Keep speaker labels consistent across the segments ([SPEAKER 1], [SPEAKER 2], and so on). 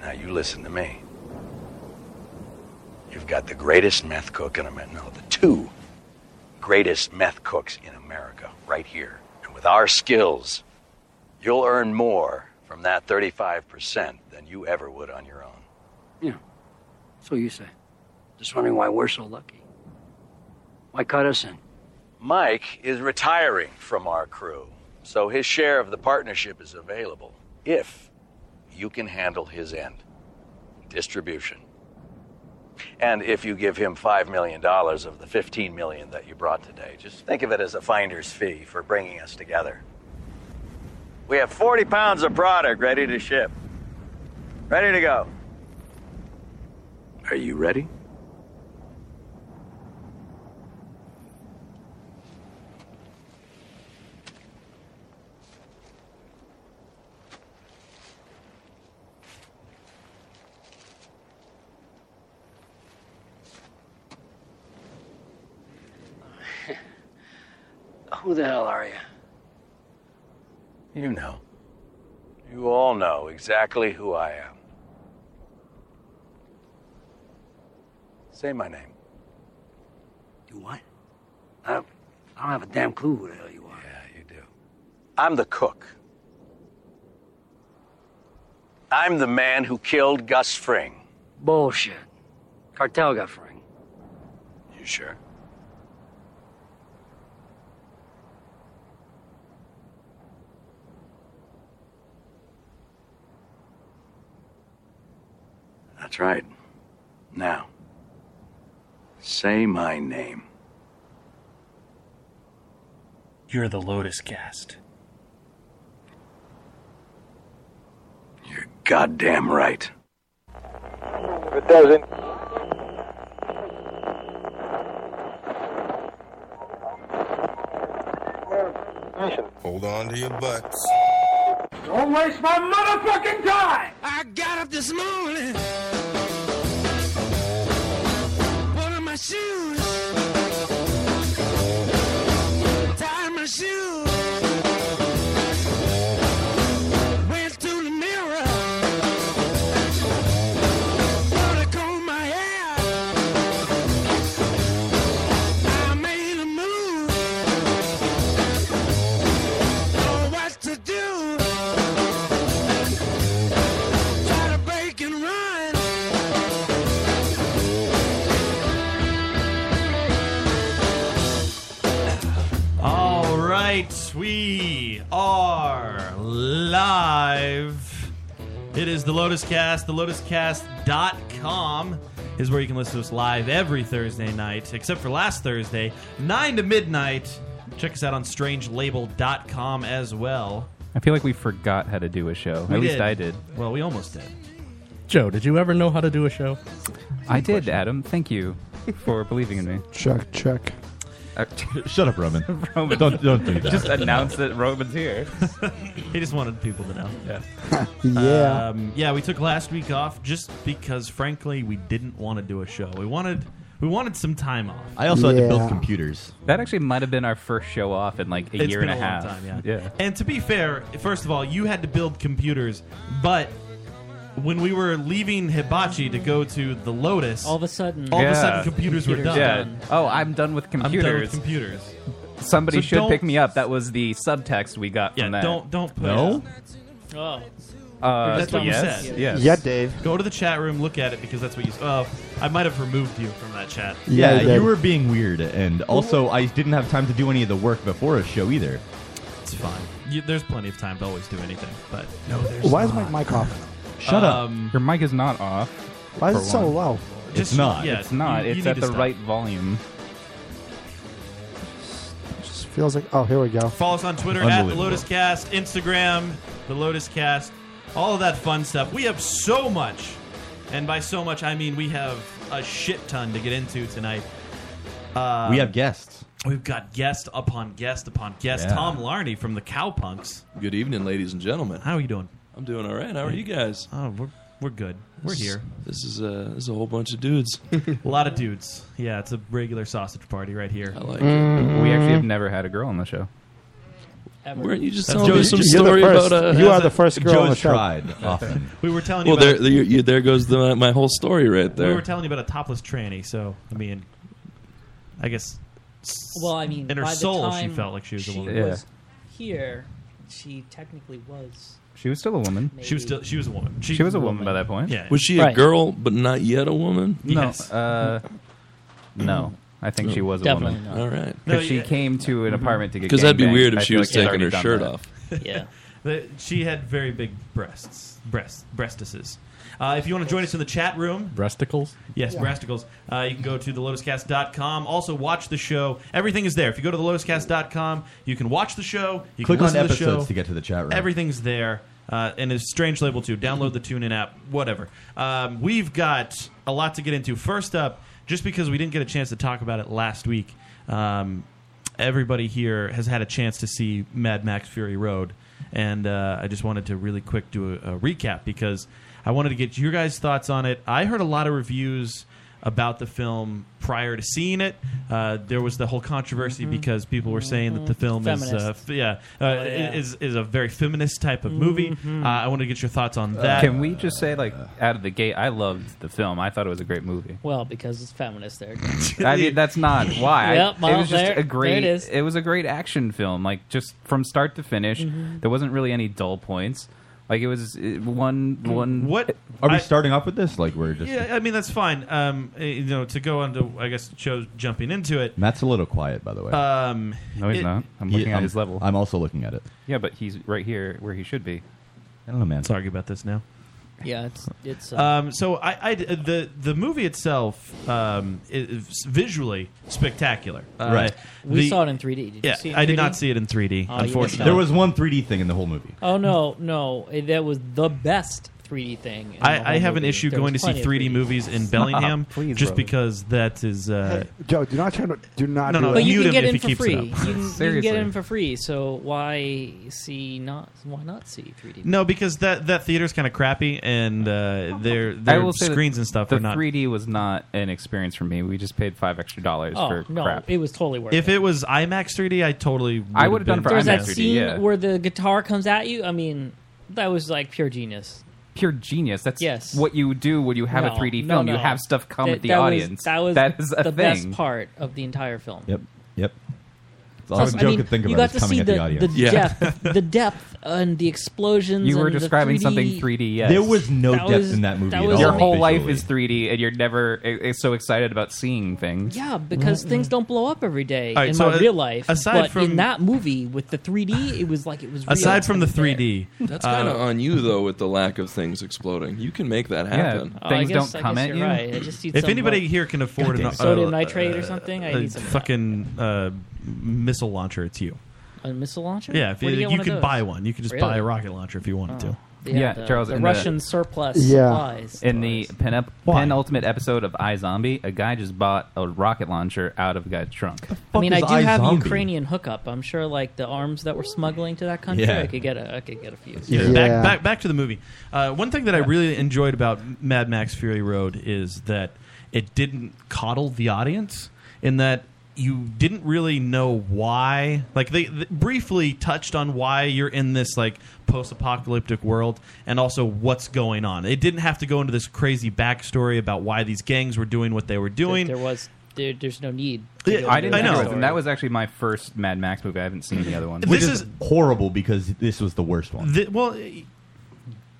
[SPEAKER 1] Now you listen to me. You've got the greatest meth cook in America. No, the two greatest meth cooks in America right here. And with our skills, you'll earn more from that 35% than you ever would on your own.
[SPEAKER 2] Yeah. So you say. Just wondering why we're so lucky. Why cut us in?
[SPEAKER 1] Mike is retiring from our crew, so his share of the partnership is available if you can handle his end distribution. And if you give him $5 million of the $15 million that you brought today, just think of it as a finder's fee for bringing us together. We have 40 pounds of product ready to ship. Ready to go. Are you ready?
[SPEAKER 2] Who the hell are you?
[SPEAKER 1] You know. You all know exactly who I am. Say my name.
[SPEAKER 2] You what? I don't, I don't have a damn clue who the hell you are.
[SPEAKER 1] Yeah, you do. I'm the cook. I'm the man who killed Gus Fring.
[SPEAKER 2] Bullshit. Cartel got Frank.
[SPEAKER 1] You sure? That's right. Now, say my name.
[SPEAKER 3] You're the Lotus Cast.
[SPEAKER 1] You're goddamn right.
[SPEAKER 4] If it doesn't,
[SPEAKER 5] Hold on to your butts.
[SPEAKER 2] Don't waste my motherfucking time!
[SPEAKER 6] I got up this morning, put on my shoes, tied my shoes, went to the mirror, thought I combed my hair, I made a move, know what to do. Try to break and run.
[SPEAKER 3] All right, we are live. It is the Lotus Cast. The LotusCast.com is where you can listen to us live every Thursday night, except for last Thursday, 9 to midnight. Check us out on strangelabel.com as well.
[SPEAKER 7] I feel like we forgot how to do a show. At
[SPEAKER 3] We
[SPEAKER 7] least I did.
[SPEAKER 3] Well, we almost did.
[SPEAKER 8] Joe, did you ever know how to do a show?
[SPEAKER 7] I did, Adam. Thank you for believing in me.
[SPEAKER 9] Check, check.
[SPEAKER 7] Uh,
[SPEAKER 10] Shut up, Roman.
[SPEAKER 7] Roman,
[SPEAKER 10] Don't don't do that.
[SPEAKER 7] just announce that Roman's here.
[SPEAKER 3] He just wanted people to know. Yeah.
[SPEAKER 9] Yeah.
[SPEAKER 3] Um, yeah, we took last week off just because, frankly, we didn't want to do a show. We wanted we wanted some time off.
[SPEAKER 10] I also had to build
[SPEAKER 9] Yeah.
[SPEAKER 10] computers.
[SPEAKER 7] That actually might have been our first show off in like a
[SPEAKER 3] It's
[SPEAKER 7] year
[SPEAKER 3] been
[SPEAKER 7] and a,
[SPEAKER 3] long
[SPEAKER 7] half.
[SPEAKER 3] Time, yeah.
[SPEAKER 7] yeah.
[SPEAKER 3] And to be fair, first of all, you had to build computers, but when we were leaving Hibachi to go to the Lotus,
[SPEAKER 11] All of a sudden,
[SPEAKER 3] all of a
[SPEAKER 7] Yeah.
[SPEAKER 3] sudden computers, were done.
[SPEAKER 7] Yeah. Oh, I'm done with
[SPEAKER 3] I'm done with
[SPEAKER 7] computers.
[SPEAKER 3] computers.
[SPEAKER 7] Somebody
[SPEAKER 3] So
[SPEAKER 7] should
[SPEAKER 3] don't-
[SPEAKER 7] pick me up. That was the subtext we got
[SPEAKER 3] Yeah,
[SPEAKER 7] from that.
[SPEAKER 3] don't don't put
[SPEAKER 10] No?
[SPEAKER 11] oh,
[SPEAKER 7] Uh,
[SPEAKER 3] That's what you
[SPEAKER 7] yes,
[SPEAKER 3] said.
[SPEAKER 7] Yes.
[SPEAKER 9] Yeah, Dave.
[SPEAKER 3] Go to the chat room, look at it because that's what you. s- Oh, I might have removed you from that chat.
[SPEAKER 10] Yeah,
[SPEAKER 9] Dave.
[SPEAKER 10] you were being weird, and also I didn't have time to do any of the work before a show either.
[SPEAKER 3] It's fine. You, there's plenty of time to always do anything, but no, there's
[SPEAKER 9] Why is my mic off?
[SPEAKER 10] Shut up.
[SPEAKER 3] um,
[SPEAKER 7] Your mic is not off.
[SPEAKER 9] Why is
[SPEAKER 7] For
[SPEAKER 9] it so
[SPEAKER 7] one.
[SPEAKER 9] low?
[SPEAKER 3] just,
[SPEAKER 10] not.
[SPEAKER 3] Yeah,
[SPEAKER 7] It's not.
[SPEAKER 3] you-
[SPEAKER 7] it's
[SPEAKER 3] you need
[SPEAKER 7] at
[SPEAKER 3] to
[SPEAKER 7] the
[SPEAKER 3] stop.
[SPEAKER 7] right volume.
[SPEAKER 9] Just feels like. Oh, here we go.
[SPEAKER 3] Follow us on Twitter at the
[SPEAKER 10] Unbelievable.
[SPEAKER 3] Lotus Cast, Instagram, the Lotus Cast, all of that fun stuff. We have so much, and by so much I mean we have a shit ton to get into tonight. Uh,
[SPEAKER 10] we have guests.
[SPEAKER 3] we've got guest upon guest upon guest.
[SPEAKER 10] Yeah.
[SPEAKER 3] Tom Larney from the Cowpunks.
[SPEAKER 12] Good evening, ladies and gentlemen.
[SPEAKER 3] How are you doing?
[SPEAKER 12] I'm doing all right. How are you guys?
[SPEAKER 3] Oh, we're we're good. We're here.
[SPEAKER 12] This is a this is a whole bunch of dudes.
[SPEAKER 3] a lot of dudes. Yeah, it's a regular sausage party right here.
[SPEAKER 10] Mm-hmm.
[SPEAKER 12] I like it.
[SPEAKER 7] We actually have never had a girl on the show.
[SPEAKER 13] Ever.
[SPEAKER 12] Weren't you just
[SPEAKER 3] That's
[SPEAKER 12] telling me
[SPEAKER 3] Joe's-
[SPEAKER 12] some
[SPEAKER 3] you're the
[SPEAKER 12] story
[SPEAKER 3] first-
[SPEAKER 12] about? Uh,
[SPEAKER 9] you are the first girl on the show.
[SPEAKER 3] We were telling you
[SPEAKER 12] Well, there,
[SPEAKER 3] about-
[SPEAKER 12] there, you, you- there goes the, my whole story right
[SPEAKER 3] We
[SPEAKER 12] there.
[SPEAKER 3] were telling you about a topless tranny, so I mean, I guess. s-
[SPEAKER 11] Well, I mean,
[SPEAKER 3] in her
[SPEAKER 11] by the
[SPEAKER 3] soul, she
[SPEAKER 11] time
[SPEAKER 3] felt like she was a woman.
[SPEAKER 11] was here. She technically was.
[SPEAKER 7] She was still a woman.
[SPEAKER 3] She was still she was a woman.
[SPEAKER 7] She, was a woman, by that point.
[SPEAKER 3] Yeah.
[SPEAKER 12] Was she a
[SPEAKER 7] Right.
[SPEAKER 12] girl, but not yet a woman?
[SPEAKER 7] No, uh, no. I think she was a woman.
[SPEAKER 12] All right.
[SPEAKER 7] because she came to an apartment to get.
[SPEAKER 12] Because that'd be
[SPEAKER 7] gangbanged.
[SPEAKER 12] weird if
[SPEAKER 7] I
[SPEAKER 12] she
[SPEAKER 7] feel
[SPEAKER 12] was
[SPEAKER 7] like she's
[SPEAKER 12] taking her
[SPEAKER 7] already done
[SPEAKER 12] shirt
[SPEAKER 7] that.
[SPEAKER 12] off.
[SPEAKER 11] Yeah.
[SPEAKER 3] The, she had very big breasts, breast, breastises. Uh, if you want to join us in the chat room,
[SPEAKER 8] Breasticles?
[SPEAKER 3] yes, breasticles, uh, you can go to thelotuscast.com. Also, watch the show. Everything is there. If you go to thelotuscast.com, you can watch the show. You
[SPEAKER 10] Click
[SPEAKER 3] can
[SPEAKER 10] on
[SPEAKER 3] listen to the
[SPEAKER 10] episodes
[SPEAKER 3] show.
[SPEAKER 10] to get to the chat room.
[SPEAKER 3] Everything's there. Uh, and a strange label too. Download the TuneIn app, whatever. Um, we've got a lot to get into. First up, just because we didn't get a chance to talk about it last week, um, everybody here has had a chance to see Mad Max Fury Road, and uh, I just wanted to really quick do a, a recap because I wanted to get your guys' thoughts on it. I heard a lot of reviews about the film prior to seeing it. Uh, there was the whole controversy because people were saying that the film is, uh,
[SPEAKER 7] Feminist.
[SPEAKER 3] f- yeah, uh,
[SPEAKER 7] Oh, yeah.
[SPEAKER 3] is is a very feminist type of movie.
[SPEAKER 7] Mhm.
[SPEAKER 3] Uh, I wanted to get your thoughts on that.
[SPEAKER 7] Can we just say, like, out of the gate, I loved the film. I thought it was a great movie.
[SPEAKER 11] Well, because it's feminist there.
[SPEAKER 7] I mean, that's not why. I-
[SPEAKER 11] Yep, well,
[SPEAKER 7] it was just
[SPEAKER 11] there-
[SPEAKER 7] a great.
[SPEAKER 11] there it is.
[SPEAKER 7] was a great action film, like just from start to finish.
[SPEAKER 11] Mhm.
[SPEAKER 7] There wasn't really any dull points. Like it was uh, one
[SPEAKER 11] Mm-hmm.
[SPEAKER 7] one.
[SPEAKER 3] What
[SPEAKER 10] Are we
[SPEAKER 3] I-
[SPEAKER 10] starting off with this? Like we're just.
[SPEAKER 3] Yeah, I mean that's fine. Um, eh, you know, to go on to I guess Joe jumping into it.
[SPEAKER 10] Matt's a little quiet, by the way.
[SPEAKER 3] Um,
[SPEAKER 7] No, he's
[SPEAKER 3] it-
[SPEAKER 7] not. I'm looking at his level.
[SPEAKER 10] I'm also looking at it.
[SPEAKER 7] Yeah, but he's right here where he should be.
[SPEAKER 10] I don't know, man.
[SPEAKER 3] Let's argue about this now.
[SPEAKER 11] Yeah, it's it's. Uh,
[SPEAKER 3] Um, so I, I- the the movie itself um, is visually spectacular. Uh,
[SPEAKER 10] Right.
[SPEAKER 11] We
[SPEAKER 3] the-
[SPEAKER 11] saw it in 3D. Did you
[SPEAKER 3] yeah,
[SPEAKER 11] see it in
[SPEAKER 3] I did
[SPEAKER 11] 3D?
[SPEAKER 3] not see it in 3D.
[SPEAKER 11] Oh, you missed
[SPEAKER 3] unfortunately,
[SPEAKER 11] out.
[SPEAKER 10] There was one 3D thing in the whole movie.
[SPEAKER 11] oh no, no, it- that was the best 3D thing. in the
[SPEAKER 3] I, I
[SPEAKER 11] whole
[SPEAKER 3] have an
[SPEAKER 11] movie.
[SPEAKER 3] issue
[SPEAKER 11] There was
[SPEAKER 3] going to see
[SPEAKER 11] plenty of
[SPEAKER 3] 3D, movies in
[SPEAKER 11] Stop,
[SPEAKER 3] Bellingham
[SPEAKER 7] please,
[SPEAKER 3] just
[SPEAKER 7] brother.
[SPEAKER 3] because that is. Uh,
[SPEAKER 9] Joe, do not turn. Do not.
[SPEAKER 3] No,
[SPEAKER 9] do
[SPEAKER 3] no,
[SPEAKER 9] that.
[SPEAKER 11] But you
[SPEAKER 3] mute
[SPEAKER 11] can get
[SPEAKER 3] him if
[SPEAKER 11] in
[SPEAKER 3] he
[SPEAKER 11] for
[SPEAKER 3] keeps it
[SPEAKER 11] free.
[SPEAKER 3] up.
[SPEAKER 11] You can, you can
[SPEAKER 7] Seriously.
[SPEAKER 11] get in for free. So why see not? Why not see 3D?
[SPEAKER 3] no, because that that theater's kind of crappy, and uh, their
[SPEAKER 7] I
[SPEAKER 3] their
[SPEAKER 7] will say that
[SPEAKER 3] screens and stuff
[SPEAKER 7] The
[SPEAKER 3] are not.
[SPEAKER 7] 3D was not an experience for me. We just paid five extra dollars
[SPEAKER 11] Oh
[SPEAKER 7] for
[SPEAKER 11] no,
[SPEAKER 7] crap.
[SPEAKER 11] it was totally worth
[SPEAKER 3] If
[SPEAKER 11] it.
[SPEAKER 3] it was IMAX 3D, I totally. Would
[SPEAKER 7] I would've done for
[SPEAKER 3] been-
[SPEAKER 11] There's that
[SPEAKER 7] IMAX 3D,
[SPEAKER 11] scene
[SPEAKER 7] yeah.
[SPEAKER 11] where the guitar comes at you. I mean, that was like pure genius.
[SPEAKER 7] Pure genius. That's
[SPEAKER 11] Yes.
[SPEAKER 7] what you do when you have
[SPEAKER 11] No,
[SPEAKER 7] a 3D
[SPEAKER 11] no,
[SPEAKER 7] film. You
[SPEAKER 11] no.
[SPEAKER 7] have stuff come
[SPEAKER 11] That-
[SPEAKER 7] at the
[SPEAKER 11] that was-
[SPEAKER 7] audience.
[SPEAKER 11] that was
[SPEAKER 7] that is a
[SPEAKER 11] the
[SPEAKER 7] thing.
[SPEAKER 11] best part of the entire film.
[SPEAKER 10] Yep. Yep. It's all
[SPEAKER 11] Plus,
[SPEAKER 10] Joe
[SPEAKER 11] I mean,
[SPEAKER 10] could think
[SPEAKER 11] you
[SPEAKER 10] about
[SPEAKER 11] got
[SPEAKER 10] is
[SPEAKER 11] to
[SPEAKER 10] coming
[SPEAKER 11] see
[SPEAKER 10] at
[SPEAKER 11] the,
[SPEAKER 10] the, audience.
[SPEAKER 11] the depth, the depth and the explosions.
[SPEAKER 7] You were
[SPEAKER 11] and the
[SPEAKER 7] describing
[SPEAKER 11] 3D
[SPEAKER 7] something 3D. Yes.
[SPEAKER 10] There was no
[SPEAKER 11] That
[SPEAKER 10] depth
[SPEAKER 11] was-
[SPEAKER 10] in that movie
[SPEAKER 11] that
[SPEAKER 10] at all.
[SPEAKER 11] was-
[SPEAKER 7] Your whole
[SPEAKER 10] visually.
[SPEAKER 7] life is 3D, and you're never eh, eh, so excited about seeing things.
[SPEAKER 11] Yeah, because things don't blow up every day
[SPEAKER 3] Mm-hmm. All right,
[SPEAKER 11] in
[SPEAKER 3] so,
[SPEAKER 11] my
[SPEAKER 3] uh,
[SPEAKER 11] real life.
[SPEAKER 3] aside
[SPEAKER 11] but
[SPEAKER 3] from-
[SPEAKER 11] in that movie with the 3D, it was like it was. Real.
[SPEAKER 3] Aside from the
[SPEAKER 11] It was there.
[SPEAKER 3] 3D,
[SPEAKER 12] That's
[SPEAKER 3] uh,
[SPEAKER 12] kind of on you though, with the lack of things exploding. You can make that happen.
[SPEAKER 11] Oh, I
[SPEAKER 7] Things
[SPEAKER 11] guess-
[SPEAKER 7] don't
[SPEAKER 11] I
[SPEAKER 7] come
[SPEAKER 11] guess
[SPEAKER 7] at
[SPEAKER 11] you're
[SPEAKER 7] you.
[SPEAKER 11] Right. I just need
[SPEAKER 3] if
[SPEAKER 11] some,
[SPEAKER 3] anybody
[SPEAKER 11] like,
[SPEAKER 3] here can afford an,
[SPEAKER 11] sodium nitrate or something, I
[SPEAKER 3] a
[SPEAKER 11] need some of that.
[SPEAKER 3] fucking uh, missile launcher, it's you.
[SPEAKER 11] a missile launcher.
[SPEAKER 3] Yeah, if
[SPEAKER 11] Where do
[SPEAKER 3] you,
[SPEAKER 11] get
[SPEAKER 3] you
[SPEAKER 11] one of
[SPEAKER 3] could
[SPEAKER 11] those?
[SPEAKER 3] buy one. You could just buy a
[SPEAKER 11] Really?
[SPEAKER 3] rocket launcher if you wanted to.
[SPEAKER 11] Uh, Yeah,
[SPEAKER 7] Yeah,
[SPEAKER 11] the,
[SPEAKER 7] Charles,
[SPEAKER 11] the
[SPEAKER 7] in the-
[SPEAKER 11] Russian surplus
[SPEAKER 9] Yeah.
[SPEAKER 11] supplies.
[SPEAKER 7] In the pen-
[SPEAKER 3] Why?
[SPEAKER 7] penultimate episode of iZombie, a guy just bought a rocket launcher out of a guy's trunk.
[SPEAKER 11] I mean, I
[SPEAKER 10] fuck
[SPEAKER 11] do
[SPEAKER 10] is
[SPEAKER 11] have
[SPEAKER 10] iZombie?
[SPEAKER 11] Ukrainian hookup. I'm sure, like the arms that we're smuggling to that country,
[SPEAKER 10] Yeah.
[SPEAKER 11] I could get a, I could get a few.
[SPEAKER 10] Yeah.
[SPEAKER 3] Back, back, back to the movie. Uh, one thing that I really enjoyed about Mad Max Fury Road is that it didn't coddle the audience in that you didn't really know why. Like, they, th briefly touched on why you're in this, like, post apocalyptic world and also what's going on. It didn't have to go into this crazy backstory about why these gangs were doing what they were doing.
[SPEAKER 11] There was, there, there's no need. to
[SPEAKER 3] Yeah,
[SPEAKER 11] go
[SPEAKER 7] I
[SPEAKER 11] into
[SPEAKER 7] didn't
[SPEAKER 3] I
[SPEAKER 11] that
[SPEAKER 3] know.
[SPEAKER 7] know.
[SPEAKER 11] story.
[SPEAKER 7] And that was actually my first Mad Max movie. I haven't seen the other one.
[SPEAKER 3] This
[SPEAKER 10] Which is
[SPEAKER 3] is-
[SPEAKER 10] horrible because this was the worst one.
[SPEAKER 3] Th- well,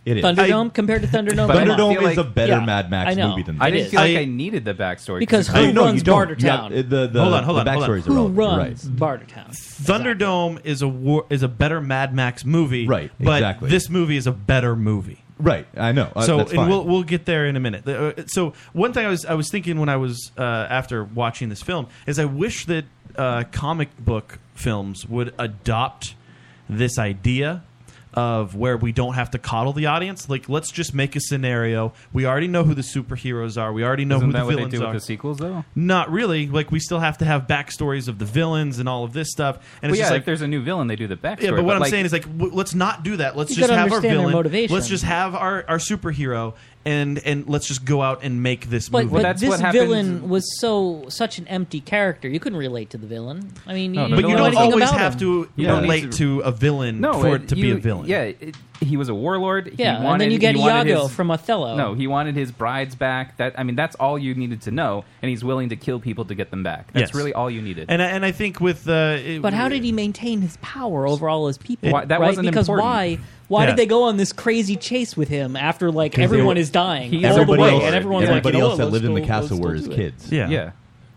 [SPEAKER 10] It is.
[SPEAKER 11] Thunderdome compared to Thunderdome.
[SPEAKER 7] But I
[SPEAKER 10] Thunderdome
[SPEAKER 7] feel
[SPEAKER 10] is
[SPEAKER 7] like-
[SPEAKER 10] a better
[SPEAKER 11] Yeah,
[SPEAKER 10] Mad Max
[SPEAKER 11] I know.
[SPEAKER 10] movie than
[SPEAKER 7] I
[SPEAKER 11] It
[SPEAKER 7] didn't
[SPEAKER 11] is.
[SPEAKER 7] feel like
[SPEAKER 3] I-
[SPEAKER 7] I, needed the backstory.
[SPEAKER 11] Because
[SPEAKER 7] I,
[SPEAKER 11] who
[SPEAKER 10] no,
[SPEAKER 11] runs
[SPEAKER 10] you don't.
[SPEAKER 11] Bartertown?
[SPEAKER 10] You have- uh, the, the,
[SPEAKER 3] Hold on, hold
[SPEAKER 10] the
[SPEAKER 3] on, hold on.
[SPEAKER 10] backstories are
[SPEAKER 11] Who
[SPEAKER 10] relevant,
[SPEAKER 11] runs
[SPEAKER 10] Right.
[SPEAKER 11] Bartertown?
[SPEAKER 3] Thunderdome is a war, is a better Mad Max movie,
[SPEAKER 10] Right,
[SPEAKER 3] But
[SPEAKER 10] exactly.
[SPEAKER 3] this movie is a better movie.
[SPEAKER 10] Right, I know. Uh,
[SPEAKER 3] so
[SPEAKER 10] that's
[SPEAKER 3] and
[SPEAKER 10] fine.
[SPEAKER 3] we'll we'll get there in a minute. The, uh, So one thing I was I was thinking when I was uh, after watching this film is I wish that uh, comic book films would adopt this idea of where we don't have to coddle the audience. Like let's just make a scenario. We already know who the superheroes are. We already know
[SPEAKER 7] Isn't
[SPEAKER 3] who the
[SPEAKER 7] that what they
[SPEAKER 3] villains
[SPEAKER 7] do
[SPEAKER 3] are.
[SPEAKER 7] with the sequels, though?
[SPEAKER 3] Not really. Like we still have to have backstories of the villains and all of this stuff.
[SPEAKER 7] Well,
[SPEAKER 3] And it's
[SPEAKER 7] yeah,
[SPEAKER 3] just like
[SPEAKER 7] if there's a new villain, they do the backstory.
[SPEAKER 3] yeah, but what I'm
[SPEAKER 7] like,
[SPEAKER 3] saying is like, w- let's not do that. Let's
[SPEAKER 11] You
[SPEAKER 3] just
[SPEAKER 11] gotta
[SPEAKER 3] have our
[SPEAKER 11] understand their
[SPEAKER 3] villain.
[SPEAKER 11] motivation.
[SPEAKER 3] Let's just have our, our superhero, and and let's just go out and make this
[SPEAKER 11] But,
[SPEAKER 3] movie.
[SPEAKER 11] but this villain was so such an empty character. You couldn't relate to the villain. I mean, you,
[SPEAKER 3] but you
[SPEAKER 11] know
[SPEAKER 3] don't
[SPEAKER 11] anything
[SPEAKER 3] always
[SPEAKER 11] about
[SPEAKER 3] have
[SPEAKER 11] him.
[SPEAKER 3] to
[SPEAKER 7] You don't
[SPEAKER 3] relate
[SPEAKER 7] need
[SPEAKER 3] to, a villain
[SPEAKER 7] No,
[SPEAKER 3] for it to be
[SPEAKER 7] you-
[SPEAKER 3] a villain.
[SPEAKER 7] Yeah, it, he was a warlord.
[SPEAKER 11] Yeah, and
[SPEAKER 7] he
[SPEAKER 11] then
[SPEAKER 7] wanted,
[SPEAKER 11] you get
[SPEAKER 7] he wanted
[SPEAKER 11] Iago
[SPEAKER 7] his-
[SPEAKER 11] from Othello.
[SPEAKER 7] No, he wanted his brides back. That I mean, that's all you needed to know, and he's willing to kill people to get them back. That's
[SPEAKER 3] Yes.
[SPEAKER 7] really all you needed.
[SPEAKER 3] And I, and I think with uh, it-
[SPEAKER 11] But how did he maintain his power over all his people?
[SPEAKER 7] Why- that
[SPEAKER 11] right?
[SPEAKER 7] wasn't
[SPEAKER 11] because
[SPEAKER 7] important.
[SPEAKER 11] why? Why
[SPEAKER 7] Yeah.
[SPEAKER 11] did they go on this crazy chase with him after like
[SPEAKER 10] 'Cause
[SPEAKER 11] everyone
[SPEAKER 10] they-
[SPEAKER 11] is dying
[SPEAKER 10] he-
[SPEAKER 11] all the
[SPEAKER 10] everybody
[SPEAKER 11] way,
[SPEAKER 10] else-
[SPEAKER 11] and everyone's
[SPEAKER 10] everybody
[SPEAKER 11] like,
[SPEAKER 10] else that lived in the castle were his kids.
[SPEAKER 3] Yeah.
[SPEAKER 7] Yeah.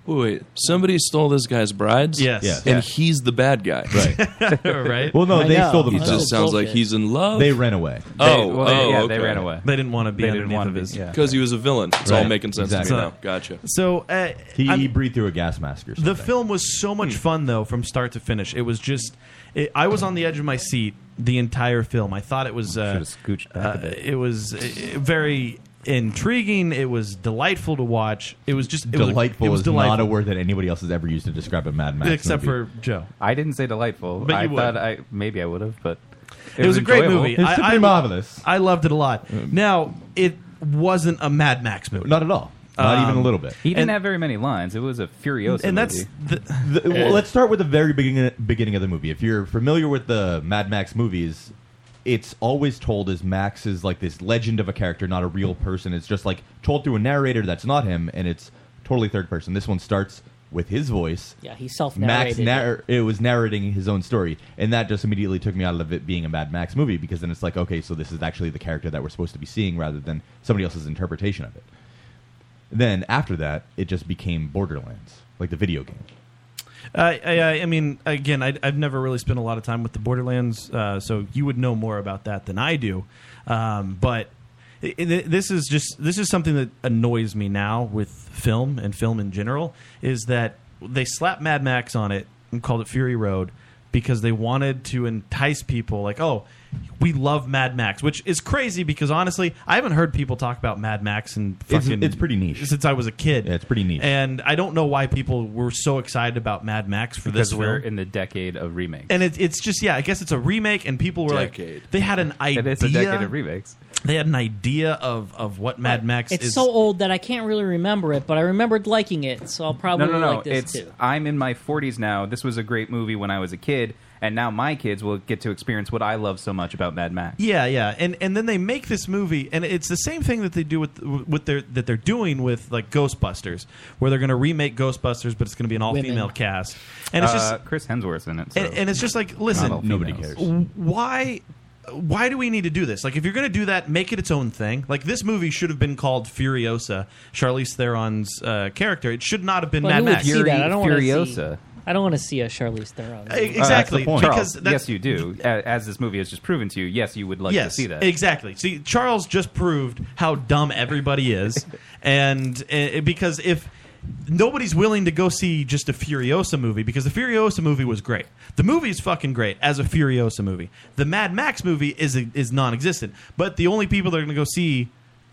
[SPEAKER 12] Wait, wait, somebody stole this guy's brides?
[SPEAKER 10] Yes. Yes.
[SPEAKER 12] And
[SPEAKER 10] Yeah.
[SPEAKER 12] he's the bad guy. Right.
[SPEAKER 3] right?
[SPEAKER 10] Well, no,
[SPEAKER 12] I
[SPEAKER 10] they
[SPEAKER 12] know.
[SPEAKER 10] stole
[SPEAKER 12] He
[SPEAKER 10] themselves.
[SPEAKER 12] just sounds like he's in love.
[SPEAKER 10] They ran away.
[SPEAKER 12] Oh,
[SPEAKER 7] They- well, they-
[SPEAKER 12] oh,
[SPEAKER 7] yeah, they
[SPEAKER 12] okay.
[SPEAKER 7] ran away.
[SPEAKER 3] They didn't want to be
[SPEAKER 7] They didn't
[SPEAKER 3] underneath
[SPEAKER 7] want
[SPEAKER 3] of
[SPEAKER 7] to be-
[SPEAKER 3] his.
[SPEAKER 7] yeah.
[SPEAKER 12] Because he was a villain. It's all
[SPEAKER 10] Right.
[SPEAKER 12] making sense
[SPEAKER 10] Exactly.
[SPEAKER 12] to me now. Gotcha.
[SPEAKER 3] So uh,
[SPEAKER 10] He,
[SPEAKER 3] I'm-
[SPEAKER 10] he breathed through a gas mask or something.
[SPEAKER 3] The film was so
[SPEAKER 10] Hmm.
[SPEAKER 3] much fun though, from start to finish. It was just, it, I was on the edge of my seat the entire film. I thought it was, uh,
[SPEAKER 7] Should've scooched back a
[SPEAKER 3] uh, it was uh, very intriguing. It was delightful to watch. It was just it was-
[SPEAKER 10] delightful
[SPEAKER 3] it was
[SPEAKER 10] is
[SPEAKER 3] delightful.
[SPEAKER 10] not a word that anybody else has ever used to describe a Mad Max.
[SPEAKER 3] Except
[SPEAKER 10] movie.
[SPEAKER 3] for Joe.
[SPEAKER 7] I didn't say delightful.
[SPEAKER 3] But
[SPEAKER 7] I
[SPEAKER 3] you would.
[SPEAKER 7] thought I maybe I would have, but
[SPEAKER 3] It, was, a great
[SPEAKER 7] enjoyable.
[SPEAKER 3] movie. I- I, I loved it a lot. Now it wasn't a Mad Max movie.
[SPEAKER 10] Uh, Not at all.
[SPEAKER 7] He didn't
[SPEAKER 3] um, and-
[SPEAKER 7] have very many lines. It was a furiosa.
[SPEAKER 3] And that's
[SPEAKER 7] movie.
[SPEAKER 10] The- well, let's start with the very beginning, beginning of the movie. If you're familiar with the Mad Max movies, it's always told as Max is like this legend of a character, not a real person. It's just like told through a narrator that's not him, and it's totally third person. This one starts with his voice.
[SPEAKER 11] Yeah, he self-narrated
[SPEAKER 10] Max
[SPEAKER 11] it.
[SPEAKER 10] narr- it was narrating his own story, and that just immediately took me out of it being a Mad Max movie because then it's like, okay, so this is actually the character that we're supposed to be seeing rather than somebody else's interpretation of it. Then after that, it just became Borderlands, like the video game.
[SPEAKER 3] I, I, I- I mean, again, I, I've never really spent a lot of time with the Borderlands, uh, so you would know more about that than I do. Um, but i i this is just this is something that annoys me now with film and film in general is that they slapped Mad Max on it and called it Fury Road because they wanted to entice people like oh we love Mad Max which is crazy because honestly I haven't heard people talk about Mad Max and
[SPEAKER 10] It's-
[SPEAKER 3] fucking
[SPEAKER 10] it's pretty niche.
[SPEAKER 3] since I was a kid
[SPEAKER 10] Yeah, it's pretty neat.
[SPEAKER 3] and I don't know why people were so excited about Mad Max for
[SPEAKER 7] because
[SPEAKER 3] this
[SPEAKER 7] we're
[SPEAKER 3] film.
[SPEAKER 7] in the decade of remakes.
[SPEAKER 3] And it, it's just yeah, I guess it's a remake, and people were
[SPEAKER 7] Decade.
[SPEAKER 3] like, they had an idea.
[SPEAKER 7] It is a decade of remakes.
[SPEAKER 3] They had an idea of of what Mad Max
[SPEAKER 11] it's
[SPEAKER 3] is.
[SPEAKER 11] so old that I can't really remember it, but I remembered liking it, so I'll probably
[SPEAKER 7] no, no, no.
[SPEAKER 11] like this
[SPEAKER 7] it's
[SPEAKER 11] too.
[SPEAKER 7] I'm in my 40s now. This was a great movie when I was a kid, and now my kids will get to experience what I love so much about Mad Max.
[SPEAKER 3] yeah, yeah, and and then they make this movie, and it's the same thing that they do with with their that they're doing with like Ghostbusters, where they're going to remake Ghostbusters, but it's going to be an all female
[SPEAKER 7] Women.
[SPEAKER 3] cast, and it's just
[SPEAKER 7] Uh, Chris Hemsworth's in it, so
[SPEAKER 3] and, and it's just like listen,
[SPEAKER 7] not all females.
[SPEAKER 3] w- Why? Why do we need to do this? Like, if you're going to do that, make it its own thing. Like, this movie should have been called Furiosa, Charlize Theron's uh, character. It should not have been
[SPEAKER 11] Well,
[SPEAKER 3] Mad
[SPEAKER 11] who would
[SPEAKER 3] Max.
[SPEAKER 11] see that? I don't want to see. I don't want to see a Charlize Theron.
[SPEAKER 3] Uh, exactly,
[SPEAKER 7] Uh, that's the point.
[SPEAKER 3] because
[SPEAKER 7] Charles,
[SPEAKER 3] that's-
[SPEAKER 7] yes, you do. A- As this movie has just proven to you, yes, you would like
[SPEAKER 3] yes,
[SPEAKER 7] to see that.
[SPEAKER 3] exactly. See, Charles just proved how dumb everybody is, and uh, because if nobody's willing to go see just a Furiosa movie, because the Furiosa movie was great, the movie is fucking great as a Furiosa movie. The Mad Max movie is is non-existent, but the only people that are going to go see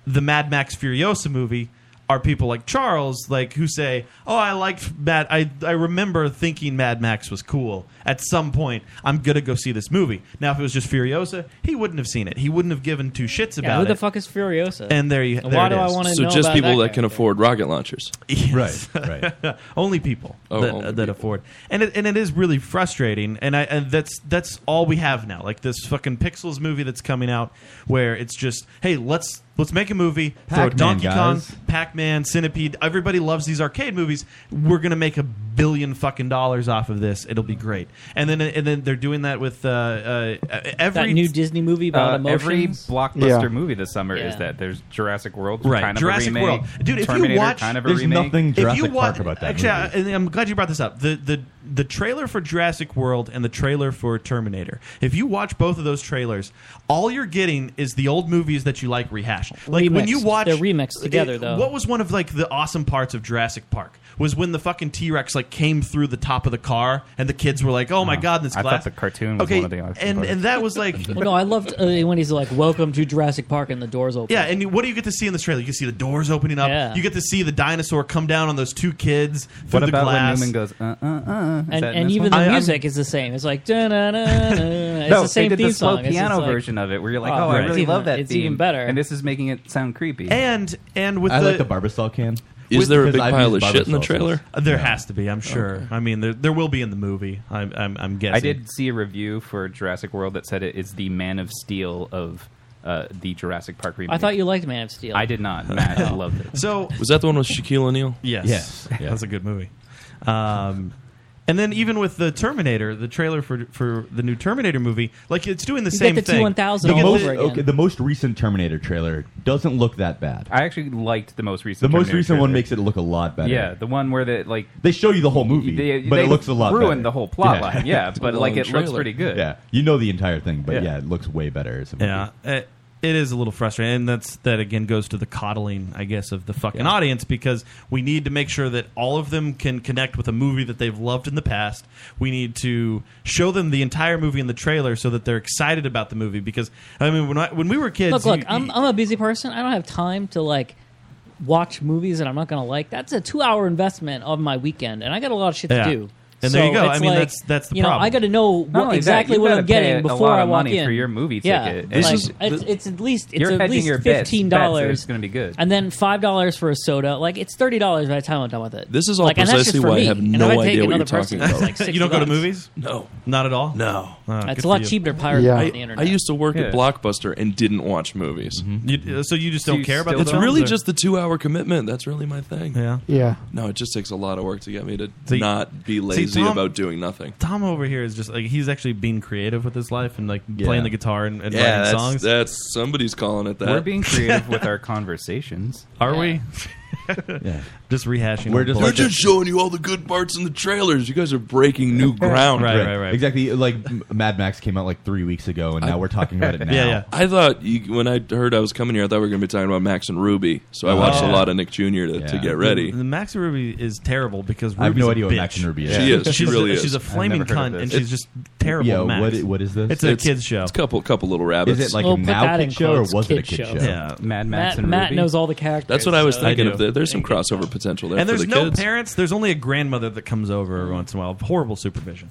[SPEAKER 3] the Mad Max Furiosa movie are people like Charles, like who say, "Oh, I liked Mad. I I remember thinking Mad Max was cool. At some point, I'm gonna go see this movie." Now, if it was just Furiosa, he wouldn't have seen it. He wouldn't have given two shits
[SPEAKER 11] Yeah,
[SPEAKER 3] about
[SPEAKER 11] who
[SPEAKER 3] it.
[SPEAKER 11] the fuck is Furiosa?
[SPEAKER 3] And there you.
[SPEAKER 11] And
[SPEAKER 3] there
[SPEAKER 11] why
[SPEAKER 3] it
[SPEAKER 11] do I
[SPEAKER 3] is.
[SPEAKER 11] wanna
[SPEAKER 12] So just people that, can afford rocket launchers.
[SPEAKER 3] Yes. only people
[SPEAKER 12] Oh,
[SPEAKER 3] that,
[SPEAKER 12] only
[SPEAKER 3] that afford, and it, and it is really frustrating. And I and that's that's all we have now. Like this fucking Pixels movie that's coming out, where it's just hey, let's let's make a movie. throw
[SPEAKER 10] Pac-Man,
[SPEAKER 3] Donkey
[SPEAKER 10] guys.
[SPEAKER 3] Kong, Pac Man, Centipede. Everybody loves these arcade movies. We're gonna make a billion fucking dollars off of this. It'll be great. And then and then they're doing that with uh, uh, every
[SPEAKER 11] That new Disney movie about
[SPEAKER 7] Uh, every
[SPEAKER 11] emotions?
[SPEAKER 7] blockbuster
[SPEAKER 11] Yeah.
[SPEAKER 7] movie this summer is
[SPEAKER 11] Yeah.
[SPEAKER 7] that there's Jurassic World,
[SPEAKER 3] Right,
[SPEAKER 7] kind of
[SPEAKER 3] Jurassic
[SPEAKER 7] a remake.
[SPEAKER 3] World, dude. If
[SPEAKER 7] Terminator,
[SPEAKER 3] you watch,
[SPEAKER 7] kind of a remake.
[SPEAKER 3] if you watch, Actually, I, and I'm glad you brought this up. The the the trailer for Jurassic World and the trailer for Terminator. If you watch both of those trailers, all you're getting is the old movies that you like rehashed. Like when you
[SPEAKER 11] Remixed.
[SPEAKER 3] watch,
[SPEAKER 11] They're remixed together,
[SPEAKER 3] it-
[SPEAKER 11] though.
[SPEAKER 3] What was one of like the awesome parts of Jurassic Park? Was when the fucking T Rex like came through the top of the car and the kids were like, "Oh my god!" This
[SPEAKER 7] I thought
[SPEAKER 3] glass.
[SPEAKER 7] the cartoon was
[SPEAKER 3] okay,
[SPEAKER 7] one of the awesome
[SPEAKER 3] and
[SPEAKER 7] parts.
[SPEAKER 3] and that was like
[SPEAKER 11] Well, no, I loved uh, when he's like, "Welcome to Jurassic Park," and the doors open.
[SPEAKER 3] Yeah, and you- what do you get to see in this trailer? You see the doors opening up.
[SPEAKER 11] Yeah.
[SPEAKER 3] You get to see the dinosaur come down on those two kids through
[SPEAKER 7] What
[SPEAKER 3] the
[SPEAKER 7] about when
[SPEAKER 3] glass.
[SPEAKER 11] Uh-uh.
[SPEAKER 7] Newman goes, uh, uh, uh,
[SPEAKER 11] and and even the music is the same. It's like da-na-na-na. it's
[SPEAKER 7] no,
[SPEAKER 11] the same
[SPEAKER 7] they did
[SPEAKER 11] theme
[SPEAKER 7] the slow
[SPEAKER 11] song. It's just
[SPEAKER 7] piano
[SPEAKER 11] like-
[SPEAKER 7] version of it, where you're like,
[SPEAKER 11] Oh,
[SPEAKER 7] "Oh,
[SPEAKER 11] right.
[SPEAKER 7] I really
[SPEAKER 11] It's even-
[SPEAKER 7] love that
[SPEAKER 11] it's
[SPEAKER 7] theme."
[SPEAKER 11] even better.
[SPEAKER 7] and this is making it sound creepy.
[SPEAKER 3] And and with
[SPEAKER 10] I
[SPEAKER 3] the,
[SPEAKER 10] like the Barbasol can.
[SPEAKER 12] Is
[SPEAKER 3] with-
[SPEAKER 12] there a big pile of shit in the trailer?
[SPEAKER 3] Uh, There
[SPEAKER 12] No.
[SPEAKER 3] has to be, I'm sure. I mean, there, there will be in the movie. I'm I'm, I'm guessing.
[SPEAKER 7] I did see a review for Jurassic World that said it is the Man of Steel of uh, the Jurassic Park remake.
[SPEAKER 11] I thought you liked Man of Steel.
[SPEAKER 7] I did not. Matt loved it.
[SPEAKER 3] So
[SPEAKER 12] was that the one with Shaquille O'Neal?
[SPEAKER 3] Yes.
[SPEAKER 7] Yes.
[SPEAKER 12] Yeah.
[SPEAKER 3] That's a good movie. Um, and then even with the Terminator, the trailer for for the new Terminator movie, like it's doing the
[SPEAKER 11] You get
[SPEAKER 3] same
[SPEAKER 11] the
[SPEAKER 3] thing.
[SPEAKER 11] T-1000
[SPEAKER 3] You
[SPEAKER 10] The
[SPEAKER 3] get
[SPEAKER 10] most,
[SPEAKER 3] the-
[SPEAKER 10] okay, the most recent Terminator trailer doesn't look that bad.
[SPEAKER 7] I actually liked the most recent.
[SPEAKER 10] The most
[SPEAKER 7] Terminator
[SPEAKER 10] recent one
[SPEAKER 7] trailer.
[SPEAKER 10] makes it look a lot better.
[SPEAKER 7] Yeah, the one where the like
[SPEAKER 10] They show you the whole movie,
[SPEAKER 7] They-
[SPEAKER 10] but
[SPEAKER 7] they
[SPEAKER 10] it looks a lot
[SPEAKER 7] ruined
[SPEAKER 10] better.
[SPEAKER 7] the whole plot line, yeah, It's a but, like, long it looks trailer. pretty good.
[SPEAKER 10] Yeah, you know the entire thing, but
[SPEAKER 7] Yeah.
[SPEAKER 10] yeah, it looks way better. As a movie.
[SPEAKER 3] Yeah, it, it is a little frustrating, and that's that again goes to the coddling, I guess, of the fucking audience because we need to make sure that all of them can connect with a movie that they've loved in the past. We need to show them the entire movie in the trailer so that they're excited about the movie. Because I mean, when I, when we were kids,
[SPEAKER 11] Look, look,
[SPEAKER 3] you-
[SPEAKER 11] I'm, I'm a busy person. I don't have time to like watch movies that I'm not going to like. That's a two hour investment of my weekend, and I got a lot of shit
[SPEAKER 3] Yeah.
[SPEAKER 11] to do.
[SPEAKER 3] And there you
[SPEAKER 11] So
[SPEAKER 3] go. I
[SPEAKER 11] it's
[SPEAKER 3] mean,
[SPEAKER 11] like,
[SPEAKER 3] that's- that's the
[SPEAKER 11] you know,
[SPEAKER 3] problem.
[SPEAKER 11] I got to know
[SPEAKER 7] Not
[SPEAKER 11] what,
[SPEAKER 7] only that,
[SPEAKER 11] exactly
[SPEAKER 7] you
[SPEAKER 11] what
[SPEAKER 7] gotta
[SPEAKER 11] I'm
[SPEAKER 7] pay
[SPEAKER 11] getting
[SPEAKER 7] a
[SPEAKER 11] before
[SPEAKER 7] lot
[SPEAKER 11] I
[SPEAKER 7] of
[SPEAKER 11] walk
[SPEAKER 7] money
[SPEAKER 11] in
[SPEAKER 7] for your movie
[SPEAKER 11] Yeah,
[SPEAKER 7] ticket.
[SPEAKER 11] Like,
[SPEAKER 7] This is-
[SPEAKER 11] it's, it's at least it's
[SPEAKER 7] You're
[SPEAKER 11] at
[SPEAKER 7] hedging
[SPEAKER 11] least
[SPEAKER 7] your bets.
[SPEAKER 11] fifteen
[SPEAKER 7] Bets that
[SPEAKER 11] dollars.
[SPEAKER 7] it's gonna be good.
[SPEAKER 11] and then five dollars for a soda. Like it's thirty dollars by the time I'm done with it.
[SPEAKER 12] This is all
[SPEAKER 11] like, and that's just
[SPEAKER 12] precisely
[SPEAKER 11] for
[SPEAKER 12] why I
[SPEAKER 11] me.
[SPEAKER 12] have
[SPEAKER 11] And if
[SPEAKER 12] no
[SPEAKER 11] I take
[SPEAKER 12] idea what
[SPEAKER 11] another
[SPEAKER 12] you're
[SPEAKER 11] person,
[SPEAKER 12] talking
[SPEAKER 11] it's
[SPEAKER 12] about.
[SPEAKER 11] like six
[SPEAKER 3] you don't go to
[SPEAKER 11] bucks.
[SPEAKER 3] movies?
[SPEAKER 12] No,
[SPEAKER 3] not at all.
[SPEAKER 12] No,
[SPEAKER 3] Oh, good
[SPEAKER 11] It's
[SPEAKER 3] for
[SPEAKER 11] a lot
[SPEAKER 3] you.
[SPEAKER 11] cheaper to pirate
[SPEAKER 12] I,
[SPEAKER 11] on the
[SPEAKER 12] I
[SPEAKER 11] internet.
[SPEAKER 12] used to work
[SPEAKER 3] Yeah.
[SPEAKER 12] at Blockbuster and didn't watch movies.
[SPEAKER 10] Mm-hmm.
[SPEAKER 3] You- uh, so you just
[SPEAKER 12] Do
[SPEAKER 3] don't
[SPEAKER 12] you
[SPEAKER 3] care about
[SPEAKER 12] still
[SPEAKER 3] the
[SPEAKER 12] It's
[SPEAKER 3] films,
[SPEAKER 12] really
[SPEAKER 3] or-
[SPEAKER 12] just the two-hour commitment. That's really my thing.
[SPEAKER 3] Yeah.
[SPEAKER 9] Yeah.
[SPEAKER 12] No, it just takes a lot of work to get me to
[SPEAKER 3] See-
[SPEAKER 12] not be
[SPEAKER 3] see,
[SPEAKER 12] lazy
[SPEAKER 3] Tom-
[SPEAKER 12] about doing nothing.
[SPEAKER 3] Tom over here is just like he's actually being creative with his life and like
[SPEAKER 12] Yeah.
[SPEAKER 3] playing the guitar and, and
[SPEAKER 12] yeah,
[SPEAKER 3] writing
[SPEAKER 12] that's,
[SPEAKER 3] songs.
[SPEAKER 12] That's somebody's calling it that.
[SPEAKER 7] We're being creative with our conversations.
[SPEAKER 3] Are we? yeah. Just rehashing.
[SPEAKER 10] We're
[SPEAKER 3] the
[SPEAKER 10] just
[SPEAKER 12] We're
[SPEAKER 3] bullshit.
[SPEAKER 12] just showing you all the good parts in the trailers. You guys are breaking new ground.
[SPEAKER 10] Exactly. Like M- Mad Max came out like three weeks ago, and now we're talking about it now.
[SPEAKER 12] I thought you, when I heard I was coming here, I thought we were going to be talking about Max and Ruby. So I watched
[SPEAKER 3] Oh.
[SPEAKER 12] a lot of Nick Jr. to, to
[SPEAKER 10] Yeah.
[SPEAKER 12] get ready.
[SPEAKER 3] The, the Max Ruby is terrible because Ruby's
[SPEAKER 10] I have no
[SPEAKER 3] a
[SPEAKER 10] idea what
[SPEAKER 3] bitch.
[SPEAKER 10] Max and Ruby is.
[SPEAKER 12] She is. She
[SPEAKER 3] She's
[SPEAKER 12] really
[SPEAKER 3] a,
[SPEAKER 12] is.
[SPEAKER 3] She's a
[SPEAKER 12] I've
[SPEAKER 3] flaming
[SPEAKER 12] never heard of
[SPEAKER 3] cunt,
[SPEAKER 12] this.
[SPEAKER 3] and she's
[SPEAKER 12] It's-
[SPEAKER 3] just terrible.
[SPEAKER 10] Yo,
[SPEAKER 3] at Max.
[SPEAKER 10] what i- what is this?
[SPEAKER 3] It's a kids show.
[SPEAKER 12] It's a couple couple little rabbits.
[SPEAKER 10] Is it like a now kid show or was it a kid show?
[SPEAKER 3] Yeah.
[SPEAKER 7] Mad
[SPEAKER 11] Matt,
[SPEAKER 7] Max and
[SPEAKER 11] Matt
[SPEAKER 7] Ruby.
[SPEAKER 11] knows all the characters.
[SPEAKER 12] That's what I was
[SPEAKER 11] so-
[SPEAKER 12] thinking
[SPEAKER 3] I
[SPEAKER 12] of.
[SPEAKER 3] do.
[SPEAKER 12] The, there's some crossover potential there
[SPEAKER 3] And
[SPEAKER 12] for
[SPEAKER 3] there's
[SPEAKER 12] the
[SPEAKER 3] no
[SPEAKER 12] kids.
[SPEAKER 3] parents. There's only a grandmother that comes over every once in a while. Horrible supervision.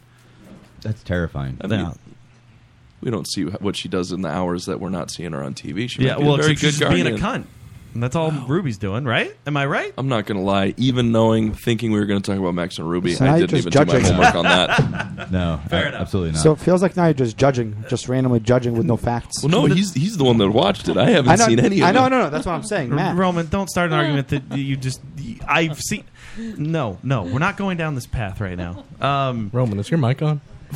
[SPEAKER 10] That's terrifying.
[SPEAKER 12] I mean, we don't see what she does in the hours that we're not seeing her on TV. She
[SPEAKER 3] Yeah,
[SPEAKER 12] might be
[SPEAKER 3] well,
[SPEAKER 12] a very
[SPEAKER 3] except
[SPEAKER 12] good
[SPEAKER 3] she's just being a
[SPEAKER 12] guardian.
[SPEAKER 3] cunt. And that's all Ruby's doing, right? Am I right?
[SPEAKER 12] I'm not going to lie. Even knowing, thinking we were going to talk about Max and Ruby,
[SPEAKER 9] So now
[SPEAKER 12] I
[SPEAKER 9] you're
[SPEAKER 12] didn't
[SPEAKER 9] just
[SPEAKER 12] even do my
[SPEAKER 9] judging.
[SPEAKER 12] homework on that.
[SPEAKER 10] No, a- absolutely not.
[SPEAKER 9] So it feels like now you're just judging, just randomly judging with no facts.
[SPEAKER 12] Well, no, he's he's the one that watched it. I haven't
[SPEAKER 9] I know-
[SPEAKER 12] seen any of
[SPEAKER 9] I know,
[SPEAKER 12] it.
[SPEAKER 9] I know, no, that's what I'm saying, Matt.
[SPEAKER 3] Roman, don't start an argument that you just. I've seen. No, no, we're not going down this path right now. Um,
[SPEAKER 14] Roman, is your mic on?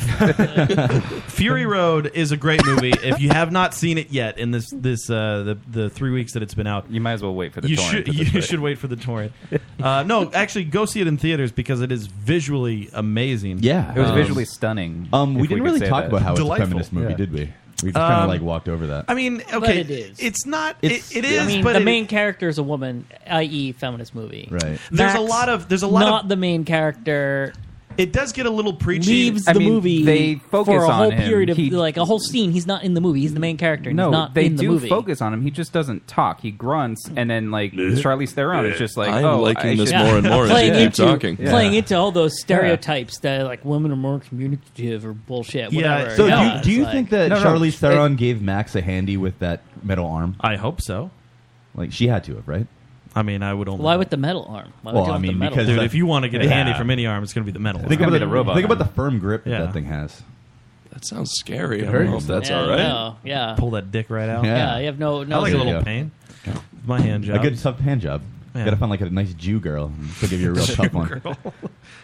[SPEAKER 3] Fury Road is a great movie. If you have not seen it yet in this this uh, the the three weeks that it's been out,
[SPEAKER 7] you might as well wait for the
[SPEAKER 3] you
[SPEAKER 7] torrent
[SPEAKER 3] Should,
[SPEAKER 7] at
[SPEAKER 3] you
[SPEAKER 7] this rate.
[SPEAKER 3] should wait for the torrent. Uh, no, actually, go see it in theaters because it is visually amazing.
[SPEAKER 10] Yeah,
[SPEAKER 7] It was visually stunning,
[SPEAKER 10] Um,
[SPEAKER 7] if
[SPEAKER 10] we
[SPEAKER 7] we
[SPEAKER 10] didn't
[SPEAKER 7] could
[SPEAKER 10] really
[SPEAKER 7] say
[SPEAKER 10] talk
[SPEAKER 7] that.
[SPEAKER 10] about how it's
[SPEAKER 3] Delightful.
[SPEAKER 10] a feminist movie,
[SPEAKER 3] Yeah.
[SPEAKER 10] did we? We just kind
[SPEAKER 3] Um,
[SPEAKER 10] of like walked over that.
[SPEAKER 3] I mean, okay,
[SPEAKER 11] But it is.
[SPEAKER 3] It's not.
[SPEAKER 10] It's-
[SPEAKER 3] It's, it, it
[SPEAKER 11] I
[SPEAKER 3] is,
[SPEAKER 11] mean,
[SPEAKER 3] but
[SPEAKER 11] the
[SPEAKER 3] it-
[SPEAKER 11] main character is a woman, i.e., feminist movie.
[SPEAKER 10] Right.
[SPEAKER 3] There's a
[SPEAKER 11] Max,
[SPEAKER 3] lot of- there's a lot of-
[SPEAKER 11] not the main character.
[SPEAKER 3] It does get a little preachy.
[SPEAKER 11] Leaves
[SPEAKER 7] I
[SPEAKER 11] the
[SPEAKER 7] mean,
[SPEAKER 11] movie
[SPEAKER 7] they focus
[SPEAKER 11] for a
[SPEAKER 7] on
[SPEAKER 11] whole
[SPEAKER 7] him.
[SPEAKER 11] period of
[SPEAKER 7] He-
[SPEAKER 11] like a whole scene. He's not in the movie. He's the main character. And
[SPEAKER 7] No,
[SPEAKER 11] he's not
[SPEAKER 7] they
[SPEAKER 11] in the
[SPEAKER 7] do
[SPEAKER 11] movie.
[SPEAKER 7] focus on him. He just doesn't talk. He grunts, and then like
[SPEAKER 12] Bleh.
[SPEAKER 7] Charlize Theron is just like,
[SPEAKER 12] I'm
[SPEAKER 7] "Oh,
[SPEAKER 12] liking
[SPEAKER 7] I
[SPEAKER 12] this
[SPEAKER 7] should-
[SPEAKER 12] more and more as you
[SPEAKER 11] playing
[SPEAKER 12] keep
[SPEAKER 11] into
[SPEAKER 12] talking. Yeah.
[SPEAKER 11] playing into all those stereotypes that like women are more communicative or bullshit. Whatever.
[SPEAKER 10] So
[SPEAKER 11] No,
[SPEAKER 10] do you,
[SPEAKER 11] it's
[SPEAKER 10] do you
[SPEAKER 11] like-
[SPEAKER 10] think that
[SPEAKER 7] No, no,
[SPEAKER 10] Charlize
[SPEAKER 7] it-
[SPEAKER 10] Theron gave Max a handy with that metal arm?
[SPEAKER 3] I hope so.
[SPEAKER 10] Like she had to have, right?
[SPEAKER 3] I mean, I would only.
[SPEAKER 11] Why with the metal arm? Why would
[SPEAKER 10] Well,
[SPEAKER 11] you
[SPEAKER 10] I
[SPEAKER 11] want the
[SPEAKER 10] mean,
[SPEAKER 11] metal
[SPEAKER 10] because
[SPEAKER 11] arm?
[SPEAKER 3] Dude,
[SPEAKER 10] that-
[SPEAKER 3] if you want to get a
[SPEAKER 10] Yeah.
[SPEAKER 3] handy from any arm, it's going to be the metal.
[SPEAKER 10] Think
[SPEAKER 3] arm.
[SPEAKER 10] about the Think about the firm grip
[SPEAKER 3] Yeah.
[SPEAKER 10] that that thing has.
[SPEAKER 12] That sounds scary.
[SPEAKER 10] It
[SPEAKER 12] I don't know
[SPEAKER 10] hurts.
[SPEAKER 12] if that's
[SPEAKER 11] Yeah,
[SPEAKER 12] all right.
[SPEAKER 11] no, yeah.
[SPEAKER 3] Pull that dick right out.
[SPEAKER 10] Yeah.
[SPEAKER 11] Yeah, you have no no.
[SPEAKER 3] I like a
[SPEAKER 10] There
[SPEAKER 3] little
[SPEAKER 10] you go.
[SPEAKER 3] pain. My hand job.
[SPEAKER 10] A good tough hand job.
[SPEAKER 3] Yeah.
[SPEAKER 10] Gotta find like a nice Jew girl. She'll give you a real tough one.
[SPEAKER 3] girl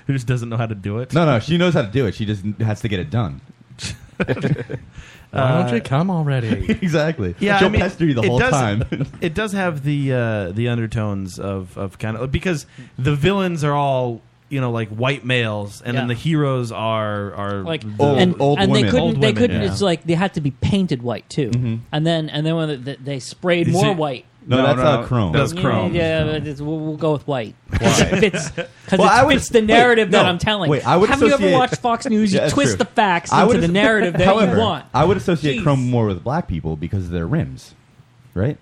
[SPEAKER 3] who just doesn't know how to do it. Uh,
[SPEAKER 10] No, no, she knows how to do it. She just has to get it done.
[SPEAKER 14] Why
[SPEAKER 11] Uh,
[SPEAKER 14] don't you come already?
[SPEAKER 10] exactly.
[SPEAKER 3] Yeah,
[SPEAKER 10] She'll
[SPEAKER 3] I mean,
[SPEAKER 10] pester you the
[SPEAKER 3] it
[SPEAKER 10] whole
[SPEAKER 3] does,
[SPEAKER 10] time.
[SPEAKER 3] it does have the uh, the undertones of of kind of because the villains are all you know like white males, and then
[SPEAKER 11] Yeah.
[SPEAKER 3] the heroes are are
[SPEAKER 11] like
[SPEAKER 3] the-
[SPEAKER 11] and,
[SPEAKER 10] old
[SPEAKER 11] and
[SPEAKER 10] women.
[SPEAKER 11] they couldn't
[SPEAKER 3] Old
[SPEAKER 11] they
[SPEAKER 3] women,
[SPEAKER 11] couldn't
[SPEAKER 3] yeah.
[SPEAKER 11] it's like they had to be painted white too and then and then when they, they sprayed
[SPEAKER 10] You
[SPEAKER 11] more
[SPEAKER 10] see-
[SPEAKER 11] white
[SPEAKER 10] No,
[SPEAKER 7] No,
[SPEAKER 10] that's
[SPEAKER 7] no,
[SPEAKER 10] not
[SPEAKER 7] no.
[SPEAKER 10] chrome.
[SPEAKER 3] That's
[SPEAKER 11] yeah,
[SPEAKER 3] chrome.
[SPEAKER 11] yeah but it's, we'll, we'll go with white because
[SPEAKER 10] Why?
[SPEAKER 11] it fits, 'cause
[SPEAKER 10] Well, I
[SPEAKER 11] it
[SPEAKER 10] would-
[SPEAKER 11] fits the
[SPEAKER 10] wait,
[SPEAKER 11] narrative that
[SPEAKER 10] no.
[SPEAKER 11] I'm telling
[SPEAKER 10] Wait, I would
[SPEAKER 11] have you ever
[SPEAKER 10] associate-
[SPEAKER 11] watched Fox News you
[SPEAKER 10] Yeah, that's
[SPEAKER 11] twist
[SPEAKER 10] true.
[SPEAKER 11] the facts
[SPEAKER 10] I
[SPEAKER 11] into
[SPEAKER 10] would-
[SPEAKER 11] the narrative that
[SPEAKER 10] however,
[SPEAKER 11] you want
[SPEAKER 10] I would associate
[SPEAKER 11] Jeez.
[SPEAKER 10] chrome more with black people because of their rims, right?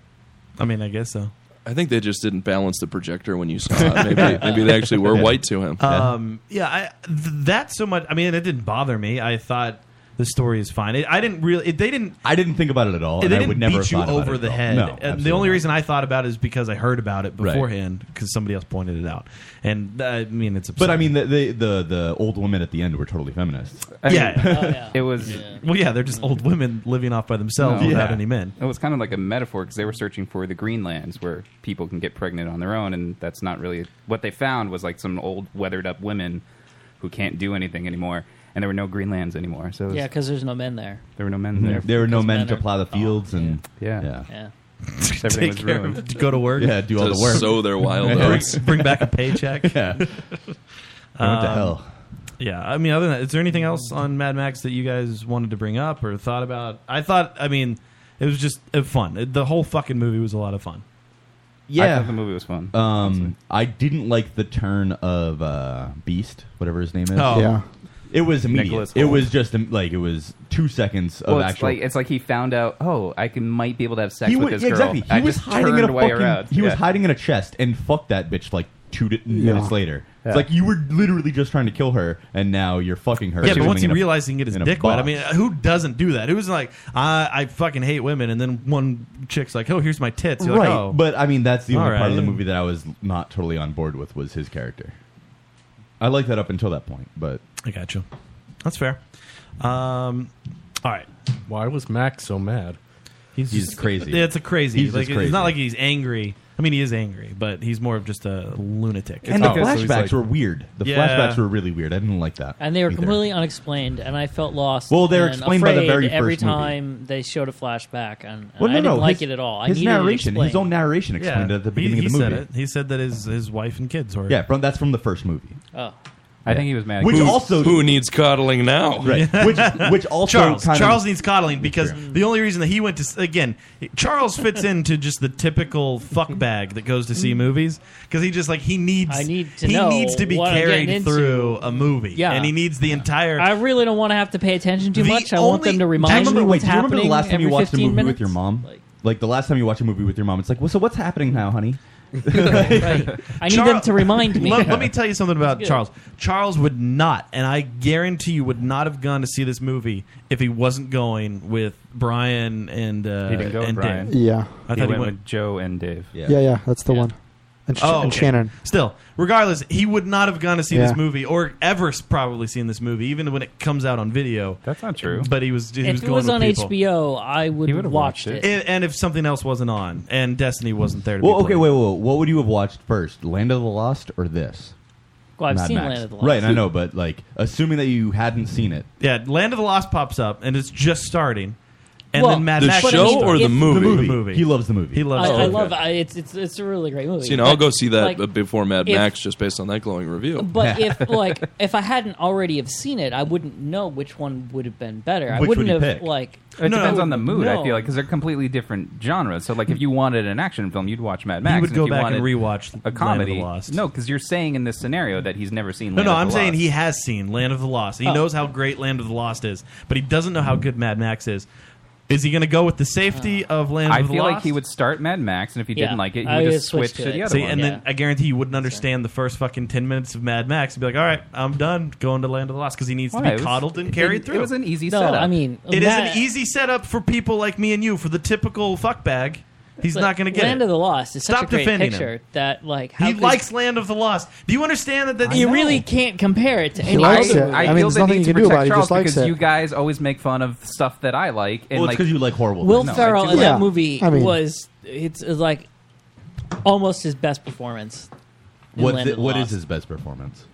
[SPEAKER 3] I mean, I guess so.
[SPEAKER 12] I think they just didn't balance the projector when you saw it. Uh, Maybe, maybe they actually were white to him.
[SPEAKER 3] Um, yeah, I, th- that so much. I mean, it didn't bother me. I thought the story is fine. It, I didn't really. It, they didn't.
[SPEAKER 10] I didn't think about it at all.
[SPEAKER 3] They
[SPEAKER 10] and I
[SPEAKER 3] didn't
[SPEAKER 10] would never
[SPEAKER 3] beat
[SPEAKER 10] have
[SPEAKER 3] you
[SPEAKER 10] thought about
[SPEAKER 3] over
[SPEAKER 10] it
[SPEAKER 3] the
[SPEAKER 10] at all.
[SPEAKER 3] head.
[SPEAKER 10] No,
[SPEAKER 3] And the
[SPEAKER 10] absolutely
[SPEAKER 3] only
[SPEAKER 10] not.
[SPEAKER 3] reason I thought about it is because I heard about it
[SPEAKER 10] Right.
[SPEAKER 3] beforehand because somebody else pointed it out. And uh, I mean, it's
[SPEAKER 10] But
[SPEAKER 3] upsetting.
[SPEAKER 10] I mean, the, the the the old women at the end were totally feminists.
[SPEAKER 3] yeah,
[SPEAKER 7] it was.
[SPEAKER 3] Well, yeah, they're just old women living off by themselves
[SPEAKER 7] No.
[SPEAKER 3] without any men.
[SPEAKER 7] It was kind of like a metaphor because they were searching for the Greenlands where people can get pregnant on their own, and that's not really what they found was like some old weathered up women who can't do anything anymore, and there were no Greenlands anymore. So it was,
[SPEAKER 11] Yeah, because there's no Mm-hmm. men there.
[SPEAKER 7] there were no men
[SPEAKER 10] Mhm.
[SPEAKER 7] there.
[SPEAKER 10] There were no
[SPEAKER 7] because
[SPEAKER 10] men to plow the fields and
[SPEAKER 7] yeah, yeah.
[SPEAKER 11] Yeah.
[SPEAKER 7] Everything was ruined.
[SPEAKER 3] go to work.
[SPEAKER 10] Yeah, do all
[SPEAKER 12] To
[SPEAKER 10] the work.
[SPEAKER 12] sow their wild
[SPEAKER 10] Bring-
[SPEAKER 12] oats.
[SPEAKER 3] Bring back a paycheck.
[SPEAKER 10] yeah. They went to
[SPEAKER 3] Um,
[SPEAKER 10] hell.
[SPEAKER 3] Yeah, I mean, other than that, is there anything else on Mad Max that you guys wanted to bring up or thought about? I thought, I mean, it was just uh, fun. It- the whole fucking movie was a lot of fun.
[SPEAKER 10] Yeah,
[SPEAKER 7] thought the movie was fun.
[SPEAKER 10] Um, I didn't like the turn of uh, Beast, whatever his name is.
[SPEAKER 7] Oh. Yeah.
[SPEAKER 10] it was immediate.
[SPEAKER 7] Nicholas
[SPEAKER 10] It
[SPEAKER 7] Holt.
[SPEAKER 10] was just um, like it was two seconds of
[SPEAKER 7] Well, it's
[SPEAKER 10] actual.
[SPEAKER 7] like it's like he found out. Oh, I can might be able to have sex
[SPEAKER 10] he
[SPEAKER 7] with
[SPEAKER 10] was
[SPEAKER 7] this
[SPEAKER 10] yeah,
[SPEAKER 7] girl.
[SPEAKER 10] exactly. He
[SPEAKER 7] I
[SPEAKER 10] was
[SPEAKER 7] just
[SPEAKER 10] hiding
[SPEAKER 7] turned
[SPEAKER 10] in a
[SPEAKER 7] way
[SPEAKER 10] fucking.
[SPEAKER 7] around.
[SPEAKER 10] He was
[SPEAKER 7] Yeah.
[SPEAKER 10] hiding in a chest and fucked that bitch like two di- minutes later.
[SPEAKER 7] Yeah.
[SPEAKER 10] It's like you were literally just trying to kill her, and now you're fucking her.
[SPEAKER 3] yeah, but
[SPEAKER 10] Swimming
[SPEAKER 3] once he
[SPEAKER 10] in a-
[SPEAKER 3] realized he can get his
[SPEAKER 10] in a
[SPEAKER 3] dick wet, I
[SPEAKER 10] box.
[SPEAKER 3] mean, who doesn't do that? Who's like, I, I fucking hate women, and then one chick's like, oh, here's my tits. You're
[SPEAKER 10] right.
[SPEAKER 3] like, oh.
[SPEAKER 10] But I mean, that's the only
[SPEAKER 3] All
[SPEAKER 10] part of the
[SPEAKER 3] right.
[SPEAKER 10] movie that I was not totally on board with was his character. I liked that up until that point, but
[SPEAKER 3] I got you. That's fair. Um, all right.
[SPEAKER 8] Why was Max so mad?
[SPEAKER 3] He's,
[SPEAKER 10] just- crazy.
[SPEAKER 3] Yeah, it's a crazy.
[SPEAKER 10] He's
[SPEAKER 3] like,
[SPEAKER 10] just crazy.
[SPEAKER 3] It's not like he's angry. I mean, he is angry, but he's more of just a lunatic.
[SPEAKER 10] and the flashbacks were weird. The
[SPEAKER 3] Yeah.
[SPEAKER 10] flashbacks were really weird. I didn't like that.
[SPEAKER 11] And they were
[SPEAKER 10] either.
[SPEAKER 11] completely unexplained, and I felt lost.
[SPEAKER 10] Well, they were
[SPEAKER 11] and
[SPEAKER 10] explained by the
[SPEAKER 11] afraid
[SPEAKER 10] very
[SPEAKER 11] every
[SPEAKER 10] first movie.
[SPEAKER 11] time they showed a flashback, and, and
[SPEAKER 10] Well, no,
[SPEAKER 11] I didn't
[SPEAKER 10] no,
[SPEAKER 11] like
[SPEAKER 10] his-
[SPEAKER 11] it at all. I
[SPEAKER 10] his
[SPEAKER 11] needed it
[SPEAKER 10] narration, his
[SPEAKER 11] explained.
[SPEAKER 10] own narration explained it at the beginning
[SPEAKER 3] he,
[SPEAKER 10] of the
[SPEAKER 3] he
[SPEAKER 10] movie.
[SPEAKER 3] Said it. He said that his, his wife and kids were.
[SPEAKER 10] Yeah, from, that's from the first movie.
[SPEAKER 11] Oh.
[SPEAKER 7] I think he was mad.
[SPEAKER 10] Which
[SPEAKER 12] who,
[SPEAKER 10] also-
[SPEAKER 12] who needs coddling
[SPEAKER 11] Oh.
[SPEAKER 12] now?
[SPEAKER 10] Right. Which, which also
[SPEAKER 3] Charles.
[SPEAKER 10] kind
[SPEAKER 3] Charles
[SPEAKER 10] of,
[SPEAKER 3] needs coddling because the only reason that he went to s- again, Charles fits into just the typical fuck bag that goes to see movies because he just like he needs
[SPEAKER 11] Mm-hmm. I need to
[SPEAKER 3] he
[SPEAKER 11] know
[SPEAKER 3] needs to be
[SPEAKER 11] what I'm
[SPEAKER 3] carried
[SPEAKER 11] getting into.
[SPEAKER 3] through a movie.
[SPEAKER 11] Yeah.
[SPEAKER 3] and he needs the entire.
[SPEAKER 11] I really don't want to have to pay attention too
[SPEAKER 3] The
[SPEAKER 11] much. I want them
[SPEAKER 3] only-
[SPEAKER 11] to
[SPEAKER 10] Do you
[SPEAKER 11] remind
[SPEAKER 10] remember,
[SPEAKER 11] me
[SPEAKER 10] wait,
[SPEAKER 11] what's
[SPEAKER 10] do you remember
[SPEAKER 11] happening
[SPEAKER 10] the last time
[SPEAKER 11] every
[SPEAKER 10] you watched a
[SPEAKER 11] 15
[SPEAKER 10] movie
[SPEAKER 11] minutes.
[SPEAKER 10] with your mom? Like, the last time you watch a movie with your mom, it's like, well, so what's happening now, honey?
[SPEAKER 11] I need them to remind me.
[SPEAKER 3] Let, let me tell you something about
[SPEAKER 11] That's good.
[SPEAKER 3] Charles. Charles would not, and I guarantee you, would not have gone to see this movie if he wasn't going with Brian and uh,
[SPEAKER 7] He didn't go with
[SPEAKER 3] and
[SPEAKER 7] Brian.
[SPEAKER 3] Dave.
[SPEAKER 9] Yeah.
[SPEAKER 3] I
[SPEAKER 7] he went,
[SPEAKER 3] thought he went.
[SPEAKER 7] with Joe and Dave.
[SPEAKER 9] Yeah, yeah, that's the one. And, Sh-
[SPEAKER 3] Oh,
[SPEAKER 9] and
[SPEAKER 3] okay.
[SPEAKER 9] Shannon.
[SPEAKER 3] Still, regardless, he would not have gone to see
[SPEAKER 9] Yeah.
[SPEAKER 3] this movie or ever s- probably seen this movie, even when it comes out on video.
[SPEAKER 7] That's not true.
[SPEAKER 3] But he was. He was
[SPEAKER 11] If it
[SPEAKER 3] going
[SPEAKER 11] was
[SPEAKER 3] with
[SPEAKER 11] on
[SPEAKER 3] people.
[SPEAKER 11] HBO, I would have watched it.
[SPEAKER 3] And, and if something else wasn't on, and Destiny wasn't there. To
[SPEAKER 10] Well,
[SPEAKER 3] be
[SPEAKER 10] okay, wait,
[SPEAKER 3] played.
[SPEAKER 10] wait, wait. What would you have watched first, Land of the Lost or this?
[SPEAKER 11] Well, I've
[SPEAKER 10] Mad
[SPEAKER 11] seen
[SPEAKER 10] Max.
[SPEAKER 11] Land of the Lost.
[SPEAKER 10] Right, I know, but like, assuming that you hadn't seen it,
[SPEAKER 3] Yeah, Land of the Lost pops up, and it's just starting. And
[SPEAKER 11] Well,
[SPEAKER 3] then Mad
[SPEAKER 11] The
[SPEAKER 3] Max
[SPEAKER 11] show
[SPEAKER 3] starts.
[SPEAKER 12] or the The movie? movie.
[SPEAKER 3] The movie.
[SPEAKER 10] He loves the movie.
[SPEAKER 3] He loves.
[SPEAKER 11] I,
[SPEAKER 3] it.
[SPEAKER 11] I love I, it's, it's it's a really great movie.
[SPEAKER 12] So, you know, I'll
[SPEAKER 11] But,
[SPEAKER 12] go see that
[SPEAKER 11] like,
[SPEAKER 12] b- before Mad
[SPEAKER 11] if-
[SPEAKER 12] Max just based on that glowing review.
[SPEAKER 11] But if like if I hadn't already have seen it, I wouldn't know which one would have been better. I
[SPEAKER 10] Which would
[SPEAKER 11] wouldn't
[SPEAKER 10] you
[SPEAKER 11] have
[SPEAKER 10] pick?
[SPEAKER 11] like.
[SPEAKER 7] It
[SPEAKER 11] I
[SPEAKER 7] depends
[SPEAKER 11] would
[SPEAKER 7] on the mood. I
[SPEAKER 11] know.
[SPEAKER 7] feel like because they're completely different genres. So, like, if you wanted an action film, you'd watch Mad Max.
[SPEAKER 3] would
[SPEAKER 7] and
[SPEAKER 3] go
[SPEAKER 7] if you
[SPEAKER 3] back
[SPEAKER 7] wanted
[SPEAKER 3] and rewatch Land of
[SPEAKER 7] a
[SPEAKER 3] the
[SPEAKER 7] comedy.
[SPEAKER 3] Lost.
[SPEAKER 7] No, because you're saying in this scenario that he's never seen.
[SPEAKER 3] No,
[SPEAKER 7] Land
[SPEAKER 3] no,
[SPEAKER 7] of the
[SPEAKER 3] I'm saying
[SPEAKER 7] Lost.
[SPEAKER 3] he has seen Land of the Lost. He
[SPEAKER 7] Oh.
[SPEAKER 3] knows how great Land of the Lost is, but he doesn't know how good Mad Max is. Is he going to go with the safety of Land
[SPEAKER 7] Uh, I
[SPEAKER 3] of the
[SPEAKER 7] feel
[SPEAKER 3] Lost?
[SPEAKER 7] like he would start Mad Max, and if he
[SPEAKER 11] Yeah,
[SPEAKER 7] didn't like it, he
[SPEAKER 11] I
[SPEAKER 7] would
[SPEAKER 11] would
[SPEAKER 7] just
[SPEAKER 11] switch
[SPEAKER 7] switch
[SPEAKER 11] to
[SPEAKER 7] to,
[SPEAKER 11] it.
[SPEAKER 7] the other
[SPEAKER 3] See,
[SPEAKER 7] one.
[SPEAKER 3] and then I guarantee you wouldn't understand the first fucking ten minutes of Mad Max and be like, "All right, I'm done going to Land of the Lost" because he needs
[SPEAKER 7] Why? It
[SPEAKER 3] to be
[SPEAKER 7] was-
[SPEAKER 3] coddled and
[SPEAKER 7] it-
[SPEAKER 3] carried
[SPEAKER 7] it
[SPEAKER 3] through.
[SPEAKER 7] was an easy
[SPEAKER 11] No,
[SPEAKER 7] setup.
[SPEAKER 11] I mean,
[SPEAKER 3] It is
[SPEAKER 11] Matt-
[SPEAKER 3] an easy setup for people like me and you for the typical fuckbag. He's
[SPEAKER 11] But
[SPEAKER 3] not going to get
[SPEAKER 11] Land
[SPEAKER 3] it.
[SPEAKER 11] of the Lost is such a
[SPEAKER 3] Stop
[SPEAKER 11] great
[SPEAKER 3] defending
[SPEAKER 11] picture
[SPEAKER 3] him.
[SPEAKER 11] that like how
[SPEAKER 3] He
[SPEAKER 11] could-
[SPEAKER 3] likes Land of the Lost. Do you understand that? that
[SPEAKER 11] You really can't compare it to
[SPEAKER 9] He
[SPEAKER 11] any
[SPEAKER 9] likes
[SPEAKER 11] other
[SPEAKER 9] it.
[SPEAKER 11] movie.
[SPEAKER 7] I,
[SPEAKER 9] I
[SPEAKER 7] feel
[SPEAKER 9] mean, there's
[SPEAKER 7] the
[SPEAKER 9] nothing
[SPEAKER 7] need
[SPEAKER 9] you
[SPEAKER 7] to
[SPEAKER 9] can do about
[SPEAKER 7] protect
[SPEAKER 9] it, he
[SPEAKER 7] Charles
[SPEAKER 9] just likes
[SPEAKER 7] because
[SPEAKER 9] it.
[SPEAKER 7] you guys always make fun of stuff that I like. And
[SPEAKER 10] well, it's
[SPEAKER 7] like,
[SPEAKER 10] because you like horrible.
[SPEAKER 11] Will
[SPEAKER 10] things.
[SPEAKER 11] Ferrell
[SPEAKER 7] do
[SPEAKER 11] in
[SPEAKER 7] like-
[SPEAKER 11] that movie
[SPEAKER 9] I mean-
[SPEAKER 11] was it's like almost his best performance. in
[SPEAKER 10] What's
[SPEAKER 11] Land
[SPEAKER 10] it-
[SPEAKER 11] of the
[SPEAKER 10] what is
[SPEAKER 11] Lost.
[SPEAKER 10] his best performance?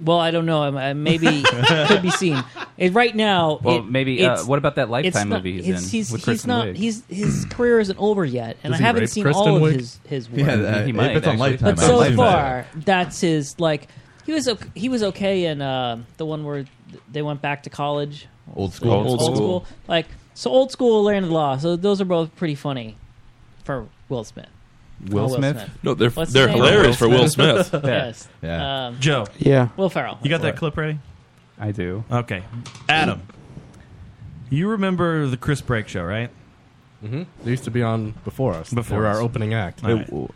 [SPEAKER 11] Well, I don't know. I- I- Maybe could be seen. It, right now,
[SPEAKER 7] Well,
[SPEAKER 11] it-
[SPEAKER 7] maybe, uh,
[SPEAKER 11] it's-
[SPEAKER 7] what about that Lifetime
[SPEAKER 11] it's not-
[SPEAKER 7] movie he's
[SPEAKER 11] it's-
[SPEAKER 7] in
[SPEAKER 11] He's,
[SPEAKER 7] with
[SPEAKER 11] he's
[SPEAKER 7] Kristen
[SPEAKER 11] not.
[SPEAKER 7] Wiig?
[SPEAKER 11] He's, his career isn't over yet, and
[SPEAKER 8] Does
[SPEAKER 11] I
[SPEAKER 8] he
[SPEAKER 11] haven't
[SPEAKER 8] rape
[SPEAKER 11] seen
[SPEAKER 8] Kristen
[SPEAKER 11] all of
[SPEAKER 8] Wiig?
[SPEAKER 11] his his work.
[SPEAKER 10] Yeah,
[SPEAKER 7] He
[SPEAKER 10] uh,
[SPEAKER 7] might,
[SPEAKER 10] if it's on
[SPEAKER 7] actually.
[SPEAKER 10] Lifetime.
[SPEAKER 11] but
[SPEAKER 10] I
[SPEAKER 11] so
[SPEAKER 10] assume that-
[SPEAKER 11] far, that's his like. He was okay, he was okay in uh, the one where th- they went back to college.
[SPEAKER 10] Old school.
[SPEAKER 12] Old
[SPEAKER 11] old
[SPEAKER 12] School.
[SPEAKER 11] school, like so. Old school, Land of the Law. So those are both pretty funny for Will Smith.
[SPEAKER 7] Will
[SPEAKER 11] Oh,
[SPEAKER 7] Smith?
[SPEAKER 12] no, they're
[SPEAKER 11] What's
[SPEAKER 12] they're
[SPEAKER 11] his name?
[SPEAKER 12] hilarious for Will Smith.
[SPEAKER 11] Yes.
[SPEAKER 10] Yeah.
[SPEAKER 11] Um,
[SPEAKER 3] Joe,
[SPEAKER 9] Yeah.
[SPEAKER 11] Will Ferrell.
[SPEAKER 3] you got that clip ready?
[SPEAKER 7] I do.
[SPEAKER 3] Okay, Adam, you remember the Chris Break show, right?
[SPEAKER 8] Mm-hmm. They used to be on before us.
[SPEAKER 3] Before
[SPEAKER 8] they were our
[SPEAKER 3] us.
[SPEAKER 8] opening act.
[SPEAKER 3] All right.
[SPEAKER 10] Oh,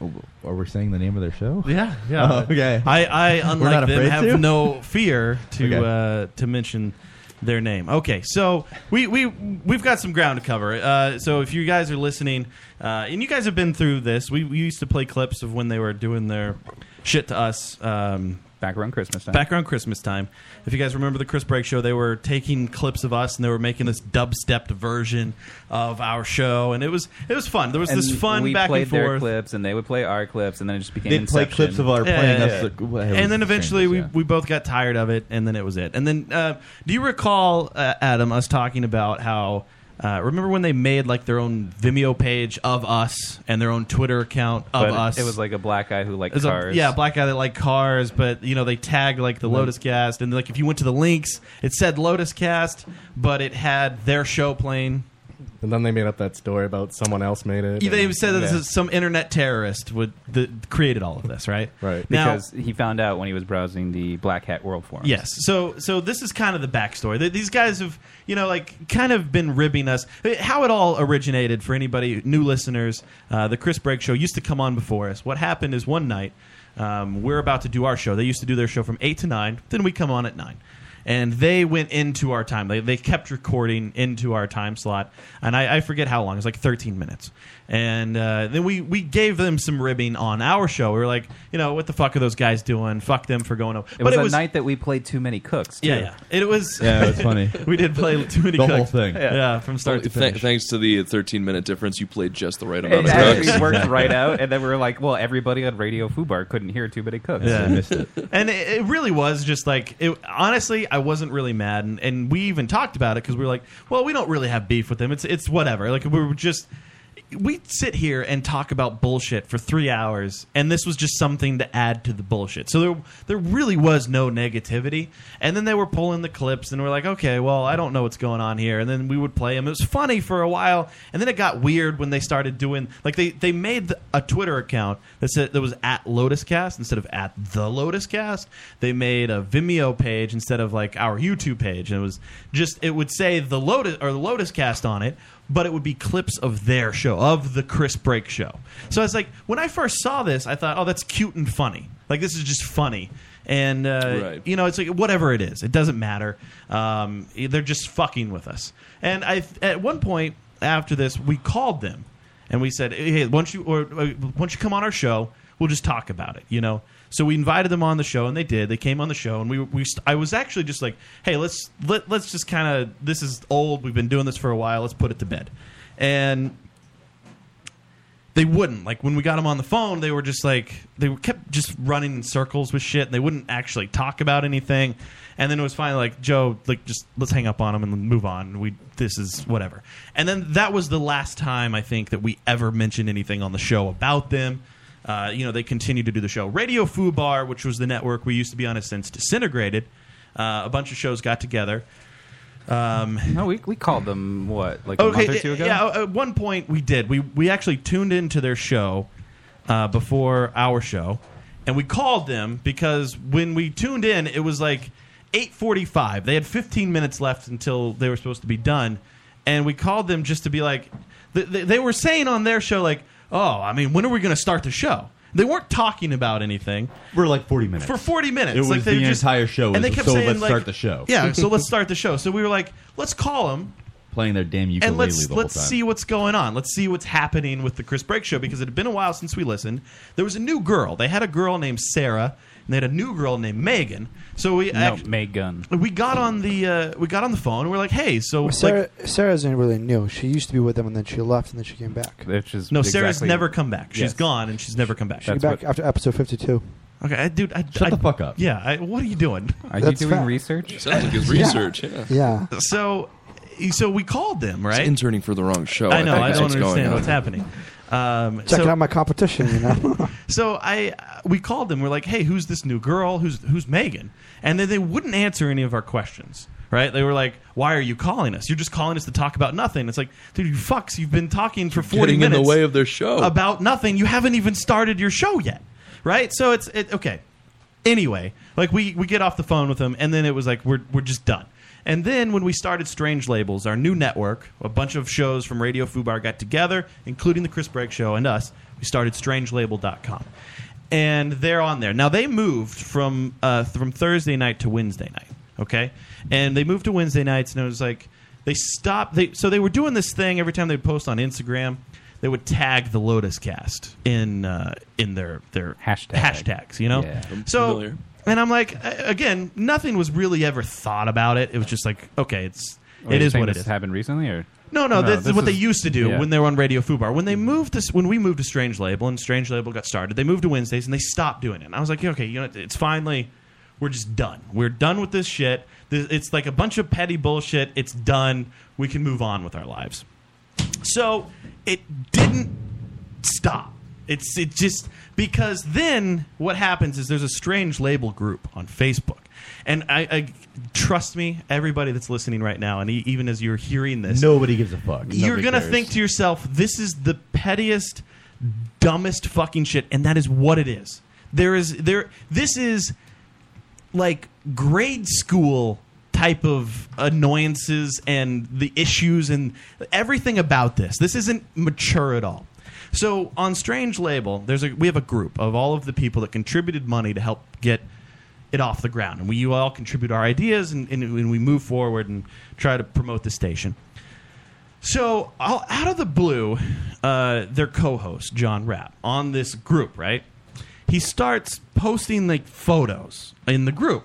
[SPEAKER 10] Are we saying the name of their show?
[SPEAKER 3] Yeah, yeah.
[SPEAKER 10] Oh, okay.
[SPEAKER 3] I, I
[SPEAKER 10] We're
[SPEAKER 3] unlike
[SPEAKER 10] not
[SPEAKER 3] them,
[SPEAKER 10] afraid
[SPEAKER 3] have
[SPEAKER 10] to?
[SPEAKER 3] no fear to
[SPEAKER 10] Okay.
[SPEAKER 3] uh, to mention their name. Okay, so we we we've got some ground to cover. Uh, so if you guys are listening, uh, and you guys have been through this, we, we used to play clips of when they were doing their shit to us. Um,
[SPEAKER 7] Back around Christmas time.
[SPEAKER 3] Back around Christmas time. If you guys remember the Chris Break show, they were taking clips of us and they were making this dubstep version of our show, and it was it was fun. There was this
[SPEAKER 7] And
[SPEAKER 3] fun
[SPEAKER 7] we
[SPEAKER 3] back
[SPEAKER 7] played
[SPEAKER 3] and
[SPEAKER 7] Their
[SPEAKER 3] forth.
[SPEAKER 7] clips, and they would play our clips, and then it just became.
[SPEAKER 10] They'd play
[SPEAKER 7] Inception.
[SPEAKER 10] clips of our
[SPEAKER 3] and then eventually we, we both got tired of it, and then it was it. And then, uh, do you recall, uh, Adam, us talking about how? Uh, remember when they made like their own Vimeo page of us and their own Twitter account of
[SPEAKER 7] But
[SPEAKER 3] us?
[SPEAKER 7] It was like a black guy who liked
[SPEAKER 3] It was a-
[SPEAKER 7] cars.
[SPEAKER 3] yeah, black guy that liked cars, but you know they tagged like the
[SPEAKER 7] Right.
[SPEAKER 3] Lotus Cast, and like if you went to the links, it said Lotus Cast, but it had their show playing.
[SPEAKER 8] And then they made up that story about someone else made it.
[SPEAKER 3] They
[SPEAKER 8] and-
[SPEAKER 3] said that this
[SPEAKER 8] Yeah.
[SPEAKER 3] is some internet terrorist would the, created all of this, right?
[SPEAKER 7] right.
[SPEAKER 3] Now-
[SPEAKER 7] Because he found out when he was browsing the Black Hat World forums.
[SPEAKER 3] Yes. So so this is kind of the backstory. Th- These guys have you know like kind of been ribbing us. How it all originated for anybody new listeners, uh, the Chris Break show used to come on before us. What happened is one night um, we're about to do our show. They used to do their show from eight to nine. Then we come on at nine. And they went into our time. They, they kept recording into our time slot. And I, I forget how long. It was like 13 minutes. And uh, then we, we gave them some ribbing on our show. We were like, you know, what the fuck are those guys doing? Fuck them for going over.
[SPEAKER 7] It was a night that we played too many cooks. Too.
[SPEAKER 3] Yeah, yeah. It was.
[SPEAKER 7] Yeah, it was funny.
[SPEAKER 3] we did play too many.
[SPEAKER 7] The whole
[SPEAKER 3] cooks.
[SPEAKER 7] thing.
[SPEAKER 3] Yeah, from start to
[SPEAKER 12] Th-
[SPEAKER 3] finish.
[SPEAKER 12] thanks to the 13 minute difference, you played just the right amount
[SPEAKER 7] It
[SPEAKER 12] of
[SPEAKER 7] actually
[SPEAKER 12] cooks.
[SPEAKER 7] worked right out, and then we were like, "Well, everybody on Radio Fubar couldn't hear too many cooks.
[SPEAKER 3] Yeah. and it, it really was just like it, honestly, I wasn't really mad, and, and we even talked about it because we were like, well, we don't really have beef with them. It's it's whatever. Like we were just. We sit here and talk about bullshit for three hours, and this was just something to add to the bullshit. So there, there really was no negativity. And then they were pulling the clips, and we're like, okay, well, I don't know what's going on here. And then we would play them. It was funny for a while, and then it got weird when they started doing like they they made the- a Twitter account that said that was at Lotuscast instead of at the Lotuscast. They made a Vimeo page instead of like our YouTube page, and it was just it would say the Lotus or the Lotuscast on it, but it would be clips of their show of the Chris Break show. So I was like, when I first saw this, I thought, oh, that's cute and funny. Like this is just funny. And uh,
[SPEAKER 12] Right.
[SPEAKER 3] you know, it's like whatever it is, it doesn't matter. Um, they're just fucking with us. And I, at one point after this, we called them and we said, "Hey, once you or uh, once you come on our show, we'll just talk about it." You know. So we invited them on the show, and they did. They came on the show, and we we st- I was actually just like, "Hey, let's let, let's just kind of this is old. We've been doing this for a while. Let's put it to bed." And they wouldn't like when we got them on the phone they were just like they were kept just running in circles with shit and they wouldn't actually talk about anything and then it was finally like joe like just let's hang up on them and move on we this is whatever and then that was the last time i think that we ever mentioned anything on the show about them uh, you know they continued to do the show radio fubar which was the network we used to be on has since disintegrated uh, a bunch of shows got together um,
[SPEAKER 7] no, we, we called them what like a month or two ago?
[SPEAKER 3] yeah, uh, at one point we did. We we actually tuned into their show uh, before our show, and we called them because when we tuned in, it was like eight forty-five. They had fifteen minutes left until they were supposed to be done, and we called them just to be like, th- th- they were saying on their show like, "Oh, I mean, when are we going to start the show?" They weren't talking about anything.
[SPEAKER 10] We're like 40 minutes.
[SPEAKER 3] For 40 minutes.
[SPEAKER 10] It was
[SPEAKER 3] like they
[SPEAKER 10] the
[SPEAKER 3] just,
[SPEAKER 10] entire show.
[SPEAKER 3] And
[SPEAKER 10] It
[SPEAKER 3] they
[SPEAKER 10] was,
[SPEAKER 3] kept
[SPEAKER 10] "So
[SPEAKER 3] saying,
[SPEAKER 10] let's
[SPEAKER 3] like-
[SPEAKER 10] start the show."
[SPEAKER 3] Yeah, so let's start the show. So we were like, let's call them
[SPEAKER 10] Playing their damn ukulele
[SPEAKER 3] and let's
[SPEAKER 10] the whole
[SPEAKER 3] let's
[SPEAKER 10] time.
[SPEAKER 3] see what's going on. Let's see what's happening with the Chris Break show because it had been a while since we listened. There was a new girl. They had a girl named Sarah and they had a new girl named Megan. So we
[SPEAKER 7] No,
[SPEAKER 3] act-
[SPEAKER 7] Megan.
[SPEAKER 3] we got on the uh, we got on the phone and we're like, hey, so
[SPEAKER 9] Well,
[SPEAKER 3] like
[SPEAKER 9] Sarah, Sarah isn't really new. She used to be with them, and then she left, and then she came back.
[SPEAKER 7] Which is
[SPEAKER 3] no, Sarah's
[SPEAKER 7] exactly-
[SPEAKER 3] never come back. She's
[SPEAKER 7] Yes.
[SPEAKER 3] gone and she's never come back.
[SPEAKER 9] She came back after episode fifty-two.
[SPEAKER 3] Okay, I, dude, I, shut the fuck up. Yeah, I, what are you doing?
[SPEAKER 7] Are
[SPEAKER 9] That's
[SPEAKER 7] you doing
[SPEAKER 9] fact.
[SPEAKER 7] research?
[SPEAKER 12] Sounds like it's research. Yeah.
[SPEAKER 9] Yeah.
[SPEAKER 3] So, so we called them, right?
[SPEAKER 12] It's interning for the wrong show.
[SPEAKER 3] I know.
[SPEAKER 12] think
[SPEAKER 3] I,
[SPEAKER 12] is
[SPEAKER 3] don't
[SPEAKER 12] what's going
[SPEAKER 3] understand
[SPEAKER 12] on.
[SPEAKER 3] what's happening. Um,
[SPEAKER 9] Checking
[SPEAKER 3] so-
[SPEAKER 9] out my competition, you know.
[SPEAKER 3] So I uh, we called them. We're like, "Hey, who's this new girl? Who's who's Megan?" And then they wouldn't answer any of our questions. Right? They were like, "Why are you calling us? You're just calling us to talk about nothing." It's like, dude, you fucks, you've been talking for forty
[SPEAKER 12] Getting in the
[SPEAKER 3] minutes
[SPEAKER 12] way of their show.
[SPEAKER 3] about nothing. You haven't even started your show yet, right? So it's it, okay. Anyway, like we we get off the phone with them, and then it was like we're we're just done. And then when we started Strange Labels, our new network, a bunch of shows from Radio Fubar got together, including the Chris Brake Show and us. We started strangelabel.com. And they're on there. Now they moved from uh, from Thursday night to Wednesday night, okay? And they moved to Wednesday nights and it was like they stopped they so they were doing this thing every time they would post on Instagram, they would tag the Lotus cast in uh, in their their hashtag. hashtags, you know?
[SPEAKER 12] I'm
[SPEAKER 3] So
[SPEAKER 12] familiar.
[SPEAKER 3] and I'm like, a- again, nothing was really ever thought about it. It was just like, okay, it's
[SPEAKER 7] Are
[SPEAKER 3] it
[SPEAKER 7] you
[SPEAKER 3] is
[SPEAKER 7] saying
[SPEAKER 3] what it
[SPEAKER 7] this
[SPEAKER 3] is.
[SPEAKER 7] Happened recently, or
[SPEAKER 3] No, no, this, is what
[SPEAKER 7] they
[SPEAKER 3] they used to do
[SPEAKER 7] yeah.
[SPEAKER 3] when they were on Radio Fubar. When they moved to s- when we moved to Strange Label and Strange Label got started, they moved to Wednesdays and they stopped doing it. And I was like, yeah, okay, you know, it's finally we're just done. We're done with this shit. This, it's like a bunch of petty bullshit. It's done. We can move on with our lives. So it didn't stop. It's it just because then what happens is there's a strange label group on Facebook, and I, I trust me, everybody that's listening right now, and e- even as you're hearing this,
[SPEAKER 10] Nobody gives a fuck.
[SPEAKER 3] You're
[SPEAKER 10] Nobody
[SPEAKER 3] gonna
[SPEAKER 10] cares.
[SPEAKER 3] think to yourself, this is the pettiest, dumbest fucking shit, and that is what it is. There is there. This is like grade school type of annoyances and the issues and everything about this. This isn't mature at all. So on Strange Label, there's a we have a group of all of the people that contributed money to help get it off the ground, and we you all contribute our ideas and, and, and we move forward and try to promote the station. So, all, out of the blue, uh, their co host, John Rapp, on this group, right? He starts posting like photos in the group.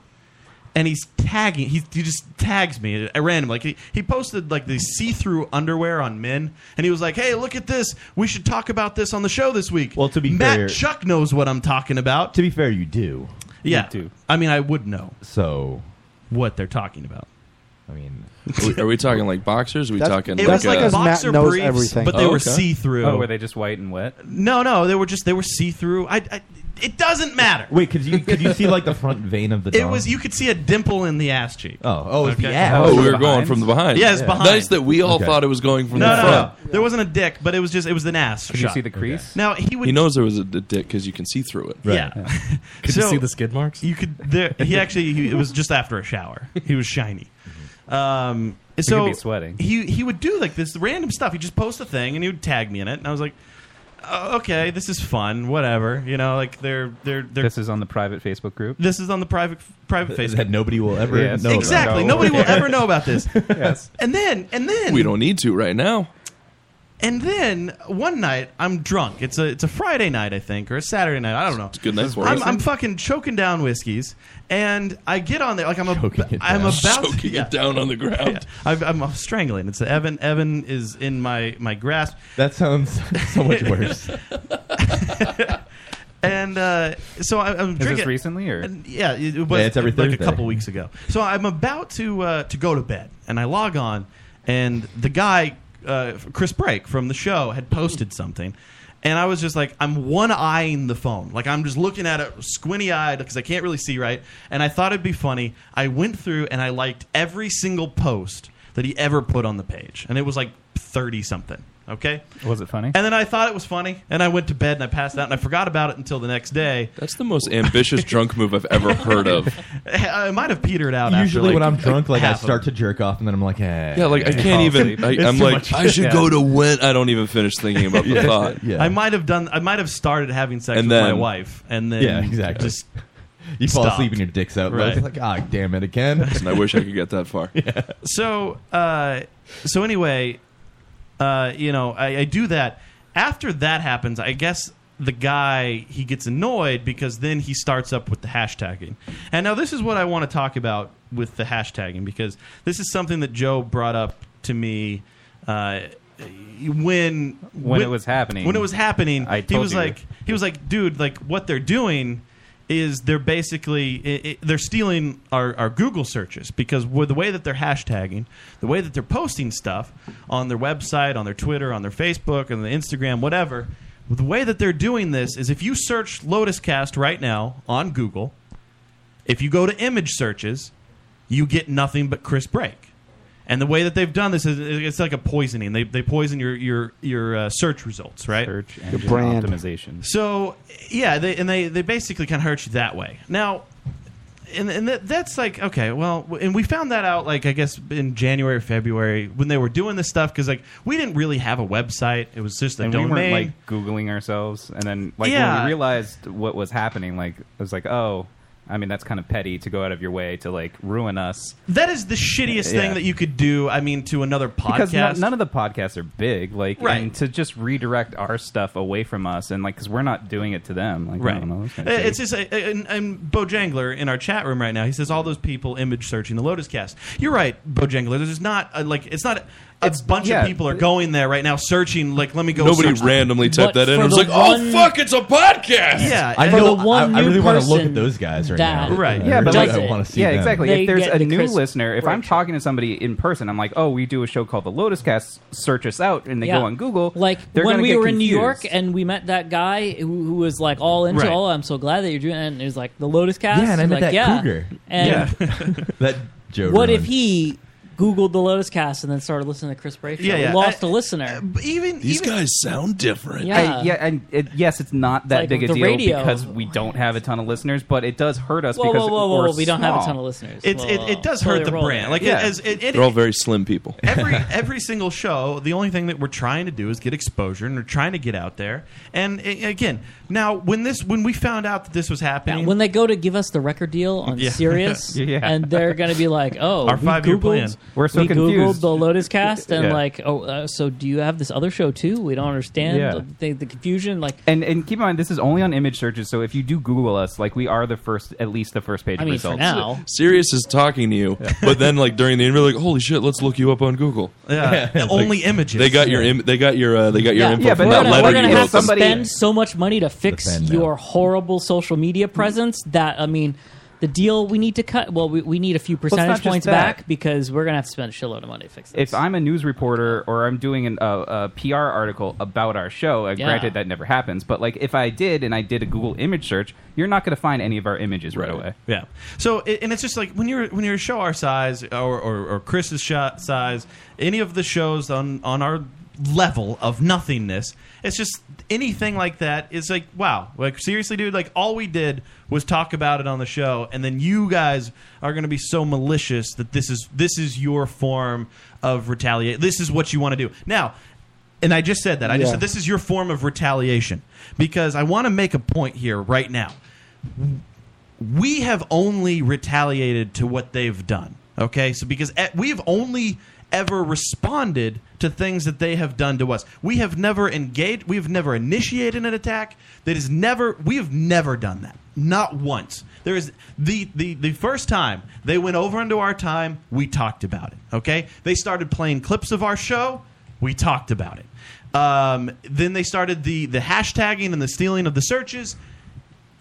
[SPEAKER 3] And he's tagging, he, he just tags me at random. Like, he, he posted like the see through underwear on men. And he was like, hey, look at this. We should talk about this on the show this week. Well, to be Matt
[SPEAKER 10] fair-
[SPEAKER 3] Chuck knows what I'm talking about. To
[SPEAKER 10] be fair, you do.
[SPEAKER 3] Yeah.
[SPEAKER 10] You do.
[SPEAKER 3] I mean, I would know.
[SPEAKER 10] So.
[SPEAKER 3] What they're talking about.
[SPEAKER 10] I mean.
[SPEAKER 12] Are we talking like boxers? Are we
[SPEAKER 3] That's-
[SPEAKER 12] talking?
[SPEAKER 3] it was like a boxer briefs, but they
[SPEAKER 12] Oh,
[SPEAKER 3] were
[SPEAKER 12] okay.
[SPEAKER 3] see through.
[SPEAKER 7] Oh, were they just white and wet?
[SPEAKER 3] No, no, they were just they were see through. I, I, it doesn't matter.
[SPEAKER 10] Wait, could you could you see like the front vein of the?
[SPEAKER 3] It
[SPEAKER 10] dong?
[SPEAKER 3] was you could see a dimple in the ass cheek.
[SPEAKER 10] Oh, oh, it's the ass.
[SPEAKER 12] Oh, we were going from the behind.
[SPEAKER 3] Yeah, it's behind.
[SPEAKER 12] Nice that we all thought it was going from
[SPEAKER 3] no,
[SPEAKER 12] the
[SPEAKER 3] no,
[SPEAKER 12] front.
[SPEAKER 3] No, There wasn't a dick, but it was just it was an ass.
[SPEAKER 12] Could you
[SPEAKER 3] shot.
[SPEAKER 12] see the crease?
[SPEAKER 3] Now he would.
[SPEAKER 12] He knows there was a d- dick because you can see through it.
[SPEAKER 3] Yeah. So, You could. There, he actually. He, it was just after a shower. He was shiny. Um,
[SPEAKER 7] He
[SPEAKER 3] so
[SPEAKER 7] could be sweating.
[SPEAKER 3] He he would do like this random stuff. He would just post a thing and he would tag me in it, and I was like, "Oh, okay, this is fun. Whatever. You know, like they're they're they're.
[SPEAKER 7] This is on the private Facebook group.
[SPEAKER 3] This is on the private private
[SPEAKER 7] That-
[SPEAKER 3] Facebook
[SPEAKER 7] that nobody will ever Yes. know about.
[SPEAKER 3] Exactly,
[SPEAKER 7] No.
[SPEAKER 3] nobody will ever know about this.
[SPEAKER 7] Yes.
[SPEAKER 3] and then and then
[SPEAKER 12] We don't need to right now.
[SPEAKER 3] and then one night I'm drunk. It's a it's a Friday night I think or a Saturday night. I don't know. It's a
[SPEAKER 12] good night for
[SPEAKER 3] I'm,
[SPEAKER 12] us.
[SPEAKER 3] I'm fucking choking down whiskeys and I get on there like I'm a, I'm about
[SPEAKER 12] Choking it down on the ground.
[SPEAKER 3] Yeah. I've, I'm strangling. It's Evan. Evan is in my my grasp.
[SPEAKER 10] That sounds so much worse.
[SPEAKER 3] and uh, so I, I'm
[SPEAKER 7] Is this
[SPEAKER 3] drinking
[SPEAKER 7] recently, or?
[SPEAKER 3] And, yeah, Uh, it it was
[SPEAKER 10] Yeah, it's every
[SPEAKER 3] like
[SPEAKER 10] Thursday.
[SPEAKER 3] a couple weeks ago. So I'm about to uh, to go to bed, and I log on, and the guy uh, Chris Brake from the show had posted something. And I was just like, I'm one eyeing the phone. Like, I'm just looking at it squinty eyed because I can't really see right. And I thought it'd be funny. I went through and I liked every single post that he ever put on the page. And it was like 30 something. Okay?
[SPEAKER 7] Was it funny?
[SPEAKER 3] And then I thought it was funny, and I went to bed and I passed out, and I forgot about it until the next day.
[SPEAKER 12] That's the most ambitious drunk move I've ever heard of.
[SPEAKER 3] I might have petered out.
[SPEAKER 10] Usually
[SPEAKER 3] after,
[SPEAKER 10] when I'm drunk, like I
[SPEAKER 3] half of
[SPEAKER 10] start to jerk off and then I'm like, eh.
[SPEAKER 12] Yeah, like I can't even. I, I'm like, I should go to when. I don't even finish thinking about the
[SPEAKER 3] Yeah.
[SPEAKER 12] thought.
[SPEAKER 3] I might have done. I might have started having sex
[SPEAKER 12] And
[SPEAKER 3] with my
[SPEAKER 12] then-
[SPEAKER 3] wife, and then
[SPEAKER 10] yeah, exactly.
[SPEAKER 3] Just
[SPEAKER 10] you fall
[SPEAKER 3] stopped.
[SPEAKER 10] asleep and your dick's out.
[SPEAKER 3] Right.
[SPEAKER 10] It's like, ah, damn it again.
[SPEAKER 12] And I wish I could get that far.
[SPEAKER 3] so uh, so anyway, uh, you know, I, I do that. After that happens, I guess the guy he gets annoyed because then he starts up with the hashtagging. And now this is what I want to talk about with the hashtagging because this is something that Joe brought up to me uh, when when,
[SPEAKER 7] When it was happening.
[SPEAKER 3] When it was happening,
[SPEAKER 7] I
[SPEAKER 3] he
[SPEAKER 7] told
[SPEAKER 3] was
[SPEAKER 7] you.
[SPEAKER 3] like he was like, dude, like what they're doing is they're basically i i they're stealing our, our Google searches because with the way that they're hashtagging, the way that they're posting stuff on their website, on their Twitter, on their Facebook, on their Instagram, whatever. The way that they're doing this is if you search Lotuscast right now on Google, if you go to image searches, you get nothing but Chris Brake. And the way that they've done this is it's like a poisoning. They, they poison your your your uh, search results, right? Search
[SPEAKER 7] engine brand. optimization.
[SPEAKER 3] So yeah, they, and they they basically kind of hurt you that way. Now, and and that, that's like okay, well, w- and we found that out like I guess in January, or February when they were doing this stuff because like we didn't really have a website; it was just a
[SPEAKER 7] and
[SPEAKER 3] domain.
[SPEAKER 7] we weren't like googling ourselves and then like when
[SPEAKER 3] Yeah.
[SPEAKER 7] we realized what was happening like it was like oh i mean that's kind of petty to go out of your way to like ruin us
[SPEAKER 3] that is the shittiest
[SPEAKER 7] Yeah.
[SPEAKER 3] thing that you could do. I mean, to another
[SPEAKER 7] because no-
[SPEAKER 3] podcast.
[SPEAKER 7] none of the podcasts are big like
[SPEAKER 3] Right.
[SPEAKER 7] and to just redirect our stuff away from us and like because we're not doing it to them like
[SPEAKER 3] Right.
[SPEAKER 7] I don't know, that's kinda
[SPEAKER 3] Uh,
[SPEAKER 7] shitty.
[SPEAKER 3] It's just, uh, and, and Bojangler in our chat room right now, he says all those people image searching the Lotus Cast. You're right, Bojangler. There's not a, like it's not a bunch
[SPEAKER 7] yeah.
[SPEAKER 3] of people are going there right now searching. Like, let me go.
[SPEAKER 12] Nobody
[SPEAKER 3] search-
[SPEAKER 12] randomly typed But that in and for was the like, "Oh, one- fuck, it's a podcast!"
[SPEAKER 3] Yeah,
[SPEAKER 10] I
[SPEAKER 3] and-
[SPEAKER 10] know- For the one I- I new really wanna look at person those guys right that now.
[SPEAKER 7] Right.
[SPEAKER 10] I
[SPEAKER 7] Yeah, but
[SPEAKER 10] really
[SPEAKER 7] like,
[SPEAKER 10] wanna see
[SPEAKER 7] yeah,
[SPEAKER 10] them.
[SPEAKER 7] exactly.
[SPEAKER 10] They
[SPEAKER 7] if there's
[SPEAKER 10] get
[SPEAKER 7] a
[SPEAKER 10] the
[SPEAKER 7] new
[SPEAKER 10] crisp
[SPEAKER 7] listener, if I'm talking to somebody in person, I'm like, oh, we do a show called the Lotus Cast. Search us out, and they
[SPEAKER 11] Yeah.
[SPEAKER 7] go on Google.
[SPEAKER 11] Like
[SPEAKER 7] they're
[SPEAKER 11] when
[SPEAKER 7] gonna
[SPEAKER 11] we
[SPEAKER 7] get
[SPEAKER 11] were in New
[SPEAKER 7] confused.
[SPEAKER 11] York and we met that guy who, who was like all into,
[SPEAKER 7] Right.
[SPEAKER 11] oh, I'm so glad that you're doing, it. and it was like the Lotus Cast.
[SPEAKER 10] Yeah, and I
[SPEAKER 11] He's
[SPEAKER 10] met
[SPEAKER 11] like,
[SPEAKER 10] that
[SPEAKER 11] yeah.
[SPEAKER 10] cougar.
[SPEAKER 11] And
[SPEAKER 10] that Joe.
[SPEAKER 11] what
[SPEAKER 10] Rogan.
[SPEAKER 11] if he Googled the Lotus Cast and then started listening to Chris Brayshaw?
[SPEAKER 7] Yeah,
[SPEAKER 11] We
[SPEAKER 7] yeah.
[SPEAKER 11] lost a listener.
[SPEAKER 3] even
[SPEAKER 12] These guys sound different.
[SPEAKER 11] Yeah.
[SPEAKER 7] I- yeah, and it, yes, it's not that
[SPEAKER 11] Like
[SPEAKER 7] big a
[SPEAKER 11] the
[SPEAKER 7] deal
[SPEAKER 11] radio.
[SPEAKER 7] because we don't have a ton of listeners, but it does hurt us
[SPEAKER 11] Whoa,
[SPEAKER 7] because
[SPEAKER 11] whoa, whoa, whoa,
[SPEAKER 7] we're
[SPEAKER 11] whoa, we don't have a
[SPEAKER 7] small.
[SPEAKER 11] ton of listeners.
[SPEAKER 3] It's, it, it does
[SPEAKER 11] Slow
[SPEAKER 3] hurt
[SPEAKER 11] your
[SPEAKER 3] the
[SPEAKER 11] roll
[SPEAKER 3] brand.
[SPEAKER 11] there.
[SPEAKER 3] Like
[SPEAKER 11] Yeah.
[SPEAKER 3] it, as, it, it,
[SPEAKER 12] They're all very slim people.
[SPEAKER 3] every every single show, the only thing that we're trying to do is get exposure, and we're trying to get out there. And a- again, now when this when we found out that this was happening,
[SPEAKER 11] When they go to give us the record deal on
[SPEAKER 3] Yeah.
[SPEAKER 11] Sirius,
[SPEAKER 3] Yeah.
[SPEAKER 11] and they're going to be like, "Oh,
[SPEAKER 3] Our
[SPEAKER 11] we
[SPEAKER 3] five-year
[SPEAKER 11] Googled-
[SPEAKER 3] plan. We're so
[SPEAKER 11] we
[SPEAKER 3] confused.
[SPEAKER 11] Googled the Lotus Cast, and
[SPEAKER 7] Yeah.
[SPEAKER 11] like, oh, uh, so do you have this other show too? We don't understand
[SPEAKER 7] Yeah.
[SPEAKER 11] the, the, the confusion. Like,
[SPEAKER 7] And and keep in mind, this is only on image searches. So if you do Google us, like we are the first, at least the first page
[SPEAKER 11] I
[SPEAKER 7] of
[SPEAKER 11] mean, for
[SPEAKER 7] results.
[SPEAKER 11] now.
[SPEAKER 12] Sirius is talking to you, but then like during the interview, like, holy shit, let's look you up on Google.
[SPEAKER 3] Yeah.
[SPEAKER 12] Like,
[SPEAKER 3] Only images.
[SPEAKER 12] They got your Im- they got your uh, they got your info
[SPEAKER 11] yeah, but
[SPEAKER 12] from
[SPEAKER 11] we're
[SPEAKER 12] that
[SPEAKER 11] gonna,
[SPEAKER 12] letter
[SPEAKER 11] we're gonna
[SPEAKER 12] you
[SPEAKER 11] have
[SPEAKER 12] wrote
[SPEAKER 11] to
[SPEAKER 12] them.
[SPEAKER 11] spend so much money to fix your horrible social media presence that I mean, the deal we need to cut. Well, we, we need a few
[SPEAKER 7] it's not
[SPEAKER 11] percentage
[SPEAKER 7] just
[SPEAKER 11] points
[SPEAKER 7] that.
[SPEAKER 11] back because we're gonna have to spend a shitload of money to fix this.
[SPEAKER 7] if I'm a news reporter or I'm doing an, uh, a PR article about our show, uh,
[SPEAKER 11] Yeah.
[SPEAKER 7] granted that never happens, but like if I did and I did a Google image search, you're not going to find any of our images right, away.
[SPEAKER 3] Yeah. So, it, and it's just like when you're when you're a show our size or or, or Chris's shot size, any of the shows on on our level of nothingness, it's just anything like that is like wow. Like seriously, dude. Like all we did was talk about it on the show, and then you guys are going to be so malicious that this is this is your form of retaliate. This is what you want to do now. And I just said that. I just
[SPEAKER 15] Yeah.
[SPEAKER 3] said this is your form of retaliation because I want to make a point here right now we have only retaliated to what they've done. Okay, so because eh, we've only ever responded to things that they have done to us, we have never engaged. We've never initiated an attack. That is never. We have never done that. Not once. There is the, the the first time they went over into our time. We talked about it. Okay, they started playing clips of our show. We talked about it. Um, then they started the the hashtagging and the stealing of the searches.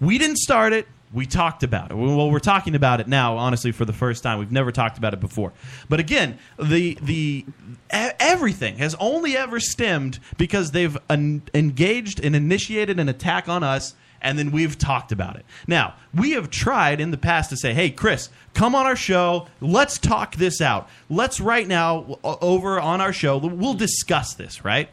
[SPEAKER 3] We didn't start it. We talked about it. Well, we're talking about it now, honestly, for the first time. We've never talked about it before. But again, the the e- everything has only ever stemmed because they've en- engaged and initiated an attack on us, and then we've talked about it. Now, we have tried in the past to say, "Hey, Chris, come on our show. Let's talk this out. Let's right now o- over on our show. We'll discuss this, right?"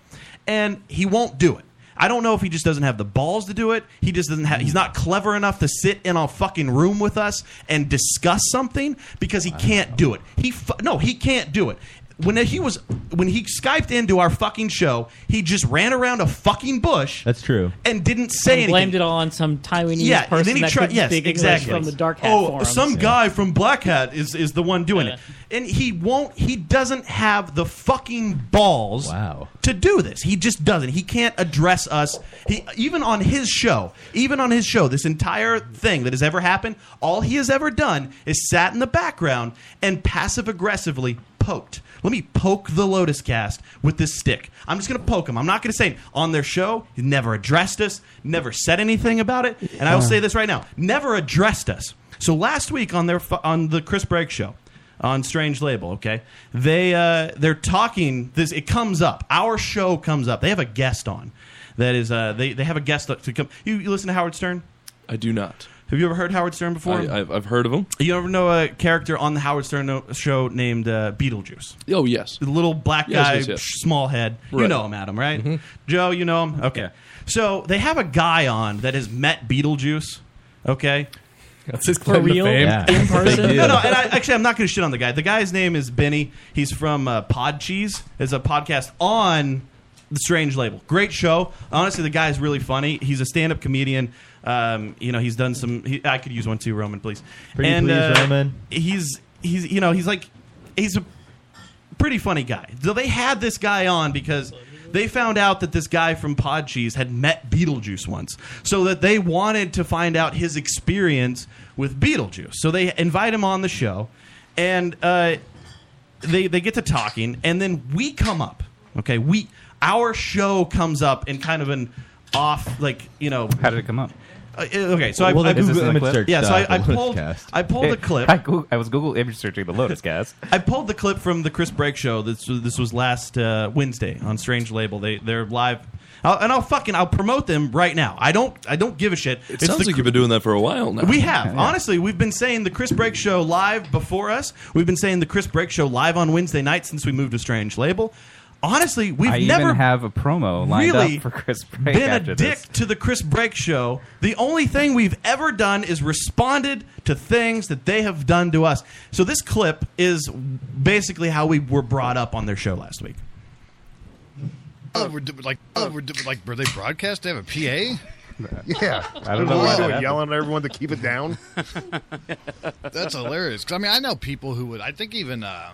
[SPEAKER 3] And he won't do it. I don't know if he just doesn't have the balls to do it. He just doesn't have. He's not clever enough to sit in a fucking room with us and discuss something because he can't do it. He fu- no, he can't do it. When he was when he skyped into our fucking show, he just ran around a fucking bush
[SPEAKER 10] That's true.
[SPEAKER 3] and didn't say
[SPEAKER 11] and
[SPEAKER 3] anything.
[SPEAKER 11] blamed it all on some Taiwanese
[SPEAKER 3] yeah, and
[SPEAKER 11] person
[SPEAKER 3] then he
[SPEAKER 11] that
[SPEAKER 3] tried.
[SPEAKER 11] couldn't
[SPEAKER 3] Yes,
[SPEAKER 11] speak English
[SPEAKER 3] exactly.
[SPEAKER 11] from the dark hat
[SPEAKER 3] oh,
[SPEAKER 11] forums.
[SPEAKER 3] some guy from Black Hat is is the one doing it, and he won't. He doesn't have the fucking balls. Wow. To do this, he just doesn't. He can't address us. He even on his show, even on his show, this entire thing that has ever happened, all he has ever done is sat in the background and passive aggressively poked. Let me poke the Lotus cast with this stick. I'm just going to poke him. I'm not going to say on their show. He never addressed us, never said anything about it. And I will
[SPEAKER 11] Uh.
[SPEAKER 15] Yeah.
[SPEAKER 3] say this right now never addressed us. So last week on their fu- on the Chris Brake show, on Strange Label, okay? They uh, they're talking this it comes up. Our show comes up. They have a guest on. That is uh, they, they have a guest to come. You, you listen to Howard Stern?
[SPEAKER 12] I do not.
[SPEAKER 3] Have you ever heard Howard Stern before?
[SPEAKER 12] I, I've, I've heard of them.
[SPEAKER 3] You ever know a character on the Howard Stern no- show named uh, Beetlejuice?
[SPEAKER 12] Oh yes,
[SPEAKER 3] the little black
[SPEAKER 12] Yes,
[SPEAKER 3] guy,
[SPEAKER 12] yes, yes.
[SPEAKER 3] small head. You
[SPEAKER 12] Right. Mm-hmm.
[SPEAKER 3] know him, Adam, right? Joe, you know him. Okay, so they have a guy on that has met Beetlejuice. Okay,
[SPEAKER 16] That's his claim to fame.
[SPEAKER 3] no, no. And I, actually, I'm not going to shit on the guy. The guy's name is Benny. He's from uh, Pod Cheese. It's a podcast on the Strange Label. Great show. Honestly, the guy's really funny. He's a stand-up comedian. Um, you know, he's done some. He, I could use one too, Roman, please. uh,
[SPEAKER 10] Pretty please, Roman.
[SPEAKER 3] He's he's you know he's like he's a pretty funny guy. So they had this guy on because they found out that this guy from Pod Cheese had met Beetlejuice once, so that they wanted to find out his experience with Beetlejuice. So they invite him on the show, and uh, they they get to talking, and then we come up. Okay, we our show comes up in kind of an off like you know
[SPEAKER 7] how did it come up?
[SPEAKER 3] Uh, okay, so I, I
[SPEAKER 7] Is this
[SPEAKER 3] Googled- uh,
[SPEAKER 7] in the clip?
[SPEAKER 3] Yeah, so I, I pulled I pulled a clip.
[SPEAKER 7] I, Goog- I was Google image searching the Lotus Cast.
[SPEAKER 3] I pulled the clip from the Chris Brake show. This was, this was last uh, Wednesday on Strange Label. They they're live, I'll, and I'll fucking I'll promote them right now. I don't I don't give a shit.
[SPEAKER 12] It sounds like you've been doing that for a while now.
[SPEAKER 3] We have
[SPEAKER 12] Yeah.
[SPEAKER 3] honestly, we've been saying the Chris Brake show live before us. We've been saying the Chris Brake show live on Wednesday night since we moved to Strange Label. Honestly, we've
[SPEAKER 7] I
[SPEAKER 3] never
[SPEAKER 7] even have a promo lined
[SPEAKER 3] really
[SPEAKER 7] up for Chris Brake
[SPEAKER 3] been a
[SPEAKER 7] after
[SPEAKER 3] dick
[SPEAKER 7] this.
[SPEAKER 3] to the Chris Brake show. The only thing we've ever done is responded to things that they have done to us. So this clip is basically how we were brought up on their show last week.
[SPEAKER 17] Oh, we're do- like, oh, we're do- like, were they broadcast? They have a PA. Yeah,
[SPEAKER 2] I don't know why that
[SPEAKER 17] What are we doing?
[SPEAKER 2] happened.
[SPEAKER 17] Yelling at everyone to keep it down. That's hilarious. 'Cause, I mean, I know people who would. I think even uh,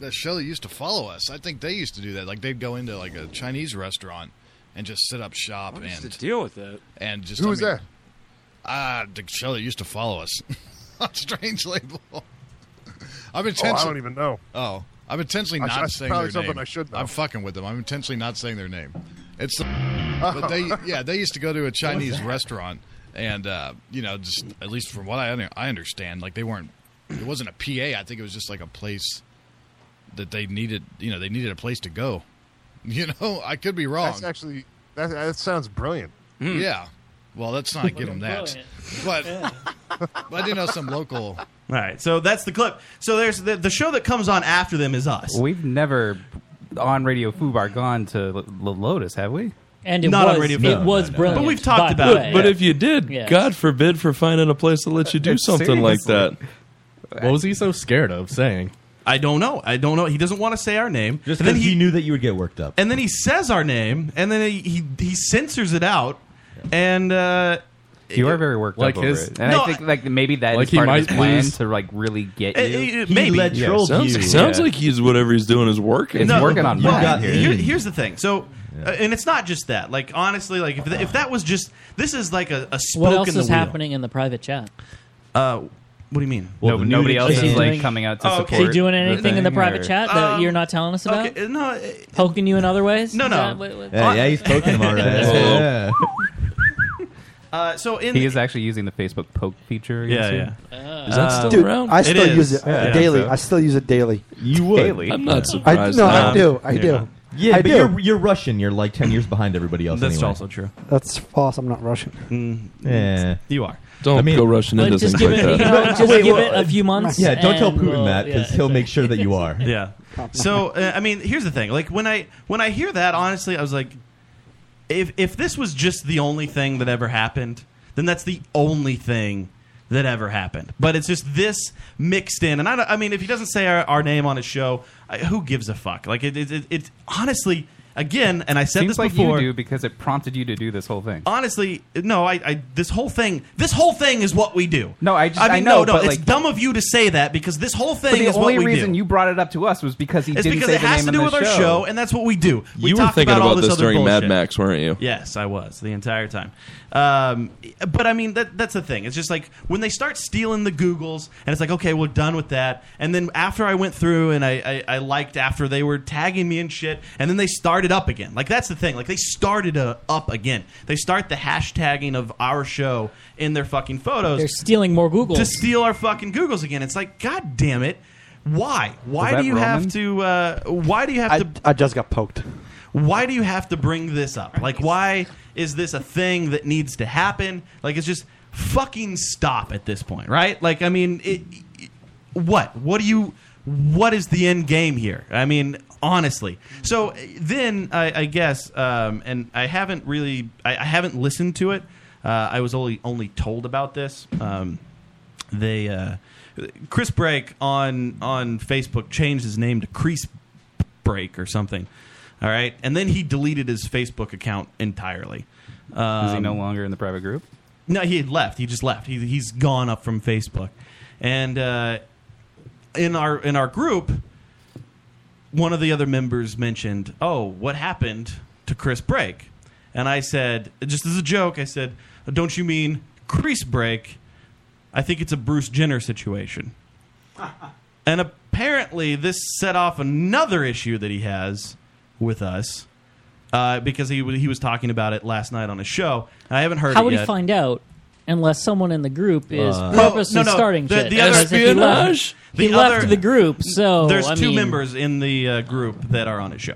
[SPEAKER 17] the show that used to follow us. I think they used to do that. Like they'd go into like a Chinese restaurant and just set up shop and
[SPEAKER 18] deal with it.
[SPEAKER 17] and just
[SPEAKER 18] Who
[SPEAKER 17] I
[SPEAKER 18] was
[SPEAKER 17] mean, Uh, the show that used to follow us. Strange label. I'm
[SPEAKER 2] Oh,
[SPEAKER 17] intentionally.
[SPEAKER 2] I don't even know.
[SPEAKER 17] Oh, I'm intensely
[SPEAKER 2] I
[SPEAKER 17] not
[SPEAKER 2] sh- that's
[SPEAKER 17] saying
[SPEAKER 2] probably
[SPEAKER 17] their name.
[SPEAKER 2] something I should know.
[SPEAKER 17] I'm fucking with them. I'm intentionally not saying their name. It's the, but they yeah they used to go to a Chinese restaurant and uh, you know just at least from what I under, I understand like they weren't it wasn't a PA I think it was just like a place that they needed you know they needed a place to go you know I could be wrong
[SPEAKER 2] That's actually that, that sounds brilliant.
[SPEAKER 17] yeah well let's
[SPEAKER 3] Hmm.
[SPEAKER 17] not give them that but but I do know some local
[SPEAKER 3] All right, so that's the clip. So there's the, the show that comes on after them is us.
[SPEAKER 7] We've never on Radio Fubar gone to L- L- Lotus, have we?
[SPEAKER 11] And it Not on was- Radio it Fubar. was brilliant, But we've talked by about the it. way.
[SPEAKER 12] But if you did,
[SPEAKER 11] Yeah.
[SPEAKER 12] God forbid for finding a place to let you do something like that.
[SPEAKER 3] What was he so scared of saying? I don't know. I don't know. He doesn't want to say our name.
[SPEAKER 10] Just
[SPEAKER 3] And then
[SPEAKER 10] because he, knew that you would get worked up.
[SPEAKER 3] and then he says our name, and then he he, he censors it out, and uh,
[SPEAKER 7] You are very worked
[SPEAKER 3] Like
[SPEAKER 7] up over
[SPEAKER 3] his-
[SPEAKER 7] it. And
[SPEAKER 3] No,
[SPEAKER 7] I think like maybe that is
[SPEAKER 3] Like he
[SPEAKER 7] part of his
[SPEAKER 3] might
[SPEAKER 7] plan
[SPEAKER 3] lose-
[SPEAKER 7] to like really get
[SPEAKER 3] Eh,
[SPEAKER 7] you.
[SPEAKER 3] eh, eh, He maybe. let
[SPEAKER 12] Yeah,
[SPEAKER 3] troll
[SPEAKER 12] sounds
[SPEAKER 3] you.
[SPEAKER 12] sounds
[SPEAKER 3] Yeah.
[SPEAKER 12] like he's whatever he's doing is working.
[SPEAKER 3] No, you got- here- here's the thing. So, uh, and it's not just that. Like honestly, like if, th- if that was just this is like a, a spoke
[SPEAKER 11] What else
[SPEAKER 3] in the
[SPEAKER 11] is
[SPEAKER 3] wheel.
[SPEAKER 11] happening in the private chat?
[SPEAKER 3] Uh, what do you mean?
[SPEAKER 7] Well, No, the nobody nudity else is, chat. like, coming out to
[SPEAKER 3] Oh,
[SPEAKER 11] Is he doing anything in the private chat that
[SPEAKER 3] Um,
[SPEAKER 11] you're not telling us about?
[SPEAKER 3] no, uh,
[SPEAKER 11] poking you in other ways.
[SPEAKER 3] No,
[SPEAKER 11] Is
[SPEAKER 3] no.
[SPEAKER 11] that what- what-
[SPEAKER 10] Yeah, yeah, he's poking him already.
[SPEAKER 7] Yeah.
[SPEAKER 3] Uh, so in
[SPEAKER 7] He is actually using the Facebook poke feature.
[SPEAKER 3] Yeah,
[SPEAKER 7] yeah.
[SPEAKER 3] Uh,
[SPEAKER 9] Uh, Dude, I still use it uh,
[SPEAKER 7] Yeah,
[SPEAKER 9] daily.
[SPEAKER 7] so-
[SPEAKER 9] I still use it daily.
[SPEAKER 10] You would.
[SPEAKER 7] I'm not
[SPEAKER 9] I, no, I
[SPEAKER 12] Um,
[SPEAKER 9] do. I do.
[SPEAKER 10] Yeah,
[SPEAKER 9] I
[SPEAKER 10] but
[SPEAKER 9] do.
[SPEAKER 10] you're you're Russian. You're like ten years behind everybody else.
[SPEAKER 3] That's
[SPEAKER 10] anyway.
[SPEAKER 3] also true.
[SPEAKER 9] That's false. I'm not Russian.
[SPEAKER 10] Yeah,
[SPEAKER 3] you are.
[SPEAKER 12] Don't go rushing into things like that.
[SPEAKER 10] Yeah, don't tell Putin that
[SPEAKER 3] yeah,
[SPEAKER 10] because he'll make sure that you are.
[SPEAKER 3] yeah. So uh, I mean, here's the thing. Like when I when I hear that, honestly, I was like, if if this was just the only thing that ever happened, then that's the only thing that ever happened. But it's just this mixed in, and I don't, I mean, if he doesn't say our, our name on his show, I, who gives a fuck? Like it, it, it, it's honestly again, and I said
[SPEAKER 7] Seems
[SPEAKER 3] this
[SPEAKER 7] like
[SPEAKER 3] before.
[SPEAKER 7] you do because it prompted you to do this whole thing.
[SPEAKER 3] Honestly, no. I, I this whole thing, this whole thing is what we do.
[SPEAKER 7] No, I just
[SPEAKER 3] I mean,
[SPEAKER 7] I know,
[SPEAKER 3] no, no.
[SPEAKER 7] but
[SPEAKER 3] it's
[SPEAKER 7] like,
[SPEAKER 3] dumb of you to say that because this whole thing
[SPEAKER 7] but the
[SPEAKER 3] is
[SPEAKER 7] only
[SPEAKER 3] what we
[SPEAKER 7] reason
[SPEAKER 3] do.
[SPEAKER 7] you brought it up to us was because he
[SPEAKER 3] It's
[SPEAKER 7] didn't
[SPEAKER 3] because
[SPEAKER 7] say
[SPEAKER 3] it
[SPEAKER 7] the
[SPEAKER 3] has
[SPEAKER 7] name
[SPEAKER 3] to do
[SPEAKER 7] on
[SPEAKER 3] with
[SPEAKER 7] the
[SPEAKER 3] our
[SPEAKER 7] show.
[SPEAKER 3] show, and that's what we do. We
[SPEAKER 12] you were
[SPEAKER 3] talked
[SPEAKER 12] thinking
[SPEAKER 3] about,
[SPEAKER 12] about,
[SPEAKER 3] all this,
[SPEAKER 12] this
[SPEAKER 3] other
[SPEAKER 12] during
[SPEAKER 3] bullshit.
[SPEAKER 12] Mad Max, weren't you?
[SPEAKER 3] Yes, I was the entire time. Um, but I mean, that, that's the thing. It's just like when they start stealing the Googles, and it's like, okay, we're done with that. And then after I went through and I, I, I liked after they were tagging me and shit, and then they started up again. Like that's the thing. Like they started uh, up again. They start the hashtagging of our show in their fucking photos.
[SPEAKER 11] They're stealing more Google.
[SPEAKER 3] to steal our fucking Googles again. It's like, god damn it. Why? Why
[SPEAKER 9] that
[SPEAKER 3] do you have
[SPEAKER 9] Roman?
[SPEAKER 3] to? Uh, why do you have
[SPEAKER 9] I,
[SPEAKER 3] to?
[SPEAKER 9] I just got poked.
[SPEAKER 3] why do you have to bring this up? Like, why is this a thing that needs to happen? Like, it's just fucking stop at this point, right? Like, I mean, it, it- what? What do you? What is the end game here? I mean, honestly. So eh, then, I, I guess, um, and I haven't really, I, I haven't listened to it. Uh, I was only only told about this. Um, they uh, Chris Brake on on Facebook changed his name to Crease Break or something. All right, and then he deleted his Facebook account entirely. Um,
[SPEAKER 7] Is he no longer in the private group?
[SPEAKER 3] No, he had left. He just left. He, he's gone up from Facebook, and uh, in our in our group, one of the other members mentioned, "Oh, what happened to Chris Brake?" And I said, just as a joke, I said, "Don't you mean Crease Brake? I think it's a Bruce Jenner situation." and apparently, this set off another issue that he has with us. Uh, because he w- he was talking about it last night on his show, and I haven't heard.
[SPEAKER 11] How
[SPEAKER 3] it
[SPEAKER 11] would
[SPEAKER 3] yet.
[SPEAKER 11] he find out unless someone in the group is
[SPEAKER 3] Uh,
[SPEAKER 11] purposely
[SPEAKER 3] No, no, no.
[SPEAKER 11] starting
[SPEAKER 3] The-
[SPEAKER 11] shit?
[SPEAKER 3] the other-
[SPEAKER 11] Because if he left,
[SPEAKER 3] Espionage?
[SPEAKER 11] he
[SPEAKER 3] The
[SPEAKER 11] left
[SPEAKER 3] other-
[SPEAKER 11] the group, so
[SPEAKER 3] There's
[SPEAKER 11] I
[SPEAKER 3] two
[SPEAKER 11] mean,
[SPEAKER 3] members in the uh, group that are on his show.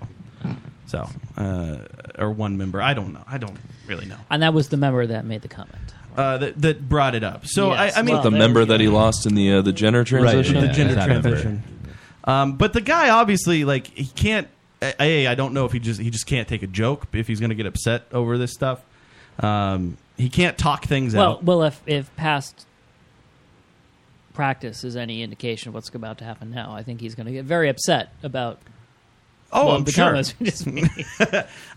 [SPEAKER 3] So, uh, or one member. I don't know. I don't really know.
[SPEAKER 11] and that was the member that made the comment.
[SPEAKER 3] Uh, that, that brought it up. So
[SPEAKER 11] Yes,
[SPEAKER 3] I, I mean,
[SPEAKER 11] well,
[SPEAKER 12] the member that he lost in the uh, the gender transition.
[SPEAKER 3] the gender transition. Um, but the guy obviously like he can't. A, I don't know if he just he just can't take a joke if he's going to get upset over this stuff. Um, he can't talk things
[SPEAKER 11] Well,
[SPEAKER 3] out.
[SPEAKER 11] well, if if past practice is any indication of what's about to happen now, I think he's going to get very upset about.
[SPEAKER 3] Oh,
[SPEAKER 11] well,
[SPEAKER 3] I'm
[SPEAKER 11] the
[SPEAKER 3] sure.
[SPEAKER 11] comments we just made.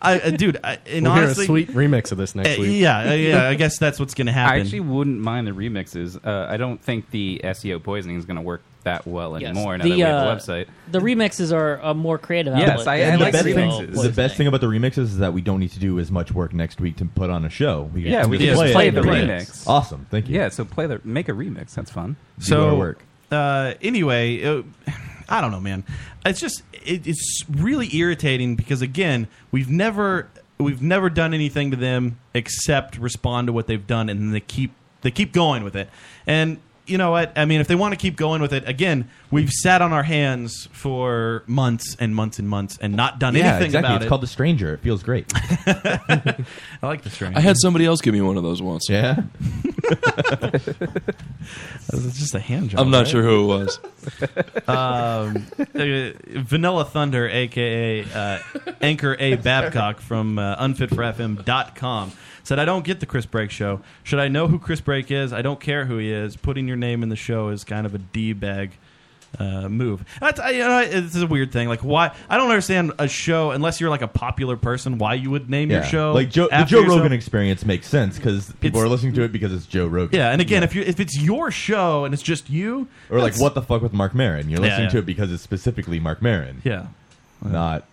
[SPEAKER 3] I, uh, dude, I, and
[SPEAKER 8] We'll hear a
[SPEAKER 3] honestly,
[SPEAKER 8] sweet remix of this next
[SPEAKER 3] Uh,
[SPEAKER 8] week.
[SPEAKER 3] Yeah, uh, yeah. I guess that's what's going to happen.
[SPEAKER 7] I actually wouldn't mind the remixes. Uh, I don't think the SEO poisoning is going to work that well
[SPEAKER 11] Yes.
[SPEAKER 7] anymore now
[SPEAKER 11] The,
[SPEAKER 7] that we have
[SPEAKER 11] uh,
[SPEAKER 7] a website.
[SPEAKER 11] the remixes are a more creative. outlet
[SPEAKER 10] And
[SPEAKER 11] than
[SPEAKER 10] the
[SPEAKER 11] the
[SPEAKER 10] best
[SPEAKER 11] original
[SPEAKER 10] thing,
[SPEAKER 11] poison.
[SPEAKER 10] the best thing about the remixes is that we don't need to do as much work next week to put on a show.
[SPEAKER 7] yeah, we can
[SPEAKER 10] just
[SPEAKER 7] just
[SPEAKER 10] it
[SPEAKER 7] play
[SPEAKER 10] and
[SPEAKER 7] the
[SPEAKER 10] play it.
[SPEAKER 7] remix.
[SPEAKER 10] Awesome, thank you.
[SPEAKER 7] Yeah, so play the make a remix. That's fun.
[SPEAKER 10] our
[SPEAKER 3] so
[SPEAKER 10] work.
[SPEAKER 3] Uh, anyway, uh, I don't know, man. It's just it, it's really irritating because again, we've never we've never done anything to them except respond to what they've done, and they keep they keep going with it. And you know what? I mean, if they want to keep going with it, again, we've sat on our hands for months and months and months and not done
[SPEAKER 10] yeah,
[SPEAKER 3] anything
[SPEAKER 10] exactly.
[SPEAKER 3] about
[SPEAKER 10] it's
[SPEAKER 3] it.
[SPEAKER 10] called The Stranger. It feels great.
[SPEAKER 3] I like the string.
[SPEAKER 12] I had somebody else give me one of those once.
[SPEAKER 10] Yeah,
[SPEAKER 3] It's just a hand job.
[SPEAKER 12] I'm not
[SPEAKER 3] right?
[SPEAKER 12] sure who it was.
[SPEAKER 3] um, uh, Vanilla Thunder, aka uh, Anchor A Babcock from uh, unfitforfm.com, said, "I don't get the Chris Brake show. Should I know who Chris Brake is? I don't care who he is. Putting your name in the show is kind of a d bag." Uh, move. That's I, you know, it's a weird thing. Like, why? I don't understand a show unless you're like a popular person. Why you would name your
[SPEAKER 10] Yeah.
[SPEAKER 3] show
[SPEAKER 10] Like Joe, the
[SPEAKER 3] after
[SPEAKER 10] Joe
[SPEAKER 3] your show.
[SPEAKER 10] Rogan Experience makes sense because people
[SPEAKER 3] It's-
[SPEAKER 10] are listening to it because it's Joe Rogan.
[SPEAKER 3] Yeah, and again, if you if it's your show and it's just you,
[SPEAKER 10] or like
[SPEAKER 3] that's-
[SPEAKER 10] what the fuck with Mark Maron? You're
[SPEAKER 3] Yeah,
[SPEAKER 10] listening
[SPEAKER 3] yeah.
[SPEAKER 10] to it because it's specifically Mark Maron.
[SPEAKER 3] Yeah.
[SPEAKER 10] not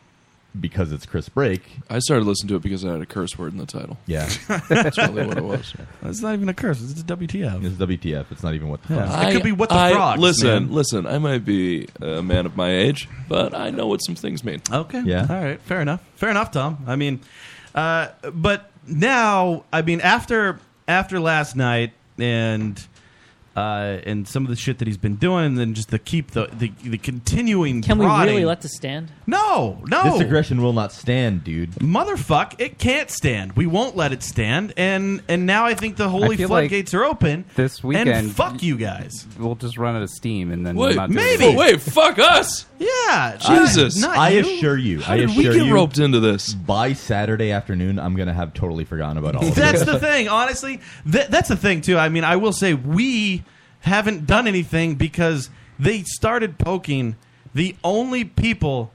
[SPEAKER 10] because it's Chris Brake.
[SPEAKER 12] I started listening to it because I had a curse word in the title.
[SPEAKER 10] Yeah.
[SPEAKER 12] that's really what it was.
[SPEAKER 3] It's not even a curse. It's a WTF.
[SPEAKER 10] It's WTF. It's not even what the fuck.
[SPEAKER 12] I-
[SPEAKER 3] It could be what the
[SPEAKER 12] I-
[SPEAKER 3] frogs.
[SPEAKER 12] Listen,
[SPEAKER 3] man.
[SPEAKER 12] listen. I might be a man of my age, but I know what some things mean.
[SPEAKER 3] Okay. All right. Fair enough. Fair enough, Tom. I mean, uh, but now, I mean, after after last night and uh, and some of the shit that he's been doing, and then just the keep the the, the continuing.
[SPEAKER 11] Can we
[SPEAKER 3] prodding-
[SPEAKER 11] really let this stand?
[SPEAKER 3] No, no.
[SPEAKER 10] This aggression will not stand, dude.
[SPEAKER 3] Motherfuck! It can't stand. We won't let it stand, and and now I think the holy
[SPEAKER 7] feel like
[SPEAKER 3] floodgates are open
[SPEAKER 7] This weekend,
[SPEAKER 3] And fuck you guys.
[SPEAKER 7] We'll just run out of steam and then
[SPEAKER 3] Wait,
[SPEAKER 7] we'll not do
[SPEAKER 3] maybe.
[SPEAKER 7] anything.
[SPEAKER 12] Wait, fuck us.
[SPEAKER 3] Yeah,
[SPEAKER 12] Jesus.
[SPEAKER 3] not- not
[SPEAKER 10] I
[SPEAKER 3] you.
[SPEAKER 10] assure you.
[SPEAKER 12] How
[SPEAKER 10] I
[SPEAKER 12] did we
[SPEAKER 10] assure
[SPEAKER 12] get
[SPEAKER 10] you,
[SPEAKER 12] roped into this?
[SPEAKER 10] By Saturday afternoon, I'm gonna have totally forgotten about all of
[SPEAKER 3] that's
[SPEAKER 10] this.
[SPEAKER 3] the thing honestly Th- that's the thing too i mean i will say we haven't done anything because they started poking the only people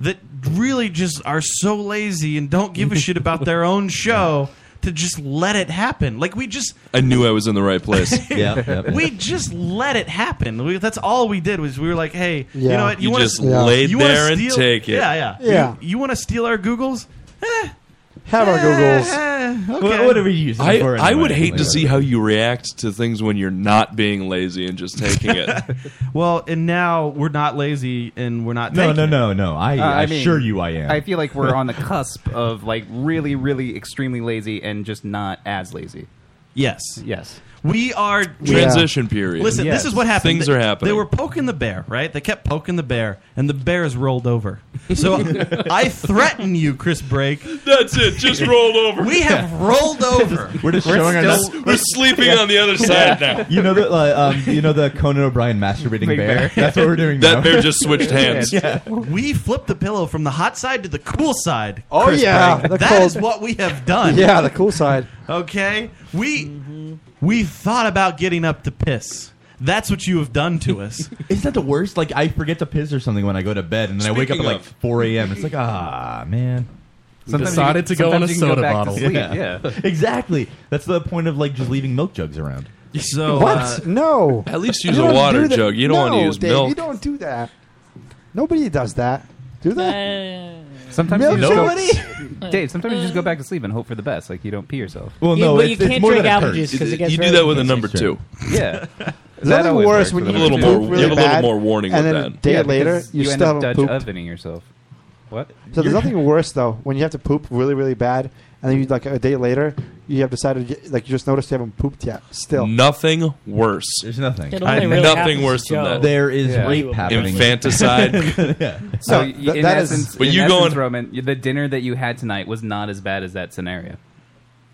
[SPEAKER 3] that really just are so lazy and don't give a shit about their own show to just let it happen like we just
[SPEAKER 12] I knew I was in the right place.
[SPEAKER 3] we just let it happen. We, that's all we did was we were like, "Hey, you
[SPEAKER 12] Yeah.
[SPEAKER 3] know what?
[SPEAKER 12] You
[SPEAKER 3] wanna-
[SPEAKER 12] just laid
[SPEAKER 3] wanna
[SPEAKER 12] there and take it.
[SPEAKER 3] Yeah, yeah,
[SPEAKER 12] Yeah.
[SPEAKER 3] You, want to steal our Googles?
[SPEAKER 9] Have our
[SPEAKER 3] Googles. okay.
[SPEAKER 10] What are we using
[SPEAKER 12] I,
[SPEAKER 10] for?
[SPEAKER 12] I would
[SPEAKER 10] anyway?
[SPEAKER 12] hate to see how you react to things when you're not being lazy and just taking it.
[SPEAKER 3] Well, and now we're not lazy and we're not.
[SPEAKER 10] No,
[SPEAKER 3] taking
[SPEAKER 10] no,
[SPEAKER 3] it.
[SPEAKER 10] no, no. I,
[SPEAKER 7] Uh,
[SPEAKER 10] I
[SPEAKER 7] mean,
[SPEAKER 10] assure you, I am.
[SPEAKER 7] I feel like we're on the cusp of like really, really extremely lazy and just not as lazy.
[SPEAKER 3] Yes.
[SPEAKER 7] Yes.
[SPEAKER 3] We are
[SPEAKER 12] Transition period.
[SPEAKER 3] Listen,
[SPEAKER 12] Yes.
[SPEAKER 3] this is what happened.
[SPEAKER 12] Things
[SPEAKER 3] They-
[SPEAKER 12] are happening.
[SPEAKER 3] They were poking the bear, right? They kept poking the bear, and the bear is rolled over. So I threaten you, Chris Brake.
[SPEAKER 12] That's it. Just roll over.
[SPEAKER 3] We have rolled over.
[SPEAKER 10] We're just We're showing our still- nuts.
[SPEAKER 12] We're sleeping on the other side now.
[SPEAKER 10] You know the uh, um, you know the Conan O'Brien masturbating
[SPEAKER 12] Big
[SPEAKER 10] bear.
[SPEAKER 12] bear.
[SPEAKER 10] That's what we're doing.
[SPEAKER 12] That
[SPEAKER 10] now.
[SPEAKER 12] bear just switched hands.
[SPEAKER 10] Yeah.
[SPEAKER 3] We flipped the pillow from the hot side to the cool side.
[SPEAKER 9] Oh,
[SPEAKER 3] Chris
[SPEAKER 9] yeah,
[SPEAKER 3] Brake.
[SPEAKER 9] the
[SPEAKER 3] that
[SPEAKER 9] cold-
[SPEAKER 3] is what we have done.
[SPEAKER 9] Yeah, the cool side.
[SPEAKER 3] Okay, we we thought about getting up to piss. That's what you have done to us.
[SPEAKER 10] Isn't that the worst? Like I forget to piss or something when I go to bed, and then I wake up at
[SPEAKER 3] Speaking
[SPEAKER 10] like
[SPEAKER 3] of-
[SPEAKER 10] 4 a.m. It's like ah man.
[SPEAKER 8] We decided to go
[SPEAKER 10] sometimes
[SPEAKER 8] on a
[SPEAKER 10] you can
[SPEAKER 8] soda
[SPEAKER 10] back to
[SPEAKER 8] bottle.
[SPEAKER 10] sleep.
[SPEAKER 8] Yeah.
[SPEAKER 10] Yeah, exactly. That's the point of like just leaving milk jugs around.
[SPEAKER 3] So uh,
[SPEAKER 9] what? no.
[SPEAKER 10] At least
[SPEAKER 9] You
[SPEAKER 10] use a
[SPEAKER 9] don't
[SPEAKER 10] water
[SPEAKER 9] do that.
[SPEAKER 10] jug. You don't
[SPEAKER 9] no,
[SPEAKER 10] wanna use
[SPEAKER 9] Dave, You
[SPEAKER 10] milk.
[SPEAKER 9] don't do that. Nobody does that. Do they?
[SPEAKER 7] Sometimes
[SPEAKER 9] Milk
[SPEAKER 7] you just
[SPEAKER 9] nobody?
[SPEAKER 7] Go, Dave. Sometimes you just go back to sleep and hope for the best. Like you don't pee yourself.
[SPEAKER 10] Well,
[SPEAKER 9] uh, Yeah, no, but it's- you it's can't more drink that it apple hurts. juice 'cause it
[SPEAKER 12] You
[SPEAKER 9] gets
[SPEAKER 12] do
[SPEAKER 9] really
[SPEAKER 12] that with a
[SPEAKER 9] good.
[SPEAKER 12] number two.
[SPEAKER 7] Yeah,
[SPEAKER 9] It's only worse when you
[SPEAKER 12] a little
[SPEAKER 9] poop
[SPEAKER 12] more.
[SPEAKER 9] really
[SPEAKER 12] you have a little
[SPEAKER 9] bad,
[SPEAKER 12] more warning
[SPEAKER 9] and
[SPEAKER 12] with
[SPEAKER 9] then
[SPEAKER 12] that.
[SPEAKER 9] a day Yeah, later, because you you end still up haven't Dutch pooped.
[SPEAKER 7] ovening yourself. What?
[SPEAKER 9] So there's nothing worse though when you have to poop really really bad, and then you like a day later you have decided you- like you just noticed you haven't pooped yet. Still,
[SPEAKER 12] Mm. Nothing worse. There's
[SPEAKER 10] nothing.
[SPEAKER 9] It only really happens
[SPEAKER 12] nothing
[SPEAKER 9] to
[SPEAKER 12] worse than
[SPEAKER 9] Joe.
[SPEAKER 12] that.
[SPEAKER 10] There is Yeah. rape happening.
[SPEAKER 12] Infanticide.
[SPEAKER 10] yeah.
[SPEAKER 7] So
[SPEAKER 10] No,
[SPEAKER 7] y-
[SPEAKER 10] th-
[SPEAKER 7] in
[SPEAKER 10] that is-
[SPEAKER 7] essence,
[SPEAKER 12] But
[SPEAKER 7] in
[SPEAKER 12] you go
[SPEAKER 7] essence,
[SPEAKER 12] and-
[SPEAKER 7] Roman, y- the dinner that you had tonight was not as bad as that scenario.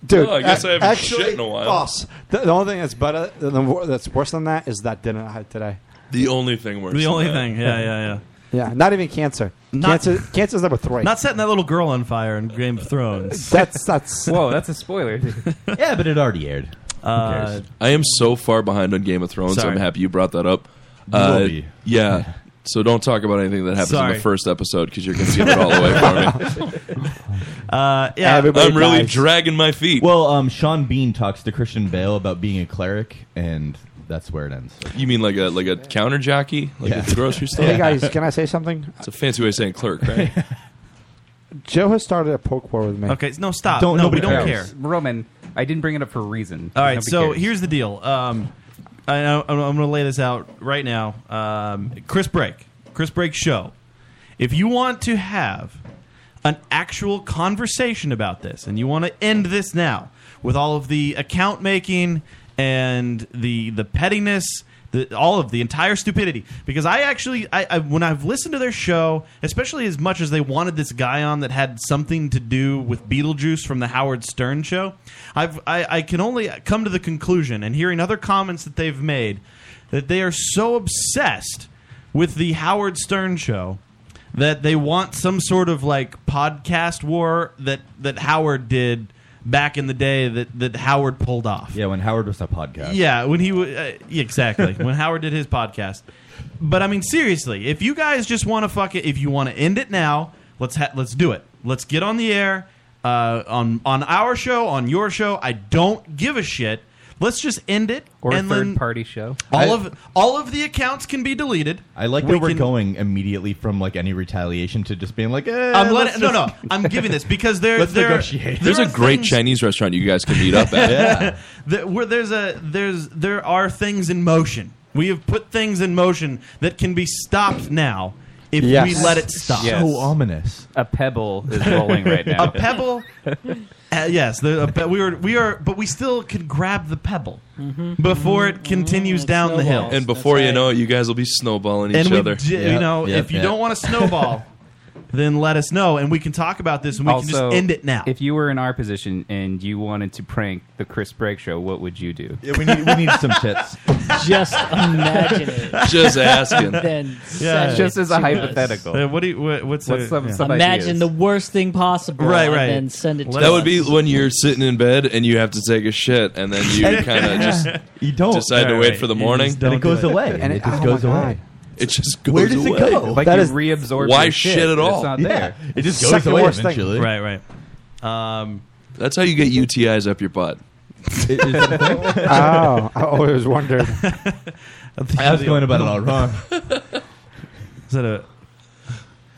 [SPEAKER 9] dude.
[SPEAKER 12] Well, I guess
[SPEAKER 9] a-
[SPEAKER 12] I haven't
[SPEAKER 9] actually,
[SPEAKER 12] shit in a while.
[SPEAKER 9] false. The, the only thing that's better the- the- that's worse than that is that dinner I had today.
[SPEAKER 12] The only thing worse.
[SPEAKER 3] The
[SPEAKER 12] than
[SPEAKER 3] only
[SPEAKER 12] that.
[SPEAKER 3] thing. Yeah, yeah, yeah.
[SPEAKER 9] Yeah, not even cancer.
[SPEAKER 3] Not-
[SPEAKER 9] cancer, cancer's number three.
[SPEAKER 3] Not setting that little girl on fire in Game of Thrones.
[SPEAKER 9] That's that's.
[SPEAKER 7] Whoa, that's a spoiler.
[SPEAKER 10] yeah, but it already aired.
[SPEAKER 3] Uh,
[SPEAKER 12] I am so far behind on Game of Thrones.
[SPEAKER 3] Sorry.
[SPEAKER 12] I'm happy you brought that up. Uh,
[SPEAKER 10] You will be.
[SPEAKER 12] Yeah. So don't talk about anything that happens in
[SPEAKER 3] Sorry.
[SPEAKER 12] the first episode because you're going to give it all away for me.
[SPEAKER 3] uh, yeah,
[SPEAKER 12] I'm really dragging my feet.
[SPEAKER 10] Well, um, Sean Bean talks to Christian Bale about being a cleric, and that's where it ends.
[SPEAKER 12] You mean like a like a counter jockey, like at the grocery store?
[SPEAKER 9] Hey guys, can I say something?
[SPEAKER 12] It's a fancy way of saying clerk, right?
[SPEAKER 9] Joe has started a poke war with me.
[SPEAKER 3] Okay, no, stop. Don't- No, we nobody don't cares.
[SPEAKER 7] Roman, I didn't bring it up for a reason.
[SPEAKER 3] All right,
[SPEAKER 7] Nobody
[SPEAKER 3] so
[SPEAKER 7] cares.
[SPEAKER 3] here's the deal. Um, I know, I'm, I'm going to lay this out right now. Um, Chris Brake, Chris Brake Show. If you want to have an actual conversation about this, and you want to end this now with all of the account making and the the pettiness, the, all of the entire stupidity, because I actually, I, I when I've listened to their show, especially as much as they wanted this guy on that had something to do with Beetlejuice from the Howard Stern show, I've I, I can only come to the conclusion, and hearing other comments that they've made, that they are so obsessed with the Howard Stern show that they want some sort of like podcast war that that Howard did back in the day that that Howard pulled off.
[SPEAKER 10] Yeah, when Howard was a podcast.
[SPEAKER 3] Yeah, when he wa uh, yeah, exactly when Howard did his podcast. But I mean, seriously, if you guys just want to fuck it, if you want to end it now, let's ha- let's do it. Let's get on the air uh, on on our show, on your show. I don't give a shit. Let's just end it
[SPEAKER 7] or
[SPEAKER 3] and
[SPEAKER 7] third
[SPEAKER 3] then
[SPEAKER 7] party show.
[SPEAKER 3] all of all of the accounts can be deleted.
[SPEAKER 10] I like
[SPEAKER 3] We
[SPEAKER 10] that we're
[SPEAKER 3] can-
[SPEAKER 10] going immediately from like any retaliation to just being like, eh,
[SPEAKER 3] I'm
[SPEAKER 10] let's
[SPEAKER 3] letting, no, no.
[SPEAKER 10] just-
[SPEAKER 3] I'm giving this because there,
[SPEAKER 10] Let's
[SPEAKER 3] there,
[SPEAKER 10] negotiate.
[SPEAKER 3] there
[SPEAKER 12] There's a
[SPEAKER 3] are
[SPEAKER 12] great
[SPEAKER 3] things-
[SPEAKER 12] Chinese restaurant you guys can meet up at.
[SPEAKER 3] There- where there's a there's there are things in motion. We have put things in motion that can be stopped now if we let it stop.
[SPEAKER 10] So ominous.
[SPEAKER 7] A pebble is rolling right now.
[SPEAKER 3] A pebble. uh, yes, the, a pe- we are we are, but we still can grab the pebble before it continues down the hill.
[SPEAKER 12] And before you know it, you guys will be snowballing each
[SPEAKER 3] and we,
[SPEAKER 12] other.
[SPEAKER 3] di- you know, if you don't want to snowball, then let us know, and we can talk about this, and we can just end it now.
[SPEAKER 7] If you were in our position and you wanted to prank the Chris Brake show, what would you do?
[SPEAKER 10] Yeah, we need- we need some tips.
[SPEAKER 11] Just imagine it.
[SPEAKER 7] Just asking.
[SPEAKER 11] Then
[SPEAKER 7] Yeah.
[SPEAKER 11] send
[SPEAKER 7] Just
[SPEAKER 11] it
[SPEAKER 7] as a
[SPEAKER 11] to us.
[SPEAKER 7] hypothetical.
[SPEAKER 3] Uh, what do you, what, what's,
[SPEAKER 7] What's
[SPEAKER 3] a-
[SPEAKER 7] some-
[SPEAKER 3] yeah.
[SPEAKER 7] some
[SPEAKER 11] Imagine the worst thing possible.
[SPEAKER 3] Right, right.
[SPEAKER 11] And then send it to
[SPEAKER 12] that
[SPEAKER 11] us.
[SPEAKER 12] would be when you're sitting in bed and you have to take a shit, and then you kind of just
[SPEAKER 10] You don't.
[SPEAKER 12] decide to
[SPEAKER 10] Right,
[SPEAKER 12] wait
[SPEAKER 10] right.
[SPEAKER 12] for the
[SPEAKER 10] You
[SPEAKER 12] morning,
[SPEAKER 10] just don't And it do goes it. away. And it
[SPEAKER 3] Oh
[SPEAKER 10] just goes away.
[SPEAKER 12] It just goes
[SPEAKER 10] Where does it
[SPEAKER 12] away.
[SPEAKER 10] go? Like
[SPEAKER 7] That you is- reabsorb
[SPEAKER 12] Why
[SPEAKER 7] your shit,
[SPEAKER 12] shit at
[SPEAKER 7] but it's
[SPEAKER 12] all?
[SPEAKER 7] not Yeah. there.
[SPEAKER 10] It just
[SPEAKER 7] goes
[SPEAKER 10] away eventually.
[SPEAKER 3] Right, right. Um,
[SPEAKER 12] That's how you get UTIs up your butt.
[SPEAKER 9] oh, I always wondered.
[SPEAKER 10] I was going about it all wrong.
[SPEAKER 3] Is that a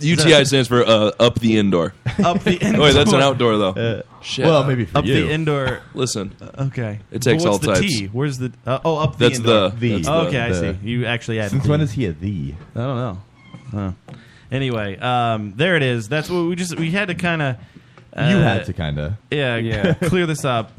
[SPEAKER 12] UTI stands for uh, up the indoor.
[SPEAKER 3] Up the
[SPEAKER 12] Oh, wait, that's an
[SPEAKER 3] indoor.
[SPEAKER 12] outdoor though.
[SPEAKER 3] Uh,
[SPEAKER 12] Shit.
[SPEAKER 3] well, maybe for Up the you. indoor-
[SPEAKER 12] Listen.
[SPEAKER 3] Okay.
[SPEAKER 12] It takes
[SPEAKER 3] But
[SPEAKER 12] all
[SPEAKER 3] what's the
[SPEAKER 12] types.
[SPEAKER 3] T? Where's the uh, oh up the
[SPEAKER 12] That's
[SPEAKER 3] indoor.
[SPEAKER 12] the- The. that's the-
[SPEAKER 3] okay, I see.
[SPEAKER 12] the-
[SPEAKER 3] You actually added.
[SPEAKER 10] Since
[SPEAKER 3] the.
[SPEAKER 10] when is he a the?
[SPEAKER 3] I don't know. Huh. Anyway, um, there it is. That's what we just we had to kind of. Uh,
[SPEAKER 10] You had to kinda.
[SPEAKER 3] Yeah,
[SPEAKER 10] Yeah.
[SPEAKER 3] yeah. clear this up,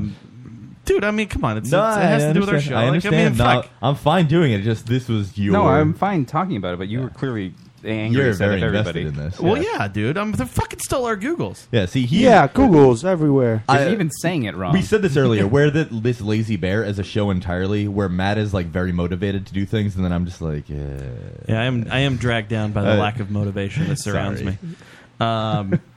[SPEAKER 3] um, dude. I mean, come on. It's, it's- it has
[SPEAKER 10] I
[SPEAKER 3] to do with our
[SPEAKER 10] understand.
[SPEAKER 3] show.
[SPEAKER 10] I
[SPEAKER 3] Like,
[SPEAKER 10] understand.
[SPEAKER 3] I mean,
[SPEAKER 10] No,
[SPEAKER 3] fuck.
[SPEAKER 10] I'm fine doing it. Just this was your.
[SPEAKER 7] No, I'm fine talking about it, but you were clearly angry
[SPEAKER 10] You're
[SPEAKER 7] as hell
[SPEAKER 10] very
[SPEAKER 7] at everybody.
[SPEAKER 10] invested in this.
[SPEAKER 3] Well, yeah, dude. I'm, they're fucking stole our Googles.
[SPEAKER 10] Yeah, see, he
[SPEAKER 9] yeah, Google's everywhere.
[SPEAKER 10] I-
[SPEAKER 7] saying it
[SPEAKER 10] We said this earlier. Where the, this lazy bear as a show entirely, where Matt is like very motivated to do things, and then I'm just like, yeah.
[SPEAKER 3] Yeah, I am. I am dragged down by the
[SPEAKER 10] Uh,
[SPEAKER 3] lack of motivation that surrounds
[SPEAKER 10] sorry.
[SPEAKER 3] me. Um,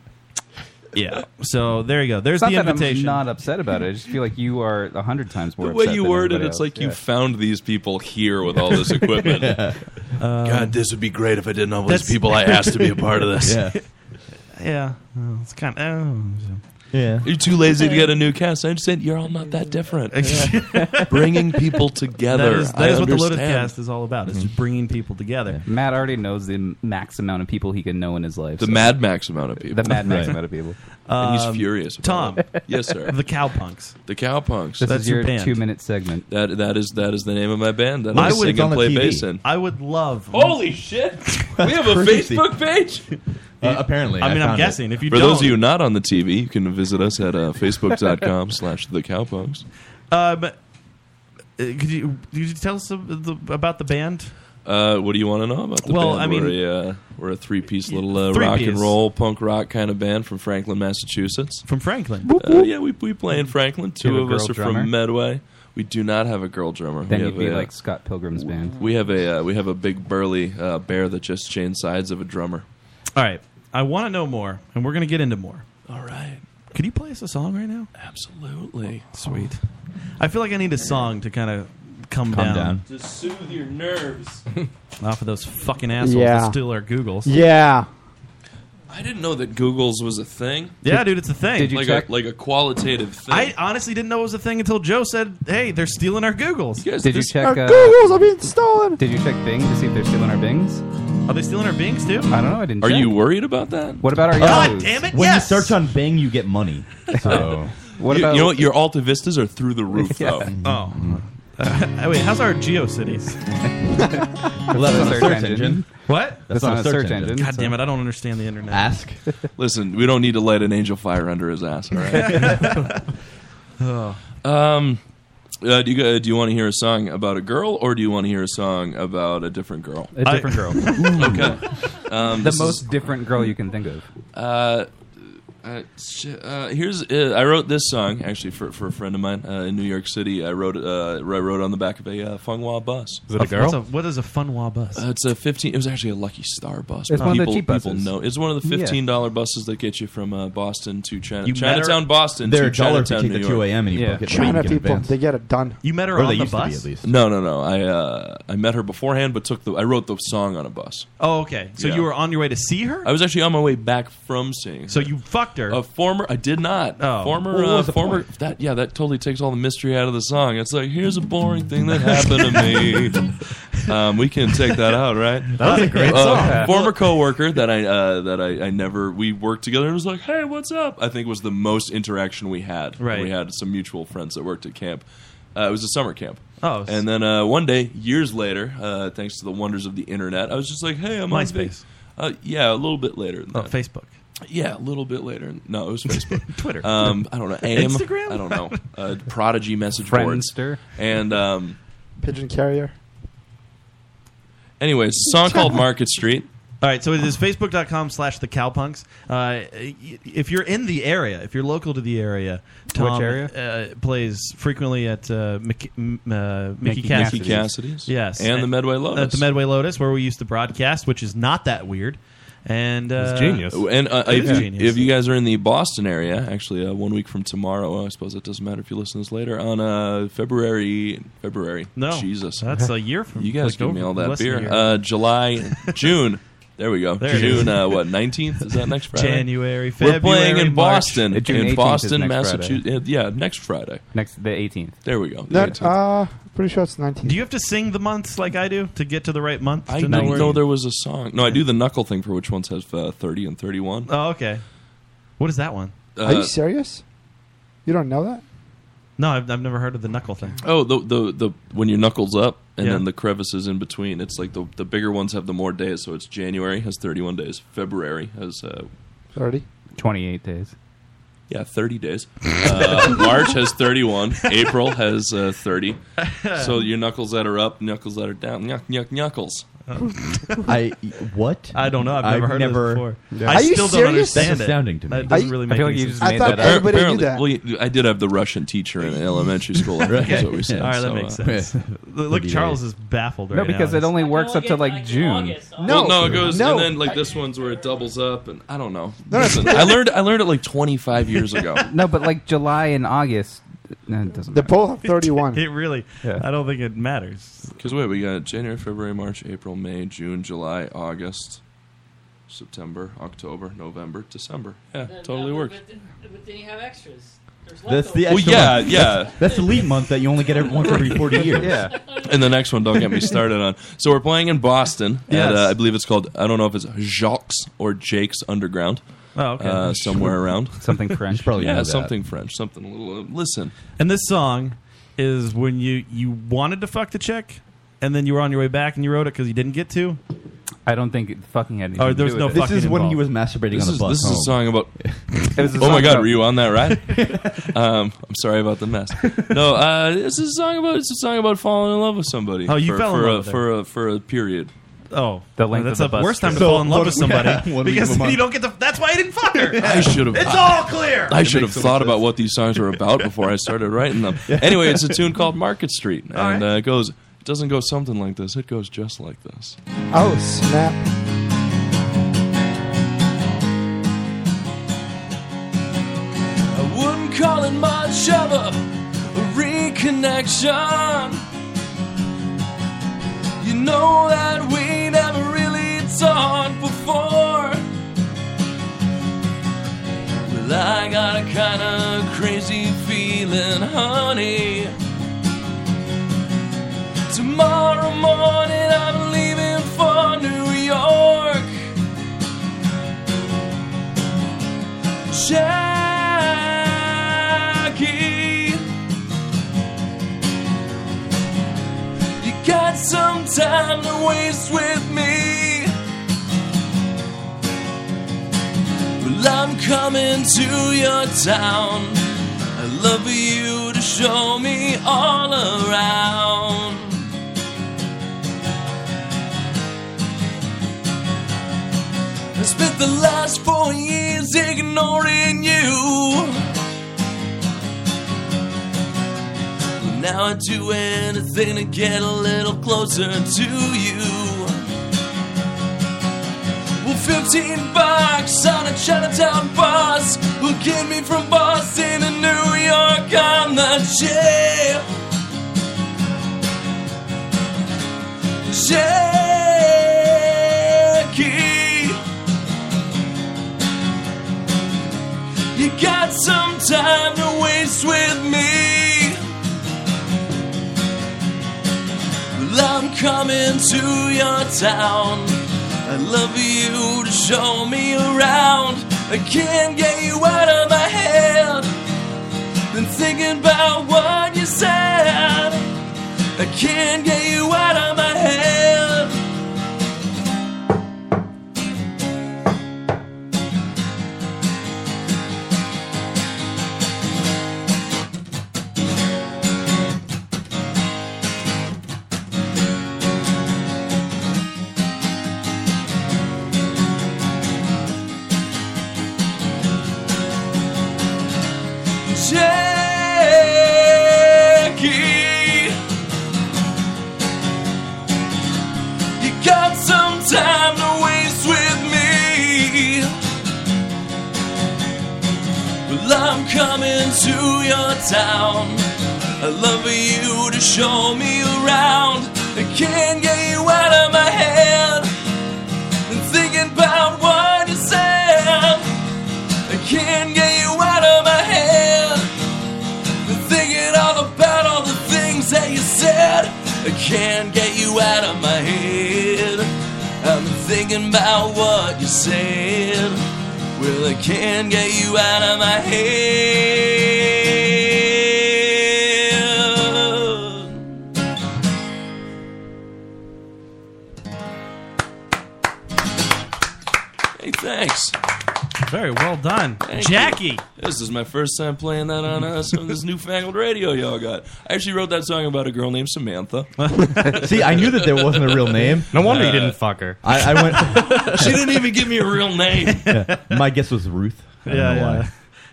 [SPEAKER 3] Yeah. So there you go. There's
[SPEAKER 7] It's
[SPEAKER 3] the
[SPEAKER 7] not that
[SPEAKER 3] invitation.
[SPEAKER 7] I'm not upset about it. I just feel like you are a hundred times more.
[SPEAKER 12] the way
[SPEAKER 7] upset
[SPEAKER 12] you
[SPEAKER 7] than
[SPEAKER 12] word it,
[SPEAKER 7] everybody
[SPEAKER 12] it's
[SPEAKER 7] else.
[SPEAKER 12] like you
[SPEAKER 7] Yeah.
[SPEAKER 12] found these people here with all this equipment.
[SPEAKER 7] Yeah.
[SPEAKER 12] God, this would be great if I didn't know all these
[SPEAKER 3] That's-
[SPEAKER 12] people I asked to be a part of this.
[SPEAKER 3] Yeah. yeah. Well, It's oh, kind of.
[SPEAKER 10] Yeah.
[SPEAKER 12] You're too lazy to get a new cast. I understand. You're all not that different. Bringing people together.
[SPEAKER 3] That is, that
[SPEAKER 12] I
[SPEAKER 3] is what the Loaded
[SPEAKER 12] understand. Hmm.
[SPEAKER 3] Cast is all about. It's
[SPEAKER 7] Mm-hmm.
[SPEAKER 3] just bringing people together.
[SPEAKER 7] Matt already knows the max amount of people he can know in his life.
[SPEAKER 12] The Mad Max amount of people.
[SPEAKER 7] The Mad Max
[SPEAKER 12] Right.
[SPEAKER 7] amount of people.
[SPEAKER 12] and
[SPEAKER 3] Um,
[SPEAKER 12] he's furious. About
[SPEAKER 3] Tom.
[SPEAKER 12] it. yes, sir.
[SPEAKER 3] The Cowpunks.
[SPEAKER 12] The Cowpunks.
[SPEAKER 7] This is your two-minute segment.
[SPEAKER 12] That that is that is the name of my band that
[SPEAKER 3] I
[SPEAKER 12] I,
[SPEAKER 3] would-
[SPEAKER 12] sing
[SPEAKER 3] It's on
[SPEAKER 12] and
[SPEAKER 3] the
[SPEAKER 12] play
[SPEAKER 3] TV.
[SPEAKER 12] bass in.
[SPEAKER 3] I would love.
[SPEAKER 12] Holy shit! We have a
[SPEAKER 3] Crazy.
[SPEAKER 12] Facebook page.
[SPEAKER 10] Uh, apparently,
[SPEAKER 3] I mean, I'm
[SPEAKER 10] found it.
[SPEAKER 3] guessing if you
[SPEAKER 12] For
[SPEAKER 3] don't,
[SPEAKER 12] those of you not on the TV, you can visit us at uh, facebook.com slash the cowpunks.
[SPEAKER 3] um, uh, could you could you tell us ab- the- about the band?
[SPEAKER 12] Uh, what do you want to know about the
[SPEAKER 3] Well,
[SPEAKER 12] band?
[SPEAKER 3] I mean-
[SPEAKER 12] we're a, uh, we're a three-piece little uh,
[SPEAKER 3] Three
[SPEAKER 12] rock and
[SPEAKER 3] piece.
[SPEAKER 12] roll punk rock kind of band from Franklin, Massachusetts.
[SPEAKER 3] From Franklin,
[SPEAKER 12] uh, yeah, we, we play in Franklin.
[SPEAKER 7] You
[SPEAKER 12] Two
[SPEAKER 7] have a
[SPEAKER 12] of us
[SPEAKER 7] girl
[SPEAKER 12] are
[SPEAKER 7] drummer?
[SPEAKER 12] from Medway. We do not have a girl drummer.
[SPEAKER 7] Then
[SPEAKER 12] we
[SPEAKER 7] you'd
[SPEAKER 12] have
[SPEAKER 7] be
[SPEAKER 12] a, uh,
[SPEAKER 7] like Scott Pilgrim's band.
[SPEAKER 12] we have a uh, we have a big burly uh, bear that just changed sides of a drummer.
[SPEAKER 3] All right, I want to know more, and we're going to get into more.
[SPEAKER 12] All right,
[SPEAKER 3] could you play us a song right now?
[SPEAKER 12] Absolutely,
[SPEAKER 3] sweet. I feel like I need a song to kind of come
[SPEAKER 10] Calm
[SPEAKER 3] down,
[SPEAKER 10] down.
[SPEAKER 12] to soothe your nerves.
[SPEAKER 3] off of those fucking assholes
[SPEAKER 9] Yeah.
[SPEAKER 3] that steal our Googles.
[SPEAKER 9] Yeah.
[SPEAKER 12] I didn't know that Google's was a thing.
[SPEAKER 3] Yeah, dude, it's a thing. Did you
[SPEAKER 12] like
[SPEAKER 3] check?
[SPEAKER 12] a like a qualitative thing?
[SPEAKER 3] I honestly didn't know it was a thing until Joe said, "Hey, they're stealing our Googles."
[SPEAKER 12] guys,
[SPEAKER 7] Did you check? uh,
[SPEAKER 9] Our Googles are being stolen.
[SPEAKER 7] Did you check Bing to see if they're stealing our Bings?
[SPEAKER 3] Are they stealing our Bings too?
[SPEAKER 7] I don't know. I didn't.
[SPEAKER 12] Are
[SPEAKER 7] check.
[SPEAKER 12] you worried about that?
[SPEAKER 7] What about our
[SPEAKER 3] God
[SPEAKER 7] Yahoos?
[SPEAKER 3] damn it,
[SPEAKER 10] When
[SPEAKER 3] yes!
[SPEAKER 10] you search on Bing, you get money. So
[SPEAKER 7] What
[SPEAKER 12] you,
[SPEAKER 7] about-
[SPEAKER 12] you know what? Your Alta Vistas are through the roof,
[SPEAKER 7] Yeah.
[SPEAKER 12] though.
[SPEAKER 3] Oh. Uh, wait, how's our GeoCities?
[SPEAKER 7] Well, that's not a search engine.
[SPEAKER 3] What?
[SPEAKER 7] That's That's not not a a search search engine, engine,
[SPEAKER 3] God
[SPEAKER 7] so-
[SPEAKER 3] damn it! I don't understand the internet.
[SPEAKER 10] Ask.
[SPEAKER 12] Listen, we don't need to light an angel fire under his ass. All right.
[SPEAKER 3] Oh.
[SPEAKER 12] um, uh, do you uh, do you want to hear a song about a girl, or do you want to hear a song about a different girl?
[SPEAKER 7] A different girl.
[SPEAKER 12] okay. Um,
[SPEAKER 7] the
[SPEAKER 12] this
[SPEAKER 7] most
[SPEAKER 12] is-
[SPEAKER 7] different girl you can think of.
[SPEAKER 12] Uh, uh, sh- uh, here's uh, I wrote this song actually for, for a friend of mine uh, in New York City. I wrote uh, I wrote on the back of a uh, Funghua bus.
[SPEAKER 3] A- What's a, what is a Funwa bus?
[SPEAKER 12] Uh, it's a fifteen. It was actually a Lucky Star bus.
[SPEAKER 7] It's
[SPEAKER 12] but
[SPEAKER 7] one of the
[SPEAKER 12] people,
[SPEAKER 7] cheap
[SPEAKER 12] people
[SPEAKER 7] buses.
[SPEAKER 12] know it's one of the
[SPEAKER 7] Yeah.
[SPEAKER 12] fifteen dollar buses that get you from uh, Boston to China,
[SPEAKER 10] You met her-
[SPEAKER 12] Chinatown, Boston.
[SPEAKER 10] They're
[SPEAKER 12] to
[SPEAKER 10] a dollar if you
[SPEAKER 12] Chinatown,
[SPEAKER 10] take the
[SPEAKER 12] New York.
[SPEAKER 10] 2 a.m. and you
[SPEAKER 9] Yeah.
[SPEAKER 10] book it.
[SPEAKER 9] China
[SPEAKER 10] Wait, you get
[SPEAKER 9] people,
[SPEAKER 10] advanced.
[SPEAKER 9] they get it done.
[SPEAKER 3] You met
[SPEAKER 10] Or they used to be, at least.
[SPEAKER 12] No, no, no. I uh, I met her beforehand, but took the I wrote the song on a bus.
[SPEAKER 3] Oh, okay. So
[SPEAKER 12] Yeah.
[SPEAKER 3] you were on your way to see her?
[SPEAKER 12] I was actually on my way back from seeing. Her.
[SPEAKER 3] So you fucked her?
[SPEAKER 12] A former, I did not.
[SPEAKER 3] Oh.
[SPEAKER 12] Former,
[SPEAKER 3] Well, what
[SPEAKER 12] uh,
[SPEAKER 3] was the
[SPEAKER 12] former. That yeah, that totally takes all the mystery out of the song. It's like here's a boring thing that happened to me. Um, we can take that out, right?
[SPEAKER 10] That was a great
[SPEAKER 12] Uh,
[SPEAKER 10] song.
[SPEAKER 12] Former coworker that I uh, that I, I never we worked together and was like, hey, what's up? I think was the most interaction we had.
[SPEAKER 3] Right.
[SPEAKER 12] We had some mutual friends that worked at camp. Uh, it was a summer camp.
[SPEAKER 3] Oh, s-
[SPEAKER 12] and then uh, one day, years later, uh, thanks to the wonders of the internet, I was just like, "Hey, I'm on
[SPEAKER 3] MySpace.
[SPEAKER 12] vac- Uh, yeah, a little bit later. Than
[SPEAKER 3] Oh,
[SPEAKER 12] that.
[SPEAKER 3] Facebook.
[SPEAKER 12] Yeah, a little bit later. No, it was Facebook,
[SPEAKER 3] Twitter.
[SPEAKER 12] Um, I don't know. AIM.
[SPEAKER 3] Instagram?
[SPEAKER 12] I don't know. Uh, Prodigy message
[SPEAKER 7] Friendster.
[SPEAKER 12] boards. And um,
[SPEAKER 9] Pigeon carrier.
[SPEAKER 12] anyways, a song called Market Street.
[SPEAKER 3] All right, so it is facebook.com slash the cowpunks. Uh, y- if you're in the area, if you're local to the area, Tom
[SPEAKER 7] Which area?
[SPEAKER 3] Uh, plays frequently at uh, Mickey, m- uh,
[SPEAKER 7] Mickey
[SPEAKER 3] Mickey, Cassidy's.
[SPEAKER 12] Mickey Cassidy's.
[SPEAKER 3] Yes.
[SPEAKER 12] And the Medway Lotus.
[SPEAKER 3] At the Medway Lotus, where we used to broadcast, which is not that weird. And uh,
[SPEAKER 12] And uh,
[SPEAKER 3] it
[SPEAKER 12] if,
[SPEAKER 3] is
[SPEAKER 12] you,
[SPEAKER 3] genius.
[SPEAKER 12] if you guys are in the Boston area, actually, uh, one week from tomorrow, I suppose it doesn't matter if you listen to this later on uh, February. February.
[SPEAKER 3] No.
[SPEAKER 12] Jesus,
[SPEAKER 3] That's a year from-
[SPEAKER 12] You guys
[SPEAKER 3] like,
[SPEAKER 12] give me
[SPEAKER 3] over-
[SPEAKER 12] all that
[SPEAKER 3] less than a
[SPEAKER 12] beer.
[SPEAKER 3] year.
[SPEAKER 12] Uh, July, June. There we go.
[SPEAKER 3] There it is.
[SPEAKER 12] June. Uh, what? Nineteenth is that next Friday?
[SPEAKER 3] January,
[SPEAKER 12] We're playing
[SPEAKER 3] February,
[SPEAKER 12] in
[SPEAKER 3] March.
[SPEAKER 12] Boston.
[SPEAKER 7] Uh, June 18th
[SPEAKER 12] in
[SPEAKER 7] is
[SPEAKER 12] Boston,
[SPEAKER 7] next
[SPEAKER 12] Massachusetts. Yeah, next Friday.
[SPEAKER 7] Next, the 18th.
[SPEAKER 12] There we go. The
[SPEAKER 9] That,
[SPEAKER 12] 18th.
[SPEAKER 9] uh, pretty sure it's 19.
[SPEAKER 3] Do you have to sing the months like I do to get to the right month?
[SPEAKER 12] I
[SPEAKER 3] to
[SPEAKER 12] didn't
[SPEAKER 3] where-
[SPEAKER 12] know there was a song. No, I do the knuckle thing for which ones has uh, thirty and thirty-one.
[SPEAKER 3] Oh, okay. What is that one?
[SPEAKER 9] Are
[SPEAKER 12] Uh,
[SPEAKER 9] you serious? You don't know that?
[SPEAKER 3] No, I've, I've never heard of the knuckle thing.
[SPEAKER 12] Oh, the the the when your knuckles up and
[SPEAKER 3] Yeah.
[SPEAKER 12] then the crevices in between. It's like the the bigger ones have the more days. So it's January has thirty one days. February has uh,
[SPEAKER 9] 30.
[SPEAKER 7] 28 days.
[SPEAKER 12] yeah thirty days. Uh, March has thirty one. April has uh, thirty. So your knuckles that are up, knuckles that are down, knuck knuck knuckles.
[SPEAKER 10] I what?
[SPEAKER 1] I don't know. Oh. I've never heard of this before. Yeah.
[SPEAKER 10] I
[SPEAKER 1] Are you
[SPEAKER 10] still
[SPEAKER 1] serious?
[SPEAKER 10] don't understand. That's
[SPEAKER 1] it.
[SPEAKER 10] astounding to me.
[SPEAKER 1] That doesn't really make any sense. I thought
[SPEAKER 12] Apparently,
[SPEAKER 1] everybody knew that.
[SPEAKER 12] Well, you- I did have the Russian teacher in elementary school. I think
[SPEAKER 1] Okay.
[SPEAKER 12] is what we said.
[SPEAKER 1] All right, that
[SPEAKER 12] so,
[SPEAKER 1] makes
[SPEAKER 12] uh,
[SPEAKER 1] sense. Look, Charles is baffled right
[SPEAKER 7] no,
[SPEAKER 1] now.
[SPEAKER 7] because it only works up to like June.
[SPEAKER 12] No, no, it goes
[SPEAKER 9] no.
[SPEAKER 12] and then like this one's where it doubles up, and I don't know.
[SPEAKER 7] No, no.
[SPEAKER 12] Listen, I learned I learned it like 25 years ago.
[SPEAKER 7] no, but like July and August, uh, no, it doesn't.
[SPEAKER 9] They're both have 31.
[SPEAKER 1] It really. I don't think it matters.
[SPEAKER 12] Because wait, we got January, February, March, April, May, June, July, August, September, October, November, December. Yeah, totally works.
[SPEAKER 11] But then you have extras.
[SPEAKER 10] That's the
[SPEAKER 12] Well,
[SPEAKER 10] extra
[SPEAKER 12] yeah,
[SPEAKER 10] month.
[SPEAKER 12] yeah.
[SPEAKER 10] That's, that's the leap month that you only get every once every forty years.
[SPEAKER 12] And the next one, don't get me started on. So we're playing in Boston.
[SPEAKER 10] Yes.
[SPEAKER 12] At, uh, I believe it's called. I don't know if it's Jacques or Jake's Underground.
[SPEAKER 1] Oh, okay.
[SPEAKER 12] Uh, somewhere around
[SPEAKER 7] Something French.
[SPEAKER 1] probably know
[SPEAKER 12] yeah,
[SPEAKER 1] that.
[SPEAKER 12] something French. Something a little. Uh, listen,
[SPEAKER 1] And this song is when you you wanted to fuck the chick, and then you were on your way back and you wrote it because you didn't get to.
[SPEAKER 7] I don't think it fucking had anything.
[SPEAKER 1] Or
[SPEAKER 7] to do
[SPEAKER 1] there's
[SPEAKER 7] with
[SPEAKER 1] no
[SPEAKER 7] it.
[SPEAKER 1] fucking. involved.
[SPEAKER 12] this is, This is a song about.
[SPEAKER 7] It was a
[SPEAKER 12] oh my
[SPEAKER 7] song
[SPEAKER 12] god,
[SPEAKER 7] about-
[SPEAKER 12] were you on that ride? um, I'm sorry about the mess. No, uh, this is a song about. It's a song about falling in love with somebody.
[SPEAKER 1] Oh, you
[SPEAKER 12] for,
[SPEAKER 1] fell in
[SPEAKER 12] for
[SPEAKER 1] love
[SPEAKER 12] a,
[SPEAKER 1] with her.
[SPEAKER 12] for a for a period.
[SPEAKER 1] Oh,
[SPEAKER 12] The
[SPEAKER 1] well,
[SPEAKER 12] length
[SPEAKER 1] that's
[SPEAKER 12] of the
[SPEAKER 1] the
[SPEAKER 12] bus
[SPEAKER 1] worst time to
[SPEAKER 12] trip.
[SPEAKER 1] fall in
[SPEAKER 12] So,
[SPEAKER 1] love
[SPEAKER 12] what-
[SPEAKER 1] with somebody
[SPEAKER 12] yeah, what do we
[SPEAKER 1] because
[SPEAKER 12] do about-
[SPEAKER 1] you don't get the. That's why you didn't fuck her.
[SPEAKER 12] I should have.
[SPEAKER 1] It's all clear.
[SPEAKER 12] I should have thought about what these songs were about before I started writing them. Anyway, it's a tune called Market Street, and uh, it goes. It doesn't go something like this. It goes just like this.
[SPEAKER 9] Oh, snap.
[SPEAKER 13] I wouldn't call it much of a reconnection. You know that we never really talked before. Well, I got a kind of crazy feeling, honey. Tomorrow morning I'm leaving for New York. Jackie. You got some time to waste with me. Well, I'm coming to your town. I'd love for you to show me all around. I spent the last four years ignoring you. Now I'd do anything to get a little closer to you. Well, 15 bucks on a Chinatown bus will get me from Boston to New York on the jet. Jackie, you got some time to waste with me. Well, I'm coming to your town. I'd love for you to show me around. I can't get you out of my head. Been thinking about what you said. I can't get you out of my head. Jackie. You got some time to waste with me. Well, I'm coming to your town. I'd love for you to show me around. I can't get you out of my head. Been thinking about what you said. I can't get you out of my head. Been thinking all about all the things that you said. I can't get you out of my head. I'm thinking about what you said. Well, I can't get you out of my head. Hey, thanks.
[SPEAKER 1] Very well
[SPEAKER 3] done.
[SPEAKER 12] Thank you.
[SPEAKER 3] Jackie.
[SPEAKER 12] This is my first time playing that on uh, some of this newfangled radio y'all got. I actually wrote that song about a girl named Samantha. Uh,
[SPEAKER 10] See, I knew that there wasn't a real name.
[SPEAKER 12] No wonder you didn't fuck
[SPEAKER 3] her.
[SPEAKER 10] I, I went.
[SPEAKER 12] she didn't even give me a real name.
[SPEAKER 10] Yeah. My guess was Ruth. I
[SPEAKER 3] Yeah,
[SPEAKER 10] don't know why.
[SPEAKER 3] yeah.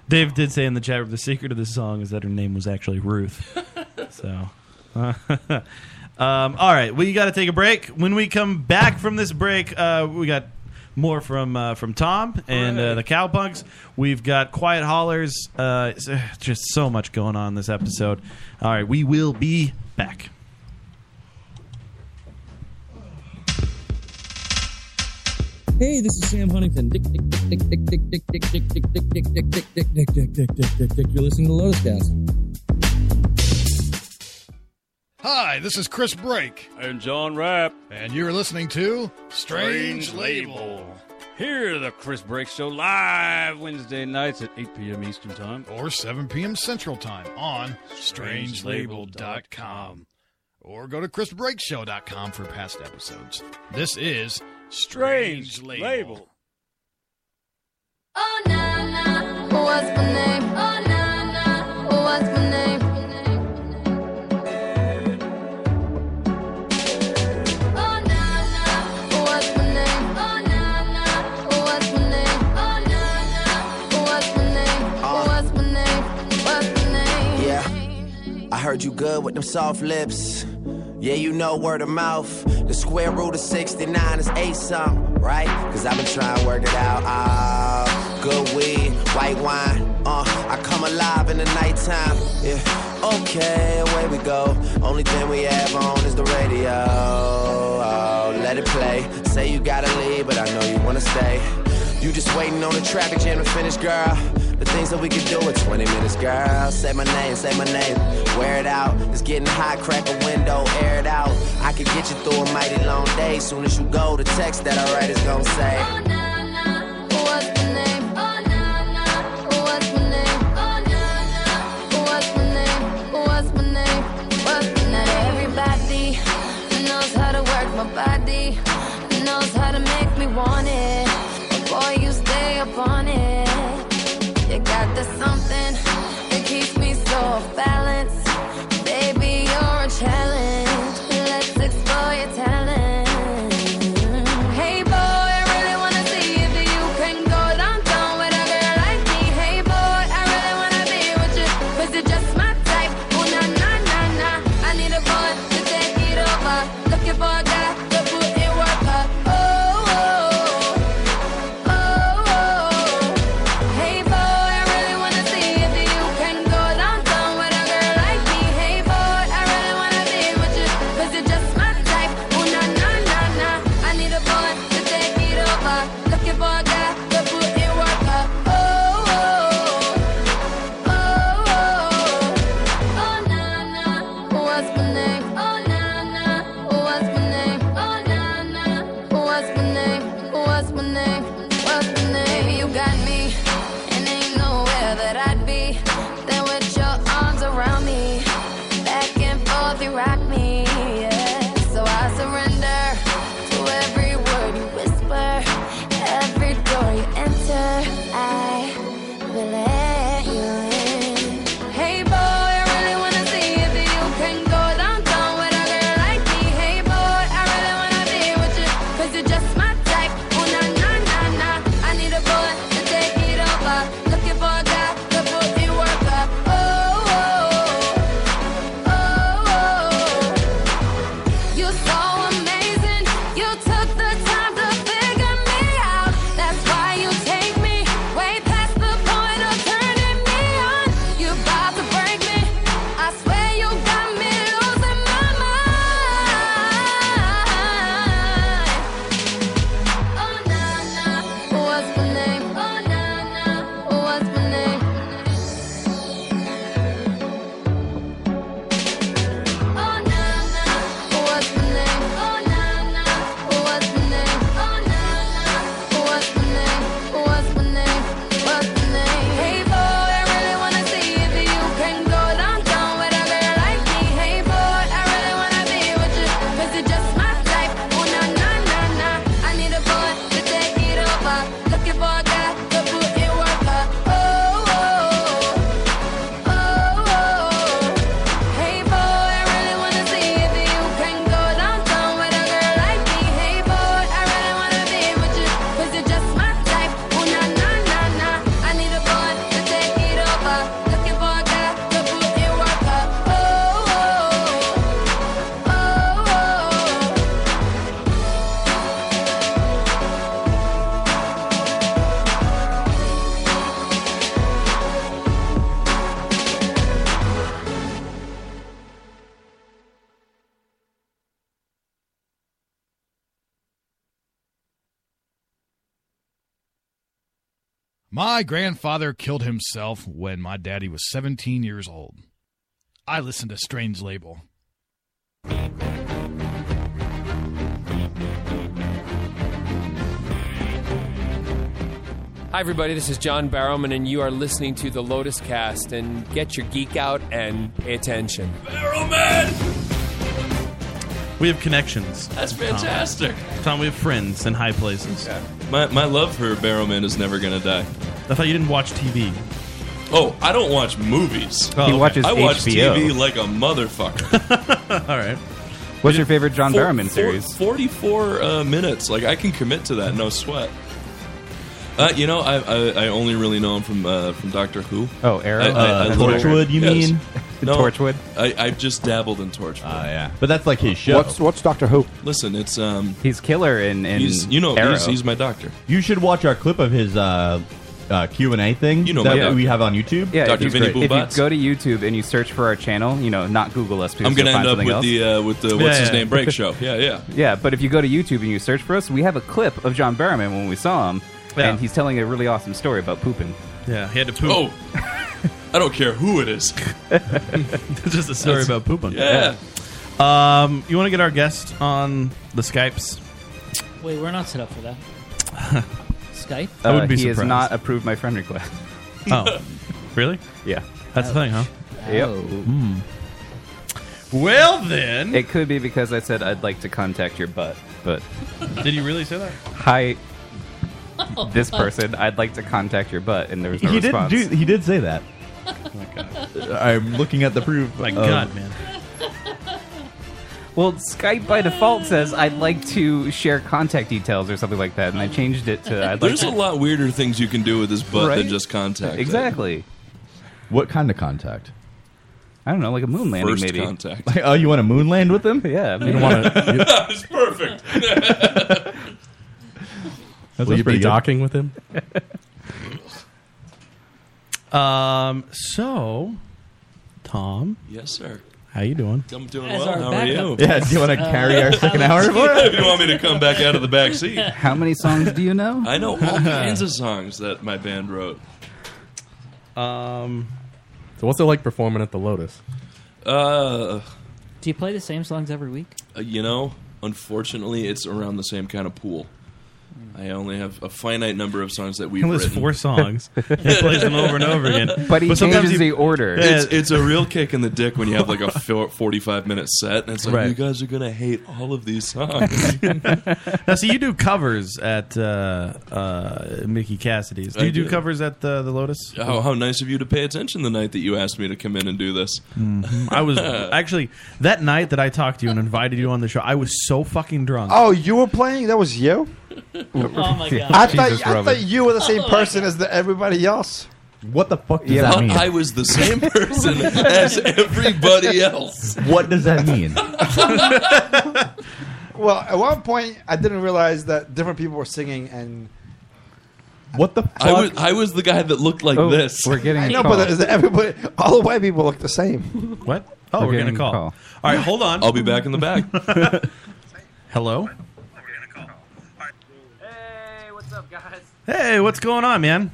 [SPEAKER 3] Dave did say in the chat room the secret of this song is that her name was actually Ruth. so, uh, um, all right, we got to take a break. When we come back from this break, uh, we got more from uh, from Tom and uh, the Cowpunks. We've got Quiet Hollers. Uh, s- just so much going on this episode. All right, we will be back.
[SPEAKER 2] Hey, this is Sam Huntington. Dick, dick, dick, dick, dick, dick, dick, dick, dick, dick, dick, dick, dick, dick, dick, dick, dick, dick, dick, dick. You're listening to Lotus Cast.
[SPEAKER 17] Hi, this is Chris Brake. And John Rapp. And you're listening to Strange Label.
[SPEAKER 13] Hear the Chris Break Show live Wednesday nights at 8 p.m. Eastern Time.
[SPEAKER 17] Or 7 p.m. Central Time on strangelabel.com. Or go to chrisbrakeshow.com for past episodes. This is Strange Label.
[SPEAKER 19] Oh na na, what's my name? Oh na na, what's my name? Oh na na, what's my name? Oh na na, what's my name? Oh na na, what's my name? What's my name? What's my name?
[SPEAKER 20] Yeah. I heard you good with them soft lips. Yeah, you know word of mouth. The square root of 69 is eight something, right? Cause I've been trying to work it out. Ah, good weed, white wine. Uh, I come alive in the nighttime. Yeah, okay, away we go. Only thing we have on is the radio. Oh, let it play. Say you gotta leave, but I know you wanna stay. You just waiting on the traffic jam to finish, girl. The things that we could do in 20 minutes, girl. Say my name, say my name. Wear it out. It's getting hot, crack a window, air it out. I could get you through a mighty long day. Soon as you go, the text that I write is gonna say.
[SPEAKER 19] Oh na na, what's my name? Oh na na, what's my name? Oh na na, what's my name? What's my name? What's my name? Everybody knows how to work my body, knows how to make me want it. But boy, you stay upon it. You got the something that keeps me so off balance. Baby, you're a challenge. Let's explore your talent. Hey boy, I really wanna see Oh, Oh, oh, Oh, Oh, Oh, Oh, Oh, Oh, oh. Oh, Oh, Oh, Oh, Oh, Oh,
[SPEAKER 17] My grandfather killed himself when my daddy was 17 years old. I listened to Strange Label.
[SPEAKER 13] Hi, everybody. This is John Barrowman, and you are listening to the Lotus Cast. And get your geek out and pay attention.
[SPEAKER 3] We have connections.
[SPEAKER 13] That's
[SPEAKER 3] Tom.
[SPEAKER 13] fantastic.
[SPEAKER 3] Tom, we have friends in high places.
[SPEAKER 12] My, my love for Barrowman is never going to die.
[SPEAKER 3] I thought you didn't watch Oh, TV.
[SPEAKER 12] Oh, I don't watch movies.
[SPEAKER 3] He watches
[SPEAKER 12] I watch
[SPEAKER 3] HBO.
[SPEAKER 12] TV like a motherfucker.
[SPEAKER 3] All right.
[SPEAKER 7] What's your favorite John
[SPEAKER 12] Four-
[SPEAKER 7] Barrowman
[SPEAKER 12] four-
[SPEAKER 7] series?
[SPEAKER 12] 44 uh, minutes. Like, I can commit to that, no sweat. Uh, you know, I, I I only really know him from uh, from Doctor Who.
[SPEAKER 7] Oh, Arrow?
[SPEAKER 12] I- I- I
[SPEAKER 7] Uh,
[SPEAKER 12] literally-
[SPEAKER 7] Torchwood, you
[SPEAKER 12] yes.
[SPEAKER 7] mean?
[SPEAKER 12] No,
[SPEAKER 7] Torchwood? Ah,
[SPEAKER 12] I, I've just dabbled in Torchwood. Oh,
[SPEAKER 10] yeah. But that's like his
[SPEAKER 9] What's what's Doctor Who?
[SPEAKER 12] Listen, it's um.
[SPEAKER 7] He's killer in, in
[SPEAKER 12] He's- you know,
[SPEAKER 10] Arrow.
[SPEAKER 12] he's, he's my doctor.
[SPEAKER 10] You should watch our clip of his uh, uh, Q and A thing
[SPEAKER 12] You know my
[SPEAKER 10] that
[SPEAKER 12] doctor.
[SPEAKER 10] we have on YouTube.
[SPEAKER 7] Yeah, if you, if you
[SPEAKER 12] Boobats.
[SPEAKER 7] go to YouTube and you search for our channel, you know, not Google us. Because
[SPEAKER 12] I'm gonna
[SPEAKER 7] you'll find
[SPEAKER 12] end
[SPEAKER 7] something
[SPEAKER 12] up with
[SPEAKER 7] else.
[SPEAKER 12] the uh, with the what's his name break show. Yeah, yeah.
[SPEAKER 7] Yeah, but if you go to YouTube and you search for us, we have a clip of John Barrowman when we saw him,
[SPEAKER 12] Yeah.
[SPEAKER 7] and he's telling a really awesome story about pooping.
[SPEAKER 3] Yeah, he had to poop.
[SPEAKER 12] Oh, I don't care who it is.
[SPEAKER 3] Just a story about pooping.
[SPEAKER 12] Yeah.
[SPEAKER 3] Um, you want to get our guest on the Skypes?
[SPEAKER 11] Wait, we're not set up for that. Skype?
[SPEAKER 3] I wouldn't be
[SPEAKER 7] Uh, he has
[SPEAKER 3] surprised.
[SPEAKER 7] not approved my friend request.
[SPEAKER 3] Oh, really?
[SPEAKER 7] Yeah,
[SPEAKER 3] That's the thing, huh?
[SPEAKER 7] Yep.
[SPEAKER 3] Oh. Well, then
[SPEAKER 7] it could be because I said I'd like to contact your butt, but
[SPEAKER 3] Did you really say that?
[SPEAKER 7] hi, this person, I'd like to contact your butt, and there was no
[SPEAKER 10] he did
[SPEAKER 7] response.
[SPEAKER 10] do. He did say that. I'm looking at the proof.
[SPEAKER 7] My
[SPEAKER 3] God, man.
[SPEAKER 7] Well, Skype by default says I'd like to share contact details or something like that, and I changed it to I'd
[SPEAKER 12] There's a
[SPEAKER 7] like to.
[SPEAKER 12] lot weirder things you can do with this butt
[SPEAKER 7] Right?
[SPEAKER 12] than just contact. it.
[SPEAKER 7] Exactly.
[SPEAKER 10] What kind of contact?
[SPEAKER 7] I don't know, like a moon landing,
[SPEAKER 12] First
[SPEAKER 7] maybe.
[SPEAKER 12] contact.
[SPEAKER 10] Like, oh, you want to moon land with him?
[SPEAKER 7] Yeah,
[SPEAKER 10] you don't want to.
[SPEAKER 12] It's perfect.
[SPEAKER 8] Will you be docking with him?
[SPEAKER 3] Um, so, Tom.
[SPEAKER 12] Yes, sir.
[SPEAKER 3] How you doing?
[SPEAKER 12] I'm doing
[SPEAKER 11] As
[SPEAKER 12] well.
[SPEAKER 11] our
[SPEAKER 12] How
[SPEAKER 11] backup. Uh, um,
[SPEAKER 12] are you?
[SPEAKER 11] Yeah, do you wanna carry our second hour for it?
[SPEAKER 12] if you want me to come back out of the back seat.
[SPEAKER 7] How many songs do you know?
[SPEAKER 12] I know all kinds of songs that my band wrote.
[SPEAKER 3] Um,
[SPEAKER 8] so what's it like performing at the Lotus?
[SPEAKER 12] Uh,
[SPEAKER 11] Do you play the same songs every week?
[SPEAKER 12] you know, unfortunately, it's around the same kind of pool.
[SPEAKER 11] Hmm.
[SPEAKER 12] I only have a finite number of songs that we've
[SPEAKER 3] It was
[SPEAKER 12] written.
[SPEAKER 3] four songs. He plays them over and over again.
[SPEAKER 7] But he
[SPEAKER 12] sometimes
[SPEAKER 7] changes the order.
[SPEAKER 12] It's, it's a real kick in the dick when you have like a four, 45 minute set, and it's like,
[SPEAKER 3] Right.
[SPEAKER 12] you guys are going to hate all of these songs.
[SPEAKER 3] now, see, you do covers at uh, uh, Mickey Cassidy's. Do
[SPEAKER 12] I
[SPEAKER 3] you do
[SPEAKER 12] do. Oh,
[SPEAKER 3] covers at the, the Lotus?
[SPEAKER 12] how, how nice of you to pay attention the night that you asked me to come in and do this.
[SPEAKER 3] Mhm. I was actually that night that I talked to you and invited you on the show. I was so fucking drunk.
[SPEAKER 9] Oh, you were playing? That was you?
[SPEAKER 11] Oh my god. Oh,
[SPEAKER 9] I thought,
[SPEAKER 3] Jesus,
[SPEAKER 9] I
[SPEAKER 3] Robin.
[SPEAKER 9] thought you were the same person as the, everybody else.
[SPEAKER 10] What the fuck
[SPEAKER 9] does that mean?
[SPEAKER 12] I was the same person as everybody else.
[SPEAKER 10] What does that mean?
[SPEAKER 9] Well, at one point, I didn't realize that different people were singing, and
[SPEAKER 10] What the?
[SPEAKER 12] I was, I was the guy that looked
[SPEAKER 11] Oh,
[SPEAKER 3] Oh,
[SPEAKER 12] like this.
[SPEAKER 9] I know, but is everybody, all the white people look the same.
[SPEAKER 3] What? Oh, we're, gonna call. All right, hold on.
[SPEAKER 12] I'll be back in the back.
[SPEAKER 3] Hello. Hey, what's going on, man?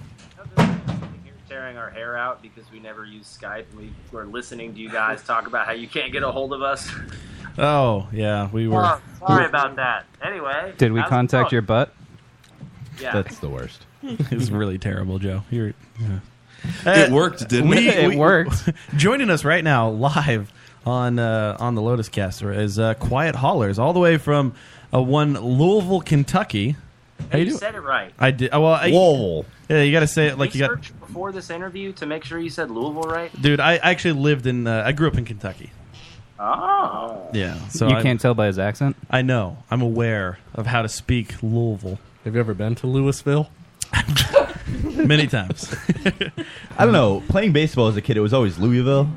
[SPEAKER 21] tearing our hair out because we never use Skype. We were listening to you guys talk about how you can't get a hold of us.
[SPEAKER 3] Oh, yeah, we were.
[SPEAKER 21] Oh, sorry about that. Anyway,
[SPEAKER 7] Did we
[SPEAKER 21] how's it
[SPEAKER 7] contact
[SPEAKER 21] going?
[SPEAKER 7] your butt?
[SPEAKER 21] Yeah.
[SPEAKER 10] That's the worst.
[SPEAKER 3] it's really terrible, Joe. You're, yeah.
[SPEAKER 12] It worked, didn't
[SPEAKER 3] we-
[SPEAKER 12] it? It
[SPEAKER 3] we- Joining us right now, live on uh, on the Lotus Cast is uh, Quiet Haulers, all the way from uh, one Louisville, Kentucky. How
[SPEAKER 21] Hey, you
[SPEAKER 3] doing?
[SPEAKER 21] said it right.
[SPEAKER 3] I did. oh, Well, I,
[SPEAKER 10] Louisville.
[SPEAKER 3] Yeah, you got to say it like you got.
[SPEAKER 21] Research before this interview to make sure you said Louisville right.
[SPEAKER 3] Dude, I I actually lived in. Uh, I grew up in Kentucky.
[SPEAKER 21] Oh.
[SPEAKER 3] Yeah, so
[SPEAKER 7] you
[SPEAKER 3] I-
[SPEAKER 7] can't tell by his accent.
[SPEAKER 3] I know. I'm aware of how to speak Louisville.
[SPEAKER 8] Have you ever been to Louisville?
[SPEAKER 3] Many times.
[SPEAKER 10] I don't know. Playing baseball as a kid, it was always Louisville.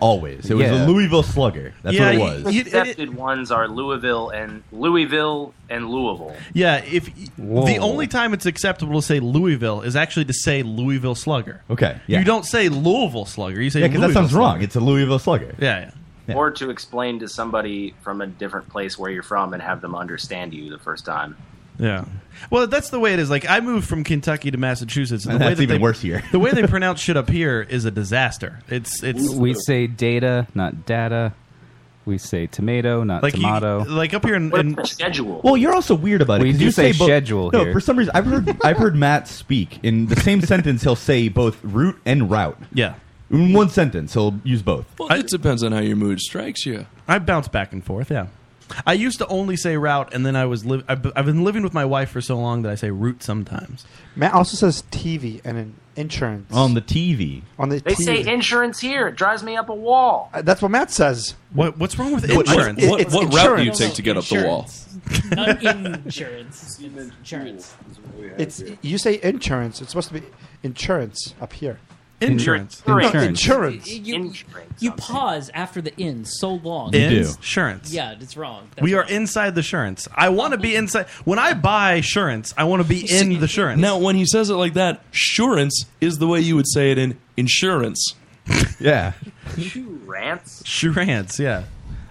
[SPEAKER 10] Always, it was a
[SPEAKER 3] Yeah.
[SPEAKER 10] Louisville Slugger. That's what it was.
[SPEAKER 21] The accepted ones are Louisville and Louisville and Louisville.
[SPEAKER 3] Yeah, if
[SPEAKER 21] Whoa.
[SPEAKER 3] the only time it's acceptable to say Louisville is actually to say Louisville Slugger.
[SPEAKER 10] Okay, yeah.
[SPEAKER 3] You don't say Louisville Slugger. You say
[SPEAKER 10] yeah, because that
[SPEAKER 3] Louisville
[SPEAKER 10] sounds
[SPEAKER 3] Slugger.
[SPEAKER 10] wrong. It's a Louisville Slugger.
[SPEAKER 3] Yeah, yeah.
[SPEAKER 21] Or to explain to somebody from a different place where you're from and have them understand you the first time.
[SPEAKER 3] Yeah. Well, that's the way it is. Like I moved from Kentucky to Massachusetts, and,
[SPEAKER 10] And
[SPEAKER 3] the way
[SPEAKER 10] that's
[SPEAKER 3] that
[SPEAKER 10] even
[SPEAKER 3] they,
[SPEAKER 10] worse here.
[SPEAKER 3] the way they pronounce shit up here is a disaster. It's it's
[SPEAKER 7] we say data, not data. We say tomato, not
[SPEAKER 3] Like you-
[SPEAKER 7] tomato.
[SPEAKER 3] like up here in, in
[SPEAKER 21] schedule.
[SPEAKER 10] Well, you're also weird about it.
[SPEAKER 7] We
[SPEAKER 10] 'cause
[SPEAKER 7] do
[SPEAKER 10] you
[SPEAKER 7] say
[SPEAKER 10] bo-
[SPEAKER 7] schedule
[SPEAKER 10] No,
[SPEAKER 7] here.
[SPEAKER 10] for some reason, I've heard I've heard Matt speak in the same sentence. He'll say both route and route.
[SPEAKER 3] Yeah,
[SPEAKER 10] in one sentence, he'll use both.
[SPEAKER 12] Well, it depends on how your mood strikes you.
[SPEAKER 3] I bounce back and forth. Yeah. I used to only say route, and then I was li- I've I've been living with my wife for so long that I say route sometimes.
[SPEAKER 9] Matt also says TV and an insurance
[SPEAKER 3] On
[SPEAKER 10] the TV.
[SPEAKER 9] on the.
[SPEAKER 21] They
[SPEAKER 9] TV.
[SPEAKER 21] say insurance here. It drives me up a wall.
[SPEAKER 9] Uh, that's what Matt says.
[SPEAKER 3] What What's wrong with
[SPEAKER 12] What-
[SPEAKER 9] insurance?
[SPEAKER 12] What,
[SPEAKER 9] It's
[SPEAKER 12] what route do you
[SPEAKER 9] insurance.
[SPEAKER 12] take to get up the wall?
[SPEAKER 11] Not insurance. It's insurance.
[SPEAKER 9] It's you say insurance. It's supposed to be insurance up here.
[SPEAKER 3] Insurance.
[SPEAKER 9] No,
[SPEAKER 11] Insurance.
[SPEAKER 9] insurance.
[SPEAKER 11] You, you pause after the in so long.
[SPEAKER 3] You do. Insurance.
[SPEAKER 11] Yeah, it's wrong.
[SPEAKER 3] we are inside the insurance. I want to be inside. When I buy insurance, I want to be in the insurance.
[SPEAKER 12] Now, when he says it like that, insurance is the way you would say it in insurance.
[SPEAKER 10] Yeah.
[SPEAKER 21] Rants.
[SPEAKER 3] Insurance. Yeah.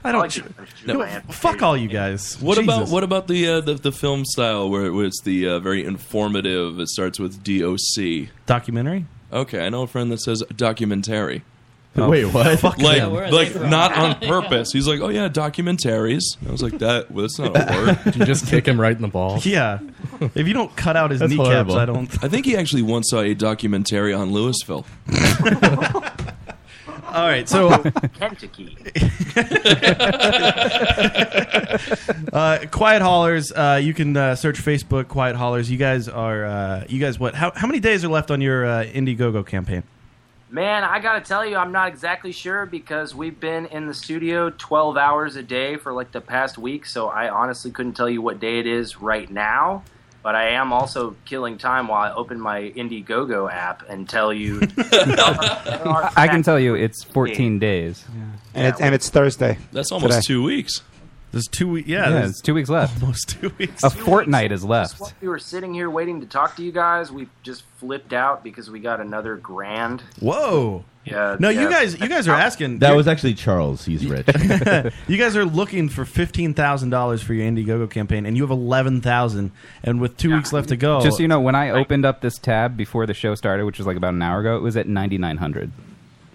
[SPEAKER 3] I don't. No, fuck all you guys.
[SPEAKER 12] What about
[SPEAKER 3] Jesus.
[SPEAKER 12] what about the, uh, the the film style where, where it's the uh, very informative? It starts with DOC.
[SPEAKER 3] documentary?
[SPEAKER 12] Okay, I know a friend that says documentary.
[SPEAKER 3] Oh, Wait, what? fuck
[SPEAKER 12] like,
[SPEAKER 3] them. Yeah, we're-
[SPEAKER 12] like
[SPEAKER 3] they're wrong.
[SPEAKER 12] not on purpose. He's like, oh yeah, documentaries. I was like, that. Well, that's not a word.
[SPEAKER 8] You just kick him right in the balls.
[SPEAKER 3] Yeah. If you don't cut out his
[SPEAKER 8] That's
[SPEAKER 3] kneecaps,
[SPEAKER 8] horrible.
[SPEAKER 3] I don't.
[SPEAKER 12] I think he actually once saw a documentary on Louisville.
[SPEAKER 3] All right, so
[SPEAKER 21] Kentucky.
[SPEAKER 3] uh, Quiet Haulers. Uh, you can uh, search Facebook Quiet Haulers. You guys are uh, you guys what? How, how many days are left on your uh, Indiegogo campaign?
[SPEAKER 21] Man, I gotta tell you, I'm not exactly sure because we've been in the studio 12 hours a day for like the past week, so I honestly couldn't tell you what day it is right now. But I am also killing time while I open my Indiegogo app and tell you.
[SPEAKER 7] I I can tell you, it's 14 days.
[SPEAKER 9] And, it's, and it's Thursday. today.
[SPEAKER 12] two weeks.
[SPEAKER 3] There's two weeks.
[SPEAKER 7] Yeah,
[SPEAKER 3] Yeah, there's-
[SPEAKER 7] it's two weeks left.
[SPEAKER 3] Almost two weeks.
[SPEAKER 7] A fortnight is left.
[SPEAKER 21] While we were sitting here waiting to talk to you guys, we just flipped out because we got another grand.
[SPEAKER 3] Whoa.
[SPEAKER 21] Yeah.
[SPEAKER 3] No,
[SPEAKER 21] yeah.
[SPEAKER 3] you guys, you guys are asking.
[SPEAKER 10] That was actually Charles. He's rich.
[SPEAKER 3] you guys are looking for fifteen thousand dollars for your Indiegogo campaign, and you have eleven thousand, and with two weeks left to go,
[SPEAKER 7] Just so you know, when I opened up this tab before the show started, which was like about an hour ago, it was at 9,900.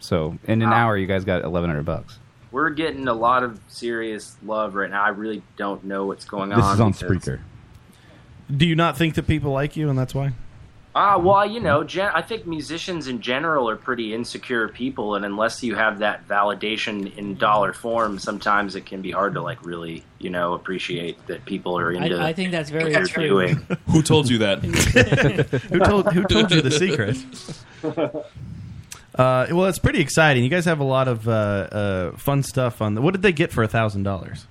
[SPEAKER 7] So in an hour, you guys got 1,100 bucks.
[SPEAKER 21] We're getting a lot of serious love right now. I really don't know what's going
[SPEAKER 7] This
[SPEAKER 21] on.
[SPEAKER 7] is on
[SPEAKER 21] because-
[SPEAKER 7] Spreaker.
[SPEAKER 3] do you not think that people like you, and that's why?
[SPEAKER 21] Ah, well, you know, gen- I think musicians in general are pretty insecure people, and unless you have that validation in dollar form, sometimes it can be hard to like really, you know, appreciate that people are into.
[SPEAKER 11] I, I think that's very
[SPEAKER 21] what
[SPEAKER 11] true.
[SPEAKER 21] you're doing.
[SPEAKER 12] Who told you that?
[SPEAKER 3] who told Who told you the secret? Uh, well, it's pretty exciting. You guys have a lot of uh, uh, fun stuff on. The, what did they get for thousand dollars?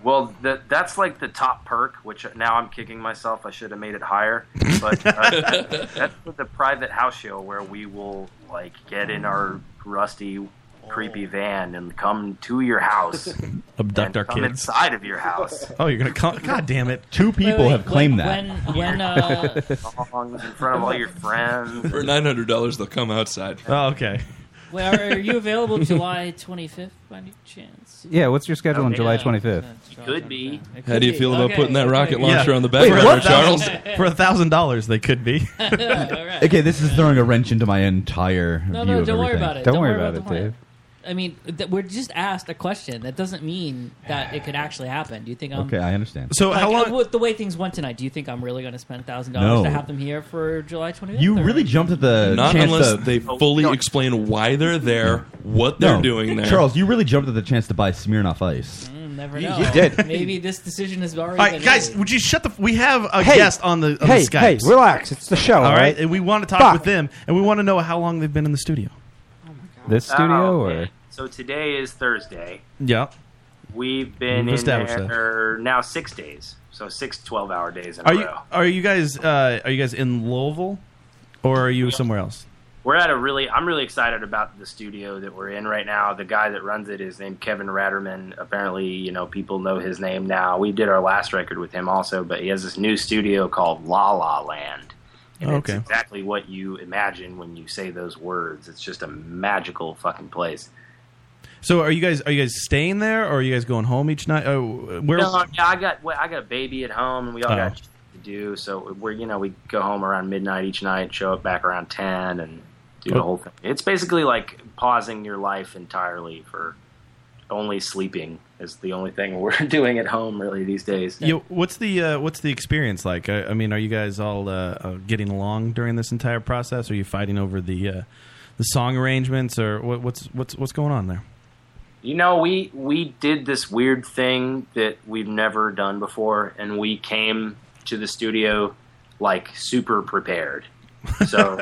[SPEAKER 21] Well, that that's like the top perk, which now I'm kicking myself. I should have made it higher. But uh, that's for the private house show where we will like get in our rusty, creepy van and come to your house,
[SPEAKER 3] Abduct our
[SPEAKER 21] come
[SPEAKER 3] kids.
[SPEAKER 21] inside of your house.
[SPEAKER 3] Oh, you're gonna come! God damn it!
[SPEAKER 10] Two people
[SPEAKER 21] wait, have claimed when-
[SPEAKER 11] that. when, uh,
[SPEAKER 21] Songs in front of all your friends.
[SPEAKER 12] For nine hundred dollars, they'll come outside.
[SPEAKER 3] Oh, okay.
[SPEAKER 11] Well, are you available July 25th by any chance?
[SPEAKER 7] Oh, Yeah, what's your schedule on July 25th?
[SPEAKER 21] Could be.
[SPEAKER 12] How do you feel about
[SPEAKER 11] Okay.
[SPEAKER 12] putting that rocket launcher
[SPEAKER 3] Yeah.
[SPEAKER 12] on the back
[SPEAKER 3] Wait,
[SPEAKER 12] burner,
[SPEAKER 3] what?
[SPEAKER 12] Charles?
[SPEAKER 3] For a thousand dollars, they could be.
[SPEAKER 10] Okay, this is throwing a wrench into my entire
[SPEAKER 11] No,
[SPEAKER 10] view
[SPEAKER 11] no,
[SPEAKER 10] of
[SPEAKER 11] don't worry
[SPEAKER 10] everything.
[SPEAKER 11] about it. Don't Don't worry worry about about it, it, Dave. I mean, th- we're just asked a question. That doesn't mean that it could actually happen. Do you think I'm
[SPEAKER 10] Okay, I understand.
[SPEAKER 3] So
[SPEAKER 11] like,
[SPEAKER 3] how long-
[SPEAKER 11] uh, with the way things went tonight? Do you think I'm really going to spend thousand
[SPEAKER 10] No.
[SPEAKER 11] dollars to have them here for July 25th?
[SPEAKER 10] You really jumped at
[SPEAKER 3] Uh,
[SPEAKER 10] the
[SPEAKER 12] Not
[SPEAKER 10] chance
[SPEAKER 12] unless
[SPEAKER 10] to-
[SPEAKER 12] they
[SPEAKER 17] Oh,
[SPEAKER 12] fully explain why they're there, what they're
[SPEAKER 10] No.
[SPEAKER 12] doing there.
[SPEAKER 10] Charles, you really jumped at the chance to buy Smirnoff Ice.
[SPEAKER 11] Mm, never
[SPEAKER 3] You-
[SPEAKER 11] know.
[SPEAKER 3] you did.
[SPEAKER 11] Maybe this decision is already.
[SPEAKER 3] All right,
[SPEAKER 11] been
[SPEAKER 3] guys,
[SPEAKER 11] made.
[SPEAKER 3] would you shut the? f- We have a
[SPEAKER 11] Hey,
[SPEAKER 3] guest on the on
[SPEAKER 9] hey,
[SPEAKER 3] the Skype.
[SPEAKER 9] hey, relax. It's the show,
[SPEAKER 3] All right,
[SPEAKER 9] alright?
[SPEAKER 3] and we want to talk
[SPEAKER 9] Fuck.
[SPEAKER 3] with them, and we want to know how long they've been in the studio.
[SPEAKER 7] This
[SPEAKER 21] studio,
[SPEAKER 7] or
[SPEAKER 21] Oh, So today is Thursday.
[SPEAKER 3] yeah.
[SPEAKER 21] We've been
[SPEAKER 3] We've
[SPEAKER 21] in
[SPEAKER 3] established
[SPEAKER 21] there now six days. So six 12 hour days in
[SPEAKER 3] Are
[SPEAKER 21] a
[SPEAKER 3] you
[SPEAKER 21] row.
[SPEAKER 3] are you guys uh, are you guys in Louisville, or are you somewhere else?
[SPEAKER 21] We're at a really, I'm really excited about the studio that we're in right now. The guy that runs it is named Kevin Ratterman. Apparently, you know, people know his name now. We did our last record with him also, but he has this new studio called La La Land. And
[SPEAKER 3] Oh,
[SPEAKER 21] it's
[SPEAKER 3] okay.
[SPEAKER 21] exactly what you imagine when you say those words. It's just a magical fucking place.
[SPEAKER 3] So are you guys are you guys staying there, or are you guys going home each night? Oh, where?
[SPEAKER 21] No, yeah, I got well, I got a baby at home, and we all
[SPEAKER 3] Oh.
[SPEAKER 21] got shit to do. So we're you know we go home around midnight each night, show up back around ten, and do the
[SPEAKER 22] Oh.
[SPEAKER 21] whole thing. It's basically like pausing your life entirely for only sleeping is the only thing we're doing at home really these days.
[SPEAKER 3] Yo, what's the uh, what's the experience like? I, I mean, are you guys all uh, uh, getting along during this entire process? Are you fighting over the uh, the song arrangements, or what, what's what's what's going on there?
[SPEAKER 21] You know, we we did this weird thing that we've never done before, and we came to the studio like super prepared. So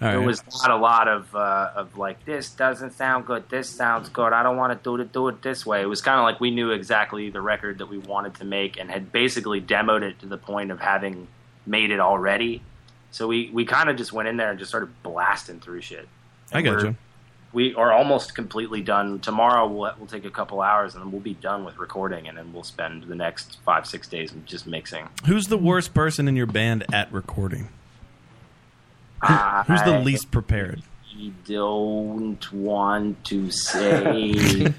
[SPEAKER 21] there
[SPEAKER 3] right.
[SPEAKER 21] was not a lot of uh, of like this doesn't sound good, this sounds good. I don't want to do it do it this way. It was kind of like we knew exactly the record that we wanted to make and had basically demoed it to the point of having made it already. So we we kind of just went in there and just started blasting through shit.
[SPEAKER 3] I got
[SPEAKER 21] We're-
[SPEAKER 3] you.
[SPEAKER 21] we are almost completely done. Tomorrow we'll, we'll take a couple hours and then we'll be done with recording, and then we'll spend the next five six days just mixing.
[SPEAKER 3] Who's the worst person in your band at recording?
[SPEAKER 21] Who-
[SPEAKER 3] Who's the
[SPEAKER 21] I-
[SPEAKER 3] least prepared?
[SPEAKER 21] I don't want to say.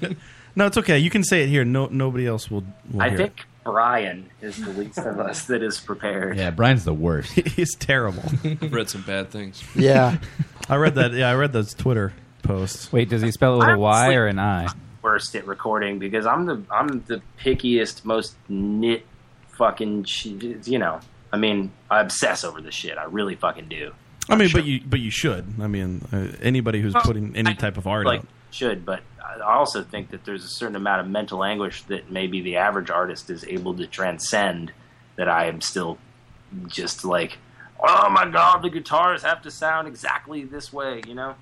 [SPEAKER 3] No, it's okay. You can say it here. No, nobody else will. will
[SPEAKER 21] I
[SPEAKER 3] hear
[SPEAKER 21] think Brian is the least of us that is prepared.
[SPEAKER 10] Yeah, Brian's the worst.
[SPEAKER 3] it. He's terrible.
[SPEAKER 12] I've read some bad things.
[SPEAKER 3] I read that. Yeah, I read those Twitter posts.
[SPEAKER 7] Wait, does he spell it with a Y or an I?
[SPEAKER 21] Worst at recording because I'm the I'm the pickiest, most nit fucking. sh- You know, I mean, I obsess over this shit. I really fucking do.
[SPEAKER 3] I mean, but you but you should. I mean, uh, anybody who's
[SPEAKER 21] Well,
[SPEAKER 3] putting any type of art
[SPEAKER 21] like
[SPEAKER 3] out.
[SPEAKER 21] should, but I also think that there's a certain amount of mental anguish that maybe the average artist is able to transcend. That I am still just like, oh my god, the guitars have to sound exactly this way, you know?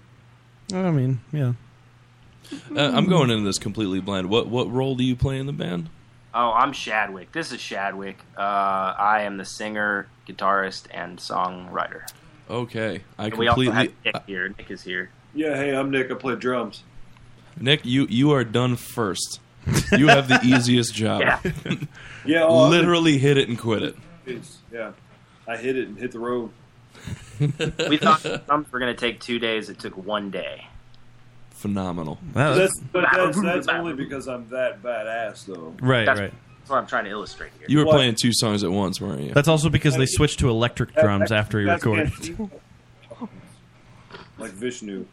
[SPEAKER 3] I mean, yeah.
[SPEAKER 12] Uh, I'm going into this completely blind. What what role do you play in the band?
[SPEAKER 21] Oh, I'm Shadwick. This is Shadwick. Uh, I am the singer, guitarist, and songwriter.
[SPEAKER 12] Okay, I
[SPEAKER 21] And we also have
[SPEAKER 12] completely.
[SPEAKER 21] Nick here. Nick is here.
[SPEAKER 17] Yeah, hey, I'm Nick. I play drums.
[SPEAKER 12] Nick, you you are done first. You have the easiest job.
[SPEAKER 17] Yeah. Yeah, oh, I'm-
[SPEAKER 12] literally hit it and quit it.
[SPEAKER 17] It's- yeah, I hit it and hit the road.
[SPEAKER 21] we thought drums were going to take two days. It took one day.
[SPEAKER 12] Phenomenal.
[SPEAKER 17] That's, but that's, that's only because I'm that badass, though.
[SPEAKER 12] That's-
[SPEAKER 21] that's, That's what I'm trying to illustrate here.
[SPEAKER 12] You were
[SPEAKER 17] Well-
[SPEAKER 12] playing two songs at once, weren't you?
[SPEAKER 3] That's also because they switched to electric drums after he
[SPEAKER 17] That's
[SPEAKER 3] recorded.
[SPEAKER 17] Vishnu. like Vishnu.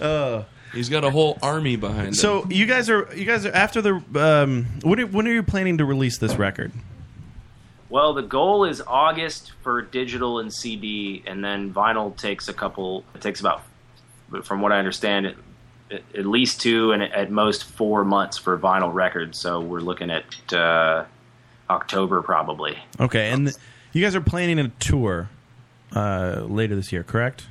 [SPEAKER 3] Uh,
[SPEAKER 12] He's got a whole army behind him.
[SPEAKER 3] so you guys are you guys are after the um, when are, when are you planning to release this record?
[SPEAKER 21] Well, the goal is August for digital and CD, and then vinyl takes a couple. It takes about, from what I understand, it, it, at least two and at most four months for vinyl records. So we're looking at uh, October probably.
[SPEAKER 3] Okay, and th- you guys are planning a tour uh, later this year, correct?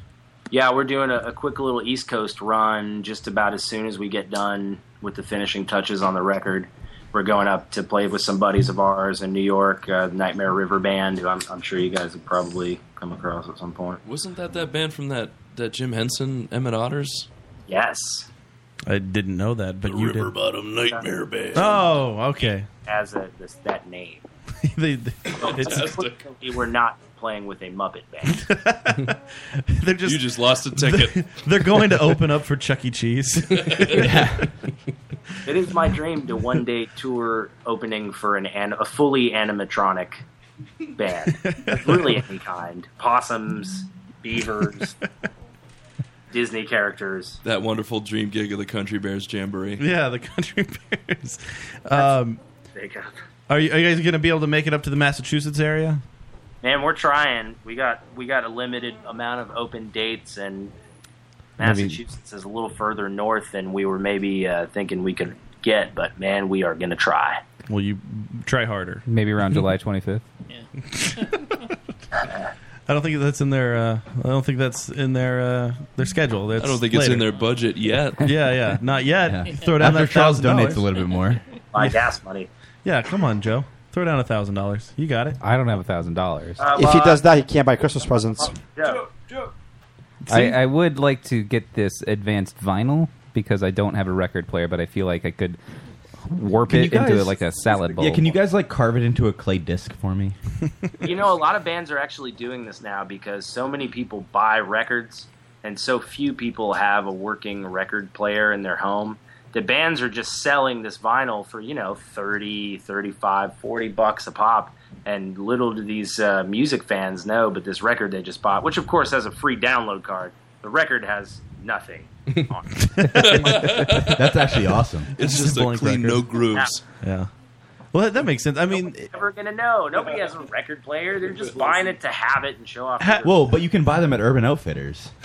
[SPEAKER 21] Yeah, we're doing a, a quick little East Coast run just about as soon as we get done with the finishing touches on the record. We're going up to play with some buddies of ours in New York, uh, the Nightmare River Band, who I'm, I'm sure you guys have probably come across at some point.
[SPEAKER 12] Wasn't that that band from that, that Jim Henson, Emmett Otters?
[SPEAKER 21] Yes.
[SPEAKER 3] I didn't know that, but you
[SPEAKER 12] River
[SPEAKER 3] did.
[SPEAKER 12] Bottom Nightmare
[SPEAKER 21] Uh,
[SPEAKER 12] Band.
[SPEAKER 3] Oh, okay.
[SPEAKER 21] As a, this, that name.
[SPEAKER 3] they, they- it's,
[SPEAKER 21] Unfortunately, we're not playing with a Muppet band.
[SPEAKER 3] they're just
[SPEAKER 12] you just lost a ticket.
[SPEAKER 3] they're going to open up for Chuck E. Cheese.
[SPEAKER 21] It is my dream to one day tour opening for an, an a fully animatronic band, really any kind: possums, beavers, Disney characters.
[SPEAKER 12] that wonderful dream gig of the Country Bears Jamboree.
[SPEAKER 3] Yeah, the Country Bears. Um, are, you, are you guys going to be able to make it up to the Massachusetts area?
[SPEAKER 21] Man, we're trying. We got we got a limited amount of open dates, and
[SPEAKER 7] Maybe-
[SPEAKER 21] Massachusetts is a little further north than we were maybe uh, thinking we could get. But man, we are gonna try.
[SPEAKER 3] Well, you try harder.
[SPEAKER 7] Maybe around July 25th.
[SPEAKER 3] I don't think that's in their. Uh, I don't think that's in their uh, their schedule. That's
[SPEAKER 12] I don't think it's
[SPEAKER 3] later.
[SPEAKER 12] in their budget yet.
[SPEAKER 3] Yeah, yeah, not yet. Throw down
[SPEAKER 10] After
[SPEAKER 3] that
[SPEAKER 10] Charles
[SPEAKER 3] thousand
[SPEAKER 10] donates
[SPEAKER 3] dollars.
[SPEAKER 10] a little bit more.
[SPEAKER 21] My gas money.
[SPEAKER 3] Yeah, come on, Joe. Throw down a thousand dollars. You got it.
[SPEAKER 7] I don't have a thousand dollars.
[SPEAKER 21] Uh,
[SPEAKER 9] If he does that, he can't buy Christmas presents.
[SPEAKER 21] Joe,
[SPEAKER 17] Joe.
[SPEAKER 7] I, I would like to get this advanced vinyl because I don't have a record player, but I feel like I could warp
[SPEAKER 10] Can
[SPEAKER 7] it
[SPEAKER 10] you guys-
[SPEAKER 7] into like a salad bowl.
[SPEAKER 10] Yeah, can you guys like carve it into a clay disc for me?
[SPEAKER 21] you know, a lot of bands are actually doing this now because so many people buy records and so few people have a working record player in their home the bands are just selling this vinyl for you know 30 35 40 bucks a pop and little do these uh, music fans know but this record they just bought which of course has a free download card the record has nothing
[SPEAKER 10] That's actually awesome.
[SPEAKER 12] It's just a
[SPEAKER 10] Blank
[SPEAKER 12] clean,
[SPEAKER 10] record.
[SPEAKER 12] no grooves.
[SPEAKER 3] Yeah. Well, that makes sense. I mean,
[SPEAKER 21] never gonna know nobody has a record player they're just buying it to have it and show off their-
[SPEAKER 10] Whoa, but you can buy them at Urban Outfitters.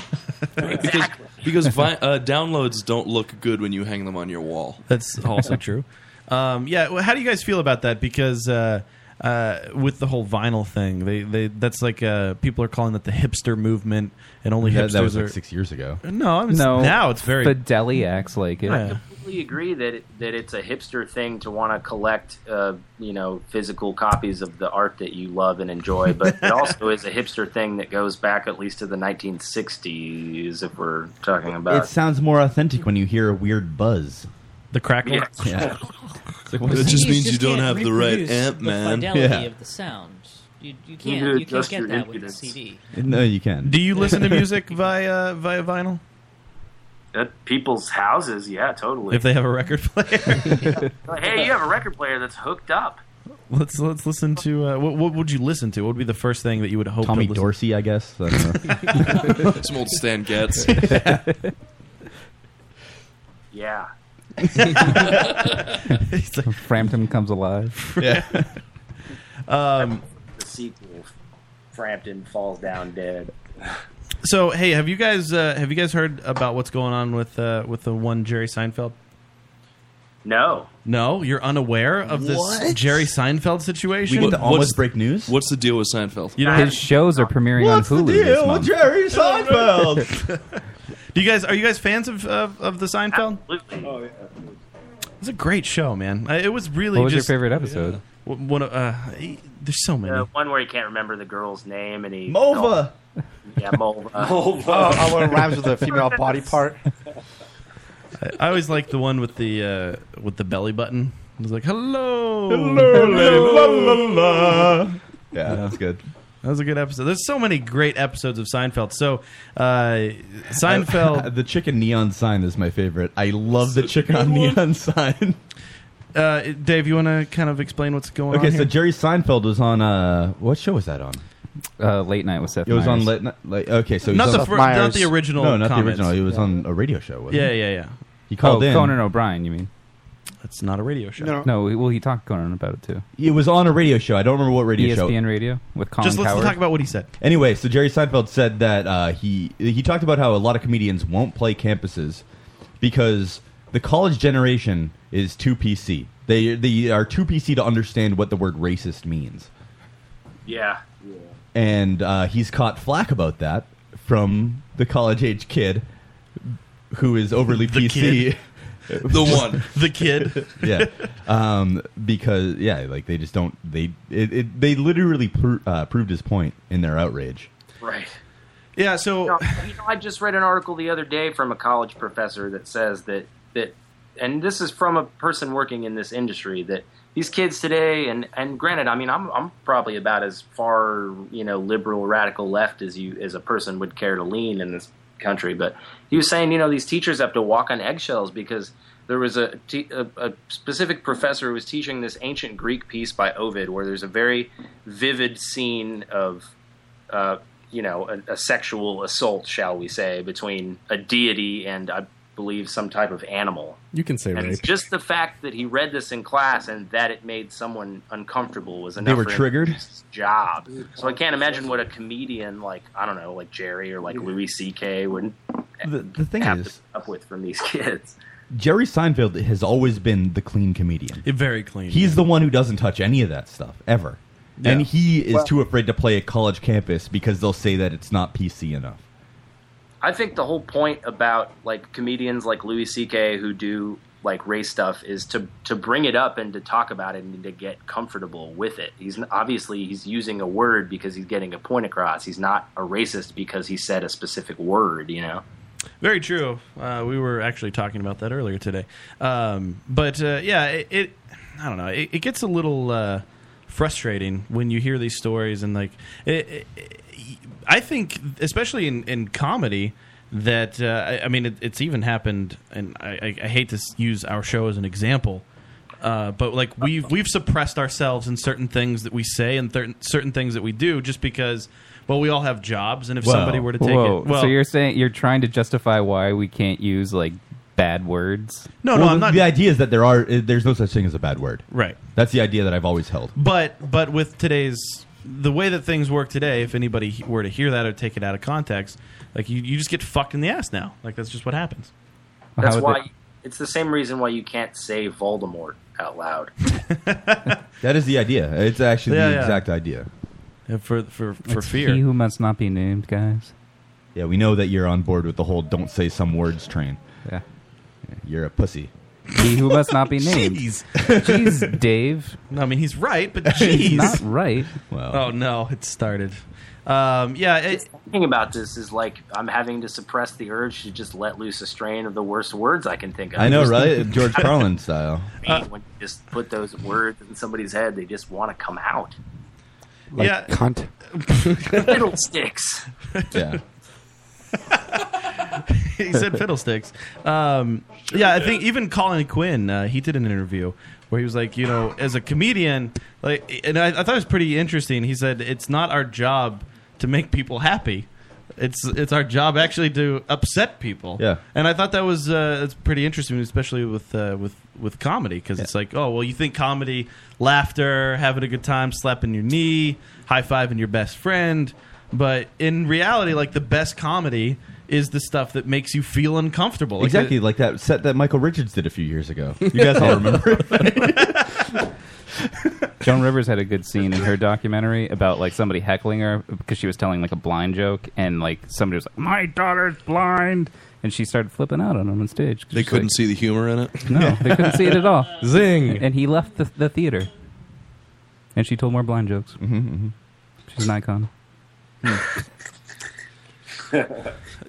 [SPEAKER 12] Because vi- uh, downloads don't look good when you hang them on your wall.
[SPEAKER 3] That's also true. Um, yeah. Well, how do you guys feel about that? Because uh, uh, with the whole vinyl thing, they, they that's like uh, people are calling that the hipster movement, and only
[SPEAKER 10] That-
[SPEAKER 3] hipsters
[SPEAKER 10] that was like
[SPEAKER 3] are-
[SPEAKER 10] six years ago.
[SPEAKER 3] No, I'm
[SPEAKER 7] No,
[SPEAKER 3] now it's very
[SPEAKER 7] Fidelity acts like it.
[SPEAKER 3] Yeah.
[SPEAKER 21] completely agree that it, that it's a hipster thing to want to collect, uh, you know, physical copies of the art that you love and enjoy. But it also is a hipster thing that goes back at least to the 1960s, if we're talking about.
[SPEAKER 10] It sounds more authentic when you hear a weird buzz.
[SPEAKER 3] The crackle?
[SPEAKER 21] Yeah.
[SPEAKER 10] It's like, what
[SPEAKER 12] That
[SPEAKER 10] is
[SPEAKER 12] just
[SPEAKER 10] this?
[SPEAKER 12] means you don't have the right
[SPEAKER 11] reproduce
[SPEAKER 12] amp,
[SPEAKER 11] the
[SPEAKER 12] man.
[SPEAKER 11] Fidelity of the sound. You, you can't. You can't get that with the CD.
[SPEAKER 10] No, you can.
[SPEAKER 3] Do you listen to music via via vinyl
[SPEAKER 21] At uh, people's houses, yeah, totally.
[SPEAKER 3] if they have a record player?
[SPEAKER 21] Like, hey, you have a record player that's hooked up.
[SPEAKER 3] let's let's listen to uh, what, what would you listen to? What would be the first thing that you would hope
[SPEAKER 10] Tommy
[SPEAKER 3] to listen
[SPEAKER 10] Dorsey, I guess.
[SPEAKER 12] Some old Stan Getz.
[SPEAKER 21] Yeah.
[SPEAKER 7] Frampton comes alive.
[SPEAKER 3] um,
[SPEAKER 21] the sequel, Frampton falls down dead.
[SPEAKER 3] So hey, have you guys uh, have you guys heard about what's going on with uh, with the one Jerry Seinfeld?
[SPEAKER 21] No.
[SPEAKER 3] No, you're unaware of this
[SPEAKER 21] What?
[SPEAKER 3] Jerry Seinfeld situation.
[SPEAKER 12] We get to What- almost what's- break
[SPEAKER 10] news.
[SPEAKER 12] What's the deal with Seinfeld?
[SPEAKER 3] You know-
[SPEAKER 7] His shows are premiering on Hulu this month.
[SPEAKER 10] Jerry
[SPEAKER 3] Seinfeld? Do you guys are you guys fans of of, of the Seinfeld?
[SPEAKER 21] Absolutely.
[SPEAKER 23] Oh, yeah.
[SPEAKER 3] It's a great show, man. I- It was really
[SPEAKER 7] What was your
[SPEAKER 3] just-
[SPEAKER 7] favorite episode?
[SPEAKER 3] W- One of, uh, e- there's so many.
[SPEAKER 21] The one where he can't remember the girl's name and he
[SPEAKER 10] Mova.
[SPEAKER 21] Yeah, Mova.
[SPEAKER 24] Oh, oh, what rhymes with a female body part?
[SPEAKER 3] I, I always like the one with the uh, with the belly button. It was like hello,
[SPEAKER 10] Hello, lady, la, la, la. Yeah, that's good.
[SPEAKER 3] That was a good episode. There's so many great episodes of Seinfeld. So uh, Seinfeld,
[SPEAKER 10] the chicken neon sign is my favorite. I love the chicken on neon sign.
[SPEAKER 3] uh, Dave, you want to kind of explain what's going on?
[SPEAKER 10] Okay, so
[SPEAKER 3] here?
[SPEAKER 10] Jerry Seinfeld was on uh, what show was that on?
[SPEAKER 7] Uh, late night with Seth.
[SPEAKER 10] It was on
[SPEAKER 7] Meyers.
[SPEAKER 10] late night. Like, okay, so he
[SPEAKER 7] Not
[SPEAKER 10] was
[SPEAKER 7] the
[SPEAKER 10] on-
[SPEAKER 7] fir- not Myers. the original
[SPEAKER 10] No, not
[SPEAKER 7] comments.
[SPEAKER 10] the original. He was
[SPEAKER 7] Yeah.
[SPEAKER 10] on a radio show. Wasn't
[SPEAKER 7] Yeah,
[SPEAKER 10] he?
[SPEAKER 7] yeah, yeah.
[SPEAKER 10] He called
[SPEAKER 7] Oh,
[SPEAKER 10] in.
[SPEAKER 7] Conan O'Brien. You mean?
[SPEAKER 3] That's not a radio show.
[SPEAKER 7] No.
[SPEAKER 3] No.
[SPEAKER 7] well, he talked to Conan about it too.
[SPEAKER 10] It was on a radio show. I don't remember what radio show.
[SPEAKER 7] ESPN Radio with Colin
[SPEAKER 3] Just let's
[SPEAKER 7] Coward.
[SPEAKER 3] talk about what he said.
[SPEAKER 10] Anyway, so Jerry Seinfeld said that uh, he he talked about how a lot of comedians won't play campuses because the college generation is too PC. They they are too PC to understand what the word racist means,
[SPEAKER 21] Yeah.
[SPEAKER 10] and uh, he's caught flack about that from the college age kid who is overly PC.
[SPEAKER 12] The one.
[SPEAKER 3] The kid.
[SPEAKER 10] yeah, um, because yeah, like they just don't they it, it, they literally pro- uh, proved his point in their outrage.
[SPEAKER 21] Right.
[SPEAKER 3] Yeah, so
[SPEAKER 21] you know, you know, I just read an article the other day from a college professor that says that that and this is from a person working in this industry that these kids today and and granted, I mean, I'm I'm probably about as far, you know, liberal radical left as you as a person would care to lean in this country, but he was saying, you know, these teachers have to walk on eggshells because there was a, te- a, a specific professor who was teaching this ancient Greek piece by Ovid, where there's a very vivid scene of uh, you know, a, a sexual assault, shall we say, between a deity and I believe some type of animal.
[SPEAKER 8] You can say
[SPEAKER 21] And
[SPEAKER 8] rape.
[SPEAKER 21] it's just the fact that he read this in class and that it made someone uncomfortable was enough.
[SPEAKER 10] They were
[SPEAKER 21] for him
[SPEAKER 10] triggered.
[SPEAKER 21] job. So I can't imagine what a comedian like I don't know, like Jerry or like Louis C.K. would
[SPEAKER 10] The, the thing
[SPEAKER 21] have
[SPEAKER 10] is,
[SPEAKER 21] to put up with from these kids.
[SPEAKER 10] Jerry Seinfeld has always been the clean comedian.
[SPEAKER 3] Very clean.
[SPEAKER 10] He's the one who doesn't touch any of that stuff ever.
[SPEAKER 3] Yeah.
[SPEAKER 10] And he is
[SPEAKER 21] Well-
[SPEAKER 10] too afraid to play a college campus because they'll say that it's not PC enough.
[SPEAKER 21] I think the whole point about like comedians like Louis C.K. who do like race stuff is to to bring it up and to talk about it and to get comfortable with it. He's n- obviously he's using a word because he's getting a point across. He's not a racist because he said a specific word. You know.
[SPEAKER 3] Very true. Uh, we were actually talking about that earlier today. Um, but uh, yeah, it, it. I don't know. It, it gets a little uh, frustrating when you hear these stories and like. It, it, I think, especially in in comedy, that uh, I, I mean it, it's even happened, and I, I, I hate to s- use our show as an example, uh, but like we've we've suppressed ourselves in certain things that we say and certain certain things that we do just because well we all have jobs, and if somebody were to take
[SPEAKER 7] Whoa.
[SPEAKER 3] it, well,
[SPEAKER 7] so you're saying you're trying to justify why we can't use like bad words?
[SPEAKER 3] No, no,
[SPEAKER 10] Well,
[SPEAKER 3] I'm not-
[SPEAKER 10] The idea is that there are uh, there's no such thing as a bad word.
[SPEAKER 3] Right.
[SPEAKER 10] That's the idea that I've always held.
[SPEAKER 3] But but with today's the way that things work today, if anybody he- were to hear that or take it out of context, like you, you just get fucked in the ass now. Like that's just what happens.
[SPEAKER 21] That's why it's the same reason why you can't say Voldemort out loud.
[SPEAKER 10] That is the idea. It's actually
[SPEAKER 3] Yeah,
[SPEAKER 10] the
[SPEAKER 3] yeah.
[SPEAKER 10] exact idea.
[SPEAKER 3] for for for
[SPEAKER 7] It's
[SPEAKER 3] fear.
[SPEAKER 7] He who must not be named, guys.
[SPEAKER 10] Yeah, we know that you're on board with the whole "don't say some words" train.
[SPEAKER 7] Yeah,
[SPEAKER 10] you're a pussy.
[SPEAKER 7] He who must not be named.
[SPEAKER 3] Jeez.
[SPEAKER 7] Jeez, Dave.
[SPEAKER 3] No, I mean he's right, but
[SPEAKER 7] He's
[SPEAKER 3] jeez,
[SPEAKER 7] not right.
[SPEAKER 10] Well.
[SPEAKER 3] Oh no, it started. Um, yeah,
[SPEAKER 21] thinking about this is like I'm having to suppress the urge to just let loose a strain of the worst words I can think of.
[SPEAKER 10] I know, right? George Carlin style.
[SPEAKER 21] I mean, when you just put those words in somebody's head, they just want to come out.
[SPEAKER 3] Like Yeah.
[SPEAKER 9] cunt.
[SPEAKER 21] Fiddlesticks.
[SPEAKER 10] Yeah.
[SPEAKER 3] he said fiddlesticks. Um, yeah, I think even Colin Quinn, uh, he did an interview where he was like, you know, as a comedian, like, and I, I thought it was pretty interesting. He said it's not our job to make people happy. It's it's our job actually to upset people.
[SPEAKER 10] Yeah.
[SPEAKER 3] and I thought that was uh, it's pretty interesting, especially with uh, with with comedy, because it's like, oh well, you think comedy, laughter, having a good time, slapping your knee, high fiving your best friend, but in reality, like the best comedy is the stuff that makes you feel uncomfortable. Like
[SPEAKER 10] exactly
[SPEAKER 3] the-
[SPEAKER 10] like that set that Michael Richards did a few years ago. You guys all remember?
[SPEAKER 7] Joan Rivers had a good scene in her documentary about like somebody heckling her because she was telling like a blind joke and like somebody was like, "My daughter's blind," and she started flipping out on him on stage.
[SPEAKER 12] They couldn't see the humor in it.
[SPEAKER 7] No, they couldn't see it at all. Zing! And he left the, the theater. And she told more blind jokes. Mm-hmm, She's an icon.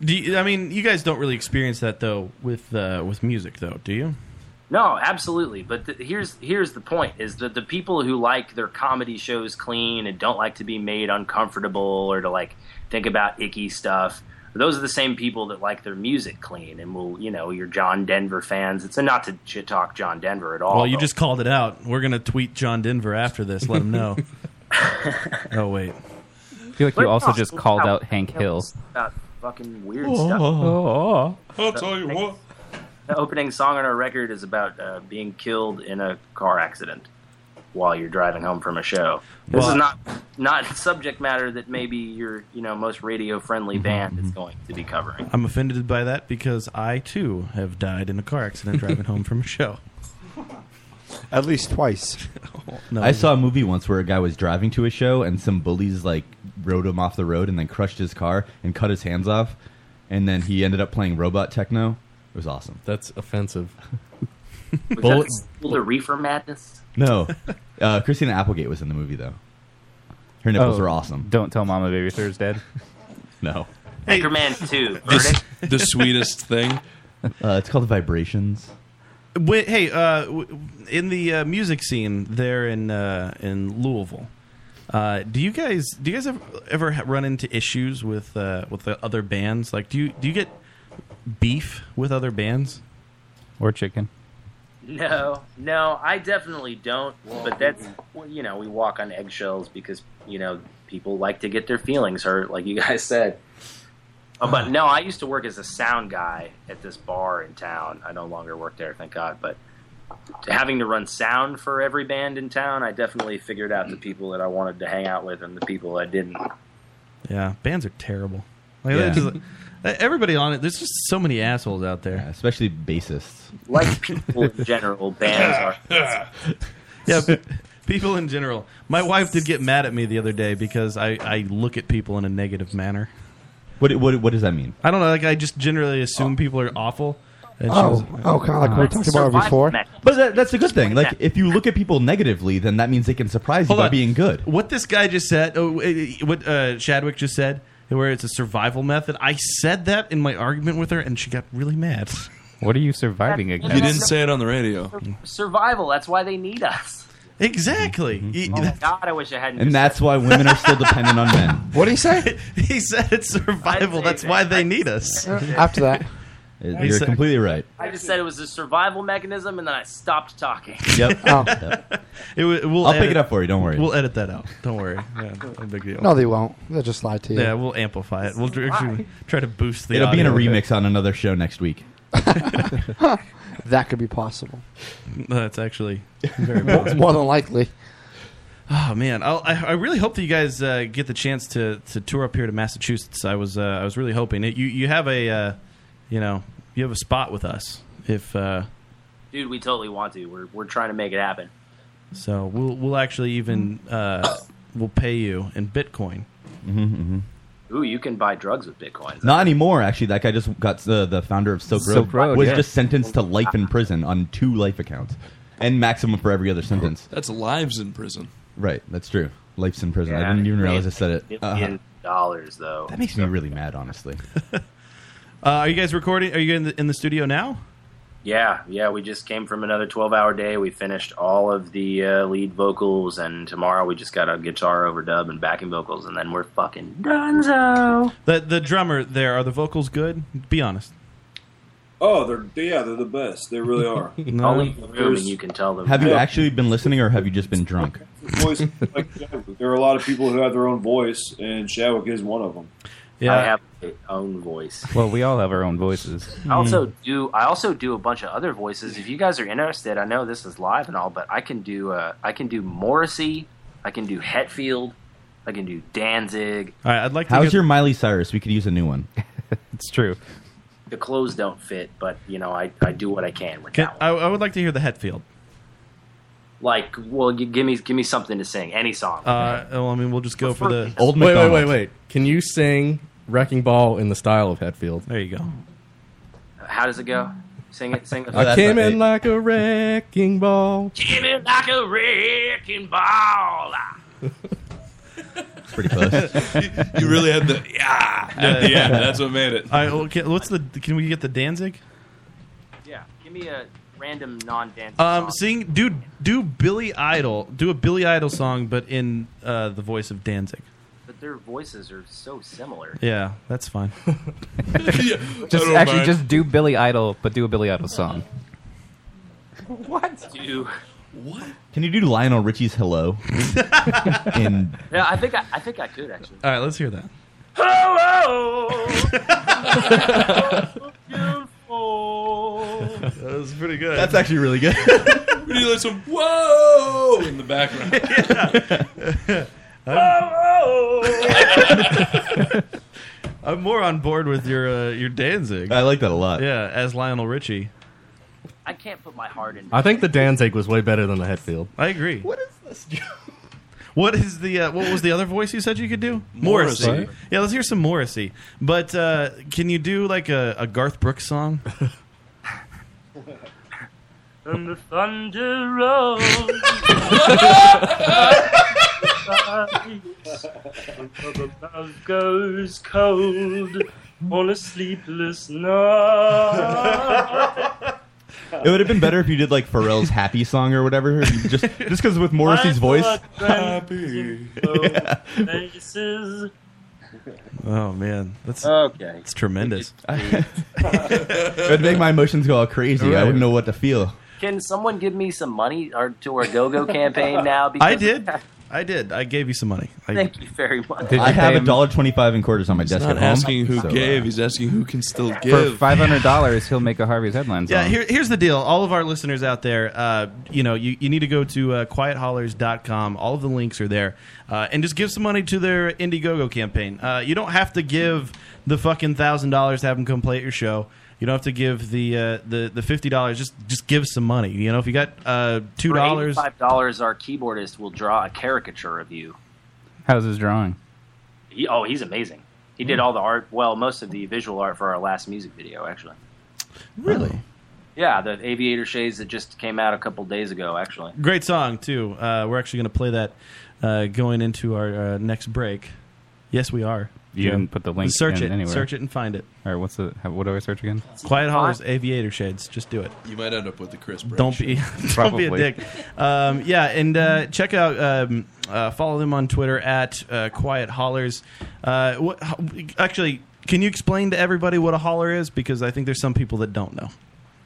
[SPEAKER 3] Do you, I mean, you guys don't really experience that though with uh, with music, though, do you?
[SPEAKER 21] No, absolutely. But th- here's here's the point: is that the people who like their comedy shows clean and don't like to be made uncomfortable or to like think about icky stuff. Those are the same people that like their music clean and will, you know, your John Denver fans. It's not to shit talk John Denver at all.
[SPEAKER 3] well, you
[SPEAKER 21] though.
[SPEAKER 3] just called it out. We're gonna tweet John Denver after this. Let him know. oh wait,
[SPEAKER 7] I feel like you also just called out Hank Hill.
[SPEAKER 21] about fucking weird
[SPEAKER 7] Oh,
[SPEAKER 21] stuff.
[SPEAKER 7] oh,
[SPEAKER 21] I'll tell you what. The opening song on our record is about uh, being killed in a car accident while you're driving home from a show. This
[SPEAKER 3] Well,
[SPEAKER 21] is not not subject matter that maybe your you know most radio friendly band
[SPEAKER 7] Mm-hmm.
[SPEAKER 21] is going to be covering.
[SPEAKER 3] I'm offended by that because I too have died in a car accident driving home from a show.
[SPEAKER 9] At least twice.
[SPEAKER 12] Oh,
[SPEAKER 3] No.
[SPEAKER 10] I saw a movie once where a guy was driving to a show and some bullies like rode him off the road and then crushed his car and cut his hands off, and then he ended up playing robot techno. It was awesome.
[SPEAKER 8] That's offensive.
[SPEAKER 21] Was
[SPEAKER 10] Bullet-
[SPEAKER 21] that the, the reefer madness?
[SPEAKER 10] No, uh, Christina Applegate was in the movie though. Her nipples
[SPEAKER 7] Oh,
[SPEAKER 10] were awesome.
[SPEAKER 7] Don't tell Mama Babysitter's dead.
[SPEAKER 10] no,
[SPEAKER 21] Anchorman Two.
[SPEAKER 12] The, the sweetest thing.
[SPEAKER 10] uh, it's called vibrations.
[SPEAKER 3] Wait, hey, uh, w- in the uh, music scene there in uh, in Louisville, uh, do you guys do you guys ever, ever ha- run into issues with uh, with the other bands? Like, do you do you get beef with other bands
[SPEAKER 7] or chicken?
[SPEAKER 21] No, no, I definitely don't. But that's well, you know we walk on eggshells because you know people like to get their feelings hurt, like you guys said. Uh, but no, I used to work as a sound guy at this bar in town. I no longer work there, thank God. But having to run sound for every band in town, I definitely figured out the people that I wanted to hang out with and the people I didn't.
[SPEAKER 3] Yeah, bands are terrible. Like,
[SPEAKER 10] Yeah.
[SPEAKER 3] just- everybody on it, there's just so many assholes out there,
[SPEAKER 10] especially bassists.
[SPEAKER 21] Like people in general, bands are.
[SPEAKER 3] Yeah, p- people in general. My wife did get mad at me the other day because I, I look at people in a negative manner.
[SPEAKER 10] What what what does that mean?
[SPEAKER 3] I don't know. Like I just generally assume people are awful. And she
[SPEAKER 10] Oh.
[SPEAKER 3] was-
[SPEAKER 10] Oh, kinda like we talked about before. But that, that's a good thing. Like if you look at people negatively, then that means they can surprise you by
[SPEAKER 3] on.
[SPEAKER 10] being good.
[SPEAKER 3] What this guy just said, oh, eh, eh, what uh, Shadwick just said, where it's a survival method. I said that in my argument with her, and she got really mad.
[SPEAKER 7] What are you surviving
[SPEAKER 21] against? You didn't say
[SPEAKER 12] it on the radio.
[SPEAKER 21] Survival. That's why they need us.
[SPEAKER 3] Exactly.
[SPEAKER 10] Mm-hmm.
[SPEAKER 3] He-
[SPEAKER 21] Oh God, I wish I hadn't.
[SPEAKER 10] And that's why women are still dependent on men.
[SPEAKER 3] What did he say? he said it's survival. That's why they need us.
[SPEAKER 9] After that.
[SPEAKER 10] Uh, You're completely right.
[SPEAKER 21] I just said it was a survival mechanism, and then I stopped talking.
[SPEAKER 10] Yep.
[SPEAKER 3] Oh. It, wa- we'll
[SPEAKER 10] Oh. I'll pick
[SPEAKER 3] edit-
[SPEAKER 10] it up for you, don't worry.
[SPEAKER 3] We'll edit that out. Don't worry. Yeah, no big deal.
[SPEAKER 9] No, they won't. They'll just lie to you.
[SPEAKER 3] Yeah, we'll amplify it. We'll dr- actually try to boost the.
[SPEAKER 10] It'll be in a
[SPEAKER 3] audio bit.
[SPEAKER 10] remix on another show next week.
[SPEAKER 9] that could be possible.
[SPEAKER 3] That's actually very
[SPEAKER 9] More-
[SPEAKER 3] possible.
[SPEAKER 9] more than likely.
[SPEAKER 3] Oh man, I'll, I I really hope that you guys uh, get the chance to, to tour up here to Massachusetts. I was uh, I was really hoping it, you you have a uh, you know you have a spot with us if uh,
[SPEAKER 21] Dude, we totally want to. We're we're trying to make it happen.
[SPEAKER 3] so we'll we'll actually even uh, we'll pay you in Bitcoin.
[SPEAKER 10] Mm-hmm, mm-hmm.
[SPEAKER 21] Ooh, you can buy drugs with Bitcoin.
[SPEAKER 10] Not anymore, actually. That guy just got the, the founder of Silk Road,
[SPEAKER 21] Silk Road,
[SPEAKER 10] was
[SPEAKER 21] yeah.
[SPEAKER 10] just sentenced to life in prison on two life accounts and maximum for every other sentence.
[SPEAKER 12] That's lives in prison.
[SPEAKER 10] Right, that's true. Life's in prison. I didn't even realize I said it. Uh-huh.
[SPEAKER 21] Million dollars though.
[SPEAKER 10] That makes me really mad, honestly.
[SPEAKER 3] Uh, are you guys recording? Are you in the, in the studio now?
[SPEAKER 21] Yeah, yeah. We just came from another twelve-hour day. We finished all of the uh, lead vocals, and tomorrow we just got a guitar overdub and backing vocals, and then we're fucking Dunzo.
[SPEAKER 3] The the drummer there are the vocals good? Be honest.
[SPEAKER 25] Oh, they're yeah, they're the best. They really are.
[SPEAKER 3] No.
[SPEAKER 21] I'll leave the room, and you can tell them.
[SPEAKER 10] Have you
[SPEAKER 25] Yeah.
[SPEAKER 10] actually been listening or have you just been drunk?
[SPEAKER 25] voice, like, Shadwick. there are a lot of people who have their own voice, and Shadwick is one of them.
[SPEAKER 7] Yeah.
[SPEAKER 21] I have my own voice.
[SPEAKER 7] Well, we all have our own voices. Mm.
[SPEAKER 21] I also
[SPEAKER 3] Hmm.
[SPEAKER 21] do. I also do a bunch of other voices. If you guys are interested, I know this is live and all, but I can do. Uh, I can do Morrissey. I can do Hetfield. I can do Danzig.
[SPEAKER 3] All right, I'd like
[SPEAKER 10] How's your Miley Cyrus? We could use a new one.
[SPEAKER 7] it's true.
[SPEAKER 21] The clothes don't fit, but you know, I, I do what I can. with-
[SPEAKER 3] Can, I, I would like to hear the Hetfield.
[SPEAKER 21] Like, well, you, give me give me something to sing. Any song.
[SPEAKER 3] Uh, well, I mean, we'll just go for the
[SPEAKER 8] wait, wait, wait, wait. Can you sing "Wrecking Ball" in the style of Hetfield?
[SPEAKER 3] There you go.
[SPEAKER 21] How does it go? Sing it. Sing it.
[SPEAKER 10] Oh,
[SPEAKER 8] I came in like a wrecking ball.
[SPEAKER 21] Came in like a wrecking ball.
[SPEAKER 10] Pretty close.
[SPEAKER 12] you really had the yeah at the end. That's what made it.
[SPEAKER 3] All right, well, can, what's the? Can we get the Danzig?
[SPEAKER 21] Yeah. Give me a random non-Danzig.
[SPEAKER 3] Um, sing, do do Billy Idol, do a Billy Idol song, but in uh, the voice of Danzig.
[SPEAKER 21] But their voices are so similar.
[SPEAKER 3] Yeah, that's fine.
[SPEAKER 7] Just actually, just do Billy Idol, but do a Billy Idol song.
[SPEAKER 21] What? Do what?
[SPEAKER 10] Can you do Lionel Richie's Hello? in,
[SPEAKER 21] Yeah, I think I, I think I could actually.
[SPEAKER 3] All right, let's hear that.
[SPEAKER 21] Hello.
[SPEAKER 3] That was pretty good.
[SPEAKER 10] That's actually really good.
[SPEAKER 12] we need like some whoa in the background.
[SPEAKER 25] Oh.
[SPEAKER 3] I'm, I'm more on board with your uh, your Danzig.
[SPEAKER 10] I like that a lot.
[SPEAKER 3] Yeah, as Lionel Richie.
[SPEAKER 21] I can't put my heart in.
[SPEAKER 8] I think the Danzig was way better than the Hetfield.
[SPEAKER 3] I agree. What
[SPEAKER 10] is this?
[SPEAKER 3] What is the uh, what was the other voice you said you could do?
[SPEAKER 8] Morrissey.
[SPEAKER 3] Yeah, let's hear some Morrissey. But uh, can you do like a, a Garth Brooks song?
[SPEAKER 19] And the thunder rolls. the love goes cold on a sleepless night.
[SPEAKER 10] It would have been better if you did like Pharrell's Happy song or whatever. Just just because with Morrissey's voice.
[SPEAKER 19] Happy.
[SPEAKER 10] Yeah.
[SPEAKER 19] Faces.
[SPEAKER 3] Oh man, that's
[SPEAKER 19] Okay.
[SPEAKER 3] It's tremendous.
[SPEAKER 10] it would make my emotions go all crazy. I
[SPEAKER 3] Right.
[SPEAKER 10] wouldn't know what to feel.
[SPEAKER 21] Can someone give me some money or to our GoGo campaign now?
[SPEAKER 3] I did. I did. I gave you some money. I,
[SPEAKER 21] Thank you very much.
[SPEAKER 10] I have a dollar twenty-five in quarters on my desk. at
[SPEAKER 3] not
[SPEAKER 10] home,
[SPEAKER 3] asking who
[SPEAKER 10] so, uh,
[SPEAKER 12] Gave. He's asking who can still
[SPEAKER 7] For
[SPEAKER 12] give.
[SPEAKER 7] five hundred dollars, he'll make a Harvey's headlines.
[SPEAKER 3] Yeah, here, here's the deal. All of our listeners out there, uh, you know, you, you need to go to uh, quiethollers.com. All of the links are there. Uh, and just give some money to their Indiegogo campaign. Uh, you don't have to give the fucking $1,000 to have them come play at your show. You don't have to give the uh, the, the $50. Just just give some money. You know, if you got uh, $2.
[SPEAKER 21] Five dollars. Our keyboardist will draw a caricature of you.
[SPEAKER 7] How's his drawing?
[SPEAKER 21] He, oh, he's amazing. He did all the art. Well, most of the visual art for our last music video, actually.
[SPEAKER 3] Really?
[SPEAKER 21] Yeah, the Aviator Shades that just came out a couple days ago, actually.
[SPEAKER 3] Great song, too. Uh, we're actually going to play that uh, going into our uh, next break. Yes, we are.
[SPEAKER 7] You
[SPEAKER 3] Yeah.
[SPEAKER 7] didn't put the link.
[SPEAKER 3] Search
[SPEAKER 7] in
[SPEAKER 3] it.
[SPEAKER 7] Anywhere.
[SPEAKER 3] Search it and find it.
[SPEAKER 7] All right. What's the? how- What do I search again?
[SPEAKER 3] Quiet Hollows Aviator Shades. Just do it.
[SPEAKER 12] You might end up with the Chris. Brett
[SPEAKER 3] Don't be,
[SPEAKER 12] show.
[SPEAKER 3] don't be a dick. Um, yeah, and uh, check out, um, uh, follow them on Twitter at uh, Quiet Hollers. Uh, what, ho- actually, can you explain to everybody what a holler is? Because I think there's some people that don't know.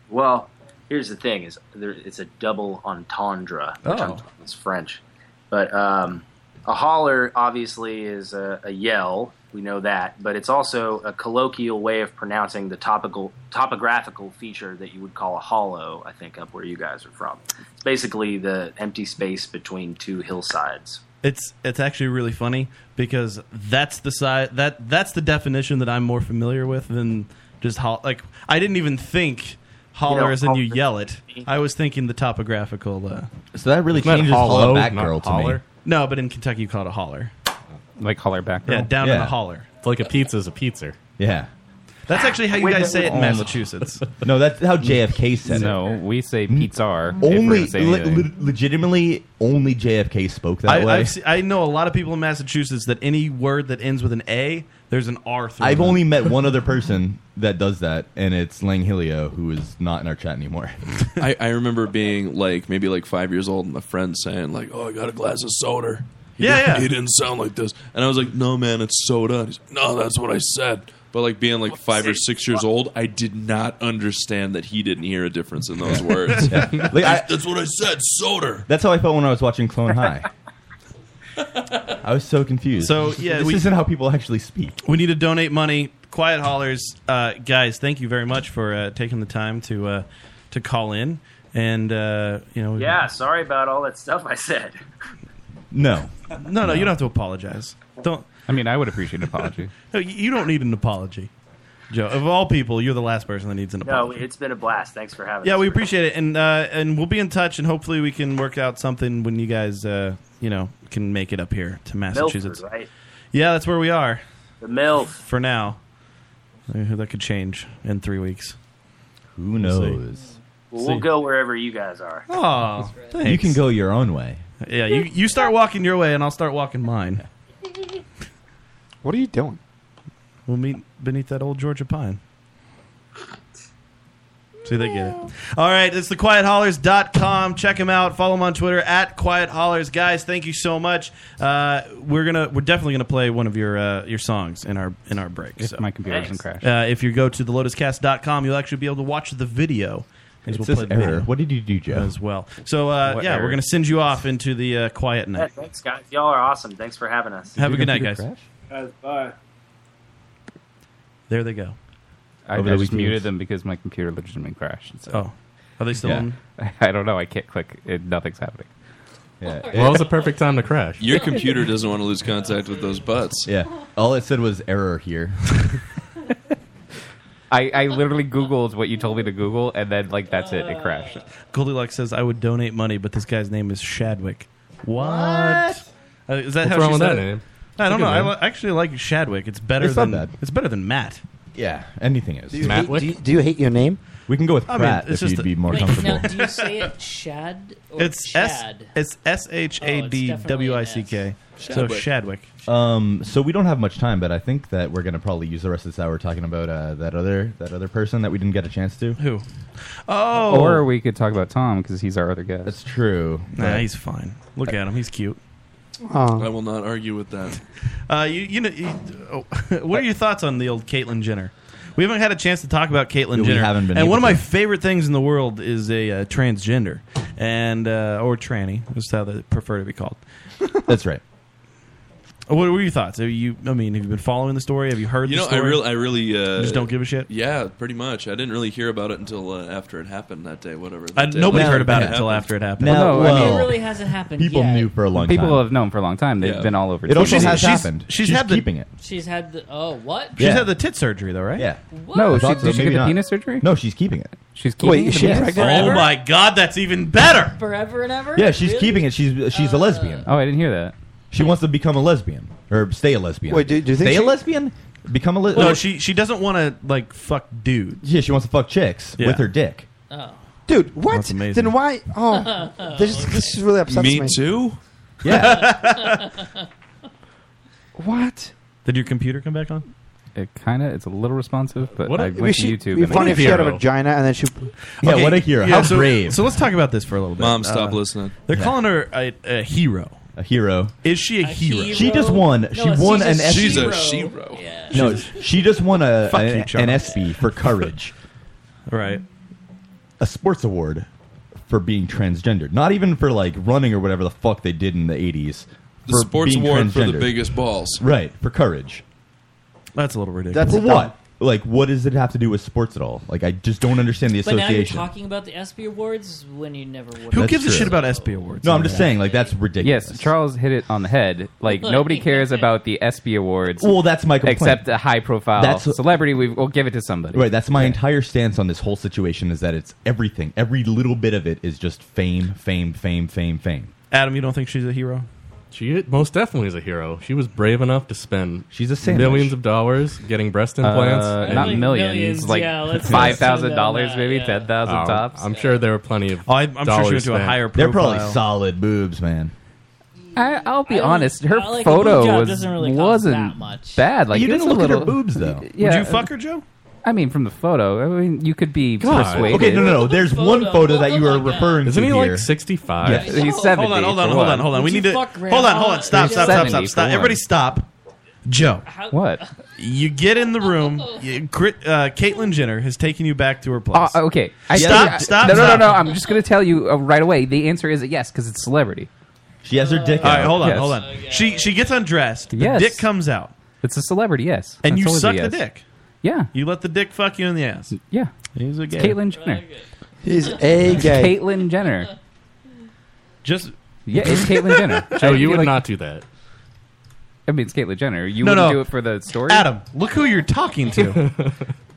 [SPEAKER 21] Well, here's the thing: is there, it's a double entendre. which
[SPEAKER 3] Oh.
[SPEAKER 21] I'm- it's French, but um, a holler obviously is a, a yell. We know that, but it's also a colloquial way of pronouncing the topical topographical feature that you would call a hollow. I think up where you guys are from, it's basically the empty space between two hillsides.
[SPEAKER 3] It's it's actually really funny because that's the side that that's the definition that I'm more familiar with than just ho- like I didn't even think holler
[SPEAKER 1] You know,
[SPEAKER 3] as in you
[SPEAKER 1] holler-
[SPEAKER 3] yell it. I was thinking the topographical. Uh,
[SPEAKER 10] So that really Isn't that changes hollow, holler back not girl to me. holler?
[SPEAKER 3] No, but in Kentucky you call it a holler.
[SPEAKER 7] Like holler back.
[SPEAKER 3] Yeah, down in the holler.
[SPEAKER 8] It's like a pizza's a pizza.
[SPEAKER 10] Yeah.
[SPEAKER 3] That's actually how you guys say it in
[SPEAKER 10] Oh.
[SPEAKER 3] Massachusetts.
[SPEAKER 10] No, that's how JFK said it.
[SPEAKER 7] No, we say pizza.
[SPEAKER 10] Mm-hmm. Only le- le- legitimately only JFK spoke that
[SPEAKER 3] I,
[SPEAKER 10] way.
[SPEAKER 3] I've se- I know a lot of people in Massachusetts that any word that ends with an A, there's an R through.
[SPEAKER 10] I've
[SPEAKER 3] it.
[SPEAKER 10] only met one other person that does that, and it's Lang Helio, who is not in our chat anymore.
[SPEAKER 12] I, I remember being like maybe like five years old, and a friend saying like, "Oh, I got a glass of soda." He
[SPEAKER 25] Yeah,
[SPEAKER 12] didn't-
[SPEAKER 25] yeah.
[SPEAKER 12] He didn't sound like this, and I was like, "No, man, it's soda." And he's like, "No, that's what I said." But like being like five or six years old, I did not understand that he didn't hear a difference in those words.
[SPEAKER 10] Yeah. Like, I-
[SPEAKER 12] that's what I said, soda.
[SPEAKER 10] That's how I felt when I was watching Clone High. I was so confused.
[SPEAKER 3] So,
[SPEAKER 10] This-
[SPEAKER 3] yeah,
[SPEAKER 10] this
[SPEAKER 3] we-
[SPEAKER 10] isn't how people actually speak.
[SPEAKER 3] We need to donate money. Quiet Hollers, uh, guys, thank you very much for uh, taking the time to uh, to call in. And uh, you know,
[SPEAKER 21] Yeah, sorry about all that stuff I said.
[SPEAKER 10] no,
[SPEAKER 3] no, no, you don't have to apologize. Don't.
[SPEAKER 7] I mean, I would appreciate an apology.
[SPEAKER 3] No, you- you don't need an apology, Joe. Of all people, you're the last person that needs an apology.
[SPEAKER 21] No, it's been a blast. Thanks for having
[SPEAKER 3] Yeah,
[SPEAKER 21] us.
[SPEAKER 3] we appreciate it, and uh, and we'll be in touch, and hopefully we can work out something when you guys, uh, you know, can make it up here to Massachusetts.
[SPEAKER 21] Milford, right?
[SPEAKER 3] Yeah, that's where we are.
[SPEAKER 21] The MILF.
[SPEAKER 3] for now. Uh, That could change in three weeks.
[SPEAKER 10] Who knows?
[SPEAKER 21] Well, we'll go wherever you guys are.
[SPEAKER 3] Oh, thanks.
[SPEAKER 10] You can go your own way.
[SPEAKER 3] Yeah, you, you start walking your way, and I'll start walking mine.
[SPEAKER 9] What are you doing?
[SPEAKER 3] We'll meet beneath that old Georgia pine. See, they get it. All right, it's thequiethollers.com. Check them out. Follow them on Twitter at quiethollers. Guys, thank you so much. Uh, we're gonna we're definitely gonna play one of your uh, your songs in our in our break.
[SPEAKER 7] If
[SPEAKER 3] so.
[SPEAKER 7] my computer doesn't Thanks. crash.
[SPEAKER 3] uh, if you go to thelotuscast.com, you'll actually be able to watch the video. as
[SPEAKER 10] It
[SPEAKER 3] we'll
[SPEAKER 10] says
[SPEAKER 3] play the
[SPEAKER 10] error.
[SPEAKER 3] video
[SPEAKER 10] What did you do, Joe?
[SPEAKER 3] As well. So uh,
[SPEAKER 21] What
[SPEAKER 3] yeah,
[SPEAKER 21] error?
[SPEAKER 3] we're gonna send you off into the uh, quiet
[SPEAKER 21] Yeah,
[SPEAKER 3] night.
[SPEAKER 21] thanks, guys. Y'all are awesome. Thanks for having us.
[SPEAKER 3] Have a good night, guys.
[SPEAKER 25] Guys, bye.
[SPEAKER 3] There they go.
[SPEAKER 7] I,
[SPEAKER 3] Over
[SPEAKER 7] I
[SPEAKER 3] the
[SPEAKER 7] just
[SPEAKER 3] weekend.
[SPEAKER 7] muted them because my computer legitimately crashed. So.
[SPEAKER 3] Oh. Are they still on?
[SPEAKER 7] I don't know. I can't click. It, nothing's happening.
[SPEAKER 10] Yeah.
[SPEAKER 8] Well, it was a perfect time to crash.
[SPEAKER 12] Your computer doesn't want to lose contact with those butts.
[SPEAKER 10] Yeah. All it said was error here.
[SPEAKER 7] I, I literally Googled what you told me to Google, and then, like, that's it. It crashed.
[SPEAKER 3] Goldilocks says I would donate money, but this guy's name is Shadwick. What? Uh, is that
[SPEAKER 8] What's
[SPEAKER 3] how
[SPEAKER 8] wrong
[SPEAKER 3] she
[SPEAKER 8] with
[SPEAKER 3] said
[SPEAKER 8] that
[SPEAKER 3] it?
[SPEAKER 8] name?
[SPEAKER 3] I
[SPEAKER 8] It's
[SPEAKER 3] don't
[SPEAKER 8] a good
[SPEAKER 3] know. I
[SPEAKER 8] name.
[SPEAKER 3] li- actually like Shadwick. It's better
[SPEAKER 10] It's not
[SPEAKER 3] than It's better than Matt.
[SPEAKER 10] Yeah, anything is.
[SPEAKER 9] Do you, hate, do, you, do you hate your name?
[SPEAKER 10] We can go with
[SPEAKER 3] I mean,
[SPEAKER 10] Pratt
[SPEAKER 3] it's
[SPEAKER 10] if
[SPEAKER 3] just
[SPEAKER 10] you'd
[SPEAKER 3] a-
[SPEAKER 10] be more
[SPEAKER 3] Wait,
[SPEAKER 10] comfortable.
[SPEAKER 11] Now, do you say it Shad or
[SPEAKER 3] It's S.
[SPEAKER 11] Chad?
[SPEAKER 3] Oh, It's S H A D W I C K. So Shadwick.
[SPEAKER 10] Um, so we don't have much time, but I think that we're gonna probably use the rest of this hour talking about uh, that other that other person that we didn't get a chance to.
[SPEAKER 3] Who? Oh,
[SPEAKER 7] Or we could talk about Tom because he's our other guest. That's
[SPEAKER 10] true.
[SPEAKER 3] Nah, he's fine. Look at him. He's cute.
[SPEAKER 12] I will not argue with that.
[SPEAKER 3] Uh, you you know, you, oh, what are your thoughts on the old Caitlyn Jenner? We haven't had a chance to talk about Caitlyn
[SPEAKER 10] Yeah, we
[SPEAKER 3] Jenner.
[SPEAKER 10] haven't been
[SPEAKER 3] and
[SPEAKER 10] able
[SPEAKER 3] one of my
[SPEAKER 10] to.
[SPEAKER 3] favorite things in the world is a uh, transgender and uh, or tranny, is how they prefer to be called.
[SPEAKER 10] That's right.
[SPEAKER 3] What were your thoughts? Have you, I mean, have you been following the story? Have you heard?
[SPEAKER 12] You
[SPEAKER 3] the
[SPEAKER 12] know, I
[SPEAKER 3] story?
[SPEAKER 12] really, I really uh,
[SPEAKER 3] You just don't give a shit.
[SPEAKER 12] Yeah, pretty much. I didn't really hear about it until uh, after it happened that day. Whatever.
[SPEAKER 3] I-
[SPEAKER 12] that day
[SPEAKER 3] Uh, nobody
[SPEAKER 12] that
[SPEAKER 3] heard about it until
[SPEAKER 12] happened.
[SPEAKER 3] after it happened.
[SPEAKER 7] Well, no, I mean-
[SPEAKER 11] it really hasn't happened
[SPEAKER 7] People
[SPEAKER 11] yet.
[SPEAKER 7] knew for a long People time. have known for a long time. They've been all over It Twitter. also
[SPEAKER 3] she's,
[SPEAKER 7] has
[SPEAKER 3] she's,
[SPEAKER 7] happened.
[SPEAKER 3] She's,
[SPEAKER 7] She's
[SPEAKER 3] had the,
[SPEAKER 7] keeping it.
[SPEAKER 11] She's had the oh what?
[SPEAKER 3] She's had the tit surgery though, right?
[SPEAKER 10] Yeah.
[SPEAKER 11] What? No,
[SPEAKER 10] I
[SPEAKER 11] she-
[SPEAKER 10] thought
[SPEAKER 11] did she
[SPEAKER 7] get
[SPEAKER 10] maybe
[SPEAKER 7] the
[SPEAKER 10] not.
[SPEAKER 7] penis surgery?
[SPEAKER 10] No, she's keeping it.
[SPEAKER 7] She's
[SPEAKER 3] Wait, is she pregnant? Oh my god, that's even better.
[SPEAKER 11] Forever and ever.
[SPEAKER 10] Yeah, she's
[SPEAKER 11] Really?
[SPEAKER 10] keeping it. She's she's a lesbian.
[SPEAKER 7] Oh, I didn't hear that.
[SPEAKER 10] She wants to become a lesbian or stay a lesbian.
[SPEAKER 3] Wait, do- do you think
[SPEAKER 10] stay
[SPEAKER 3] she-
[SPEAKER 10] a lesbian? Become a le-
[SPEAKER 3] No, she she doesn't want to like fuck dudes.
[SPEAKER 10] Yeah, she wants to fuck chicks
[SPEAKER 3] Yeah.
[SPEAKER 10] with her dick.
[SPEAKER 9] Dude, what?
[SPEAKER 3] That's amazing.
[SPEAKER 9] Then why? Oh, this, this really upsets me.
[SPEAKER 12] Me too.
[SPEAKER 9] Yeah. what?
[SPEAKER 3] Did your computer come back on?
[SPEAKER 7] It kind of it's a little responsive, but
[SPEAKER 3] What a-
[SPEAKER 7] I
[SPEAKER 3] we
[SPEAKER 7] went
[SPEAKER 3] should-
[SPEAKER 7] to YouTube.
[SPEAKER 3] we
[SPEAKER 7] and
[SPEAKER 3] funny
[SPEAKER 7] it-
[SPEAKER 3] if she had a
[SPEAKER 9] Got a vagina and then she.
[SPEAKER 3] Okay, yeah, so, So let's talk about this for a little bit. Uh,
[SPEAKER 12] Mom, stop listening.
[SPEAKER 3] They're
[SPEAKER 12] Yeah.
[SPEAKER 3] calling her a, a hero.
[SPEAKER 10] A hero.
[SPEAKER 3] Is she a, hero?
[SPEAKER 10] She just won. she won an
[SPEAKER 7] E
[SPEAKER 10] SB.
[SPEAKER 12] she's a shero.
[SPEAKER 10] No, she just won a,
[SPEAKER 3] Fuck
[SPEAKER 10] a-
[SPEAKER 3] you,
[SPEAKER 10] an
[SPEAKER 3] Charles.
[SPEAKER 10] SB for courage.
[SPEAKER 3] right.
[SPEAKER 10] A sports award for being transgendered. Not even for like running or whatever the fuck they did in the 80s.
[SPEAKER 12] The
[SPEAKER 10] for
[SPEAKER 12] sports
[SPEAKER 10] being
[SPEAKER 12] award for the
[SPEAKER 10] transgendered.
[SPEAKER 12] biggest balls.
[SPEAKER 10] Right, for courage.
[SPEAKER 3] That's a little ridiculous.
[SPEAKER 10] for what? Like, what does it have to do with sports at all? Like, I just don't understand the
[SPEAKER 11] But now you're
[SPEAKER 10] association.
[SPEAKER 11] talking about the ESPY awards when you never would.
[SPEAKER 10] That's true. No, I'm just saying, like, that's ridiculous.
[SPEAKER 7] Yes, Charles hit it on the head. Like
[SPEAKER 11] Look.
[SPEAKER 7] nobody cares about the ESPY awards.
[SPEAKER 10] Well, that's my complaint.
[SPEAKER 7] Except a high profile
[SPEAKER 10] That's-
[SPEAKER 7] celebrity, we, we'll give it to somebody.
[SPEAKER 10] Right, that's my entire stance on this whole situation is that it's everything. Every little bit of it is just fame, fame, fame, fame, fame.
[SPEAKER 3] Adam, you don't think she's a hero?
[SPEAKER 8] She most definitely is a hero. She was brave enough to spend she's
[SPEAKER 10] a sandwich.
[SPEAKER 8] millions of dollars getting breast implants.
[SPEAKER 7] Uh, not Millions, millions, millions, like yeah, let's not $5,000 settle on that, maybe, yeah. $10,000
[SPEAKER 8] Oh,
[SPEAKER 7] tops.
[SPEAKER 8] I'm sure there were plenty of.
[SPEAKER 3] Oh, I'm, I'm sure she went to a higher
[SPEAKER 10] They're
[SPEAKER 3] profile.
[SPEAKER 10] probably solid boobs, man.
[SPEAKER 7] I, I'll be
[SPEAKER 11] I don't-
[SPEAKER 7] honest. Her
[SPEAKER 11] I like a boob
[SPEAKER 7] photo
[SPEAKER 11] job
[SPEAKER 7] was,
[SPEAKER 11] doesn't really cost
[SPEAKER 7] wasn't
[SPEAKER 11] that much.
[SPEAKER 7] bad. Like
[SPEAKER 11] You
[SPEAKER 7] it
[SPEAKER 11] didn't
[SPEAKER 7] was a
[SPEAKER 11] look at her
[SPEAKER 7] little,
[SPEAKER 11] boobs, though.
[SPEAKER 7] Y- yeah.
[SPEAKER 11] Would you fuck her,
[SPEAKER 3] Joe?
[SPEAKER 7] I mean, from the photo, I mean, you could be persuaded.
[SPEAKER 10] Okay, no, no, no. There's one photo that you are referring
[SPEAKER 7] Isn't
[SPEAKER 10] to
[SPEAKER 7] he,
[SPEAKER 10] here.
[SPEAKER 7] like, 65? Yeah,
[SPEAKER 10] Yes.
[SPEAKER 7] he's Hold on, 70
[SPEAKER 3] Hold on, hold on, hold on. We need to hold on, hold on. Stop, stop, stop, stop, stop. Everybody, stop. Joe,
[SPEAKER 7] what?
[SPEAKER 3] You get in the room. You, Grit- uh, Caitlyn Jenner has taken you back to her place.
[SPEAKER 7] Uh, okay. I-
[SPEAKER 3] stop,
[SPEAKER 7] I-
[SPEAKER 3] stop.
[SPEAKER 7] No, no, no,
[SPEAKER 3] stop.
[SPEAKER 7] no. I'm just going to tell you uh, right away. The answer is yes, because it's celebrity.
[SPEAKER 10] She has her dick
[SPEAKER 3] All right, hold on,
[SPEAKER 7] Yes.
[SPEAKER 3] hold on. She she gets undressed. The
[SPEAKER 7] Yes.
[SPEAKER 3] dick comes out,
[SPEAKER 7] It's a celebrity, yes.
[SPEAKER 3] and
[SPEAKER 7] That's
[SPEAKER 3] you
[SPEAKER 7] always a
[SPEAKER 3] suck
[SPEAKER 7] yes.
[SPEAKER 3] the dick.
[SPEAKER 7] Yeah.
[SPEAKER 3] You let the dick fuck you in the ass.
[SPEAKER 7] Yeah.
[SPEAKER 3] He's a
[SPEAKER 7] It's
[SPEAKER 3] gay.
[SPEAKER 7] Caitlyn Jenner.
[SPEAKER 9] He's a
[SPEAKER 3] gay.
[SPEAKER 7] Caitlyn Jenner.
[SPEAKER 3] Just
[SPEAKER 7] yeah, it's Caitlyn Jenner.
[SPEAKER 3] Joe, you
[SPEAKER 7] I-
[SPEAKER 3] would
[SPEAKER 8] not do that.
[SPEAKER 7] I mean, it's Caitlyn Jenner. You
[SPEAKER 3] No,
[SPEAKER 7] wouldn't
[SPEAKER 3] no.
[SPEAKER 7] do it for the story.
[SPEAKER 3] Adam, look who you're talking to.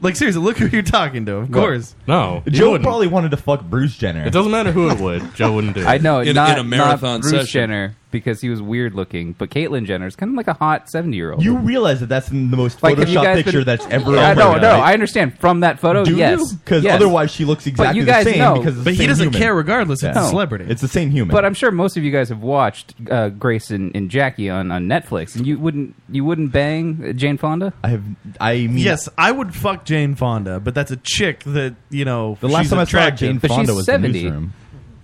[SPEAKER 3] like seriously, look who you're talking to. Of course.
[SPEAKER 8] No, you
[SPEAKER 10] Joe
[SPEAKER 8] wouldn't.
[SPEAKER 10] probably wanted to fuck Bruce Jenner.
[SPEAKER 8] It doesn't matter who it would. Joe wouldn't do it.
[SPEAKER 7] I know
[SPEAKER 10] In-
[SPEAKER 7] not,
[SPEAKER 10] in a
[SPEAKER 7] not
[SPEAKER 10] marathon
[SPEAKER 7] Bruce
[SPEAKER 10] session.
[SPEAKER 7] Jenner because he was weird looking, but Caitlyn Jenner is kind of like a hot seventy year old.
[SPEAKER 10] You realize that that's the most
[SPEAKER 7] Like, have you
[SPEAKER 10] photoshopped
[SPEAKER 7] guys
[SPEAKER 10] picture
[SPEAKER 7] been-
[SPEAKER 10] that's ever.
[SPEAKER 7] Yeah,
[SPEAKER 10] on
[SPEAKER 7] no,
[SPEAKER 10] right
[SPEAKER 7] no,
[SPEAKER 10] now.
[SPEAKER 7] I understand from that photo,
[SPEAKER 10] Do
[SPEAKER 7] yes.
[SPEAKER 10] because
[SPEAKER 7] Yes.
[SPEAKER 10] otherwise she looks
[SPEAKER 7] But
[SPEAKER 10] exactly
[SPEAKER 7] you guys
[SPEAKER 10] the same.
[SPEAKER 7] know-
[SPEAKER 10] because it's the same human.
[SPEAKER 7] No.
[SPEAKER 10] It's the same human.
[SPEAKER 7] But I'm sure most of you guys have watched uh, Grace and, and Jackie on, on Netflix. And you wouldn't you wouldn't bang Jane Fonda?
[SPEAKER 10] I have I mean
[SPEAKER 3] Yes, I would fuck Jane Fonda, but that's a chick that you know.
[SPEAKER 10] The last
[SPEAKER 3] she's
[SPEAKER 10] time I saw
[SPEAKER 3] attractive.
[SPEAKER 10] Jane But she's Fonda was in the 70. newsroom.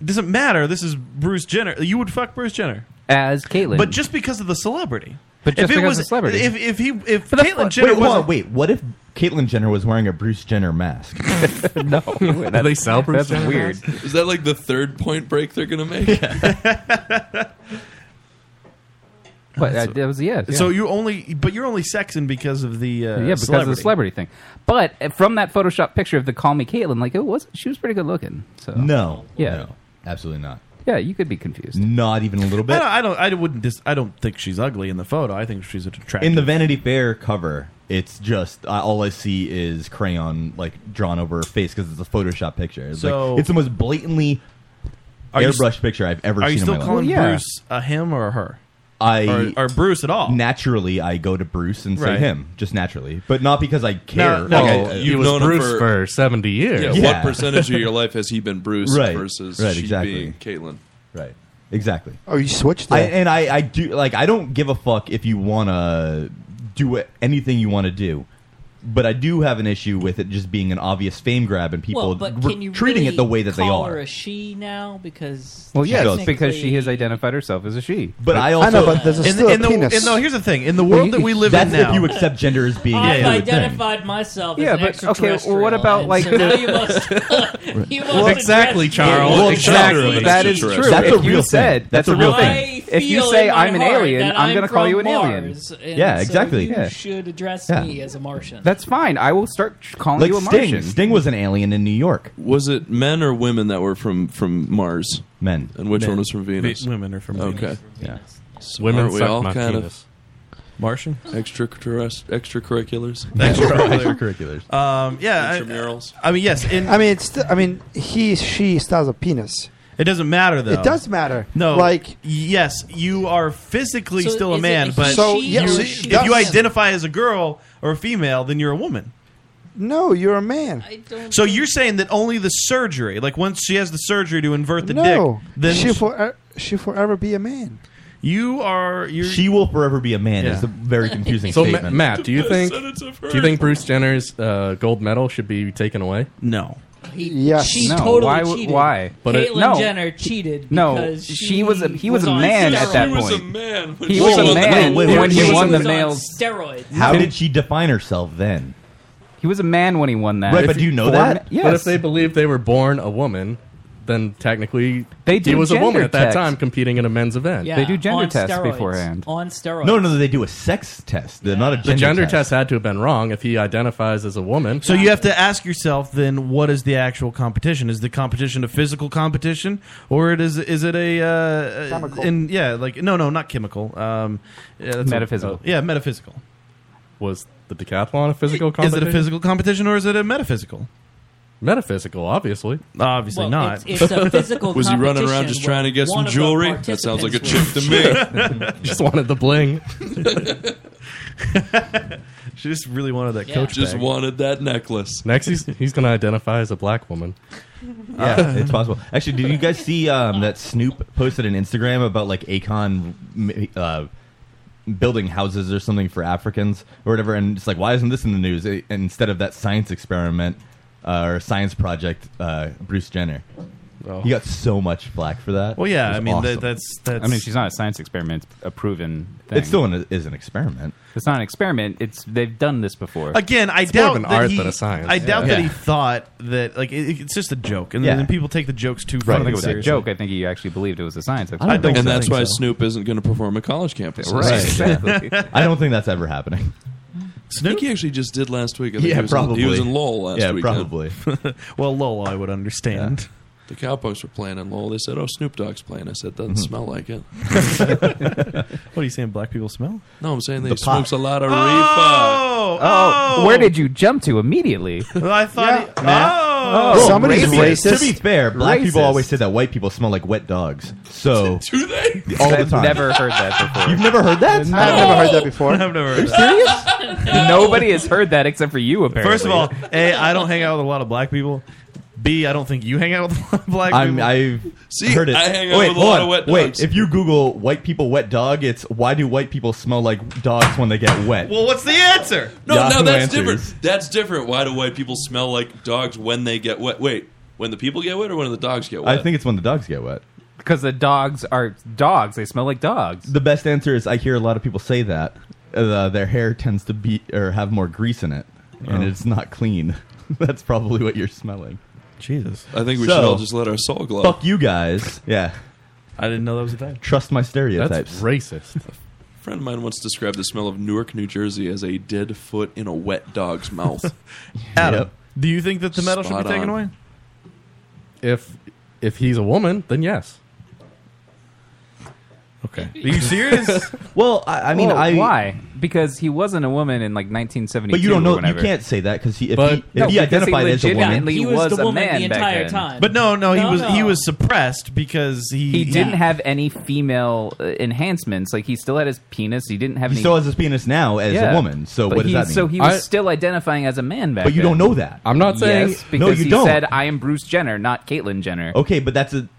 [SPEAKER 3] It doesn't matter. This is Bruce Jenner. You would fuck Bruce Jenner
[SPEAKER 7] as Caitlyn,
[SPEAKER 3] but just because of the celebrity.
[SPEAKER 7] But
[SPEAKER 3] if
[SPEAKER 7] just
[SPEAKER 3] it
[SPEAKER 7] because
[SPEAKER 3] was
[SPEAKER 7] of celebrity.
[SPEAKER 3] if if he if
[SPEAKER 7] But the
[SPEAKER 3] Caitlyn
[SPEAKER 7] fuck-
[SPEAKER 3] Jenner
[SPEAKER 10] wait, hold
[SPEAKER 3] was
[SPEAKER 10] on, wait, what if Caitlyn Jenner was wearing a Bruce Jenner mask?
[SPEAKER 7] no,
[SPEAKER 10] Do they sell Bruce that's Jenner weird.
[SPEAKER 12] Is that like the third point break they're gonna make?
[SPEAKER 7] But uh, that was yes.
[SPEAKER 3] So
[SPEAKER 7] yeah.
[SPEAKER 3] you only, but you're only sexing because of the uh,
[SPEAKER 7] yeah, because of the celebrity thing. But uh, from that Photoshop picture of the Call Me Caitlyn, like it was, she was pretty good looking. So
[SPEAKER 10] No,
[SPEAKER 7] yeah,
[SPEAKER 10] no, absolutely not.
[SPEAKER 7] yeah, you could be confused.
[SPEAKER 10] Not even a little bit.
[SPEAKER 3] I don't, I don't, I wouldn't. Dis- I don't think she's ugly in the photo. I think she's attractive.
[SPEAKER 10] In the Vanity Fair cover, it's just uh, all I see is crayon like drawn over her face because it's a Photoshop picture. It's,
[SPEAKER 3] So-
[SPEAKER 10] like, it's the most blatantly
[SPEAKER 3] Are you
[SPEAKER 10] airbrush
[SPEAKER 3] s-
[SPEAKER 10] picture I've ever
[SPEAKER 3] Are
[SPEAKER 10] seen.
[SPEAKER 3] you still
[SPEAKER 10] in my
[SPEAKER 3] calling
[SPEAKER 10] life.
[SPEAKER 3] Bruce a him or a her?
[SPEAKER 10] I
[SPEAKER 3] or, or Bruce at all?
[SPEAKER 10] Naturally, I go to Bruce and say
[SPEAKER 3] Right.
[SPEAKER 10] him, just naturally, but not because I care.
[SPEAKER 3] No, no,
[SPEAKER 10] Like, I-
[SPEAKER 12] Oh,
[SPEAKER 10] I-
[SPEAKER 12] you've known him for
[SPEAKER 8] seventy
[SPEAKER 12] Yeah,
[SPEAKER 10] Yeah.
[SPEAKER 12] What percentage of your life has he been Bruce
[SPEAKER 10] Right,
[SPEAKER 12] versus
[SPEAKER 10] right,
[SPEAKER 12] she
[SPEAKER 10] exactly.
[SPEAKER 12] being Caitlyn?
[SPEAKER 10] Right. Exactly.
[SPEAKER 9] Oh, you switched
[SPEAKER 10] I,
[SPEAKER 9] that.
[SPEAKER 10] and I, I do like I don't give a fuck if you wanna do it, anything you want to do, but I do have an issue with it just being an obvious fame grab and people
[SPEAKER 11] well, but
[SPEAKER 10] re-
[SPEAKER 11] can you
[SPEAKER 10] treating
[SPEAKER 11] really
[SPEAKER 10] it the way that they
[SPEAKER 11] call
[SPEAKER 10] are.
[SPEAKER 11] Her a she now because
[SPEAKER 7] Well, yes,
[SPEAKER 11] technically-
[SPEAKER 7] because she has identified herself as a she.
[SPEAKER 10] But I also
[SPEAKER 3] in, in the, in the- here's the thing. In the world that we live
[SPEAKER 10] that's
[SPEAKER 3] in now,
[SPEAKER 10] if you accept gender as being
[SPEAKER 11] I've
[SPEAKER 10] a fluid thing.
[SPEAKER 11] identified myself
[SPEAKER 7] Yeah,
[SPEAKER 11] as an
[SPEAKER 7] but, okay, well, what
[SPEAKER 11] extraterrestrial,
[SPEAKER 7] about,
[SPEAKER 11] and
[SPEAKER 7] like,
[SPEAKER 11] so
[SPEAKER 7] the-
[SPEAKER 11] now you must, you must
[SPEAKER 7] Well,
[SPEAKER 11] address me.
[SPEAKER 7] Well, exactly. That is true.
[SPEAKER 10] That's
[SPEAKER 7] if
[SPEAKER 10] a real
[SPEAKER 7] you
[SPEAKER 10] thing.
[SPEAKER 7] said
[SPEAKER 10] That's a
[SPEAKER 7] the
[SPEAKER 10] real
[SPEAKER 11] I
[SPEAKER 10] thing.
[SPEAKER 11] feel
[SPEAKER 7] If you say
[SPEAKER 11] in my
[SPEAKER 7] I'm an
[SPEAKER 11] heart
[SPEAKER 7] alien,
[SPEAKER 11] that
[SPEAKER 7] I'm gonna call
[SPEAKER 11] from
[SPEAKER 7] you an alien.
[SPEAKER 11] Mars, and
[SPEAKER 7] Yeah,
[SPEAKER 11] so
[SPEAKER 7] exactly.
[SPEAKER 11] you
[SPEAKER 7] Yeah.
[SPEAKER 11] should address
[SPEAKER 7] Yeah.
[SPEAKER 11] me as a Martian.
[SPEAKER 7] That's fine. I will start tr- calling
[SPEAKER 10] Like
[SPEAKER 7] you a
[SPEAKER 10] Sting.
[SPEAKER 7] Martian.
[SPEAKER 10] Sting was an alien in New York.
[SPEAKER 12] Was it men or women that were from from Mars?
[SPEAKER 10] Men.
[SPEAKER 12] And which
[SPEAKER 3] Men.
[SPEAKER 12] one was from Venus?
[SPEAKER 3] Ve- women are from
[SPEAKER 12] okay.
[SPEAKER 3] Venus.
[SPEAKER 10] Yeah.
[SPEAKER 12] So
[SPEAKER 3] Women
[SPEAKER 12] women we
[SPEAKER 3] suck
[SPEAKER 12] all
[SPEAKER 3] my
[SPEAKER 12] kind
[SPEAKER 3] penis. Martian
[SPEAKER 12] extracurrest- extracurriculars.
[SPEAKER 3] Extracurriculars. Um, yeah,
[SPEAKER 12] Intramurals.
[SPEAKER 3] I, I mean, yes. In,
[SPEAKER 9] I mean, it's. I mean, he, she still has a penis.
[SPEAKER 3] It doesn't matter though.
[SPEAKER 9] It does matter.
[SPEAKER 3] No,
[SPEAKER 9] like
[SPEAKER 3] yes, you are physically
[SPEAKER 9] So
[SPEAKER 3] still a
[SPEAKER 9] is it
[SPEAKER 3] man,
[SPEAKER 9] a
[SPEAKER 3] but
[SPEAKER 9] So,
[SPEAKER 3] you-
[SPEAKER 9] she yeah, or
[SPEAKER 3] you-
[SPEAKER 9] she?
[SPEAKER 3] if you
[SPEAKER 9] Yes.
[SPEAKER 3] identify as a girl or a female, then you're a woman.
[SPEAKER 9] no, you're a man.
[SPEAKER 3] So you're saying that only the surgery, like once she has the surgery to invert the
[SPEAKER 9] no,
[SPEAKER 3] dick, then
[SPEAKER 9] she will for, she'll forever be a man.
[SPEAKER 3] You are. You're,
[SPEAKER 10] She will forever be a man.
[SPEAKER 3] Yeah.
[SPEAKER 10] Is a very confusing
[SPEAKER 8] so, Ma-
[SPEAKER 10] statement.
[SPEAKER 8] Matt, do you think
[SPEAKER 3] sentence I've
[SPEAKER 8] do you
[SPEAKER 3] heard.
[SPEAKER 8] think Bruce Jenner's uh, gold medal should be taken away?
[SPEAKER 3] No.
[SPEAKER 11] He,
[SPEAKER 8] Yes.
[SPEAKER 11] She
[SPEAKER 8] No,
[SPEAKER 11] totally
[SPEAKER 8] why w-
[SPEAKER 11] cheated.
[SPEAKER 8] why? But it-
[SPEAKER 11] Caitlyn
[SPEAKER 8] no.
[SPEAKER 11] Jenner cheated.
[SPEAKER 7] No,
[SPEAKER 11] because
[SPEAKER 7] she
[SPEAKER 11] she,
[SPEAKER 7] was a- he was a
[SPEAKER 11] on
[SPEAKER 7] man at
[SPEAKER 11] steroids.
[SPEAKER 7] that She was a point. man when He she was was a on man steroids. when he
[SPEAKER 11] She
[SPEAKER 7] won
[SPEAKER 11] was
[SPEAKER 7] the
[SPEAKER 11] on
[SPEAKER 7] males.
[SPEAKER 11] Steroids.
[SPEAKER 10] How did she define herself then?
[SPEAKER 7] He was a man when he won that.
[SPEAKER 10] Right, but do you know that?
[SPEAKER 7] Yes.
[SPEAKER 8] But if they believe they were born a woman, then technically
[SPEAKER 7] They
[SPEAKER 8] he
[SPEAKER 7] do
[SPEAKER 8] was a woman
[SPEAKER 7] gender
[SPEAKER 8] at that
[SPEAKER 7] tests.
[SPEAKER 8] time competing in a men's event.
[SPEAKER 11] Yeah, They do gender on tests steroids. beforehand. On steroids.
[SPEAKER 10] No, no, they do a sex test. They're not a gender,
[SPEAKER 8] the gender
[SPEAKER 10] test.
[SPEAKER 8] test had to have been wrong if he identifies as a woman.
[SPEAKER 3] So you have to ask yourself then, what is the actual competition? Is the competition a physical competition, or it is is it a uh,
[SPEAKER 7] Chemical.
[SPEAKER 3] In, yeah, like no, no, not chemical. Um, yeah, that's what-
[SPEAKER 7] Metaphysical.
[SPEAKER 3] yeah, metaphysical.
[SPEAKER 8] Was the decathlon a physical competition?
[SPEAKER 3] Is it a physical competition or is it a metaphysical?
[SPEAKER 8] Metaphysical, obviously.
[SPEAKER 3] Obviously
[SPEAKER 11] Well,
[SPEAKER 3] not.
[SPEAKER 11] it's- it's a physical
[SPEAKER 12] Was he running around just trying to get some jewelry? That sounds like a chip to me.
[SPEAKER 8] just wanted the bling.
[SPEAKER 3] she just really wanted that
[SPEAKER 12] coach Just bag. wanted that necklace.
[SPEAKER 8] Next, he's, he's going to identify as a black woman.
[SPEAKER 10] Yeah, it's possible. Actually, did you guys see um, that Snoop posted an Instagram about like Akon m- uh, building houses or something for Africans or whatever? And it's like, why isn't this in the news eh, instead of that science experiment uh, or science project, uh, Bruce Jenner? He got so much flack for that. It was awesome.
[SPEAKER 7] I mean, she's not a science experiment. It's a proven. Thing.
[SPEAKER 10] It still an, is an experiment.
[SPEAKER 7] It's not an experiment. It's they've done this before.
[SPEAKER 3] Again, I doubt that he, I doubt that he thought that like it, it's just a joke, and
[SPEAKER 7] Yeah.
[SPEAKER 3] then people take the jokes
[SPEAKER 7] I
[SPEAKER 3] too. fucking
[SPEAKER 7] don't think it was
[SPEAKER 3] seriously.
[SPEAKER 7] a joke. I think he actually believed it was a science experiment.
[SPEAKER 12] and that's why Snoop isn't going to perform at college campuses.
[SPEAKER 7] Right, exactly.
[SPEAKER 10] I don't think that's ever happening.
[SPEAKER 12] Snoop? I think he actually just did last week. I think
[SPEAKER 10] Yeah,
[SPEAKER 12] he was in-
[SPEAKER 10] probably.
[SPEAKER 12] he was in Lowell last
[SPEAKER 10] Yeah,
[SPEAKER 12] week.
[SPEAKER 10] probably.
[SPEAKER 3] well, Lowell, I would understand.
[SPEAKER 12] The Cowpokes were playing in Lowell. They said, "Oh, Snoop Dogg's playing." I said,
[SPEAKER 10] Mm-hmm.
[SPEAKER 12] "Doesn't
[SPEAKER 3] Mhm.
[SPEAKER 12] smell like it."
[SPEAKER 3] what are you saying? Black people smell?
[SPEAKER 12] No, I'm saying they
[SPEAKER 3] The pot.
[SPEAKER 12] smokes a lot of
[SPEAKER 3] Oh!
[SPEAKER 12] reefer.
[SPEAKER 7] Oh, where did you jump to immediately?
[SPEAKER 3] I thought. he-
[SPEAKER 7] Oh.
[SPEAKER 10] Well,
[SPEAKER 7] Somebody's
[SPEAKER 10] racist.
[SPEAKER 7] racist.
[SPEAKER 10] To be fair, black people
[SPEAKER 7] Racist.
[SPEAKER 10] always say that white people smell like wet dogs. So
[SPEAKER 12] do they?
[SPEAKER 10] All the
[SPEAKER 7] I've
[SPEAKER 10] time.
[SPEAKER 7] never heard that before.
[SPEAKER 10] You've never heard that?
[SPEAKER 7] I've never heard that
[SPEAKER 10] before.
[SPEAKER 3] I've never heard.
[SPEAKER 7] Nobody has heard that except for you, apparently.
[SPEAKER 3] First of all, a I don't hang out with a lot of black people. B I don't think you hang out with a lot of black
[SPEAKER 10] I'm,
[SPEAKER 3] people.
[SPEAKER 10] I've
[SPEAKER 3] See,
[SPEAKER 10] heard it.
[SPEAKER 3] I hang out
[SPEAKER 10] wait,
[SPEAKER 3] with a
[SPEAKER 10] hold
[SPEAKER 3] lot
[SPEAKER 10] on.
[SPEAKER 3] of wet
[SPEAKER 10] Wait,
[SPEAKER 3] dogs.
[SPEAKER 10] if you Google white people wet dog, it's why do white people smell like dogs when they get wet?
[SPEAKER 3] well, what's the answer?
[SPEAKER 12] No,
[SPEAKER 10] Yahoo
[SPEAKER 12] no, that's
[SPEAKER 10] answers.
[SPEAKER 12] different. That's different. Why do white people smell like dogs when they get wet? Wait, when the people get wet or when the dogs get wet?
[SPEAKER 10] I think it's when the dogs get wet.
[SPEAKER 7] because the dogs are dogs, they smell like dogs.
[SPEAKER 10] The best answer is I hear a lot of people say that uh, their hair tends to be or have more grease in it, and
[SPEAKER 12] Oh.
[SPEAKER 10] it's not clean. that's probably what you're smelling.
[SPEAKER 3] Jesus,
[SPEAKER 12] I think we
[SPEAKER 10] So-
[SPEAKER 12] should all just let our soul glow.
[SPEAKER 10] Fuck you guys. Yeah.
[SPEAKER 3] I didn't know that was a thing.
[SPEAKER 10] Trust my stereotypes.
[SPEAKER 8] racist.
[SPEAKER 12] A friend of mine once described the smell of Newark, New Jersey, as a dead foot in a wet dog's mouth.
[SPEAKER 3] Adam, do you think that the medal should
[SPEAKER 12] Spot
[SPEAKER 3] be
[SPEAKER 12] on.
[SPEAKER 3] taken away?
[SPEAKER 8] If if he's a woman, then yes.
[SPEAKER 3] Okay. Are you serious?
[SPEAKER 10] well, I, I mean,
[SPEAKER 7] Well,
[SPEAKER 10] I-
[SPEAKER 7] why? Because he wasn't a woman in like 1972.
[SPEAKER 10] But you don't know.
[SPEAKER 7] or
[SPEAKER 10] You
[SPEAKER 7] whenever.
[SPEAKER 10] can't say that because he, if
[SPEAKER 7] But-
[SPEAKER 10] he, if
[SPEAKER 7] No, because
[SPEAKER 10] he
[SPEAKER 7] he
[SPEAKER 10] identified as a woman,
[SPEAKER 7] legitimately He was was the a woman man the back entire then. time.
[SPEAKER 3] But no, no, he
[SPEAKER 7] No,
[SPEAKER 3] was
[SPEAKER 7] no.
[SPEAKER 3] he was suppressed because he
[SPEAKER 7] He didn't have any female uh, enhancements. Like he still had his penis. He didn't have
[SPEAKER 10] he
[SPEAKER 7] any.
[SPEAKER 10] still has his penis now as
[SPEAKER 7] Yeah.
[SPEAKER 10] a woman. So
[SPEAKER 7] But
[SPEAKER 10] what does
[SPEAKER 7] he-
[SPEAKER 10] that mean?
[SPEAKER 7] So he was still identifying as a man back.
[SPEAKER 10] But you
[SPEAKER 7] then.
[SPEAKER 10] don't know that. I'm not saying-
[SPEAKER 7] yes,
[SPEAKER 10] No,
[SPEAKER 7] because
[SPEAKER 10] you
[SPEAKER 7] he
[SPEAKER 10] don't.
[SPEAKER 7] said, "I am Bruce Jenner, not Caitlyn Jenner."
[SPEAKER 10] okay, but that's a.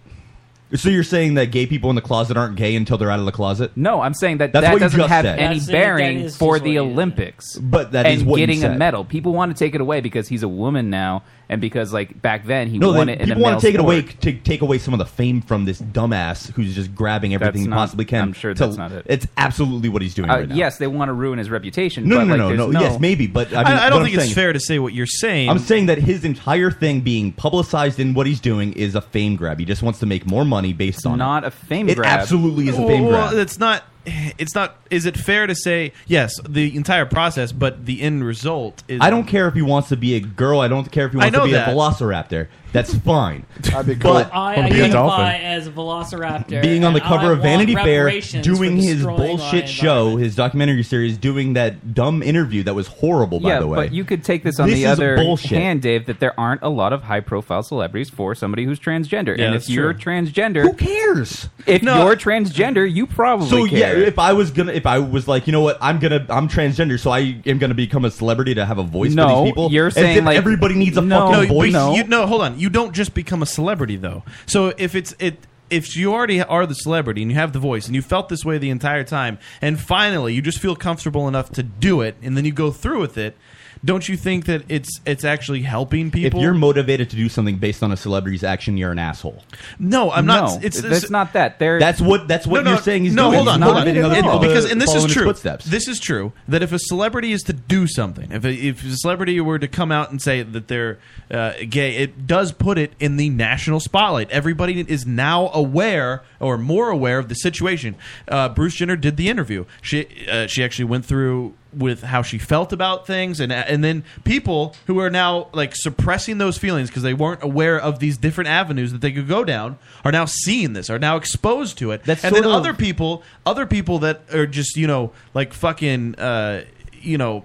[SPEAKER 10] So you're saying that gay people in the closet aren't gay until they're out of the closet?
[SPEAKER 7] No, I'm saying that
[SPEAKER 10] that's
[SPEAKER 7] that
[SPEAKER 10] what you
[SPEAKER 7] doesn't
[SPEAKER 10] just
[SPEAKER 7] have
[SPEAKER 10] said.
[SPEAKER 7] any bearing for the Olympics.
[SPEAKER 10] But that is
[SPEAKER 7] and
[SPEAKER 10] what you
[SPEAKER 7] getting
[SPEAKER 10] said.
[SPEAKER 7] a medal. People want to take it away because he's a woman now, and because like back then he
[SPEAKER 10] no,
[SPEAKER 7] won
[SPEAKER 10] they-
[SPEAKER 7] it in a
[SPEAKER 10] people
[SPEAKER 7] male
[SPEAKER 10] want to take
[SPEAKER 7] sport.
[SPEAKER 10] it away to take away some of the fame from this dumbass who's just grabbing everything he
[SPEAKER 7] not-
[SPEAKER 10] possibly can.
[SPEAKER 7] I'm sure
[SPEAKER 10] to-
[SPEAKER 7] that's not it.
[SPEAKER 10] It's absolutely what he's doing
[SPEAKER 7] Uh,
[SPEAKER 10] right now.
[SPEAKER 7] Yes, they want to ruin his reputation.
[SPEAKER 10] No,
[SPEAKER 7] but,
[SPEAKER 10] no,
[SPEAKER 7] like,
[SPEAKER 10] no,
[SPEAKER 7] there's
[SPEAKER 10] no,
[SPEAKER 7] no.
[SPEAKER 10] Yes, maybe, but I,
[SPEAKER 3] I,
[SPEAKER 10] mean,
[SPEAKER 3] I
[SPEAKER 10] what
[SPEAKER 3] don't
[SPEAKER 10] I'm
[SPEAKER 3] think it's
[SPEAKER 10] saying-
[SPEAKER 3] fair to say what you're saying.
[SPEAKER 10] I'm saying that his entire thing being publicized in what he's doing is a fame grab. He just wants to make more money based on
[SPEAKER 7] not
[SPEAKER 10] it.
[SPEAKER 7] a fame
[SPEAKER 10] It
[SPEAKER 7] grab.
[SPEAKER 10] absolutely is a
[SPEAKER 3] Well,
[SPEAKER 10] fame
[SPEAKER 3] well,
[SPEAKER 10] grab.
[SPEAKER 3] it's not. It's not. Is it fair to say yes? The entire process, but the end result is.
[SPEAKER 10] I don't care if he wants to be a girl. I don't care if he
[SPEAKER 3] I
[SPEAKER 10] wants to
[SPEAKER 3] know
[SPEAKER 10] be
[SPEAKER 3] that.
[SPEAKER 10] a velociraptor. That's fine. I'd be But
[SPEAKER 11] But
[SPEAKER 10] Or
[SPEAKER 11] I
[SPEAKER 10] be a
[SPEAKER 11] identify
[SPEAKER 10] dolphin.
[SPEAKER 11] as a Velociraptor.
[SPEAKER 10] Being on the
[SPEAKER 11] and
[SPEAKER 10] cover
[SPEAKER 11] I
[SPEAKER 10] of Vanity
[SPEAKER 11] want
[SPEAKER 10] Fair,
[SPEAKER 11] reparations
[SPEAKER 10] doing
[SPEAKER 11] for
[SPEAKER 10] his
[SPEAKER 11] destroying my
[SPEAKER 10] bullshit show, his documentary series, doing that dumb interview that was horrible, oh, by
[SPEAKER 7] yeah,
[SPEAKER 10] the way.
[SPEAKER 7] but you could take this on
[SPEAKER 10] This
[SPEAKER 7] the
[SPEAKER 10] is
[SPEAKER 7] other
[SPEAKER 10] bullshit.
[SPEAKER 7] hand, Dave. That there aren't a lot of high-profile celebrities for somebody who's transgender.
[SPEAKER 10] Yeah,
[SPEAKER 7] and
[SPEAKER 10] that's
[SPEAKER 7] if you're
[SPEAKER 10] true.
[SPEAKER 7] transgender,
[SPEAKER 10] who cares?
[SPEAKER 7] If
[SPEAKER 10] No.
[SPEAKER 7] you're transgender, you probably
[SPEAKER 10] So yeah,
[SPEAKER 7] care.
[SPEAKER 10] if I was gonna, if I was like, you know what, I'm gonna, I'm transgender, so I am gonna become a celebrity to have a voice for
[SPEAKER 7] No,
[SPEAKER 10] these people.
[SPEAKER 7] you're
[SPEAKER 10] As
[SPEAKER 7] saying,
[SPEAKER 10] if
[SPEAKER 7] like,
[SPEAKER 10] everybody needs a
[SPEAKER 7] no,
[SPEAKER 10] fucking
[SPEAKER 3] but
[SPEAKER 10] voice.
[SPEAKER 3] You, no, hold on. You don't just become a celebrity though. So if it's it, if you already are the celebrity and you have the voice and you felt this way the entire time, and finally you just feel comfortable enough to do it, and then you go through with it, don't you think that it's it's actually helping people?
[SPEAKER 10] If you're motivated to do something based on a celebrity's action, you're an asshole.
[SPEAKER 3] No, I'm not.
[SPEAKER 10] No,
[SPEAKER 3] it's,
[SPEAKER 10] that's
[SPEAKER 7] not that. There,
[SPEAKER 10] That's what- that's what
[SPEAKER 3] no,
[SPEAKER 10] you're
[SPEAKER 3] no,
[SPEAKER 10] saying he's
[SPEAKER 3] no.
[SPEAKER 10] doing.
[SPEAKER 3] Hold
[SPEAKER 10] He's
[SPEAKER 3] on, hold on.
[SPEAKER 10] motivating other
[SPEAKER 3] It-
[SPEAKER 10] people
[SPEAKER 3] because
[SPEAKER 10] to
[SPEAKER 3] and this
[SPEAKER 10] follow
[SPEAKER 3] is
[SPEAKER 10] in his
[SPEAKER 3] true.
[SPEAKER 10] footsteps.
[SPEAKER 3] This is true. That if a celebrity is to do something, if a, if a celebrity were to come out and say that they're uh, gay, it does put it in the national spotlight. Everybody is now aware or more aware of the situation. Uh, Bruce Jenner did the interview. She uh, she actually went through with how she felt about things and and then people who are now like suppressing those feelings because they weren't aware of these different avenues that they could go down are now seeing this are now exposed to it That's and then
[SPEAKER 10] sort of-
[SPEAKER 3] other people other people that are just you know like fucking uh you know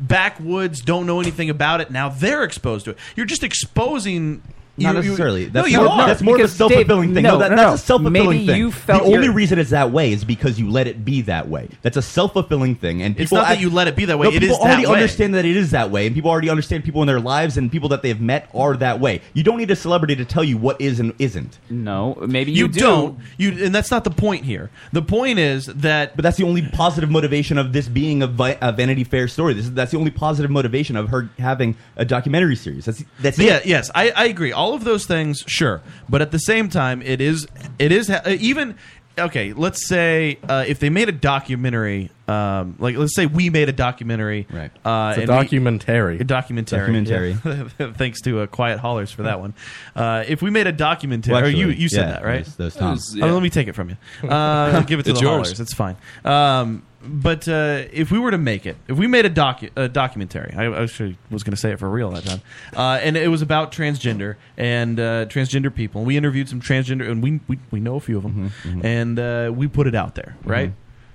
[SPEAKER 3] backwoods don't know anything about it now they're exposed to it you're just exposing
[SPEAKER 10] Not
[SPEAKER 3] you- you-
[SPEAKER 10] necessarily.
[SPEAKER 3] no,
[SPEAKER 10] that's,
[SPEAKER 3] you
[SPEAKER 10] more,
[SPEAKER 3] are.
[SPEAKER 10] that's more of a self fulfilling thing. No, that- that's a self fulfilling
[SPEAKER 7] Maybe
[SPEAKER 10] thing.
[SPEAKER 7] you felt
[SPEAKER 10] the only
[SPEAKER 7] your-
[SPEAKER 10] reason it's that way is because you let it be that way. That's a self fulfilling thing. And
[SPEAKER 3] It's
[SPEAKER 10] people
[SPEAKER 3] not that
[SPEAKER 10] act-
[SPEAKER 3] you let it be that way,
[SPEAKER 10] No,
[SPEAKER 3] it
[SPEAKER 10] people
[SPEAKER 3] is that
[SPEAKER 10] already
[SPEAKER 3] way.
[SPEAKER 10] understand that it is that way, and people already understand people in their lives and people that they've met are that way. You don't need a celebrity to tell you what is and isn't.
[SPEAKER 7] No, maybe
[SPEAKER 3] you, don't you and that's not the point here the point is that
[SPEAKER 10] but that's the only positive motivation of this being a, vi- a Vanity Fair story. This is that's the only positive motivation of her having a documentary series. That's that's
[SPEAKER 3] yeah,
[SPEAKER 10] it.
[SPEAKER 3] yes, I, I agree. All of those things, sure, but at the same time, it is it is ha- uh, even okay. Let's say uh, if they made a documentary, um, like let's say we made a documentary, right? Uh,
[SPEAKER 8] It's a
[SPEAKER 3] and we-
[SPEAKER 8] documentary.
[SPEAKER 3] a documentary,
[SPEAKER 8] Documentary.
[SPEAKER 3] Yeah. Thanks to uh, Quiet Hollers for that one. Uh, if we made a documentary,
[SPEAKER 10] Well,
[SPEAKER 3] or you
[SPEAKER 10] actually,
[SPEAKER 3] you said
[SPEAKER 10] yeah,
[SPEAKER 3] that right?
[SPEAKER 10] those- those times.
[SPEAKER 3] Oh, let me take it from you. Uh, give it to
[SPEAKER 10] It's
[SPEAKER 3] the
[SPEAKER 10] yours.
[SPEAKER 3] Hollers. It's fine. Um, but uh, if we were to make it, if we made a docu- a documentary, I I actually was going to say it for real that time, uh, and it was about transgender and uh, transgender people. We interviewed some transgender, and we we, we know a few of them,
[SPEAKER 10] Mm-hmm,
[SPEAKER 3] and uh, we put it out there, right?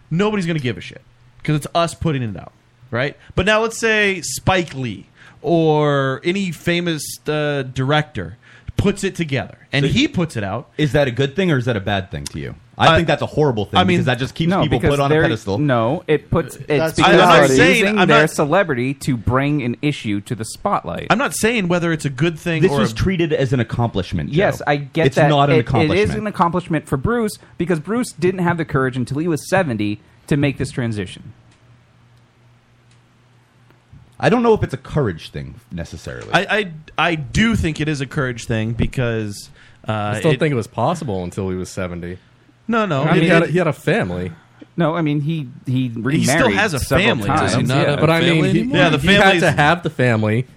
[SPEAKER 3] Nobody's going to give a shit because it's us putting it out, right? But now let's say Spike Lee or any famous uh, director puts it together, and he puts it out.
[SPEAKER 10] Is that a good thing or is that a bad thing to you? I
[SPEAKER 3] Uh,
[SPEAKER 10] think that's a horrible thing
[SPEAKER 3] I mean-
[SPEAKER 10] because that just keeps
[SPEAKER 3] No,
[SPEAKER 10] people
[SPEAKER 3] because
[SPEAKER 10] put on a
[SPEAKER 3] there-
[SPEAKER 10] pedestal.
[SPEAKER 7] No, it puts it's because
[SPEAKER 3] I'm
[SPEAKER 7] they're
[SPEAKER 3] not saying-
[SPEAKER 7] using
[SPEAKER 3] I'm
[SPEAKER 7] their
[SPEAKER 3] not-
[SPEAKER 7] celebrity to bring an issue to the spotlight.
[SPEAKER 3] I'm not saying whether it's a good thing.
[SPEAKER 10] This
[SPEAKER 3] or
[SPEAKER 10] was
[SPEAKER 3] a,
[SPEAKER 10] treated as an accomplishment. Joe.
[SPEAKER 7] Yes, I get
[SPEAKER 10] it's
[SPEAKER 7] that.
[SPEAKER 10] not an
[SPEAKER 7] It-
[SPEAKER 10] accomplishment.
[SPEAKER 7] It is an accomplishment for Bruce because Bruce didn't have the courage until he was 70 to make this transition.
[SPEAKER 10] I don't know if it's a courage thing necessarily.
[SPEAKER 3] I, I I do think it is a courage thing because uh,
[SPEAKER 8] I still
[SPEAKER 3] it-
[SPEAKER 8] think it was possible until he was seventy.
[SPEAKER 3] No, no,
[SPEAKER 8] I mean,
[SPEAKER 3] it-
[SPEAKER 8] he, had a,
[SPEAKER 3] it-
[SPEAKER 8] he had a family.
[SPEAKER 7] No, I mean he he
[SPEAKER 3] He still remarried has a several family, does he times. not have a
[SPEAKER 8] but I mean,
[SPEAKER 3] family
[SPEAKER 8] he,
[SPEAKER 3] anymore? Yeah, the
[SPEAKER 8] he had
[SPEAKER 3] family's-
[SPEAKER 8] to have the family,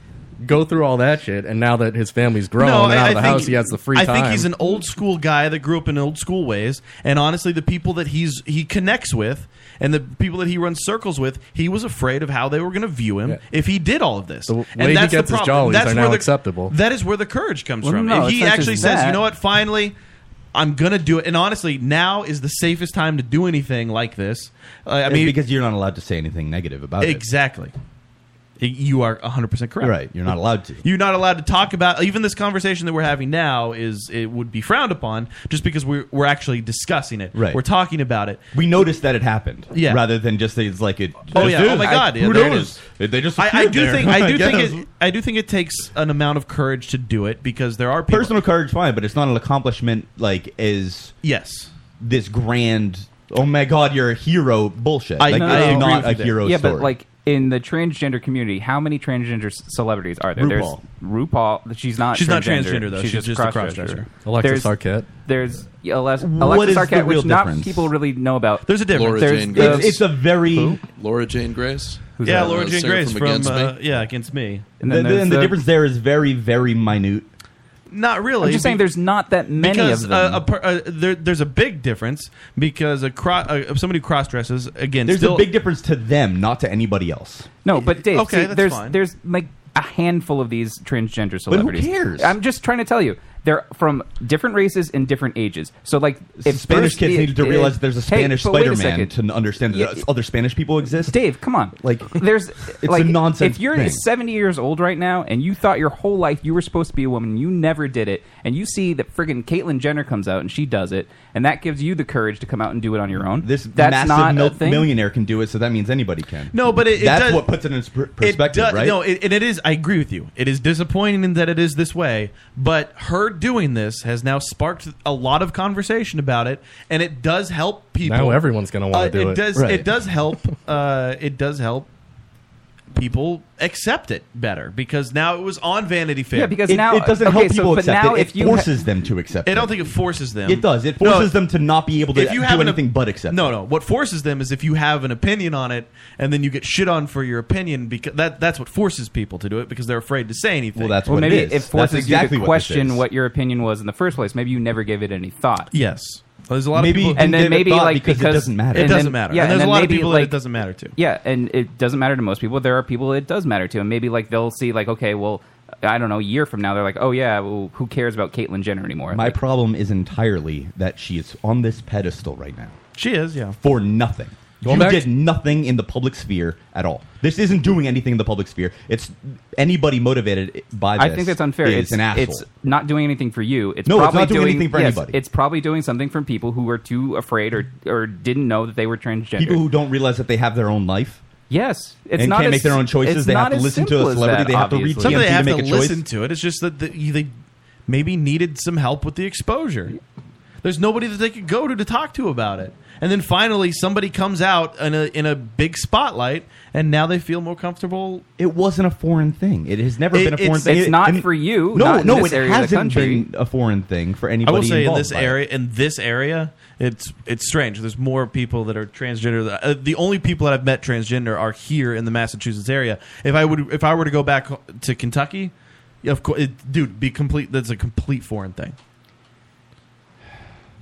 [SPEAKER 8] go through all that shit, and now that his family's grown
[SPEAKER 3] No,
[SPEAKER 8] and
[SPEAKER 3] I-
[SPEAKER 8] out
[SPEAKER 3] I
[SPEAKER 8] of the
[SPEAKER 3] think-
[SPEAKER 8] house, he has the free
[SPEAKER 3] I
[SPEAKER 8] time.
[SPEAKER 3] think he's an old school guy that grew up in old school ways, and honestly, the people that he's he connects with and the people that he runs circles with, he was afraid of how they were going to view him if he did all of this.
[SPEAKER 8] the way
[SPEAKER 3] and
[SPEAKER 8] he
[SPEAKER 3] that's
[SPEAKER 8] gets
[SPEAKER 3] the
[SPEAKER 8] his
[SPEAKER 3] problem.
[SPEAKER 8] jollies
[SPEAKER 3] that's
[SPEAKER 8] are
[SPEAKER 3] where
[SPEAKER 8] now
[SPEAKER 3] the,
[SPEAKER 8] acceptable.
[SPEAKER 3] That is where the courage comes
[SPEAKER 8] Well,
[SPEAKER 3] from.
[SPEAKER 8] no,
[SPEAKER 3] if
[SPEAKER 8] it's
[SPEAKER 3] he
[SPEAKER 8] not just
[SPEAKER 3] actually says,
[SPEAKER 8] that.
[SPEAKER 3] "You know what? Finally, I'm gonna do it," and honestly, now is the safest time to do anything like this. Uh, I
[SPEAKER 10] It's
[SPEAKER 3] mean,
[SPEAKER 10] because you're not allowed to say anything negative about it.
[SPEAKER 3] exactly. You are 100 percent correct.
[SPEAKER 10] Right, you're not allowed to.
[SPEAKER 3] You're not allowed to talk about even this conversation that we're having now is it would be frowned upon just because we're we're actually discussing it.
[SPEAKER 10] Right.
[SPEAKER 3] We're talking about it.
[SPEAKER 10] We noticed that it happened.
[SPEAKER 3] Yeah.
[SPEAKER 10] Rather than just it's like it.
[SPEAKER 3] Oh yeah! Oh my
[SPEAKER 10] I-
[SPEAKER 3] God! yeah,
[SPEAKER 10] who
[SPEAKER 3] there it
[SPEAKER 10] knows?
[SPEAKER 3] is.
[SPEAKER 10] They just.
[SPEAKER 3] I, I
[SPEAKER 10] appeared
[SPEAKER 3] do
[SPEAKER 10] there.
[SPEAKER 3] think. I do
[SPEAKER 10] guess.
[SPEAKER 3] think. It, I do think it takes an amount of courage to do it because there are people.
[SPEAKER 10] personal courage, fine, but it's not an accomplishment like is
[SPEAKER 3] yes
[SPEAKER 10] this grand. Oh my God, you're a hero bullshit. like, it's not a hero
[SPEAKER 7] Yeah,
[SPEAKER 10] story.
[SPEAKER 7] but like in the transgender community, how many transgender c- celebrities are there?
[SPEAKER 10] RuPaul.
[SPEAKER 7] There's RuPaul. She's not.
[SPEAKER 3] She's
[SPEAKER 7] transgender.
[SPEAKER 3] not transgender, though.
[SPEAKER 7] She's,
[SPEAKER 3] She's
[SPEAKER 7] just
[SPEAKER 3] just a
[SPEAKER 7] cross-dresser.
[SPEAKER 3] cross-dresser. Alexis
[SPEAKER 7] there's,
[SPEAKER 8] Arquette.
[SPEAKER 7] There's Alex- Alexis
[SPEAKER 10] What is the
[SPEAKER 7] Arquette,
[SPEAKER 10] real
[SPEAKER 7] which not
[SPEAKER 10] difference?
[SPEAKER 7] people really know about.
[SPEAKER 3] There's a
[SPEAKER 7] difference.
[SPEAKER 3] difference.
[SPEAKER 7] There's
[SPEAKER 10] It's- It's a very.
[SPEAKER 4] Laura Jane Grace.
[SPEAKER 7] Who's
[SPEAKER 3] yeah,
[SPEAKER 4] that?
[SPEAKER 3] Laura
[SPEAKER 4] Uh,
[SPEAKER 3] Jane
[SPEAKER 4] singer
[SPEAKER 3] Grace
[SPEAKER 4] from
[SPEAKER 3] from,
[SPEAKER 4] Against Me?
[SPEAKER 3] uh, yeah against me.
[SPEAKER 10] And the, and the difference there is very, very minute.
[SPEAKER 3] Not really.
[SPEAKER 7] I'm just saying
[SPEAKER 3] be-
[SPEAKER 7] there's not that many
[SPEAKER 3] because
[SPEAKER 7] of them.
[SPEAKER 3] A, a, per- uh there, there's a big difference because a cro- uh, somebody who cross dresses again.
[SPEAKER 10] There's
[SPEAKER 3] still,
[SPEAKER 10] a big difference to them, not to anybody else.
[SPEAKER 7] No, but Dave, see,
[SPEAKER 3] Okay, that's
[SPEAKER 7] there's
[SPEAKER 3] fine.
[SPEAKER 7] there's like a handful of these transgender
[SPEAKER 10] But who
[SPEAKER 7] celebrities.
[SPEAKER 10] cares?
[SPEAKER 7] I'm just trying to tell you, they're from different races and different ages. So like, if
[SPEAKER 10] Spanish
[SPEAKER 7] Bruce-
[SPEAKER 10] kids
[SPEAKER 7] if-
[SPEAKER 10] needed to
[SPEAKER 7] if-
[SPEAKER 10] realize there's a
[SPEAKER 7] hey,
[SPEAKER 10] Spanish
[SPEAKER 7] but wait a
[SPEAKER 10] Spider-Man
[SPEAKER 7] second.
[SPEAKER 10] to understand that
[SPEAKER 7] Yeah.
[SPEAKER 10] other Spanish people exist.
[SPEAKER 7] Dave, come on.
[SPEAKER 10] Like
[SPEAKER 7] there's
[SPEAKER 10] a
[SPEAKER 7] like
[SPEAKER 10] nonsense
[SPEAKER 7] if you're
[SPEAKER 10] thing.
[SPEAKER 7] 70 years old right now and you thought your whole life you were supposed to be a woman you never did it and you see that friggin' Caitlyn Jenner comes out and she does it and that gives you the courage to come out and do it on your own this that's
[SPEAKER 10] massive
[SPEAKER 7] not
[SPEAKER 10] mil-
[SPEAKER 7] a thing
[SPEAKER 10] millionaire can do it, so that means anybody can.
[SPEAKER 3] No, but it- it
[SPEAKER 10] that's
[SPEAKER 3] does-
[SPEAKER 10] what puts it in pr- perspective,
[SPEAKER 3] does-
[SPEAKER 10] right?
[SPEAKER 3] No, it, and it is. I agree with you. It is disappointing in that it is this way, but her doing this has now sparked a lot of conversation about it, and it does help people.
[SPEAKER 8] Now everyone's gonna wanna
[SPEAKER 3] Uh,
[SPEAKER 8] do it.
[SPEAKER 3] Does,
[SPEAKER 8] Right.
[SPEAKER 3] It does help. Uh, it does help people accept it better because now it was on Vanity Fair.
[SPEAKER 10] Yeah, because It- now- it doesn't okay, help so- people but accept now it. It if you ha- forces them to accept
[SPEAKER 3] I don't
[SPEAKER 10] it.
[SPEAKER 3] think it forces them.
[SPEAKER 10] It does. It
[SPEAKER 3] No,
[SPEAKER 10] forces them to not be able to
[SPEAKER 3] if you have
[SPEAKER 10] do
[SPEAKER 3] an-
[SPEAKER 10] anything but accept.
[SPEAKER 3] no, no. What forces them is if you have an opinion on it, and then you get shit on for your opinion because that that's what forces people to do it because they're afraid to say anything.
[SPEAKER 7] well, maybe it forces you to question what, your opinion was in the first place. Maybe you never gave it any thought.
[SPEAKER 3] Yes, there's a lot of people who
[SPEAKER 7] and
[SPEAKER 3] give
[SPEAKER 7] then
[SPEAKER 3] it
[SPEAKER 7] maybe
[SPEAKER 3] thought
[SPEAKER 7] like
[SPEAKER 3] because it doesn't matter. It
[SPEAKER 7] and then-
[SPEAKER 3] doesn't matter. And there's
[SPEAKER 7] then
[SPEAKER 3] a lot of
[SPEAKER 7] maybe,
[SPEAKER 3] people that it doesn't matter to.
[SPEAKER 7] Yeah, and it doesn't matter to most people. There are people it does matter to, and maybe like they'll see like okay, well, I don't know, a year from now they're like, oh yeah, well, who cares about Caitlyn Jenner anymore?
[SPEAKER 10] My problem is entirely that she is on this pedestal right now.
[SPEAKER 3] She is, yeah.
[SPEAKER 10] For nothing.
[SPEAKER 8] Going
[SPEAKER 10] you
[SPEAKER 8] back
[SPEAKER 10] did nothing in the public sphere at all. This isn't doing anything in the public sphere. It's anybody motivated by this.
[SPEAKER 7] I think that's unfair.
[SPEAKER 10] is
[SPEAKER 7] It's
[SPEAKER 10] an asshole.
[SPEAKER 7] It's not doing anything for you. It's
[SPEAKER 10] No, it's
[SPEAKER 7] probably
[SPEAKER 10] not doing anything for
[SPEAKER 7] yes,
[SPEAKER 10] anybody.
[SPEAKER 7] It's probably doing something for people who were too afraid or or didn't know that they were transgender.
[SPEAKER 10] People who don't realize that they have their own life.
[SPEAKER 7] Yes, it's
[SPEAKER 10] and
[SPEAKER 7] not
[SPEAKER 10] can't
[SPEAKER 7] as-
[SPEAKER 10] make their own
[SPEAKER 7] it's
[SPEAKER 10] choices. They
[SPEAKER 7] not
[SPEAKER 10] have to
[SPEAKER 7] as
[SPEAKER 10] listen to
[SPEAKER 7] simple
[SPEAKER 10] a
[SPEAKER 7] as
[SPEAKER 10] celebrity.
[SPEAKER 7] that,
[SPEAKER 10] they have to read
[SPEAKER 7] obviously.
[SPEAKER 10] TMZ
[SPEAKER 3] Some of they have
[SPEAKER 10] to
[SPEAKER 3] to
[SPEAKER 10] make a
[SPEAKER 3] listen
[SPEAKER 10] choice.
[SPEAKER 3] to it. It's just that the, they maybe needed some help with the exposure. There's nobody that they could go to to talk to about it. And then finally, somebody comes out in a, in a big spotlight, and now they feel more comfortable.
[SPEAKER 10] It wasn't a foreign thing. It has never
[SPEAKER 3] It-
[SPEAKER 10] been a
[SPEAKER 3] it's-
[SPEAKER 10] foreign thing.
[SPEAKER 3] it's
[SPEAKER 10] It-
[SPEAKER 3] not
[SPEAKER 10] and-
[SPEAKER 3] for you,
[SPEAKER 10] No,
[SPEAKER 3] not in
[SPEAKER 10] no,
[SPEAKER 3] this
[SPEAKER 10] it
[SPEAKER 3] area of the
[SPEAKER 10] hasn't
[SPEAKER 3] country.
[SPEAKER 10] been a foreign thing for
[SPEAKER 3] I
[SPEAKER 10] anybody
[SPEAKER 3] will say in
[SPEAKER 10] involved
[SPEAKER 3] this
[SPEAKER 10] by it.
[SPEAKER 3] area, in this area, it's it's strange. There's more people that are transgender. Uh, the only people that I've met transgender are here in the Massachusetts area. If I would, if I were to go back to Kentucky, of course, it, dude, be complete. That's a complete foreign thing.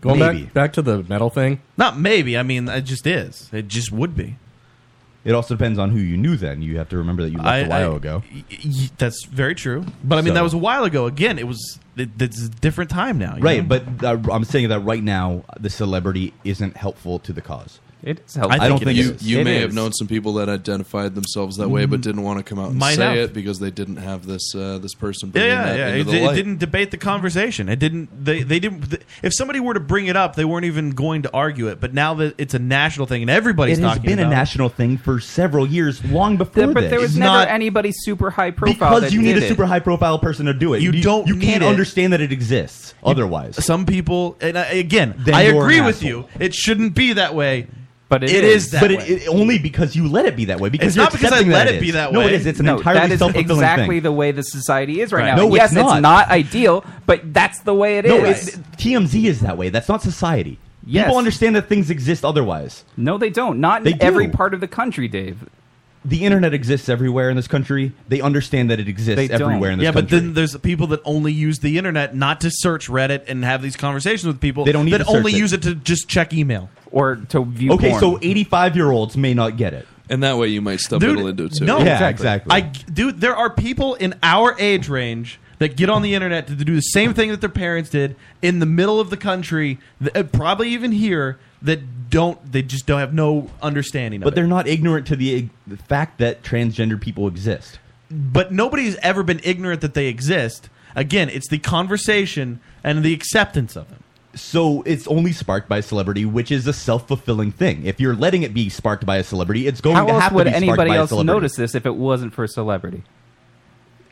[SPEAKER 8] Going
[SPEAKER 3] Maybe.
[SPEAKER 8] back back to the metal thing.
[SPEAKER 3] Not maybe. I mean, it just is. It just would be.
[SPEAKER 10] It also depends on who you knew then. You have to remember that you left
[SPEAKER 3] I-
[SPEAKER 10] a while
[SPEAKER 3] I-
[SPEAKER 10] ago.
[SPEAKER 3] y- y- that's very true. But I mean,
[SPEAKER 10] So-
[SPEAKER 3] that was a while ago. Again, it was it, it's a different time now. you
[SPEAKER 10] Right,
[SPEAKER 3] know?
[SPEAKER 10] but uh, I'm saying that right now the celebrity isn't helpful to the cause.
[SPEAKER 7] It is
[SPEAKER 10] I, don't think
[SPEAKER 12] you,
[SPEAKER 10] it is.
[SPEAKER 12] you may have known some people that identified themselves that way, but didn't want to come out and
[SPEAKER 3] Mm-hmm. Might
[SPEAKER 12] say
[SPEAKER 3] have.
[SPEAKER 12] it because they didn't have this uh, this person.
[SPEAKER 3] Yeah,
[SPEAKER 12] Bringing
[SPEAKER 3] yeah,
[SPEAKER 12] that
[SPEAKER 3] yeah.
[SPEAKER 12] Into
[SPEAKER 3] It,
[SPEAKER 12] the
[SPEAKER 3] it
[SPEAKER 12] light.
[SPEAKER 3] didn't debate the conversation. It didn't. They they didn't. th- if somebody were to bring it up, they weren't even going to argue it. But now that it's a national thing and everybody's
[SPEAKER 10] It has
[SPEAKER 3] talking
[SPEAKER 10] been
[SPEAKER 3] about
[SPEAKER 10] a national thing for several years, long before
[SPEAKER 7] But
[SPEAKER 10] this.
[SPEAKER 7] there was
[SPEAKER 10] It's
[SPEAKER 7] never
[SPEAKER 10] not
[SPEAKER 7] anybody super high profile
[SPEAKER 10] because
[SPEAKER 7] that
[SPEAKER 10] you need
[SPEAKER 7] did
[SPEAKER 10] a
[SPEAKER 7] it.
[SPEAKER 10] super high profile person to do it.
[SPEAKER 3] You don't
[SPEAKER 10] You
[SPEAKER 3] need
[SPEAKER 10] can't
[SPEAKER 3] it.
[SPEAKER 10] understand that it exists otherwise.
[SPEAKER 3] some people. And I, again,
[SPEAKER 10] Then
[SPEAKER 3] I
[SPEAKER 10] you're an
[SPEAKER 3] agree with
[SPEAKER 10] asshole.
[SPEAKER 3] you. It shouldn't be that way.
[SPEAKER 7] But
[SPEAKER 3] it is. that
[SPEAKER 10] but
[SPEAKER 3] way.
[SPEAKER 10] it, it- only because you let it be that way. Because
[SPEAKER 3] It's
[SPEAKER 10] you're
[SPEAKER 3] not because I
[SPEAKER 10] accepting
[SPEAKER 3] let
[SPEAKER 10] that
[SPEAKER 3] it be
[SPEAKER 10] is.
[SPEAKER 3] that
[SPEAKER 10] no,
[SPEAKER 3] way.
[SPEAKER 10] it is. It's an
[SPEAKER 7] no,
[SPEAKER 10] entirely
[SPEAKER 7] that is
[SPEAKER 10] self fulfilling
[SPEAKER 7] exactly
[SPEAKER 10] thing.
[SPEAKER 7] the way the society is right,
[SPEAKER 10] Right.
[SPEAKER 7] now.
[SPEAKER 10] No,
[SPEAKER 7] yes,
[SPEAKER 10] it's not.
[SPEAKER 7] ideal, but that's the way it is.
[SPEAKER 10] no, it's- TMZ is that way. That's not society.
[SPEAKER 7] Yes.
[SPEAKER 10] People understand that things exist otherwise.
[SPEAKER 7] No, they don't. Not
[SPEAKER 10] They
[SPEAKER 7] in every
[SPEAKER 10] do.
[SPEAKER 7] part of the country, Dave.
[SPEAKER 10] The internet exists everywhere in this country. They understand that it exists everywhere in this
[SPEAKER 3] yeah,
[SPEAKER 10] country.
[SPEAKER 3] but then there's people that only use the internet not to search Reddit and have these conversations with people.
[SPEAKER 10] They don't need
[SPEAKER 3] that
[SPEAKER 10] to search
[SPEAKER 3] only
[SPEAKER 10] it.
[SPEAKER 3] use it to just check email
[SPEAKER 7] or to view.
[SPEAKER 10] Okay, so 85 year olds may not get it.
[SPEAKER 12] And that way you might stumble into it too.
[SPEAKER 3] No,
[SPEAKER 10] Yeah, exactly.
[SPEAKER 3] I dude, there are people in our age range that get on the internet to do the same thing that their parents did in the middle of the country, th- uh, probably even here. That don't they just don't have no understanding
[SPEAKER 10] But
[SPEAKER 3] of it.
[SPEAKER 10] they're not ignorant to the, the fact that transgender people exist.
[SPEAKER 3] But nobody's ever been ignorant that they exist. Again, it's the conversation and the acceptance of them.
[SPEAKER 10] So it's only sparked by celebrity, which is a self fulfilling thing. If you're letting it be sparked by a celebrity, it's going
[SPEAKER 7] How
[SPEAKER 10] to
[SPEAKER 7] else
[SPEAKER 10] have
[SPEAKER 7] would
[SPEAKER 10] to be sparked
[SPEAKER 7] anybody
[SPEAKER 10] by a
[SPEAKER 7] else
[SPEAKER 10] celebrity.
[SPEAKER 7] notice this if it wasn't for a celebrity?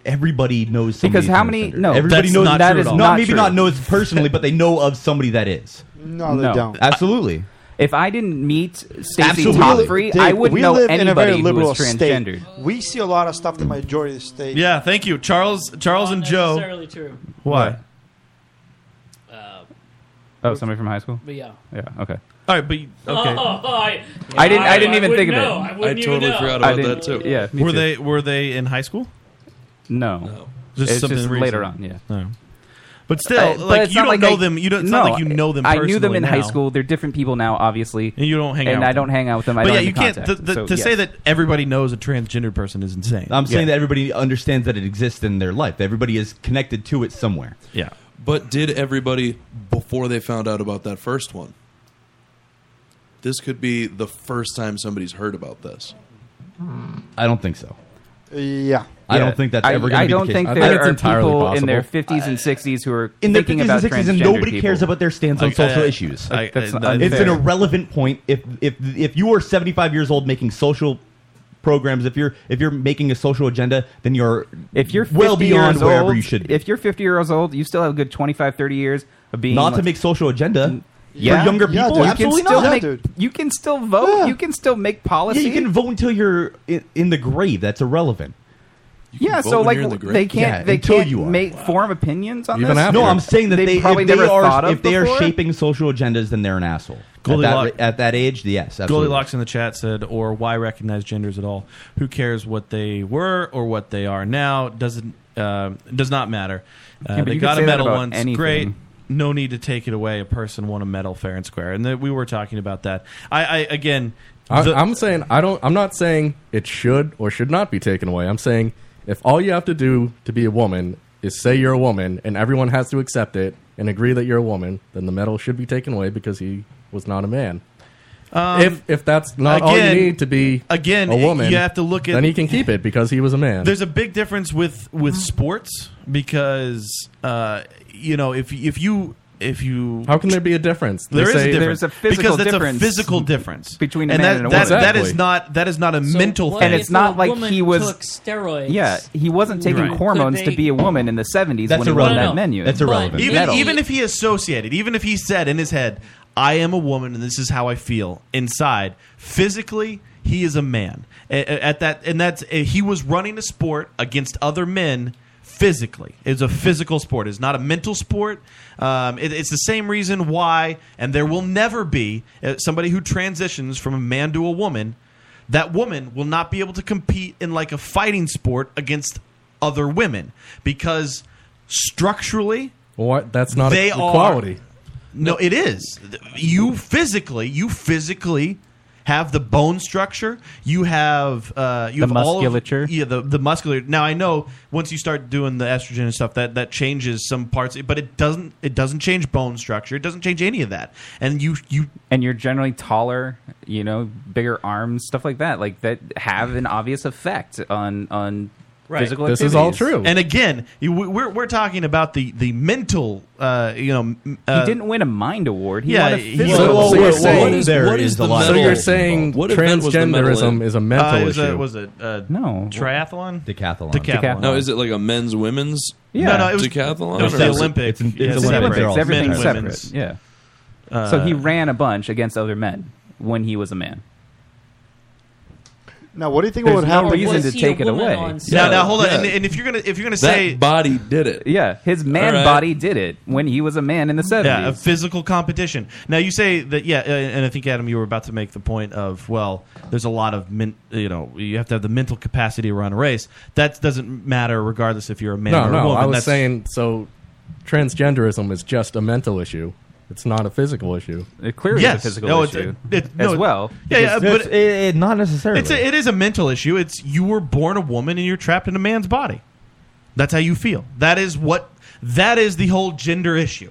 [SPEAKER 10] Everybody knows somebody
[SPEAKER 7] Because how
[SPEAKER 10] who's
[SPEAKER 7] many?
[SPEAKER 10] transgender.
[SPEAKER 7] No,
[SPEAKER 10] everybody
[SPEAKER 7] that's
[SPEAKER 10] knows
[SPEAKER 7] not
[SPEAKER 10] that
[SPEAKER 7] true
[SPEAKER 10] is
[SPEAKER 7] at all.
[SPEAKER 10] not, maybe not knows personally, but they know of somebody that is.
[SPEAKER 9] No, they
[SPEAKER 7] No.
[SPEAKER 9] don't.
[SPEAKER 7] Absolutely.
[SPEAKER 10] Absolutely.
[SPEAKER 7] Dave, we live in a very liberal state. I didn't meet Stacey
[SPEAKER 9] Absolutely.
[SPEAKER 7] Toffrey, I wouldn't
[SPEAKER 9] we
[SPEAKER 7] know
[SPEAKER 9] live in a very
[SPEAKER 7] anybody who
[SPEAKER 9] liberal
[SPEAKER 7] was transgendered.
[SPEAKER 9] State. We see a lot of stuff the majority of the state.
[SPEAKER 3] Yeah, thank you, Charles. Charles and Joe.
[SPEAKER 11] necessarily true.
[SPEAKER 3] Why?
[SPEAKER 11] Uh,
[SPEAKER 7] Oh, somebody from high school.
[SPEAKER 11] But yeah.
[SPEAKER 7] Yeah. Okay.
[SPEAKER 3] All right, but you- okay.
[SPEAKER 11] Oh, I,
[SPEAKER 7] I didn't. I didn't even
[SPEAKER 11] wouldn't
[SPEAKER 7] think of it.
[SPEAKER 11] know. I, wouldn't even know.
[SPEAKER 7] I didn't- Yeah. me
[SPEAKER 3] were
[SPEAKER 7] too.
[SPEAKER 3] they were they in high school?
[SPEAKER 7] No.
[SPEAKER 3] Just
[SPEAKER 7] It's
[SPEAKER 3] something
[SPEAKER 7] just
[SPEAKER 3] recent. Oh.
[SPEAKER 7] later on. Yeah.
[SPEAKER 3] But still,
[SPEAKER 7] Uh, but
[SPEAKER 3] like
[SPEAKER 7] it's
[SPEAKER 3] you
[SPEAKER 7] not
[SPEAKER 3] don't
[SPEAKER 7] like
[SPEAKER 3] know
[SPEAKER 7] I-
[SPEAKER 3] them. You don't. It's not like you know them.
[SPEAKER 7] I knew them
[SPEAKER 3] personally
[SPEAKER 7] in high
[SPEAKER 3] now.
[SPEAKER 7] school. They're different people now, obviously.
[SPEAKER 3] And you don't hang out.
[SPEAKER 7] And
[SPEAKER 3] with
[SPEAKER 7] I don't
[SPEAKER 3] them.
[SPEAKER 7] hang out with them. I don't
[SPEAKER 3] but yeah,
[SPEAKER 7] have
[SPEAKER 3] you
[SPEAKER 7] the
[SPEAKER 3] can't.
[SPEAKER 7] contact.
[SPEAKER 3] the- the-
[SPEAKER 7] So,
[SPEAKER 3] to
[SPEAKER 7] yes.
[SPEAKER 3] say that everybody knows a transgendered person is insane.
[SPEAKER 10] I'm saying that everybody understands that it exists in their life. Everybody is connected to it somewhere.
[SPEAKER 3] Yeah.
[SPEAKER 12] But did everybody before they found out about that first one? This could be the first time somebody's heard about this.
[SPEAKER 10] I don't think so.
[SPEAKER 9] Yeah.
[SPEAKER 10] I don't think that's
[SPEAKER 7] I,
[SPEAKER 10] ever going
[SPEAKER 7] I
[SPEAKER 10] to be
[SPEAKER 7] don't
[SPEAKER 10] the case.
[SPEAKER 7] think there are people in their 50s and 60s who are
[SPEAKER 10] in their
[SPEAKER 7] thinking
[SPEAKER 10] 50s
[SPEAKER 7] about
[SPEAKER 10] and 60s, and
[SPEAKER 7] transgender
[SPEAKER 10] nobody
[SPEAKER 7] people.
[SPEAKER 10] cares about their stance on
[SPEAKER 7] Like,
[SPEAKER 10] social
[SPEAKER 7] uh,
[SPEAKER 10] issues.
[SPEAKER 7] I- Like, that's I-
[SPEAKER 10] it's an
[SPEAKER 7] unfair.
[SPEAKER 10] irrelevant point. If if if you are 75 years old making social programs. If you're if you're making a social agenda, then you're
[SPEAKER 7] if you're 50
[SPEAKER 10] well beyond
[SPEAKER 7] years
[SPEAKER 10] wherever
[SPEAKER 7] old,
[SPEAKER 10] you should be.
[SPEAKER 7] If you're 50 years old, you still have a good 25, 30 years of being
[SPEAKER 10] Not
[SPEAKER 7] like-
[SPEAKER 10] to make social agenda
[SPEAKER 7] yeah.
[SPEAKER 10] for younger
[SPEAKER 7] Yeah,
[SPEAKER 10] people.
[SPEAKER 7] dude. You can
[SPEAKER 10] absolutely
[SPEAKER 7] still
[SPEAKER 10] not.
[SPEAKER 7] make- Yeah, dude. you can still vote. You can still make policy.
[SPEAKER 10] Yeah, you can vote until you're in, in the grave. That's irrelevant.
[SPEAKER 7] yeah,
[SPEAKER 10] vote
[SPEAKER 7] so
[SPEAKER 10] when
[SPEAKER 7] like
[SPEAKER 10] you're in the
[SPEAKER 7] they
[SPEAKER 10] grave.
[SPEAKER 7] can't
[SPEAKER 10] Yeah,
[SPEAKER 7] they
[SPEAKER 10] until
[SPEAKER 7] can't
[SPEAKER 10] you are.
[SPEAKER 7] make form opinions on
[SPEAKER 10] Even
[SPEAKER 7] this.
[SPEAKER 10] after. No, I'm saying that
[SPEAKER 7] They've
[SPEAKER 10] they,
[SPEAKER 7] probably
[SPEAKER 10] if they
[SPEAKER 7] never thought
[SPEAKER 10] are
[SPEAKER 7] of
[SPEAKER 10] if they
[SPEAKER 7] before.
[SPEAKER 10] are shaping social agendas, then they're an asshole. At
[SPEAKER 3] Goldilocks-
[SPEAKER 10] that, at that age, yes, absolutely.
[SPEAKER 3] Goldilocks in the chat said, or why recognize genders at all? Who cares what they were or what they are now? Doesn't uh, does not matter. Uh,
[SPEAKER 7] Yeah, but
[SPEAKER 3] they
[SPEAKER 7] you could
[SPEAKER 3] got a
[SPEAKER 7] say that
[SPEAKER 3] medal
[SPEAKER 7] about
[SPEAKER 3] once,
[SPEAKER 7] anything.
[SPEAKER 3] great. No need to take it away. A person won a medal fair and square, and that we were talking about that. I, I again,
[SPEAKER 8] I,
[SPEAKER 3] the-
[SPEAKER 8] I'm saying I don't. I'm not saying it should or should not be taken away. I'm saying if all you have to do to be a woman is say you're a woman, and everyone has to accept it and agree that you're a woman, then the medal should be taken away because he was not a man.
[SPEAKER 3] Um,
[SPEAKER 8] if if that's not all
[SPEAKER 3] again-
[SPEAKER 8] you need to be
[SPEAKER 3] again,
[SPEAKER 8] a woman,
[SPEAKER 3] you have to look at-
[SPEAKER 8] Then he can keep it because he was a man.
[SPEAKER 3] There's a big difference with with sports because uh, you know if if you if you
[SPEAKER 8] How can there be a difference? They
[SPEAKER 3] There is
[SPEAKER 8] say-
[SPEAKER 3] a difference
[SPEAKER 8] There's a physical
[SPEAKER 3] because that's
[SPEAKER 8] difference
[SPEAKER 3] a physical difference
[SPEAKER 7] between a
[SPEAKER 3] and
[SPEAKER 7] man
[SPEAKER 3] that,
[SPEAKER 7] and a
[SPEAKER 3] that-
[SPEAKER 7] woman.
[SPEAKER 3] that is
[SPEAKER 7] Exactly.
[SPEAKER 3] not that is not a
[SPEAKER 7] So
[SPEAKER 3] mental
[SPEAKER 7] what
[SPEAKER 3] thing,
[SPEAKER 7] if And it's not the like
[SPEAKER 11] woman
[SPEAKER 7] he was-
[SPEAKER 11] took steroids.
[SPEAKER 7] Yeah, he wasn't taking
[SPEAKER 3] Right.
[SPEAKER 7] hormones
[SPEAKER 3] Could
[SPEAKER 7] to
[SPEAKER 3] they-
[SPEAKER 7] be a woman in the 70s when he won that menu.
[SPEAKER 3] Even
[SPEAKER 7] Medal.
[SPEAKER 3] even if he associated, even if he said in his head, "I am a woman and this is how I feel inside," physically he is a man. A- a- At that, and that's uh, he was running a sport against other men. Physically, it's a physical sport. It's not a mental sport. Um, it- it's the same reason why, and there will never be uh, somebody who transitions from a man to a woman. That woman will not be able to compete in like a fighting sport against other women because structurally
[SPEAKER 8] what? That's not
[SPEAKER 3] they
[SPEAKER 8] equality.
[SPEAKER 3] are no it is you physically you physically have the bone structure you have uh you
[SPEAKER 7] The
[SPEAKER 3] have all of-
[SPEAKER 7] musculature.
[SPEAKER 3] yeah the, the muscular now i know once you start doing the estrogen and stuff that that changes some parts but it doesn't it doesn't change bone structure it doesn't change any of that and you you
[SPEAKER 7] and you're generally taller, you know, bigger arms, stuff like that, like that have an obvious effect on on physical. activities.
[SPEAKER 3] And again, you, we- we're we're talking about the the mental. Uh, you know, m- uh,
[SPEAKER 7] didn't win a mind award. He
[SPEAKER 3] yeah,
[SPEAKER 7] won a
[SPEAKER 3] he-
[SPEAKER 7] physical So- award. so you're saying there is a lot
[SPEAKER 8] So
[SPEAKER 7] of
[SPEAKER 8] you're
[SPEAKER 7] medal
[SPEAKER 8] saying
[SPEAKER 7] involved. What event was the medal
[SPEAKER 8] transgenderism
[SPEAKER 7] in?
[SPEAKER 8] is a mental
[SPEAKER 7] Uh, it
[SPEAKER 8] issue.
[SPEAKER 7] was a- it was
[SPEAKER 3] was it uh,
[SPEAKER 7] no
[SPEAKER 3] triathlon
[SPEAKER 10] decathlon
[SPEAKER 3] decathlon.
[SPEAKER 12] No, is it like a men's, women's?
[SPEAKER 3] Yeah. No, no, it was-
[SPEAKER 12] decathlon.
[SPEAKER 3] it was
[SPEAKER 12] or
[SPEAKER 3] the
[SPEAKER 12] is
[SPEAKER 3] Olympics.
[SPEAKER 7] It's the Olympics. Everything's
[SPEAKER 12] Men's,
[SPEAKER 7] separate.
[SPEAKER 12] women's.
[SPEAKER 7] Yeah.
[SPEAKER 3] Uh,
[SPEAKER 7] so he ran a bunch against other men when he was a man.
[SPEAKER 9] Now, what do you think
[SPEAKER 7] There's
[SPEAKER 9] would
[SPEAKER 7] no
[SPEAKER 9] happen?
[SPEAKER 7] reason Was to he a take it woman away. on set?
[SPEAKER 3] Now, now hold on.
[SPEAKER 7] Yeah.
[SPEAKER 3] And, and if you're gonna if you're gonna
[SPEAKER 7] That
[SPEAKER 3] say
[SPEAKER 12] body did it,
[SPEAKER 7] Yeah, his man
[SPEAKER 3] All right.
[SPEAKER 7] body did it when he was a man in the 70s.
[SPEAKER 3] Yeah, a physical competition. Now you say that, yeah, uh, and I think Adam, you were about to make the point of, well, there's a lot of, men, you know, you have to have the mental capacity to run a race. That doesn't matter, regardless if you're a man
[SPEAKER 8] no,
[SPEAKER 3] or a
[SPEAKER 8] no.
[SPEAKER 3] woman.
[SPEAKER 8] I was
[SPEAKER 3] That's-
[SPEAKER 8] saying so. Transgenderism is just a mental issue. It's not a physical issue.
[SPEAKER 7] It
[SPEAKER 3] clearly is a Yes. physical No, it's a- issue it- no, as it- well. yeah, yeah, but-
[SPEAKER 10] it, it- not necessarily.
[SPEAKER 3] It's a, it is a mental issue. It's you were born a woman and you're trapped in a man's body. That's how you feel. That is what. That is the whole gender issue.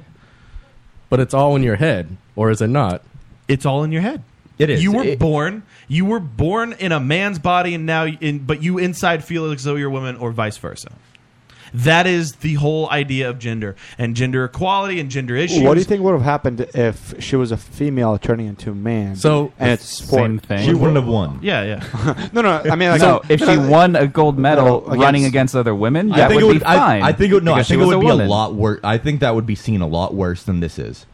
[SPEAKER 8] But it's all in your head, or is it not?
[SPEAKER 3] It's all in your head.
[SPEAKER 10] It is.
[SPEAKER 3] You were
[SPEAKER 8] It-
[SPEAKER 3] born. You were born in a man's body, and now, in, but you inside feel as though you're a woman, or vice versa. That is the whole idea of gender and gender equality and gender issues.
[SPEAKER 9] What do you think would have happened if she was a female turning into a man?
[SPEAKER 3] So-
[SPEAKER 9] and it's a sport.
[SPEAKER 7] Same thing. She wouldn't have
[SPEAKER 10] won.
[SPEAKER 3] Yeah, yeah.
[SPEAKER 9] no, no. I mean, like,
[SPEAKER 7] so if she
[SPEAKER 9] no,
[SPEAKER 7] won a gold medal
[SPEAKER 9] against-
[SPEAKER 7] running against other women,
[SPEAKER 10] I
[SPEAKER 7] that
[SPEAKER 10] think
[SPEAKER 7] would,
[SPEAKER 10] it
[SPEAKER 7] be fine.
[SPEAKER 10] I, I think it would no. I
[SPEAKER 7] because she
[SPEAKER 10] think it
[SPEAKER 7] was
[SPEAKER 10] would be a
[SPEAKER 7] woman.
[SPEAKER 10] lot worse. I think that would be seen a lot worse than this is.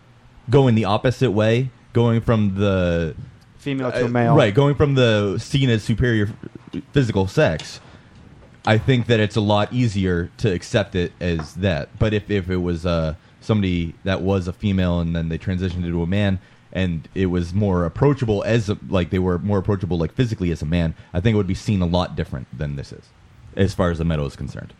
[SPEAKER 10] Going the opposite way, going from the uh,
[SPEAKER 9] Female to male.
[SPEAKER 10] right? Going from the seen as superior f- physical sex. I think that it's a lot easier to accept it as that. But if if it was uh, somebody that was a female and then they transitioned into a man. And it was more approachable as a, like they were more approachable like physically as a man. I think it would be seen a lot different than this is, as far as the medal is concerned.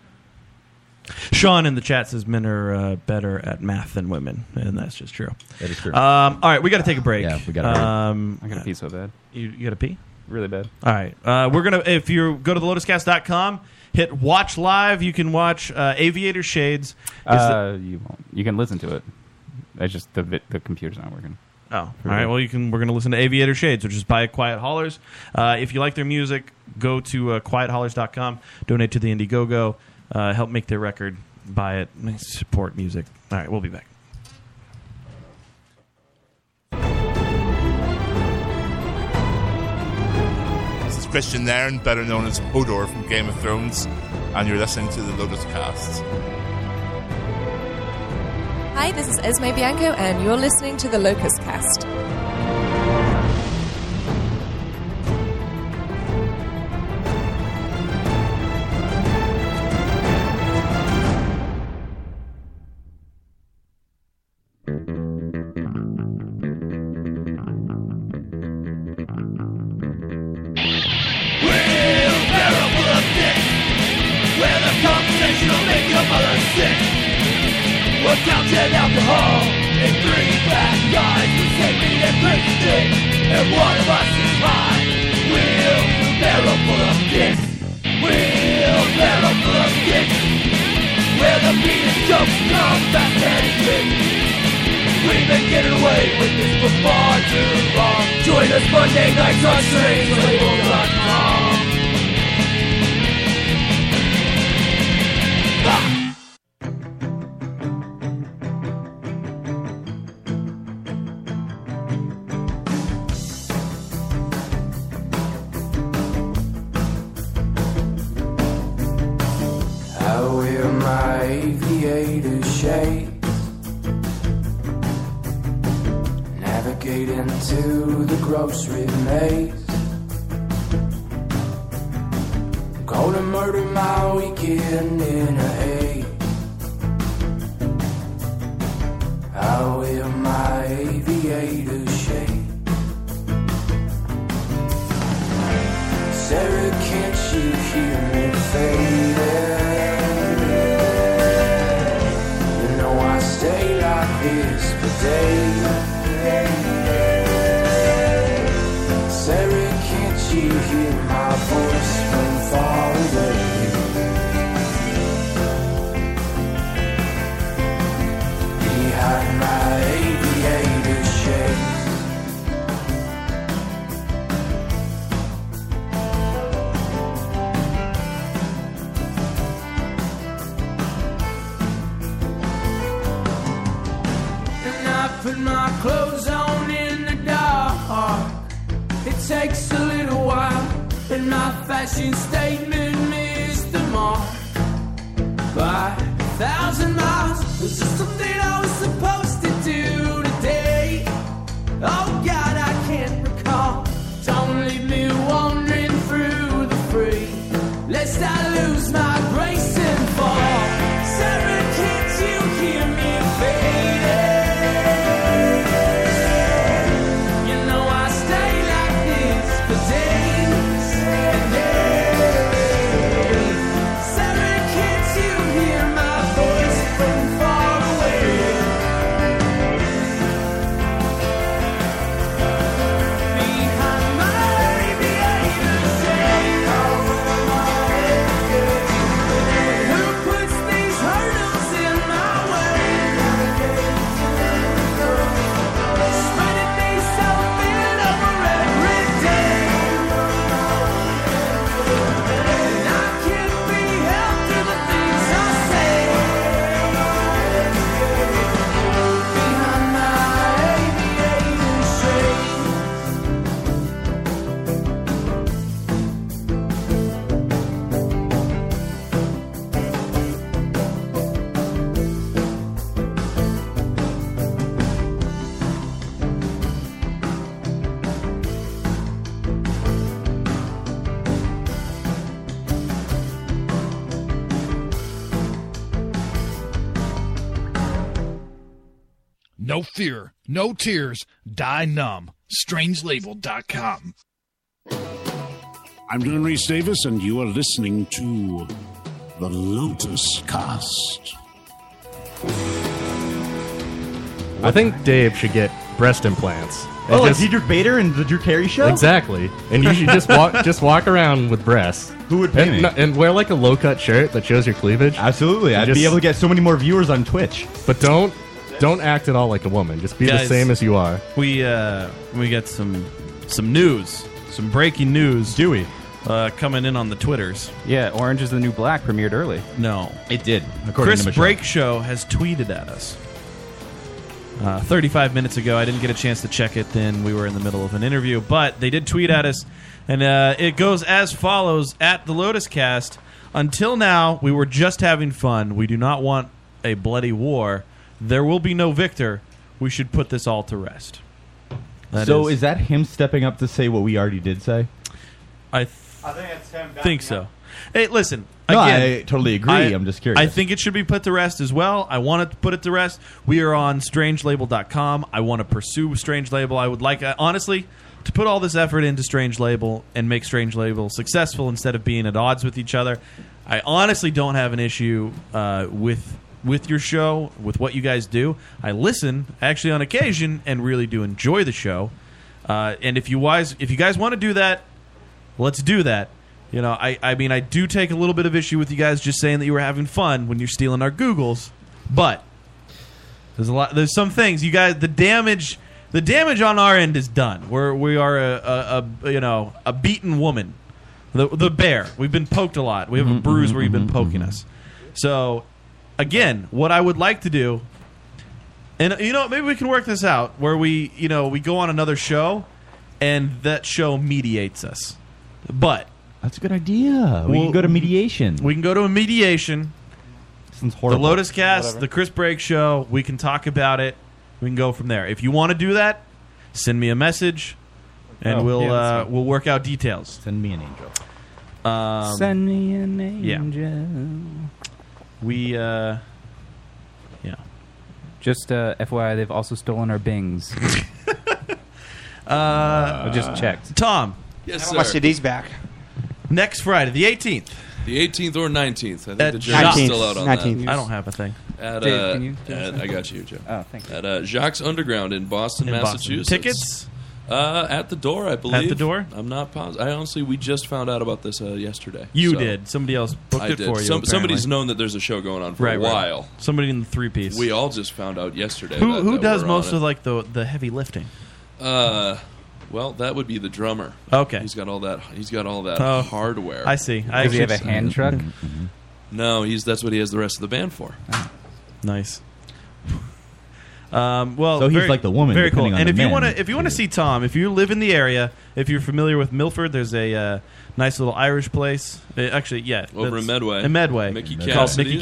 [SPEAKER 3] Sean in the chat says men are uh, better at math than women, and that's just true.
[SPEAKER 7] That is true.
[SPEAKER 3] Um, all right, we got to take a break.
[SPEAKER 7] Yeah, we gotta hurry.
[SPEAKER 3] Um,
[SPEAKER 7] I gotta pee so bad.
[SPEAKER 3] You, you got to pee?
[SPEAKER 7] Really bad.
[SPEAKER 3] All right. Uh, we're going to, if you go to thelotuscast.com, hit watch live. You can watch uh, Aviator Shades. Is
[SPEAKER 7] Uh, you won't. You can listen to it. I just the vi- the computer's not working.
[SPEAKER 3] Oh, all right. Well, you can. We're going to listen to Aviator Shades, which is by Quiet Haulers. Uh, if you like their music, go to uh, quiethaulers.com, donate to the Indiegogo, uh, help make their record, buy it, support music. All right, we'll be back.
[SPEAKER 4] This is
[SPEAKER 12] Christian Nairn, better known as Hodor from Game of Thrones, and you're listening to the Lotus Cast.
[SPEAKER 13] Hi, this is Esme Bianco, and you're listening to the Locust Cast.
[SPEAKER 2] Where the conversation will make your mother sick. We're counting alcohol in three fast guys with safety and pretty stick. And one of us is high. Wheelbarrow full of dicks. Wheelbarrow full of dicks. Where the penis jokes come fast and quick. We've been getting away with this for far too long. Join us Monday nights on strangelabel.com.
[SPEAKER 26] I wear my aviator shades, navigate into the grocery maze. Go to murder my weekend in a haze. I wear my aviator shades. Sarah, can't you hear me fading? You know I stay like this for days. Sarah, can't you hear my voice from far away? Behind my aviator shade.
[SPEAKER 2] And I put my clothes on in the dark. It takes a little while, and my fashion statement missed the mark by a thousand miles. This is something I was supposed to do today. Oh God, I can't recall. Don't leave me wandering through the free, lest I lose my grace and fall. Sarah, can't you hear me fading? You know I stay like this for days and days. Sarah, can't you hear my voice from far away? Behind my aviator shades. Who puts these hurdles in my way? Spreading me so thin over every day. And I can't be held to the things I say. Behind my aviator shades.
[SPEAKER 17] No fear, no tears, die numb. Strangelabel.com.
[SPEAKER 27] I'm Dylan Reese Davis, and you are listening to the Lotus Cast.
[SPEAKER 8] I think Dave should get breast implants.
[SPEAKER 10] Oh, like
[SPEAKER 8] just-
[SPEAKER 10] Diedrich Bader and the Drew Carey show?
[SPEAKER 8] Exactly, and you should just walk just walk around with breasts. Who would
[SPEAKER 10] pay
[SPEAKER 8] and,
[SPEAKER 10] me?
[SPEAKER 8] no- and wear like a low cut shirt that shows your cleavage. Absolutely,
[SPEAKER 10] I'd be able to
[SPEAKER 8] get so many more viewers on Twitch. But don't don't act at all like a woman. Just be the
[SPEAKER 3] Guys.
[SPEAKER 8] same as you are.
[SPEAKER 3] We uh, we got some some news, some breaking news. Do we? Uh, coming in on the Twitters.
[SPEAKER 7] Yeah, Orange is the New Black premiered early.
[SPEAKER 3] No,
[SPEAKER 7] it did.
[SPEAKER 3] Chris Break Show has tweeted at us. uh, 35 minutes ago. I didn't get a chance to check it then. We were in the middle of an interview, but they did tweet at us, and uh, it goes as follows at the Lotus Cast. Until now, we were just having fun. We do not want a bloody war. There will be no victor. We should put this all to rest. That
[SPEAKER 10] so
[SPEAKER 3] is-
[SPEAKER 10] is that him stepping up to say what we already did say?
[SPEAKER 3] I, th-
[SPEAKER 1] I think it's him backing
[SPEAKER 3] Think so. Hey, listen.
[SPEAKER 10] No,
[SPEAKER 3] again,
[SPEAKER 10] I totally agree. I'm just curious.
[SPEAKER 3] I think it should be put to rest as well. I want it to put it to rest. We are on strangelabel.com. I want to pursue Strange Label. I would like, uh, honestly, to put all this effort into Strange Label and make Strange Label successful instead of being at odds with each other. I honestly don't have an issue uh, with with your show, with what you guys do. I listen actually on occasion and really do enjoy the show. Uh, and if you wise, if you guys want to do that, let's do that. You know, I, I mean, I do take a little bit of issue with you guys just saying that you were having fun when you're stealing our Googles, but there's a lot. There's some things you guys. The damage, the damage on our end is done. We're we are a, a, a you know a beaten woman, the the bear. We've been poked a lot. We have a bruise where you've been poking us. So, again, what I would like to do and you know, maybe we can work this out where we, you know, we go on another show and that show mediates us. But
[SPEAKER 10] that's a good idea. we can go to mediation.
[SPEAKER 3] We can go to a mediation.
[SPEAKER 10] Sounds horrible.
[SPEAKER 3] The Lotus Cast,
[SPEAKER 10] Whatever.
[SPEAKER 3] the Chris Break show, we can talk about it. We can go from there. If you want to do that, send me a message and
[SPEAKER 10] Oh,
[SPEAKER 3] we'll
[SPEAKER 10] yeah, that's
[SPEAKER 3] uh, we'll work out details.
[SPEAKER 10] Send me an angel.
[SPEAKER 3] Um,
[SPEAKER 7] Send me an
[SPEAKER 3] yeah.
[SPEAKER 7] angel.
[SPEAKER 3] We, uh, yeah.
[SPEAKER 7] Just uh, FYI, they've also stolen our bings.
[SPEAKER 3] uh,
[SPEAKER 7] I just checked.
[SPEAKER 3] Tom.
[SPEAKER 12] Yes,
[SPEAKER 9] I want my
[SPEAKER 12] sir.
[SPEAKER 9] CDs back.
[SPEAKER 3] Next Friday, the 18th.
[SPEAKER 12] The 18th or 19th. I think
[SPEAKER 3] At
[SPEAKER 12] the jury's
[SPEAKER 3] Jacques-
[SPEAKER 12] still out on
[SPEAKER 3] 19th.
[SPEAKER 12] that.
[SPEAKER 3] I don't have a thing.
[SPEAKER 12] At,
[SPEAKER 3] Dave,
[SPEAKER 12] uh,
[SPEAKER 3] can you do
[SPEAKER 12] at-
[SPEAKER 3] something?
[SPEAKER 12] I got you, Joe.
[SPEAKER 7] Oh, thank
[SPEAKER 12] At uh, Jacques Underground in Boston,
[SPEAKER 3] In Boston.
[SPEAKER 12] Massachusetts.
[SPEAKER 3] Tickets?
[SPEAKER 12] Uh, at the door, I believe.
[SPEAKER 3] door?
[SPEAKER 12] I'm not positive. I honestly, we just found out about this uh, yesterday.
[SPEAKER 3] You
[SPEAKER 12] so-
[SPEAKER 3] did. Somebody else booked
[SPEAKER 12] I
[SPEAKER 3] it
[SPEAKER 12] did.
[SPEAKER 3] for you.
[SPEAKER 12] Some, somebody's
[SPEAKER 3] apparently.
[SPEAKER 12] known that there's a show going on for
[SPEAKER 3] Right,
[SPEAKER 12] a
[SPEAKER 3] right.
[SPEAKER 12] while.
[SPEAKER 3] Somebody in the three piece.
[SPEAKER 12] We all just found out yesterday.
[SPEAKER 3] Who
[SPEAKER 12] that-
[SPEAKER 3] who
[SPEAKER 12] that
[SPEAKER 3] does
[SPEAKER 12] we're
[SPEAKER 3] most
[SPEAKER 12] on
[SPEAKER 3] of like the the heavy lifting?
[SPEAKER 12] it. Uh, well, that would be the drummer.
[SPEAKER 3] Okay.
[SPEAKER 12] he's got all that. He's got all that
[SPEAKER 3] Oh,
[SPEAKER 12] hardware.
[SPEAKER 3] I see. Mm-hmm. I Does he have a hand truck?
[SPEAKER 12] No, he's that's what he has the rest of the band for.
[SPEAKER 3] Nice. Um, well,
[SPEAKER 10] So he's
[SPEAKER 3] very-
[SPEAKER 10] like the woman,
[SPEAKER 3] Very cool.
[SPEAKER 10] depending on
[SPEAKER 3] and
[SPEAKER 10] the
[SPEAKER 3] if you
[SPEAKER 10] men.
[SPEAKER 3] want to, if you want to see Tom, if you live in the area, if you're familiar with Milford, there's a uh, nice little Irish place. Uh, actually, yeah,
[SPEAKER 12] Over
[SPEAKER 3] that's-
[SPEAKER 12] in Medway.
[SPEAKER 3] In Medway,
[SPEAKER 12] Mickey
[SPEAKER 3] called Mickey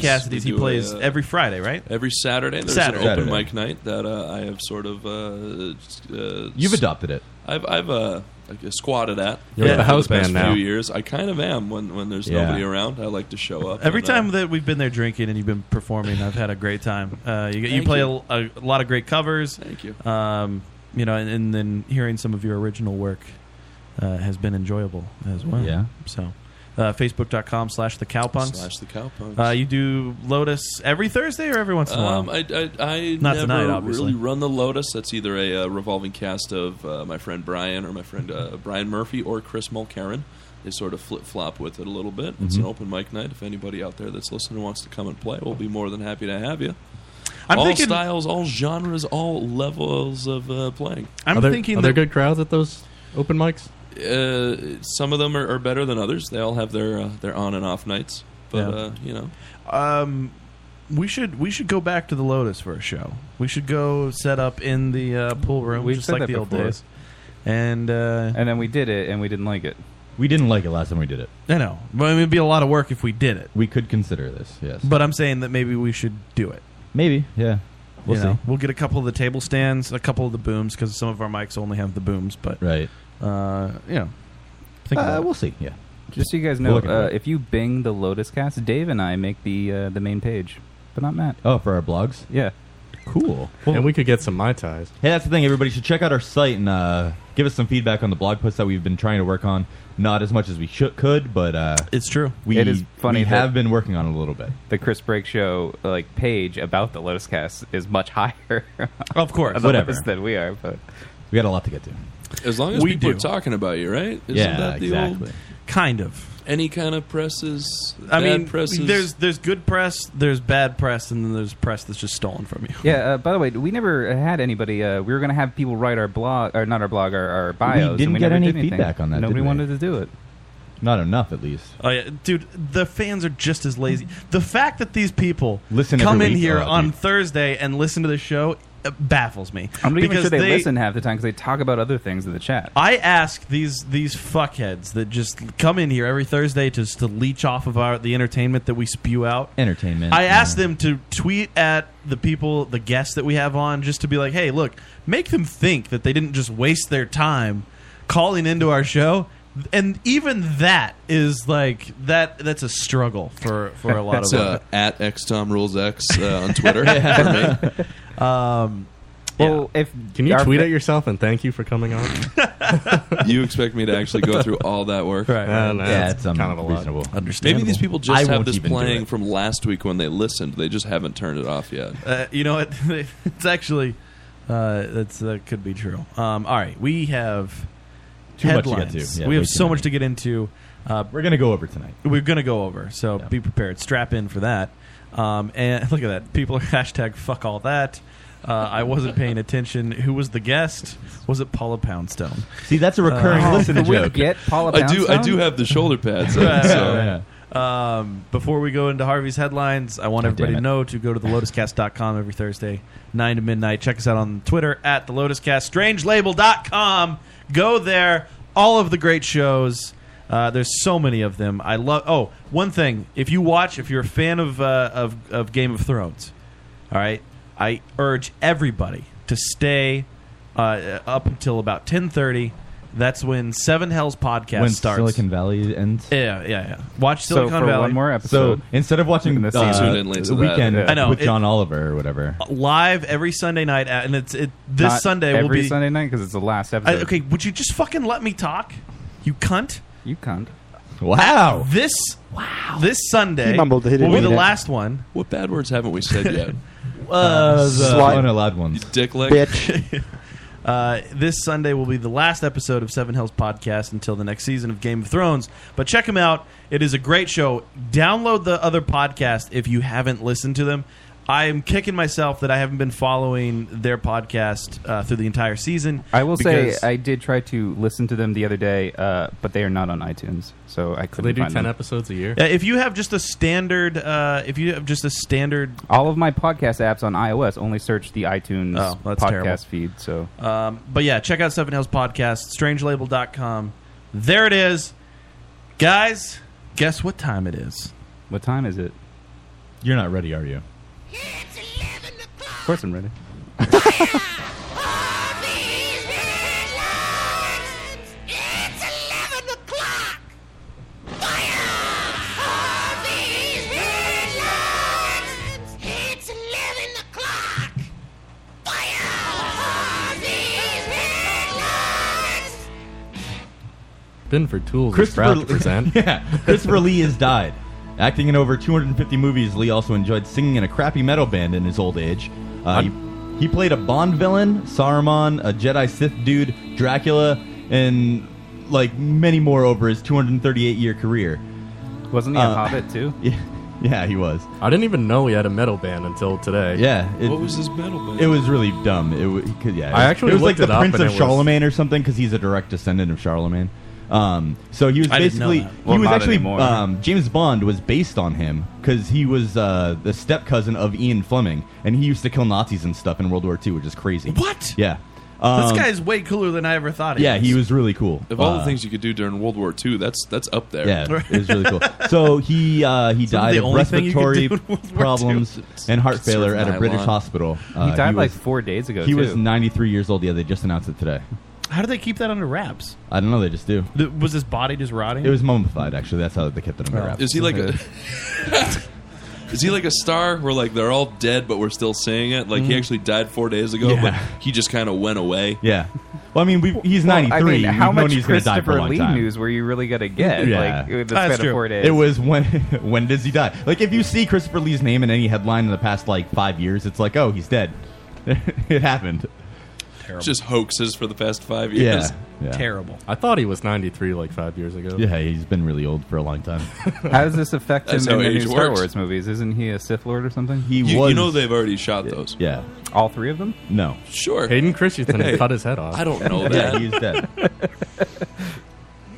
[SPEAKER 12] Cassidy's.
[SPEAKER 3] Cassidy's. He
[SPEAKER 12] They do a,
[SPEAKER 3] plays
[SPEAKER 12] uh,
[SPEAKER 3] every Friday, right?
[SPEAKER 12] Every Saturday, there's
[SPEAKER 3] Saturday.
[SPEAKER 12] an open
[SPEAKER 3] Saturday.
[SPEAKER 12] mic night that uh, I have sort of. Uh, uh,
[SPEAKER 10] You've adopted it.
[SPEAKER 12] I've I've uh, like, uh, squatted at.
[SPEAKER 10] You're
[SPEAKER 12] for
[SPEAKER 10] the house band
[SPEAKER 12] past
[SPEAKER 10] now.
[SPEAKER 12] Few years, I kind of am. When when there's
[SPEAKER 3] Yeah.
[SPEAKER 12] nobody around, I like to show up.
[SPEAKER 3] Every
[SPEAKER 12] and, uh,
[SPEAKER 3] time that we've been there drinking and you've been performing, I've had a great time. Uh, you, you
[SPEAKER 12] Thank
[SPEAKER 3] play
[SPEAKER 12] you.
[SPEAKER 3] A, a lot of great covers.
[SPEAKER 12] Thank you.
[SPEAKER 3] Um, you know, and, and then hearing some of your original work uh, has been enjoyable as well.
[SPEAKER 10] Yeah.
[SPEAKER 3] So, uh, Facebook.com slash the Cowpunks.
[SPEAKER 12] Slash The Cowpunks.
[SPEAKER 3] Uh, you do Lotus every Thursday or every once in a
[SPEAKER 12] Um,
[SPEAKER 3] while?
[SPEAKER 12] I, I, I
[SPEAKER 3] Not
[SPEAKER 12] never
[SPEAKER 3] tonight, obviously.
[SPEAKER 12] really run the Lotus. That's either a uh, revolving cast of uh, my friend Brian or my friend uh, Brian Murphy or Chris Mulcaren. They sort of flip flop with it a little bit. It's an
[SPEAKER 3] Mhm.
[SPEAKER 12] open mic night. If anybody out there that's listening wants to come and play, we'll be more than happy to have you.
[SPEAKER 3] I'm
[SPEAKER 12] all
[SPEAKER 3] thinking-
[SPEAKER 12] styles, all genres, all levels of uh, playing.
[SPEAKER 8] are there, are there good crowds at those open mics?
[SPEAKER 12] Uh, some of them are, are better than others. They all have their uh, their on and off nights. But
[SPEAKER 3] Yeah.
[SPEAKER 12] uh, you know,
[SPEAKER 3] Um, we should we should go back to the Lotus for a show. We should go set up in the uh, pool room,
[SPEAKER 7] We've
[SPEAKER 3] just
[SPEAKER 7] said
[SPEAKER 3] like
[SPEAKER 7] that
[SPEAKER 3] the old
[SPEAKER 7] before.
[SPEAKER 3] days. And uh,
[SPEAKER 7] and then we did it, and we didn't like it.
[SPEAKER 10] We didn't like it last time we did it.
[SPEAKER 3] I know, but I mean, it'd be a lot of work if we did it.
[SPEAKER 10] We could consider this. Yes.
[SPEAKER 3] But I'm saying that maybe we should do it.
[SPEAKER 10] Maybe. Yeah. We'll
[SPEAKER 3] you
[SPEAKER 10] see.
[SPEAKER 3] know, we'll get a couple of the table stands, a couple of the booms, because some of our mics only have the booms. But
[SPEAKER 10] right,
[SPEAKER 3] uh, you know, think
[SPEAKER 10] Uh,
[SPEAKER 3] about it.
[SPEAKER 10] we'll see. Yeah.
[SPEAKER 7] Just so you guys
[SPEAKER 10] We'll
[SPEAKER 7] know,
[SPEAKER 10] look into
[SPEAKER 7] uh,
[SPEAKER 10] it.
[SPEAKER 7] if you Bing the Lotus Cast, Dave and I make the uh, the main page, but not Matt.
[SPEAKER 10] Oh, for our blogs.
[SPEAKER 7] Yeah.
[SPEAKER 10] Cool.
[SPEAKER 8] and we could get some mai tais.
[SPEAKER 10] Hey, that's the thing. Everybody should check out our site and uh, give us some feedback on the blog posts that we've been trying to work on. Not as much as we should could, but uh,
[SPEAKER 3] it's true.
[SPEAKER 10] We,
[SPEAKER 7] It is funny
[SPEAKER 10] We
[SPEAKER 7] that-
[SPEAKER 10] have been working on it a little bit.
[SPEAKER 7] The Chris Break Show like page about the Lotus Cast is much higher,
[SPEAKER 3] of course,
[SPEAKER 12] Whatever.
[SPEAKER 7] than we are. But
[SPEAKER 10] we got a lot to get to.
[SPEAKER 12] as long as
[SPEAKER 7] We
[SPEAKER 12] people are
[SPEAKER 7] do.
[SPEAKER 12] talking about you, right? Isn't
[SPEAKER 7] Yeah,
[SPEAKER 12] that the
[SPEAKER 7] exactly.
[SPEAKER 12] Old,
[SPEAKER 3] kind of.
[SPEAKER 12] any kind of presses.
[SPEAKER 3] I
[SPEAKER 12] bad
[SPEAKER 3] mean,
[SPEAKER 12] presses.
[SPEAKER 3] there's there's good press, there's bad press, and then there's press that's just stolen from you.
[SPEAKER 7] Yeah. Uh, by the way, we never had anybody. Uh, we were going to have people write our blog, or not our blog, our, our bios.
[SPEAKER 10] didn't
[SPEAKER 7] and we
[SPEAKER 10] get
[SPEAKER 7] never
[SPEAKER 10] any
[SPEAKER 7] did anything.
[SPEAKER 10] feedback on that,
[SPEAKER 7] Nobody
[SPEAKER 10] did we?
[SPEAKER 7] wanted to do it.
[SPEAKER 10] Not enough, at least.
[SPEAKER 3] Oh yeah, dude, the fans are just as lazy. The fact that these people
[SPEAKER 10] Listen
[SPEAKER 3] come
[SPEAKER 10] every
[SPEAKER 3] in
[SPEAKER 10] week,
[SPEAKER 3] here
[SPEAKER 10] uh,
[SPEAKER 3] on Thursday and listen to the show uh, baffles me.
[SPEAKER 7] I'm not even
[SPEAKER 3] Because
[SPEAKER 7] sure they, listen half the time because they talk about other things in the chat.
[SPEAKER 3] I ask these these fuckheads that just come in here every Thursday to to leech off of our the entertainment that we spew out.
[SPEAKER 10] Entertainment.
[SPEAKER 3] I asked them to tweet at the people, the guests that we have on, just to be like, hey, look, make them think that they didn't just waste their time calling into our show. And even that is like that. That's a struggle for for a lot
[SPEAKER 12] It's,
[SPEAKER 3] of
[SPEAKER 12] uh,
[SPEAKER 3] us.
[SPEAKER 12] at xtomrulex uh, on Twitter. for me.
[SPEAKER 3] Um,
[SPEAKER 7] well, if
[SPEAKER 8] can you
[SPEAKER 12] our
[SPEAKER 8] tweet
[SPEAKER 12] fa-
[SPEAKER 8] at yourself and thank you for coming on?
[SPEAKER 12] You expect me to actually go through all that work?
[SPEAKER 8] Right. Uh, no, Yeah, it's it's kind of a lot. unreasonable.
[SPEAKER 12] Maybe
[SPEAKER 8] Understandable.
[SPEAKER 12] these people
[SPEAKER 8] I
[SPEAKER 12] just have
[SPEAKER 8] won't
[SPEAKER 12] this
[SPEAKER 8] even do
[SPEAKER 12] playing from last week when they listened. They just haven't turned it off yet.
[SPEAKER 3] Uh, you know what? it's actually uh, that's that could be true. Um, all right, we have
[SPEAKER 10] Too much to get
[SPEAKER 3] headlines.
[SPEAKER 10] to. Yeah,
[SPEAKER 3] we
[SPEAKER 10] way
[SPEAKER 3] have
[SPEAKER 10] too
[SPEAKER 3] so much to get into. Uh,
[SPEAKER 10] we're gonna go over tonight.
[SPEAKER 3] We're gonna go over, so be prepared. Strap in for that. Um, and look at that. People are hashtag fuck all that. Uh, I wasn't paying attention. Who was the guest? Was it Paula Poundstone? Uh,
[SPEAKER 10] See, that's a recurring listener joke.
[SPEAKER 12] I do. I do have the shoulder pads. on,
[SPEAKER 3] Right, right,
[SPEAKER 12] so.
[SPEAKER 3] right. Um, before we go into Harvey's headlines, I want everybody to know to go to thelotuscast.com every Thursday, 9 to midnight. Check us out on Twitter at thelotuscast, strangelabel.com. Go there. All of the great shows. Uh, there's so many of them. I love. Oh, one thing. If you watch, if you're a fan of, uh, of, of Game of Thrones, all right, I urge everybody to stay uh, up until about 10.30. That's when Seven Hells podcast
[SPEAKER 10] when
[SPEAKER 3] starts.
[SPEAKER 10] Silicon Valley ends.
[SPEAKER 3] Yeah, yeah, yeah. Watch Silicon Valley.
[SPEAKER 10] So instead of watching the
[SPEAKER 3] uh,
[SPEAKER 10] weekend
[SPEAKER 3] I know
[SPEAKER 10] with
[SPEAKER 3] it-
[SPEAKER 10] John Oliver or whatever,
[SPEAKER 3] live every Sunday night, at, and it's it. This
[SPEAKER 7] Not
[SPEAKER 3] Sunday will
[SPEAKER 7] every
[SPEAKER 3] be
[SPEAKER 7] Sunday night because it's the last
[SPEAKER 3] I,
[SPEAKER 7] episode.
[SPEAKER 3] okay, would you just fucking let me talk? You cunt.
[SPEAKER 7] You cunt.
[SPEAKER 10] Wow.
[SPEAKER 3] This wow. This Sunday
[SPEAKER 12] He mumbled, he
[SPEAKER 3] will
[SPEAKER 12] didn't
[SPEAKER 3] be
[SPEAKER 12] mean
[SPEAKER 3] the
[SPEAKER 12] it.
[SPEAKER 3] last one.
[SPEAKER 12] What bad words haven't we said yet?
[SPEAKER 3] Uh,
[SPEAKER 10] the Slut. unallowed ones.
[SPEAKER 12] You dick lick.
[SPEAKER 3] Uh, this Sunday will be the last episode of Seven Hills Podcast until the next season of Game of Thrones. But check them out. It is a great show. Download the other podcast if you haven't listened to them. I am kicking myself that I haven't been following their podcast uh, through the entire season.
[SPEAKER 7] I will say
[SPEAKER 3] because-
[SPEAKER 7] I did try to listen to them the other day, uh, but they are not on iTunes, so I couldn't.
[SPEAKER 8] They do
[SPEAKER 7] find
[SPEAKER 8] 10
[SPEAKER 7] them.
[SPEAKER 8] episodes a year?
[SPEAKER 3] Yeah, if you have just a standard, uh, if you have just a standard,
[SPEAKER 7] all of my podcast apps on iOS only search the iTunes
[SPEAKER 3] Oh, that's
[SPEAKER 7] podcast
[SPEAKER 3] terrible.
[SPEAKER 7] feed. So
[SPEAKER 3] um, but yeah, check out Seven Hills Podcast, strangelabel.com. There it is. Guys, guess what time it is?
[SPEAKER 7] What time is it?
[SPEAKER 10] you're not ready, are you?
[SPEAKER 7] of course I'm ready.
[SPEAKER 8] Binford Tools is
[SPEAKER 10] Christopher
[SPEAKER 8] proud to present.
[SPEAKER 10] yeah, Christopher Lee has died. Acting in over 250 movies, Lee also enjoyed singing in a crappy metal band in his old age. Uh, he, he played a Bond villain, Saruman, a Jedi Sith dude, Dracula, and like many more over his 238 year career. Uh,
[SPEAKER 7] Wasn't
[SPEAKER 8] he a Hobbit,
[SPEAKER 7] too?
[SPEAKER 10] Yeah, yeah, he was.
[SPEAKER 8] I didn't even know he had a metal band until today.
[SPEAKER 10] Yeah. it- It was really dumb. It was, yeah. it
[SPEAKER 8] I
[SPEAKER 10] was-
[SPEAKER 8] actually
[SPEAKER 10] it was like
[SPEAKER 8] looked
[SPEAKER 10] the
[SPEAKER 8] it up
[SPEAKER 10] Prince
[SPEAKER 8] and
[SPEAKER 10] of
[SPEAKER 8] it was-
[SPEAKER 10] Charlemagne or something because he's a direct descendant of Charlemagne. Um, so he was
[SPEAKER 8] I didn't know
[SPEAKER 10] basically
[SPEAKER 8] that.
[SPEAKER 10] he
[SPEAKER 8] Well,
[SPEAKER 10] was
[SPEAKER 8] not
[SPEAKER 10] actually
[SPEAKER 8] anymore.
[SPEAKER 10] um, James Bond was based on him because he was uh, the step cousin of Ian Fleming and he used to kill Nazis and stuff in World War II, which is crazy.
[SPEAKER 3] What?
[SPEAKER 10] Yeah. Um,
[SPEAKER 3] this guy is way cooler than I ever thought.
[SPEAKER 10] Yeah, he was really cool.
[SPEAKER 12] Of all
[SPEAKER 10] Uh,
[SPEAKER 12] the things you could do during World War II, that's that's up there.
[SPEAKER 10] Yeah, it was really cool. So he uh, he
[SPEAKER 12] Isn't
[SPEAKER 10] died
[SPEAKER 12] the
[SPEAKER 10] of
[SPEAKER 12] only thing you could
[SPEAKER 10] respiratory
[SPEAKER 12] do in World War
[SPEAKER 10] problems
[SPEAKER 12] II?
[SPEAKER 10] and heart
[SPEAKER 12] Serve
[SPEAKER 10] failure at a British
[SPEAKER 12] nylon.
[SPEAKER 10] hospital. Uh,
[SPEAKER 7] He died, like, four days ago,
[SPEAKER 10] He was
[SPEAKER 7] too.
[SPEAKER 10] 93 years old. Yeah, they just announced it today.
[SPEAKER 3] How do they keep that under wraps?
[SPEAKER 10] I don't know. They just do.
[SPEAKER 3] Th- Was his body just rotting?
[SPEAKER 10] It was mummified. Actually, that's how they kept it under wraps.
[SPEAKER 12] Is he like a? Is he like a star where like they're all dead but we're still seeing it? Like he
[SPEAKER 10] Mhm.
[SPEAKER 12] actually died four days ago, but he just kind of went away.
[SPEAKER 10] Yeah. Well, I mean, we, he's
[SPEAKER 12] Well, I
[SPEAKER 10] 93.
[SPEAKER 12] mean,
[SPEAKER 10] We've
[SPEAKER 12] how
[SPEAKER 10] known
[SPEAKER 12] much
[SPEAKER 10] he's gonna die for a
[SPEAKER 7] Christopher
[SPEAKER 10] long
[SPEAKER 7] Lee
[SPEAKER 10] time.
[SPEAKER 7] news were you really gonna get? Like it was the span of four days.
[SPEAKER 10] It was when when does he die? Like if you see Christopher Lee's name in any headline in the past like five years, it's like oh he's dead. it happened.
[SPEAKER 12] Just hoaxes for the past five years.
[SPEAKER 10] Yeah.
[SPEAKER 3] Terrible.
[SPEAKER 8] I thought he was 93 like five years ago.
[SPEAKER 10] Yeah, he's been really old for a long time.
[SPEAKER 7] How does this affect him
[SPEAKER 10] That's
[SPEAKER 7] in
[SPEAKER 10] how
[SPEAKER 7] the new
[SPEAKER 10] age
[SPEAKER 7] Star
[SPEAKER 10] works.
[SPEAKER 7] Wars movies? Isn't he a Sith Lord or something?
[SPEAKER 10] He You- you was- know
[SPEAKER 12] they've already shot those.
[SPEAKER 10] Yeah.
[SPEAKER 7] All three of them?
[SPEAKER 10] No.
[SPEAKER 12] Sure.
[SPEAKER 8] Hayden Christensen
[SPEAKER 12] Hey,
[SPEAKER 8] cut his head off.
[SPEAKER 12] I don't know
[SPEAKER 8] Yeah,
[SPEAKER 12] that.
[SPEAKER 8] he's dead.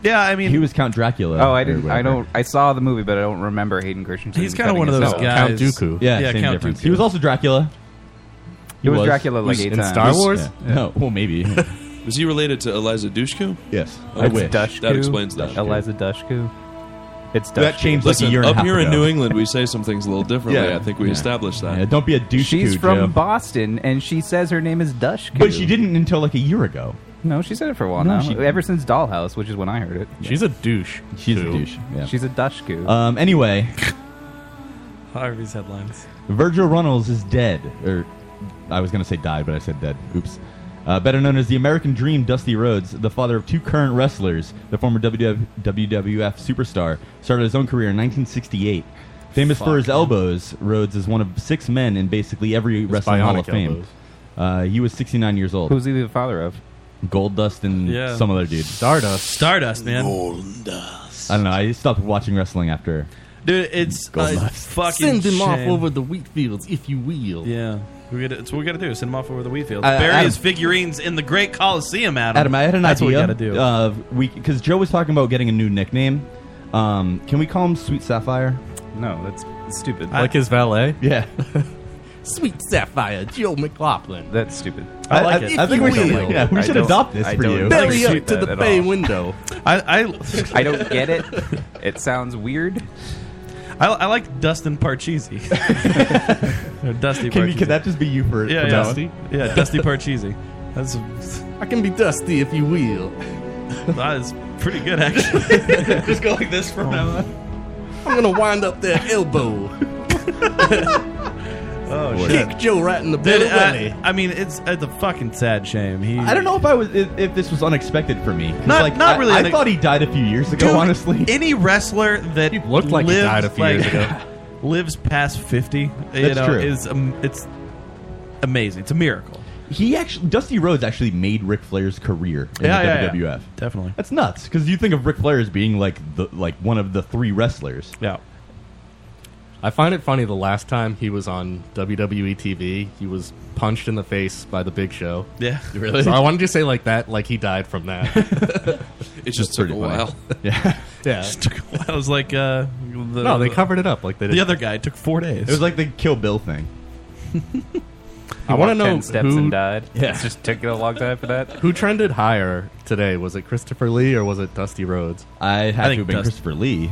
[SPEAKER 3] Yeah, I mean,
[SPEAKER 10] he was Count Dracula.
[SPEAKER 7] Oh, I
[SPEAKER 10] or
[SPEAKER 7] didn't. I
[SPEAKER 10] whatever.
[SPEAKER 7] don't. I saw the movie, but I don't remember Hayden Christensen.
[SPEAKER 10] He's kinda
[SPEAKER 7] cutting
[SPEAKER 10] one of
[SPEAKER 7] his
[SPEAKER 10] those
[SPEAKER 7] nose.
[SPEAKER 10] guys- Count Dooku. Yeah, Yeah, same Count difference. Dooku. He was also Dracula.
[SPEAKER 7] He was Dracula like eight times.
[SPEAKER 10] Yeah. No, well, maybe.
[SPEAKER 12] Was he related to Eliza Dushku?
[SPEAKER 10] Yes.
[SPEAKER 7] It's Dushku.
[SPEAKER 12] That explains that.
[SPEAKER 7] Eliza Dushku. It's Dushku.
[SPEAKER 12] Listen, up here in New England, we say some things a little differently. I think we established that.
[SPEAKER 7] She's from Boston, and she says her name is Dushku.
[SPEAKER 10] But she didn't until like a year ago.
[SPEAKER 7] No, she said it for a while
[SPEAKER 10] No,
[SPEAKER 7] now.
[SPEAKER 10] she-
[SPEAKER 7] Ever since Dollhouse, which is when I heard it.
[SPEAKER 10] She's a douche. She's a douche. Yeah.
[SPEAKER 7] She's a Dushku.
[SPEAKER 10] Um. Anyway,
[SPEAKER 3] Harvey's headlines.
[SPEAKER 10] Virgil Runnels is dead. Or, I was going to say died, but I said dead. Oops. Uh, better known as the American Dream, Dusty Rhodes, the father of two current wrestlers, the former WWF, WWF superstar, started his own career in 1968. Famous for
[SPEAKER 27] Fuck,
[SPEAKER 10] his elbows, Rhodes is one of six men in basically every wrestling Hall of
[SPEAKER 7] bionic
[SPEAKER 10] Fame.
[SPEAKER 7] elbows.
[SPEAKER 10] Uh, he was 69 years old.
[SPEAKER 7] Who's he the father of?
[SPEAKER 10] Gold Dust and
[SPEAKER 3] Yeah.
[SPEAKER 10] some other dude.
[SPEAKER 3] Stardust. Stardust, man.
[SPEAKER 10] I don't know. I stopped watching wrestling after.
[SPEAKER 3] Dude, it's uh,
[SPEAKER 10] Gold
[SPEAKER 3] a
[SPEAKER 10] dust.
[SPEAKER 3] fucking
[SPEAKER 8] Send him off
[SPEAKER 3] shame.
[SPEAKER 8] over the wheat fields, if you will.
[SPEAKER 3] Yeah. We gotta, that's what we got to do. Send him off over the wheat fields.
[SPEAKER 10] Uh,
[SPEAKER 3] Bury
[SPEAKER 10] Adam-
[SPEAKER 3] his figurines in the Great Coliseum, Adam.
[SPEAKER 10] Adam, I had an
[SPEAKER 3] that's
[SPEAKER 10] idea.
[SPEAKER 3] what we got to do.
[SPEAKER 10] Uh, we because Joe was talking about getting a new nickname. Um, can we call him Sweet Sapphire?
[SPEAKER 7] No, that's stupid.
[SPEAKER 10] Like his
[SPEAKER 8] valet?
[SPEAKER 10] Yeah.
[SPEAKER 8] Sweet Sapphire, Joe McLaughlin.
[SPEAKER 7] That's stupid.
[SPEAKER 10] I like it. I think we should- yeah, we should adopt this for you. Belly up to the bay
[SPEAKER 8] window.
[SPEAKER 3] I, I,
[SPEAKER 7] I don't get it. It sounds weird.
[SPEAKER 3] I, I like Dustin Parcheesi. or Dusty
[SPEAKER 10] Can, you,
[SPEAKER 3] Parcheesi.
[SPEAKER 10] can that just be you for,
[SPEAKER 3] yeah,
[SPEAKER 10] for
[SPEAKER 3] yeah.
[SPEAKER 10] now?
[SPEAKER 3] Yeah, Dusty Parcheesi. That's
[SPEAKER 8] I can be dusty if you will.
[SPEAKER 3] that is pretty good actually.
[SPEAKER 8] Just go like this from now on. I'm gonna wind up that elbow.
[SPEAKER 3] oh shit.
[SPEAKER 8] Kick Joe right in the
[SPEAKER 3] Dude,
[SPEAKER 8] belly.
[SPEAKER 3] I, I mean, it's it's a fucking sad shame. He,
[SPEAKER 10] I don't know Oh, if I was if, if this was unexpected for me. 'Cause,
[SPEAKER 3] Not-
[SPEAKER 10] like,
[SPEAKER 3] not
[SPEAKER 10] I-
[SPEAKER 3] really
[SPEAKER 10] I,
[SPEAKER 3] unex-
[SPEAKER 10] thought he died a few years ago.
[SPEAKER 3] Dude,
[SPEAKER 10] honestly,
[SPEAKER 3] any wrestler that
[SPEAKER 10] looked like he
[SPEAKER 3] lives,
[SPEAKER 10] died a few
[SPEAKER 3] like,
[SPEAKER 10] years ago.
[SPEAKER 3] lives past fifty. you
[SPEAKER 10] That's
[SPEAKER 3] know,
[SPEAKER 10] true.
[SPEAKER 3] Is um, it's amazing. It's a miracle.
[SPEAKER 10] he actually Dusty Rhodes actually made Ric Flair's career in
[SPEAKER 3] Yeah,
[SPEAKER 10] the
[SPEAKER 3] yeah, yeah.
[SPEAKER 10] WWF.
[SPEAKER 3] Definitely.
[SPEAKER 10] That's nuts because you think of Ric Flair as being like the like one of the three wrestlers.
[SPEAKER 3] Yeah.
[SPEAKER 8] I find it funny the last time he was on WWE TV, he was punched in the face by the Big Show.
[SPEAKER 3] Yeah.
[SPEAKER 12] Really?
[SPEAKER 8] So I wanted to say like that, like he died from that.
[SPEAKER 12] It just took a while.
[SPEAKER 10] Yeah.
[SPEAKER 8] Yeah.
[SPEAKER 3] Just took a while. It was like uh, the,
[SPEAKER 8] No, they covered it up like they did.
[SPEAKER 3] The other guy took four days.
[SPEAKER 10] It was like the Kill Bill thing.
[SPEAKER 8] I
[SPEAKER 7] walked
[SPEAKER 8] want to know
[SPEAKER 7] 10 steps
[SPEAKER 8] who
[SPEAKER 7] and died.
[SPEAKER 8] Yeah.
[SPEAKER 7] It just took a long time for that.
[SPEAKER 8] Who trended higher today? Was it Christopher Lee or was it Dusty Rhodes?
[SPEAKER 10] I
[SPEAKER 7] had I to think have been Dust-
[SPEAKER 10] Christopher Lee.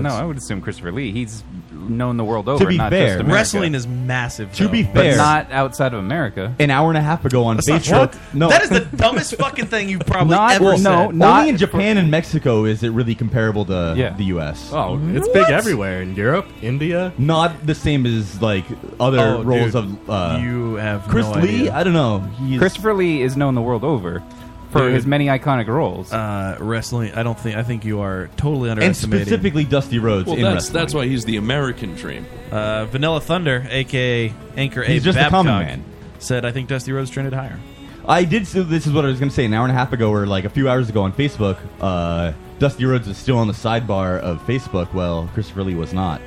[SPEAKER 7] No, I would assume Christopher Lee. He's known the world over.
[SPEAKER 10] To be
[SPEAKER 7] not
[SPEAKER 10] fair-
[SPEAKER 7] just America.
[SPEAKER 3] Wrestling is massive.
[SPEAKER 7] To
[SPEAKER 3] though.
[SPEAKER 7] be But fair- not outside of America.
[SPEAKER 10] An hour and a half ago on
[SPEAKER 3] That's not
[SPEAKER 10] Facebook,
[SPEAKER 3] true.
[SPEAKER 10] no,
[SPEAKER 3] That is the dumbest fucking thing you've probably
[SPEAKER 10] Not-
[SPEAKER 3] ever
[SPEAKER 10] well,
[SPEAKER 3] said.
[SPEAKER 10] no, only in Japan and Mexico is it really comparable to
[SPEAKER 8] Yeah.
[SPEAKER 10] the U.S.
[SPEAKER 8] Oh, it's big What? everywhere in Europe, India.
[SPEAKER 10] Not the same as like other
[SPEAKER 7] Oh,
[SPEAKER 10] roles
[SPEAKER 7] dude,
[SPEAKER 10] of. Uh,
[SPEAKER 3] you have
[SPEAKER 10] Chris Lee. I don't know.
[SPEAKER 7] Christopher Lee is known the world over for
[SPEAKER 3] Dude.
[SPEAKER 7] his many iconic roles.
[SPEAKER 3] Uh, wrestling. I don't think. I think you are totally
[SPEAKER 7] And
[SPEAKER 3] underestimating.
[SPEAKER 7] specifically
[SPEAKER 10] Dusty Rhodes
[SPEAKER 12] Well, that's that's why he's the American dream.
[SPEAKER 3] Uh, Vanilla Thunder, aka Anchor
[SPEAKER 10] He's
[SPEAKER 3] A.
[SPEAKER 10] just a
[SPEAKER 3] Babcock,
[SPEAKER 10] common man.
[SPEAKER 3] Said I think Dusty Rhodes trended higher.
[SPEAKER 10] I did. So this is what I was going to say. An hour and a half ago, or like a few hours ago on Facebook, uh, Dusty Rhodes is still on the sidebar of Facebook. Well, Christopher Lee was not.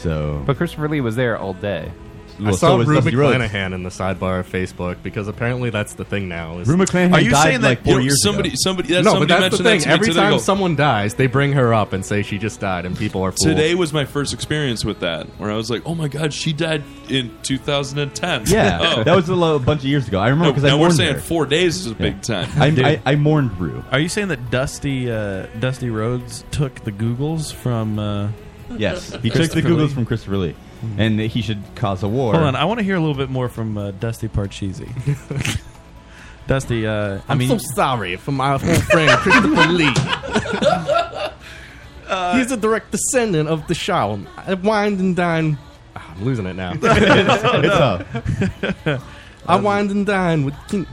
[SPEAKER 10] So,
[SPEAKER 7] but Christopher Lee was there all day.
[SPEAKER 8] I saw
[SPEAKER 10] was
[SPEAKER 8] Rue
[SPEAKER 10] Dusty Rhodes.
[SPEAKER 8] McClanahan in the sidebar of Facebook because apparently that's the thing now. Is
[SPEAKER 10] Rue McClanahan Are you died, saying that- like, four you know, years
[SPEAKER 12] somebody- ago. somebody- yeah,
[SPEAKER 8] no,
[SPEAKER 12] somebody
[SPEAKER 8] but that's the
[SPEAKER 12] mentioned that
[SPEAKER 8] thing.
[SPEAKER 12] to me
[SPEAKER 8] Every
[SPEAKER 12] today,
[SPEAKER 8] time
[SPEAKER 12] go-
[SPEAKER 8] someone dies, they bring her up and say she just died, and people are fooled.
[SPEAKER 12] Today was my first experience with that, where I was like, "Oh my god, she died in 2010."
[SPEAKER 10] yeah,
[SPEAKER 12] oh.
[SPEAKER 10] that was a lo- bunch of years ago. I remember
[SPEAKER 12] No,
[SPEAKER 10] because I
[SPEAKER 12] now we're
[SPEAKER 10] warned
[SPEAKER 12] saying
[SPEAKER 10] her.
[SPEAKER 12] four days is a big
[SPEAKER 10] Yeah.
[SPEAKER 12] time.
[SPEAKER 10] I, I, I mourned Rue.
[SPEAKER 3] Are you saying that Dusty uh, Dusty Rhodes took the Googles from? Uh,
[SPEAKER 10] Yes, he took the
[SPEAKER 3] Christopher
[SPEAKER 10] Googles
[SPEAKER 3] Lee?
[SPEAKER 10] from Christopher Lee, and he should cause a war.
[SPEAKER 3] Hold on, I want to hear a little bit more from uh, Dusty Parcheesi. Dusty, uh, I
[SPEAKER 8] I'm
[SPEAKER 3] mean,
[SPEAKER 8] so sorry for my old friend Christopher Lee. He's a direct descendant of the Shah. I Wined and dined. Ah, I'm losing it now.
[SPEAKER 10] It's
[SPEAKER 8] up. I wined and dined with, King,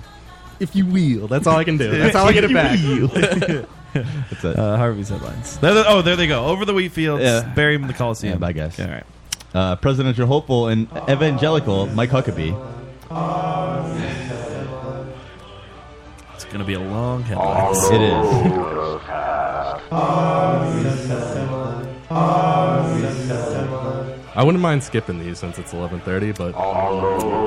[SPEAKER 8] if you will. That's all I can do. That's how I get it back.
[SPEAKER 10] That's it.
[SPEAKER 3] Uh, Harvey's headlines. There they- oh, there they go. Over the wheat fields.
[SPEAKER 10] Yeah.
[SPEAKER 3] Bury him in the Coliseum.
[SPEAKER 10] I guess.
[SPEAKER 3] All right.
[SPEAKER 10] Uh, presidential hopeful and evangelical Mike Huckabee.
[SPEAKER 3] It's gonna be a long headline.
[SPEAKER 10] It is.
[SPEAKER 4] Uh,
[SPEAKER 19] All
[SPEAKER 8] I wouldn't mind skipping these since it's 11:30, but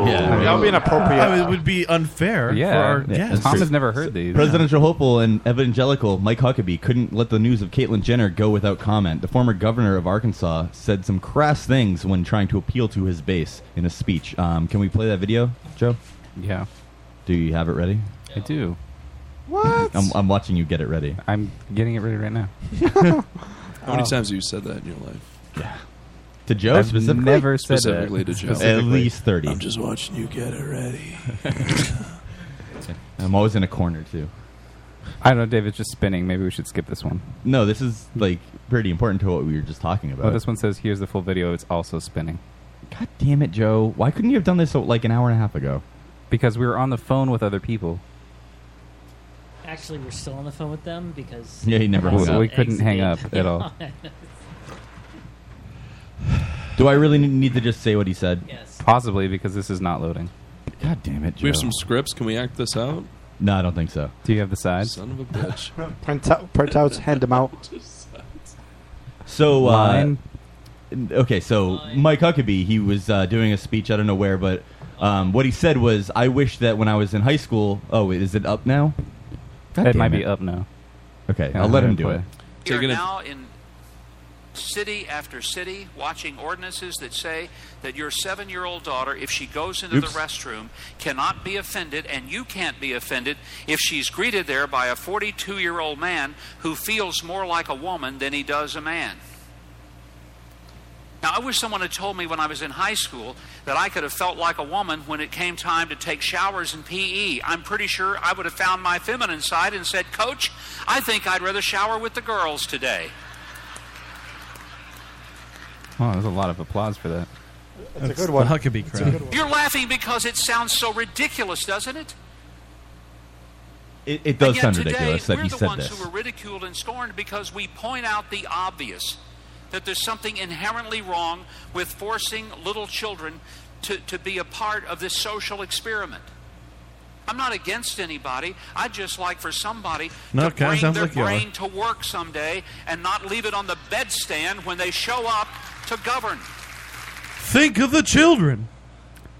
[SPEAKER 3] Yeah. That would be inappropriate. I mean, it would be unfair Yeah. for our Yeah. guests. Tom has never heard these.
[SPEAKER 10] Presidential hopeful and evangelical Mike Huckabee couldn't let the news of Caitlyn Jenner go without comment. The former governor of Arkansas said some crass things when trying to appeal to his base in a speech. Um, can we play that video, Joe?
[SPEAKER 7] Yeah.
[SPEAKER 10] Do you have it ready?
[SPEAKER 7] I do.
[SPEAKER 9] What?
[SPEAKER 10] I'm, I'm watching you get it ready.
[SPEAKER 7] I'm getting it ready right now.
[SPEAKER 12] How many times have you said that in your life?
[SPEAKER 10] Yeah. To Joe
[SPEAKER 7] I've
[SPEAKER 10] specifically?
[SPEAKER 7] never said that.
[SPEAKER 12] specifically to Joe.
[SPEAKER 10] At least 30.
[SPEAKER 12] I'm just watching you get it ready.
[SPEAKER 10] I'm always in a corner, too.
[SPEAKER 7] I don't know, David's just spinning. Maybe we should skip this one.
[SPEAKER 10] No, this is like pretty important to what we were just talking about.
[SPEAKER 7] Well, Oh, this one says, here's the full video. It's also spinning.
[SPEAKER 10] God damn it, Joe. Why couldn't you have done this uh, like an hour and a half ago?
[SPEAKER 7] Because we were on the phone with other people.
[SPEAKER 11] Actually, we're still on the phone with them because
[SPEAKER 10] Yeah, he never hung
[SPEAKER 7] Oh, We-
[SPEAKER 10] up.
[SPEAKER 7] We couldn't hang up at all.
[SPEAKER 10] Do I really need to just say what he said?
[SPEAKER 11] Yes.
[SPEAKER 7] Possibly because this is not loading.
[SPEAKER 10] God damn it,
[SPEAKER 12] Do we have some scripts. Can we act this out?
[SPEAKER 10] No, I don't think so.
[SPEAKER 7] Do you have the sides?
[SPEAKER 12] Son of a bitch.
[SPEAKER 9] Print out, print outs, hand them out.
[SPEAKER 10] So, uh,
[SPEAKER 9] Line.
[SPEAKER 10] n- okay, so Mike Huckabee, he was uh, doing a speech, I don't know where, but um, what he said was, I wish that when I was in high school. Oh, wait, is it up now?
[SPEAKER 7] It
[SPEAKER 10] damn
[SPEAKER 7] might be up now.
[SPEAKER 10] Okay,
[SPEAKER 7] Yeah,
[SPEAKER 10] I'll let
[SPEAKER 7] I'm
[SPEAKER 10] him do
[SPEAKER 7] gonna
[SPEAKER 10] it.
[SPEAKER 27] We are now in city after city watching ordinances that say that your seven year old daughter, if she goes into
[SPEAKER 10] Oops.
[SPEAKER 27] the restroom, cannot be offended, and you can't be offended if she's greeted there by a 42 year old man who feels more like a woman than he does a man. Now, I wish someone had told me when I was in high school that I could have felt like a woman when it came time to take showers in PE. I'm pretty sure I would have found my feminine side and said, Coach, I think I'd rather shower with the girls today.
[SPEAKER 7] Oh, there's a lot of applause for that.
[SPEAKER 9] That's a good one.
[SPEAKER 3] The Huckabee
[SPEAKER 9] That's a
[SPEAKER 3] crowd.
[SPEAKER 9] good one.
[SPEAKER 27] You're laughing because it sounds so ridiculous, doesn't it?
[SPEAKER 10] It, it does
[SPEAKER 27] yet
[SPEAKER 10] sound
[SPEAKER 27] today,
[SPEAKER 10] ridiculous that
[SPEAKER 27] we're
[SPEAKER 10] he
[SPEAKER 27] the
[SPEAKER 10] said
[SPEAKER 27] ones
[SPEAKER 10] this.
[SPEAKER 27] who are ridiculed and scorned because we point out the obvious that there's something inherently wrong with forcing little children to, to be a part of this social experiment. I'm not against anybody. I'd just like for somebody
[SPEAKER 3] No,
[SPEAKER 27] to
[SPEAKER 3] kinda
[SPEAKER 27] bring
[SPEAKER 3] sounds
[SPEAKER 27] their
[SPEAKER 3] like you are.
[SPEAKER 27] brain to work someday and not leave it on the bedstand when they show up to govern.
[SPEAKER 3] Think of the children.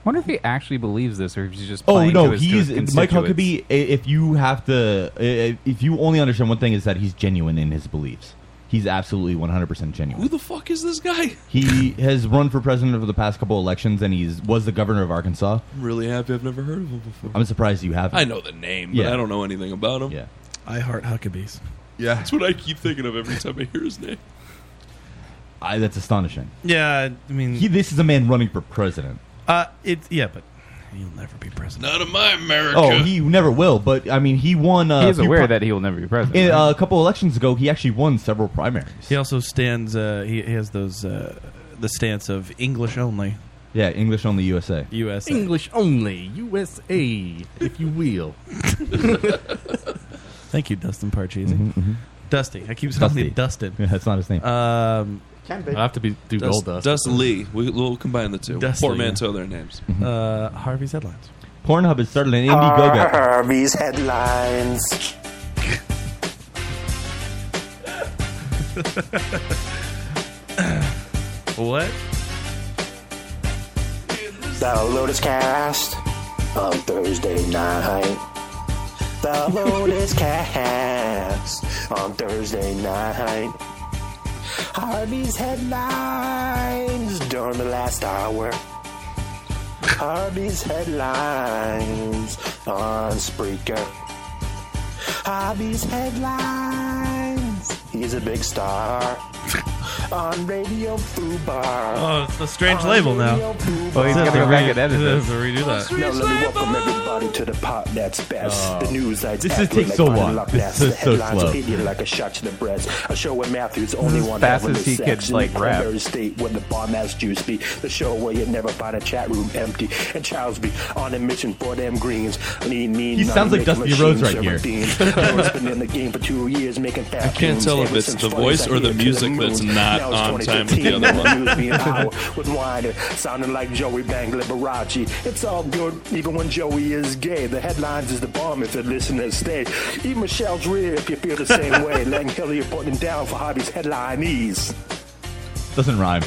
[SPEAKER 7] wonder if he actually believes this or if he's just
[SPEAKER 10] Oh
[SPEAKER 7] playing to
[SPEAKER 10] no,
[SPEAKER 7] his- to his
[SPEAKER 10] he's Mike
[SPEAKER 7] constituents.
[SPEAKER 10] Huckabee. i- If you have to, i- if you only understand one thing is that he's genuine in his beliefs. He's absolutely 100% genuine.
[SPEAKER 12] Who the fuck is this guy?
[SPEAKER 10] He has run for president over the past couple elections, and he's was the governor of Arkansas.
[SPEAKER 12] I'm really happy I've never heard of him before.
[SPEAKER 10] I'm surprised you haven't.
[SPEAKER 12] I know the name, but
[SPEAKER 10] Yeah.
[SPEAKER 12] I don't know anything about him.
[SPEAKER 10] Yeah.
[SPEAKER 3] I heart Huckabees.
[SPEAKER 12] Yeah. That's what I keep thinking of every time I hear his name.
[SPEAKER 10] I, that's astonishing.
[SPEAKER 3] Yeah, I mean,
[SPEAKER 10] He, this is a man running for president.
[SPEAKER 3] uh, it. Yeah, but you'll never be president.
[SPEAKER 12] Not in my America.
[SPEAKER 10] Oh, he never will. But I mean, he won. Uh,
[SPEAKER 3] He is
[SPEAKER 10] a few
[SPEAKER 3] aware
[SPEAKER 7] that he will never be president.
[SPEAKER 10] In, uh, a couple elections ago, he actually won several primaries.
[SPEAKER 3] He also stands. Uh, he, he has those uh, the stance of English only.
[SPEAKER 10] Yeah, English only USA.
[SPEAKER 3] U.S.
[SPEAKER 8] English only, USA, if you will.
[SPEAKER 3] Thank you, Dustin Parcheesi.
[SPEAKER 10] Mm-hmm,
[SPEAKER 3] Dusty. I keep
[SPEAKER 10] Dusty.
[SPEAKER 3] calling him Dustin.
[SPEAKER 10] Yeah, that's not his name.
[SPEAKER 3] Um,
[SPEAKER 9] Can be.
[SPEAKER 8] I'll have to be do
[SPEAKER 12] Dust,
[SPEAKER 8] gold dust.
[SPEAKER 12] Dust Lee. We, we'll combine the two.
[SPEAKER 3] Dusty,
[SPEAKER 12] Portmanteau their names.
[SPEAKER 3] uh, Harvey's headlines.
[SPEAKER 10] Pornhub has started an Indiegogo.
[SPEAKER 5] Harvey's headlines.
[SPEAKER 3] what?
[SPEAKER 5] The Lotus Cast on Thursday night. The Lotus Cast on Thursday night. Harvey's headlines during the last hour. Harvey's headlines on Spreaker. Harvey's headlines. He's a big star on Radio Fubar.
[SPEAKER 3] Oh, it's a strange label now.
[SPEAKER 5] Oh, he's gotta go back and edit
[SPEAKER 3] He
[SPEAKER 5] this.
[SPEAKER 3] has to redo that.
[SPEAKER 5] Now let me welcome everybody to the part that's best.
[SPEAKER 3] Oh.
[SPEAKER 5] The news that's
[SPEAKER 3] This
[SPEAKER 5] accurate,
[SPEAKER 3] is take
[SPEAKER 5] like
[SPEAKER 3] so
[SPEAKER 5] body
[SPEAKER 3] long.
[SPEAKER 5] lock
[SPEAKER 3] This
[SPEAKER 5] that's the
[SPEAKER 3] is so
[SPEAKER 5] headlines
[SPEAKER 3] slow.
[SPEAKER 5] opinion like a shot to the breast. A show where Matthew's only
[SPEAKER 7] is as
[SPEAKER 5] one
[SPEAKER 7] fast
[SPEAKER 5] having
[SPEAKER 7] as he
[SPEAKER 5] sex
[SPEAKER 7] could,
[SPEAKER 5] in
[SPEAKER 7] like,
[SPEAKER 5] the
[SPEAKER 7] rap.
[SPEAKER 5] cranberry state where the bomb ass juice be. The show where you never find a chat room empty. And Charles be on a mission for them greens. Mean, mean,
[SPEAKER 10] He sounds like
[SPEAKER 5] money-making
[SPEAKER 10] Dusty Rhodes
[SPEAKER 5] machines
[SPEAKER 10] right here.
[SPEAKER 5] serving themes. Dylan's been in the game for two years making
[SPEAKER 12] I can't tell if it's the voice or the music that's not on time with the other
[SPEAKER 5] Being
[SPEAKER 12] one.
[SPEAKER 5] out with wine, sounding like Joey Bang Liberace. It's all good, even when Joey is gay. The headlines is the bomb if the listeners stay. Even Michelle's rear if you feel the same way. Letting Hillary putting down for Hobby's headline ease.
[SPEAKER 10] Doesn't rhyme.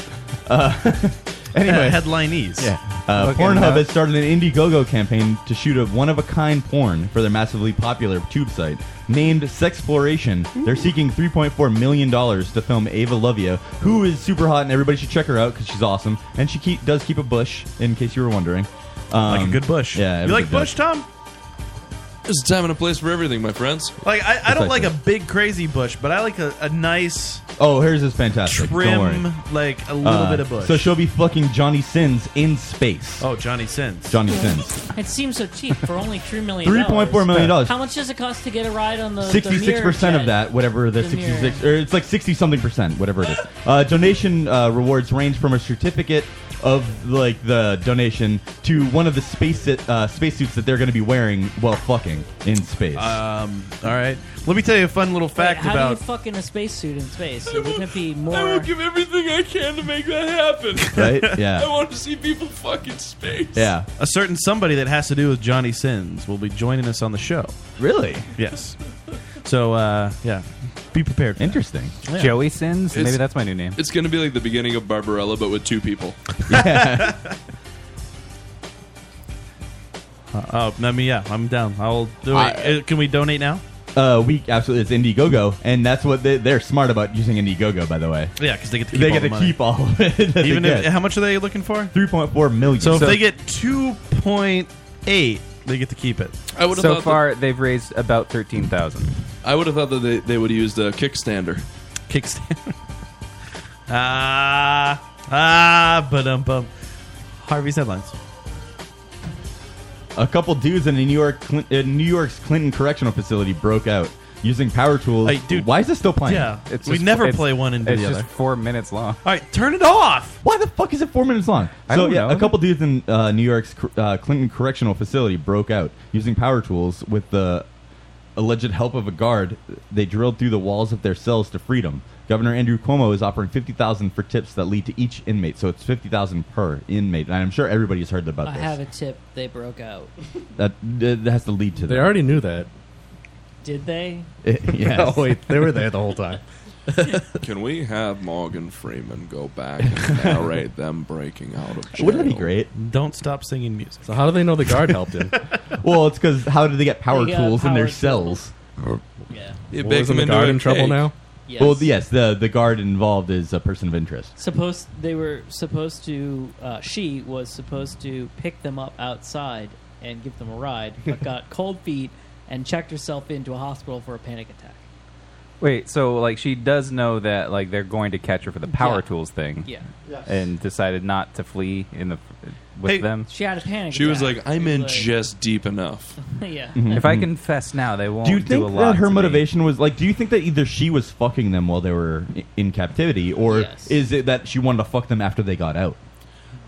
[SPEAKER 10] Uh, anyway,
[SPEAKER 3] Yeah, headlinees.
[SPEAKER 10] Yeah, uh,
[SPEAKER 3] Fucking,
[SPEAKER 10] Pornhub
[SPEAKER 3] uh,
[SPEAKER 10] has started an Indiegogo campaign to shoot a one-of-a-kind porn for their massively popular tube site named Sexploration. They're seeking 3.4 million dollars to film Ava Lovia, who is super hot, and everybody should check her out because she's awesome, and she keep, does keep a bush, in case you were wondering. like a good
[SPEAKER 3] bush.
[SPEAKER 10] Yeah,
[SPEAKER 3] You like
[SPEAKER 10] everybody
[SPEAKER 3] Bush, Tom?
[SPEAKER 12] There's a time and a place for everything, my friends.
[SPEAKER 3] Like I, I don't like
[SPEAKER 10] Precisely.
[SPEAKER 3] a big crazy bush, but I like a, a nice
[SPEAKER 10] does. Oh, hers is fantastic. Don't worry.
[SPEAKER 3] trim, like a little
[SPEAKER 10] Uh,
[SPEAKER 3] bit of bush.
[SPEAKER 10] So she'll be fucking Johnny Sins in space.
[SPEAKER 3] Oh, Johnny Sins.
[SPEAKER 10] Johnny Sins.
[SPEAKER 11] It seems so cheap for only three million.
[SPEAKER 10] $3.4 million.
[SPEAKER 11] How much does it cost to get a ride on the
[SPEAKER 10] Sixty-six percent of that, whatever the
[SPEAKER 11] The mirror.
[SPEAKER 10] sixty-six, or it's like sixty-something percent, whatever it is. Uh, donation uh, rewards range from a certificate of like the donation to one of the space uh, spacesuits that they're going to be wearing while fucking in space.
[SPEAKER 3] Um, all right, let me tell you a fun little fact
[SPEAKER 11] How
[SPEAKER 3] about
[SPEAKER 11] do you fuck in a spacesuit in space? Wouldn't it be more?
[SPEAKER 12] I will give everything I can to make that happen.
[SPEAKER 10] Right? Yeah.
[SPEAKER 12] I want to see people fucking space.
[SPEAKER 10] Yeah.
[SPEAKER 3] A certain somebody that has to do with Johnny Sins will be joining us on the show.
[SPEAKER 10] Really?
[SPEAKER 3] Yes. So, uh, yeah. Be prepared.
[SPEAKER 10] Interesting.
[SPEAKER 7] Joey Sins? Maybe
[SPEAKER 12] It's-
[SPEAKER 7] that's my new name.
[SPEAKER 12] It's going to be like the beginning of Barbarella, but with two people.
[SPEAKER 3] Uh, oh, I mean, yeah, I'm down. I'll do it. Uh, Can we donate now?
[SPEAKER 10] Uh, we absolutely it's Indiegogo, and that's what they, they're smart about using Indiegogo, by the way.
[SPEAKER 3] Yeah, because they get to keep
[SPEAKER 10] They
[SPEAKER 3] all
[SPEAKER 10] get
[SPEAKER 3] the
[SPEAKER 10] to
[SPEAKER 3] money.
[SPEAKER 10] keep all of it. that
[SPEAKER 3] Even
[SPEAKER 10] they
[SPEAKER 3] if,
[SPEAKER 10] get.
[SPEAKER 3] how much are they looking for?
[SPEAKER 10] Three point four million.
[SPEAKER 3] So, if they get two point eight, they get to keep it.
[SPEAKER 7] so far, they've raised about 13000
[SPEAKER 12] I would have thought that they, they would have used a kickstander.
[SPEAKER 3] Kickstander. Ah, ah, but um, bum. Harvey's headlines.
[SPEAKER 10] A couple dudes in a New York, Clin- uh, New York's Clinton Correctional Facility broke out using power tools. why is this still playing?
[SPEAKER 3] Yeah, we never play one and do
[SPEAKER 10] it's
[SPEAKER 3] the
[SPEAKER 10] just
[SPEAKER 3] other.
[SPEAKER 7] Four minutes long.
[SPEAKER 3] All right, turn it off.
[SPEAKER 10] Why the fuck is it four minutes long?
[SPEAKER 3] I
[SPEAKER 10] so
[SPEAKER 3] don't
[SPEAKER 10] yeah,
[SPEAKER 3] know.
[SPEAKER 10] a couple dudes in uh, New York's cor- uh, Clinton Correctional Facility broke out using power tools with the alleged help of a guard. They drilled through the walls of their cells to freedom. Governor Andrew Cuomo is offering fifty thousand for tips that lead to each inmate, so it's fifty thousand per inmate. And I'm sure everybody's heard about
[SPEAKER 11] I
[SPEAKER 10] this.
[SPEAKER 11] have a tip. They broke out.
[SPEAKER 10] That, that has to lead to.
[SPEAKER 8] They
[SPEAKER 10] that.
[SPEAKER 8] already knew that.
[SPEAKER 11] Did they?
[SPEAKER 10] yes.
[SPEAKER 8] Oh, wait, they were there the whole time.
[SPEAKER 12] Can we have Morgan Freeman go back and narrate them breaking out of jail?
[SPEAKER 10] Wouldn't that be great?
[SPEAKER 3] Don't stop singing music.
[SPEAKER 8] So how do they know the guard helped him?
[SPEAKER 10] well, it's because how did they get power
[SPEAKER 8] They got
[SPEAKER 10] tools in
[SPEAKER 8] power
[SPEAKER 10] their
[SPEAKER 8] tools.
[SPEAKER 10] cells?
[SPEAKER 11] Yeah.
[SPEAKER 12] It
[SPEAKER 8] bakes them
[SPEAKER 10] the
[SPEAKER 8] into
[SPEAKER 10] guard
[SPEAKER 8] a
[SPEAKER 10] in trouble
[SPEAKER 8] cake.
[SPEAKER 10] now?
[SPEAKER 11] Yes.
[SPEAKER 10] Well, yes, the the guard involved is a person of interest.
[SPEAKER 11] Supposed they were supposed to. Uh, she was supposed to pick them up outside and give them a ride, but got cold feet and checked herself into a hospital for a panic attack.
[SPEAKER 7] Wait, so like she does know that like they're going to catch her for the power
[SPEAKER 11] Yeah.
[SPEAKER 7] tools thing,
[SPEAKER 11] Yeah. Yes.
[SPEAKER 7] and decided not to flee in the with them.
[SPEAKER 11] She had a panic.
[SPEAKER 12] She was
[SPEAKER 11] attack.
[SPEAKER 12] like, I'm
[SPEAKER 11] She's
[SPEAKER 12] in
[SPEAKER 11] like-
[SPEAKER 12] just deep enough.
[SPEAKER 11] yeah.
[SPEAKER 7] If
[SPEAKER 3] Mm-hmm.
[SPEAKER 7] I confess now, they won't
[SPEAKER 10] Do you
[SPEAKER 7] a
[SPEAKER 10] think
[SPEAKER 7] lot.
[SPEAKER 10] that her
[SPEAKER 7] to me.
[SPEAKER 10] motivation was like? Do you think that either she was fucking them while they were i- in captivity, or is it that she wanted to fuck them after they got out?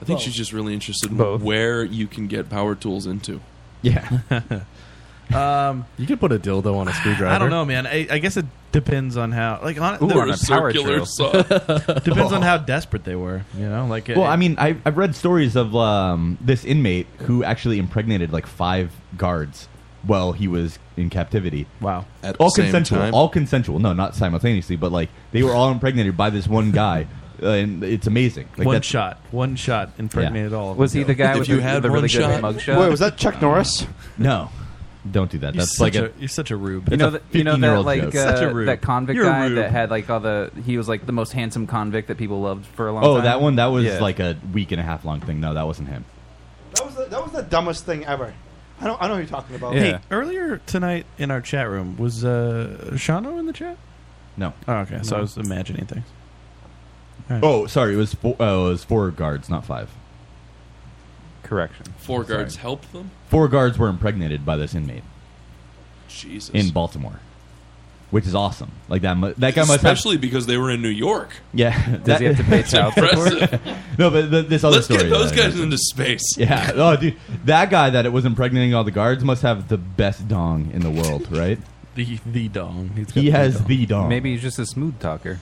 [SPEAKER 12] I think she's just really interested in where you can get power tools into.
[SPEAKER 10] Yeah.
[SPEAKER 3] Um,
[SPEAKER 8] you could put a dildo on a screwdriver.
[SPEAKER 3] I don't know, man. I, I guess it depends on how, like, on,
[SPEAKER 8] Ooh,
[SPEAKER 3] there-
[SPEAKER 8] on a power Circular drill. saw.
[SPEAKER 3] depends on how desperate they were. You know, like,
[SPEAKER 10] Well, I mean, I, I've read stories of um, this inmate who actually impregnated like five guards while he was in captivity.
[SPEAKER 3] Wow.
[SPEAKER 12] At
[SPEAKER 10] all
[SPEAKER 12] the same
[SPEAKER 10] consensual.
[SPEAKER 12] time?
[SPEAKER 10] All consensual. No, not simultaneously, but like they were all impregnated by this one guy. Uh, and it's amazing. Like
[SPEAKER 3] one
[SPEAKER 10] that's-
[SPEAKER 3] shot, one shot impregnated all. Of
[SPEAKER 10] Was
[SPEAKER 3] them.
[SPEAKER 10] he the guy If with you the- had the really one good shot- mugshot? Wait, was that
[SPEAKER 7] Um,
[SPEAKER 9] Chuck Norris?
[SPEAKER 10] No. Don't do that.
[SPEAKER 3] You're
[SPEAKER 10] That's like
[SPEAKER 3] such
[SPEAKER 10] a,
[SPEAKER 3] a- you're such a rube.
[SPEAKER 7] You know, that you know that like
[SPEAKER 10] Such a
[SPEAKER 7] uh,
[SPEAKER 10] rube.
[SPEAKER 7] that convict
[SPEAKER 3] You're a
[SPEAKER 7] guy
[SPEAKER 3] rube.
[SPEAKER 7] that had like all the he was like the most handsome convict that people loved for a long
[SPEAKER 10] Oh,
[SPEAKER 7] time.
[SPEAKER 10] that one. That was
[SPEAKER 7] Yeah.
[SPEAKER 10] like a week and a half long thing. No, that wasn't him.
[SPEAKER 9] That was the, that was the dumbest thing ever. I don't I know who you're talking about.
[SPEAKER 3] Hey, earlier tonight in our chat room was uh, Shano in the chat?
[SPEAKER 10] No.
[SPEAKER 3] Oh, okay. So I
[SPEAKER 10] No.
[SPEAKER 3] was imagining things.
[SPEAKER 10] Oh, sorry. It was four, uh, it was four guards, not five.
[SPEAKER 7] Correction.
[SPEAKER 12] Four guards helped them?
[SPEAKER 10] Four guards were impregnated by this inmate
[SPEAKER 12] Jesus.
[SPEAKER 10] in Baltimore, which is awesome. Like that. Mu- that guy must have
[SPEAKER 12] Especially because they were in New York.
[SPEAKER 10] Yeah.
[SPEAKER 12] Does he have to pay child support?
[SPEAKER 10] no, but th- this other
[SPEAKER 12] Let's
[SPEAKER 10] story.
[SPEAKER 12] get those
[SPEAKER 10] that I
[SPEAKER 12] guys
[SPEAKER 10] mentioned.
[SPEAKER 12] into space.
[SPEAKER 10] Yeah. Oh, dude, that guy that it was impregnating all the guards must have the best dong in the world, right?
[SPEAKER 3] The the dong.
[SPEAKER 10] he has the dong.
[SPEAKER 7] Maybe he's just a smooth talker.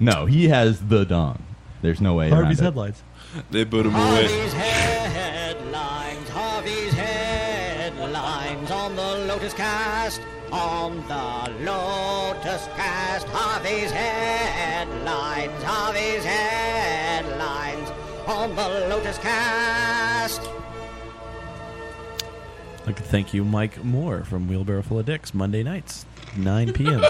[SPEAKER 10] No, he has the dong. There's no way.
[SPEAKER 7] Harvey's
[SPEAKER 10] around it.
[SPEAKER 7] headlines.
[SPEAKER 12] They put him away.
[SPEAKER 2] Headlines, Harvey's headlines on the Lotus Cast. on the Lotus Cast. Harvey's headlines, Harvey's headlines on the Lotus Cast.
[SPEAKER 3] I'd like to thank you, Mike Moore from Wheelbarrow Full of Dicks, Monday nights, 9 p.m.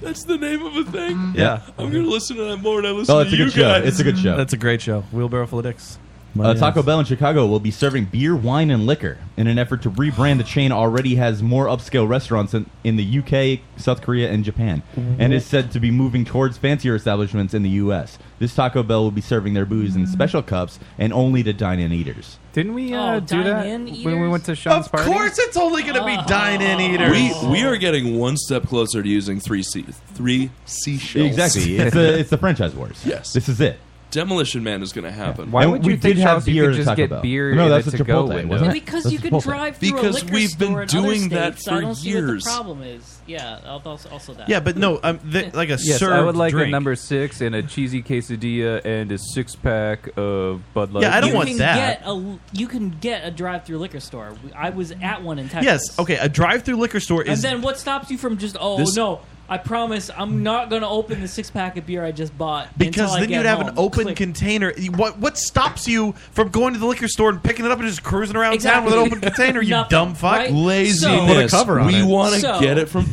[SPEAKER 12] That's the name of a thing.
[SPEAKER 3] Yeah.
[SPEAKER 12] I'm gonna listen to that more
[SPEAKER 3] Oh,
[SPEAKER 12] than I listen to you guys.
[SPEAKER 3] That's a great show. Wheelbarrow Full of
[SPEAKER 10] Uh,
[SPEAKER 3] Dicks. Monday
[SPEAKER 10] Taco
[SPEAKER 3] nights.
[SPEAKER 10] Bell in Chicago will be serving beer, wine, and liquor in an effort to rebrand the chain. Already has more upscale restaurants in, in the UK, South Korea, and Japan, and is said to be moving towards fancier establishments in the US. This Taco Bell will be serving their booze in special cups and only to dine-in eaters.
[SPEAKER 7] Didn't we uh,
[SPEAKER 3] Oh,
[SPEAKER 7] do that
[SPEAKER 3] dine-in
[SPEAKER 7] when we went to Sean's party?
[SPEAKER 3] Of course, it's only going to be dine in eaters.
[SPEAKER 12] We we are getting one step closer to using three sea three seashells.
[SPEAKER 10] Exactly, it's the it's the franchise wars.
[SPEAKER 12] Yes.
[SPEAKER 10] this is it.
[SPEAKER 12] Demolition Man is going to happen.
[SPEAKER 10] Why And would you we think, did have Charles, you beer could at just Taco get Bell. beer No, in that's the a to-go Chipotle, window. wasn't it?
[SPEAKER 11] Because
[SPEAKER 10] That's
[SPEAKER 11] you could
[SPEAKER 10] Chipotle.
[SPEAKER 11] drive through
[SPEAKER 12] Because
[SPEAKER 11] a liquor
[SPEAKER 12] we've been
[SPEAKER 11] store in other
[SPEAKER 12] doing that
[SPEAKER 11] states, so I
[SPEAKER 12] for
[SPEAKER 11] don't see what
[SPEAKER 12] years.
[SPEAKER 11] the problem is. Yeah, I'll- also, also that.
[SPEAKER 3] Yeah, but no, um, th- like a
[SPEAKER 7] yes, I
[SPEAKER 3] served
[SPEAKER 7] would like a
[SPEAKER 3] drink.
[SPEAKER 7] number six and a cheesy quesadilla and a six pack of Bud Light.
[SPEAKER 3] Yeah, I don't
[SPEAKER 11] you
[SPEAKER 3] want
[SPEAKER 11] can
[SPEAKER 3] that.
[SPEAKER 11] Get a, you can get a drive-through liquor store. I was at one in Texas.
[SPEAKER 3] Yes, okay, a drive through liquor store
[SPEAKER 11] And
[SPEAKER 3] is.
[SPEAKER 11] then what stops you from just oh
[SPEAKER 3] This-
[SPEAKER 11] no? I promise I'm not going to open the six pack of beer I just bought
[SPEAKER 3] because
[SPEAKER 11] until I
[SPEAKER 3] then
[SPEAKER 11] get
[SPEAKER 3] you'd have an
[SPEAKER 11] home.
[SPEAKER 3] open container. You- What what stops you from going to the liquor store and picking it up and just cruising around town with an
[SPEAKER 11] Exactly.
[SPEAKER 3] open container? You
[SPEAKER 11] Nothing,
[SPEAKER 3] dumb fuck,
[SPEAKER 11] right?
[SPEAKER 12] Laziness.
[SPEAKER 3] Put a cover on
[SPEAKER 12] we
[SPEAKER 3] it.
[SPEAKER 12] want to
[SPEAKER 11] So-
[SPEAKER 12] get it from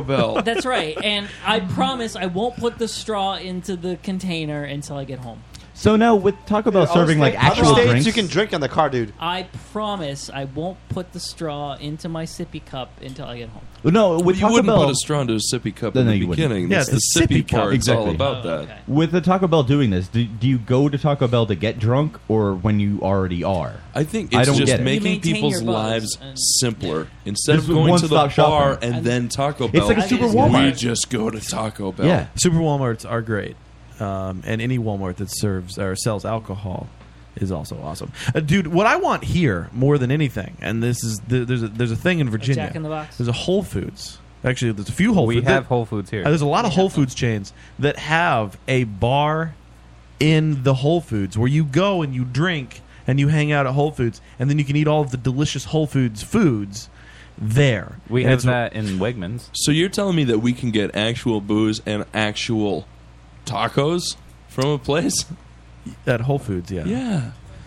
[SPEAKER 12] Bell.
[SPEAKER 11] That's right. And I promise I won't put the straw into the container until I get home.
[SPEAKER 10] So now with Taco Bell serving like actual
[SPEAKER 9] states,
[SPEAKER 10] drinks,
[SPEAKER 9] You can drink on the car, dude.
[SPEAKER 11] I promise I won't put the straw into my sippy cup until I get home.
[SPEAKER 10] No,
[SPEAKER 12] Well,
[SPEAKER 10] with
[SPEAKER 12] you
[SPEAKER 10] Taco
[SPEAKER 12] wouldn't
[SPEAKER 10] Bell,
[SPEAKER 12] put a straw into a sippy cup
[SPEAKER 10] No,
[SPEAKER 12] in
[SPEAKER 10] no,
[SPEAKER 12] the
[SPEAKER 10] you wouldn't.
[SPEAKER 12] beginning.
[SPEAKER 10] Yeah,
[SPEAKER 12] That's
[SPEAKER 10] it's the
[SPEAKER 12] the
[SPEAKER 10] sippy
[SPEAKER 12] sippy
[SPEAKER 10] cup.
[SPEAKER 12] part. It's all
[SPEAKER 10] Exactly.
[SPEAKER 3] Oh,
[SPEAKER 12] about that.
[SPEAKER 10] with the Taco Bell doing this, do, do you go to Taco Bell to get drunk or when you already are?
[SPEAKER 12] I think
[SPEAKER 10] I
[SPEAKER 12] it's
[SPEAKER 10] don't get
[SPEAKER 12] just
[SPEAKER 10] it.
[SPEAKER 12] making people's lives
[SPEAKER 10] Uh-huh.
[SPEAKER 12] simpler. Instead
[SPEAKER 10] Just
[SPEAKER 12] of going to the bar
[SPEAKER 10] one-stop shopping.
[SPEAKER 12] and,
[SPEAKER 10] And-
[SPEAKER 12] then Taco
[SPEAKER 10] It's
[SPEAKER 12] Bell,
[SPEAKER 10] like a Super Walmart.
[SPEAKER 12] We just go to Taco Bell.
[SPEAKER 3] Super Walmarts are great, um, and any Walmart that serves or sells alcohol is also awesome. Uh, dude, what I want here more than anything, and this is th- there's a, there's a thing in Virginia.
[SPEAKER 7] Jack in the Box?
[SPEAKER 3] There's a Whole Foods. Actually, there's a few Whole
[SPEAKER 7] We
[SPEAKER 3] Foods.
[SPEAKER 7] have
[SPEAKER 3] There-
[SPEAKER 7] Whole Foods here.
[SPEAKER 3] uh, there's a lot of Whole Foods chains that have a bar in the Whole Foods where you go and you drink and you hang out at Whole Foods, and then you can eat all of the delicious Whole Foods foods there.
[SPEAKER 7] We
[SPEAKER 3] And
[SPEAKER 7] have
[SPEAKER 3] it's-
[SPEAKER 7] that in Wegmans.
[SPEAKER 12] So you're telling me that we can get actual booze and actual tacos from a place?
[SPEAKER 3] At Whole Foods, yeah.
[SPEAKER 12] Yeah.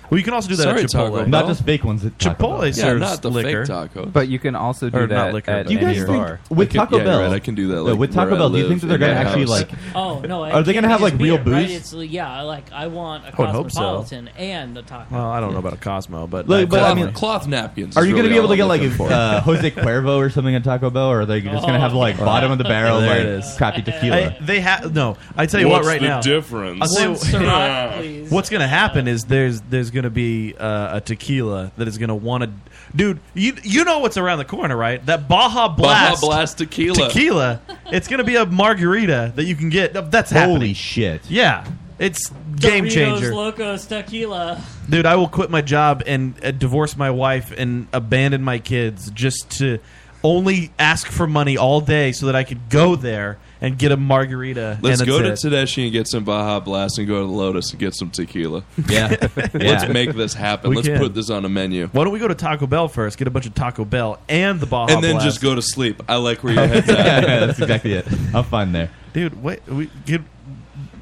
[SPEAKER 3] Well, you can also do that
[SPEAKER 12] Sorry,
[SPEAKER 3] at Chipotle.
[SPEAKER 12] Taco Bell.
[SPEAKER 3] Chipotle serves
[SPEAKER 12] yeah, not the
[SPEAKER 3] liquor,
[SPEAKER 12] fake tacos.
[SPEAKER 7] But you can also do
[SPEAKER 3] Or
[SPEAKER 7] that
[SPEAKER 3] not liquor,
[SPEAKER 7] at
[SPEAKER 3] but- You
[SPEAKER 7] any
[SPEAKER 3] guys
[SPEAKER 7] bar.
[SPEAKER 3] think-
[SPEAKER 10] with
[SPEAKER 12] I can-
[SPEAKER 10] Taco
[SPEAKER 12] yeah,
[SPEAKER 10] Bell,
[SPEAKER 12] right, I can do that,
[SPEAKER 10] uh,
[SPEAKER 12] like,
[SPEAKER 10] with Taco
[SPEAKER 12] where I
[SPEAKER 10] Bell, do you think that
[SPEAKER 12] live
[SPEAKER 10] they're
[SPEAKER 12] in
[SPEAKER 10] going to
[SPEAKER 12] my
[SPEAKER 10] actually
[SPEAKER 12] house.
[SPEAKER 10] like?
[SPEAKER 11] Oh no!
[SPEAKER 10] Are they
[SPEAKER 11] going
[SPEAKER 10] gonna
[SPEAKER 11] to
[SPEAKER 10] have like real booze?
[SPEAKER 11] Right? It's, yeah, like I want a
[SPEAKER 3] I would hope so.
[SPEAKER 11] cosmopolitan and a taco.
[SPEAKER 3] Well, I don't know about a Cosmo, but uh,
[SPEAKER 10] Like, but I
[SPEAKER 3] definitely-
[SPEAKER 10] mean-
[SPEAKER 12] Cloth napkins.
[SPEAKER 10] Are you going to be able to get like
[SPEAKER 3] for.
[SPEAKER 10] uh, Jose Cuervo or something at Taco Bell, or are they just going to have like bottom of the barrel
[SPEAKER 3] There
[SPEAKER 10] like
[SPEAKER 3] it is.
[SPEAKER 10] crappy tequila?
[SPEAKER 3] I- they have no. I tell you
[SPEAKER 12] What's
[SPEAKER 3] what, right
[SPEAKER 12] the
[SPEAKER 3] now,
[SPEAKER 12] difference?
[SPEAKER 3] I'll tell you
[SPEAKER 12] One
[SPEAKER 3] what-
[SPEAKER 12] Ciroc, please.
[SPEAKER 3] what's going to happen is there's there's going to be uh, a tequila that is going to want to, dude. You you know what's around the corner, right? That Baja Blast,
[SPEAKER 12] Blast tequila.
[SPEAKER 3] tequila. it's going to be a margarita that you can get. That's
[SPEAKER 10] Holy
[SPEAKER 3] happening.
[SPEAKER 10] shit!
[SPEAKER 3] Yeah, it's game
[SPEAKER 11] Doritos
[SPEAKER 3] changer.
[SPEAKER 11] Locos Tequila.
[SPEAKER 3] Dude, I will quit my job and uh, divorce my wife and abandon my kids just to only ask for money all day so that I could go there and get a margarita.
[SPEAKER 12] Let's
[SPEAKER 3] and
[SPEAKER 12] go to
[SPEAKER 3] that's it.
[SPEAKER 12] Tedeschi and get some Baja Blast and go to Lotus and get some tequila.
[SPEAKER 10] Yeah.
[SPEAKER 12] Let's make this happen.
[SPEAKER 3] We
[SPEAKER 12] Let's
[SPEAKER 3] can.
[SPEAKER 12] put this on a menu.
[SPEAKER 3] Why don't we go to Taco Bell first? Get a bunch of Taco Bell and the Baja
[SPEAKER 12] and then
[SPEAKER 3] Blast.
[SPEAKER 12] just go to sleep. I like where your head's at.
[SPEAKER 10] yeah, that's exactly it. I'm fine there.
[SPEAKER 3] dude. Wait, we get.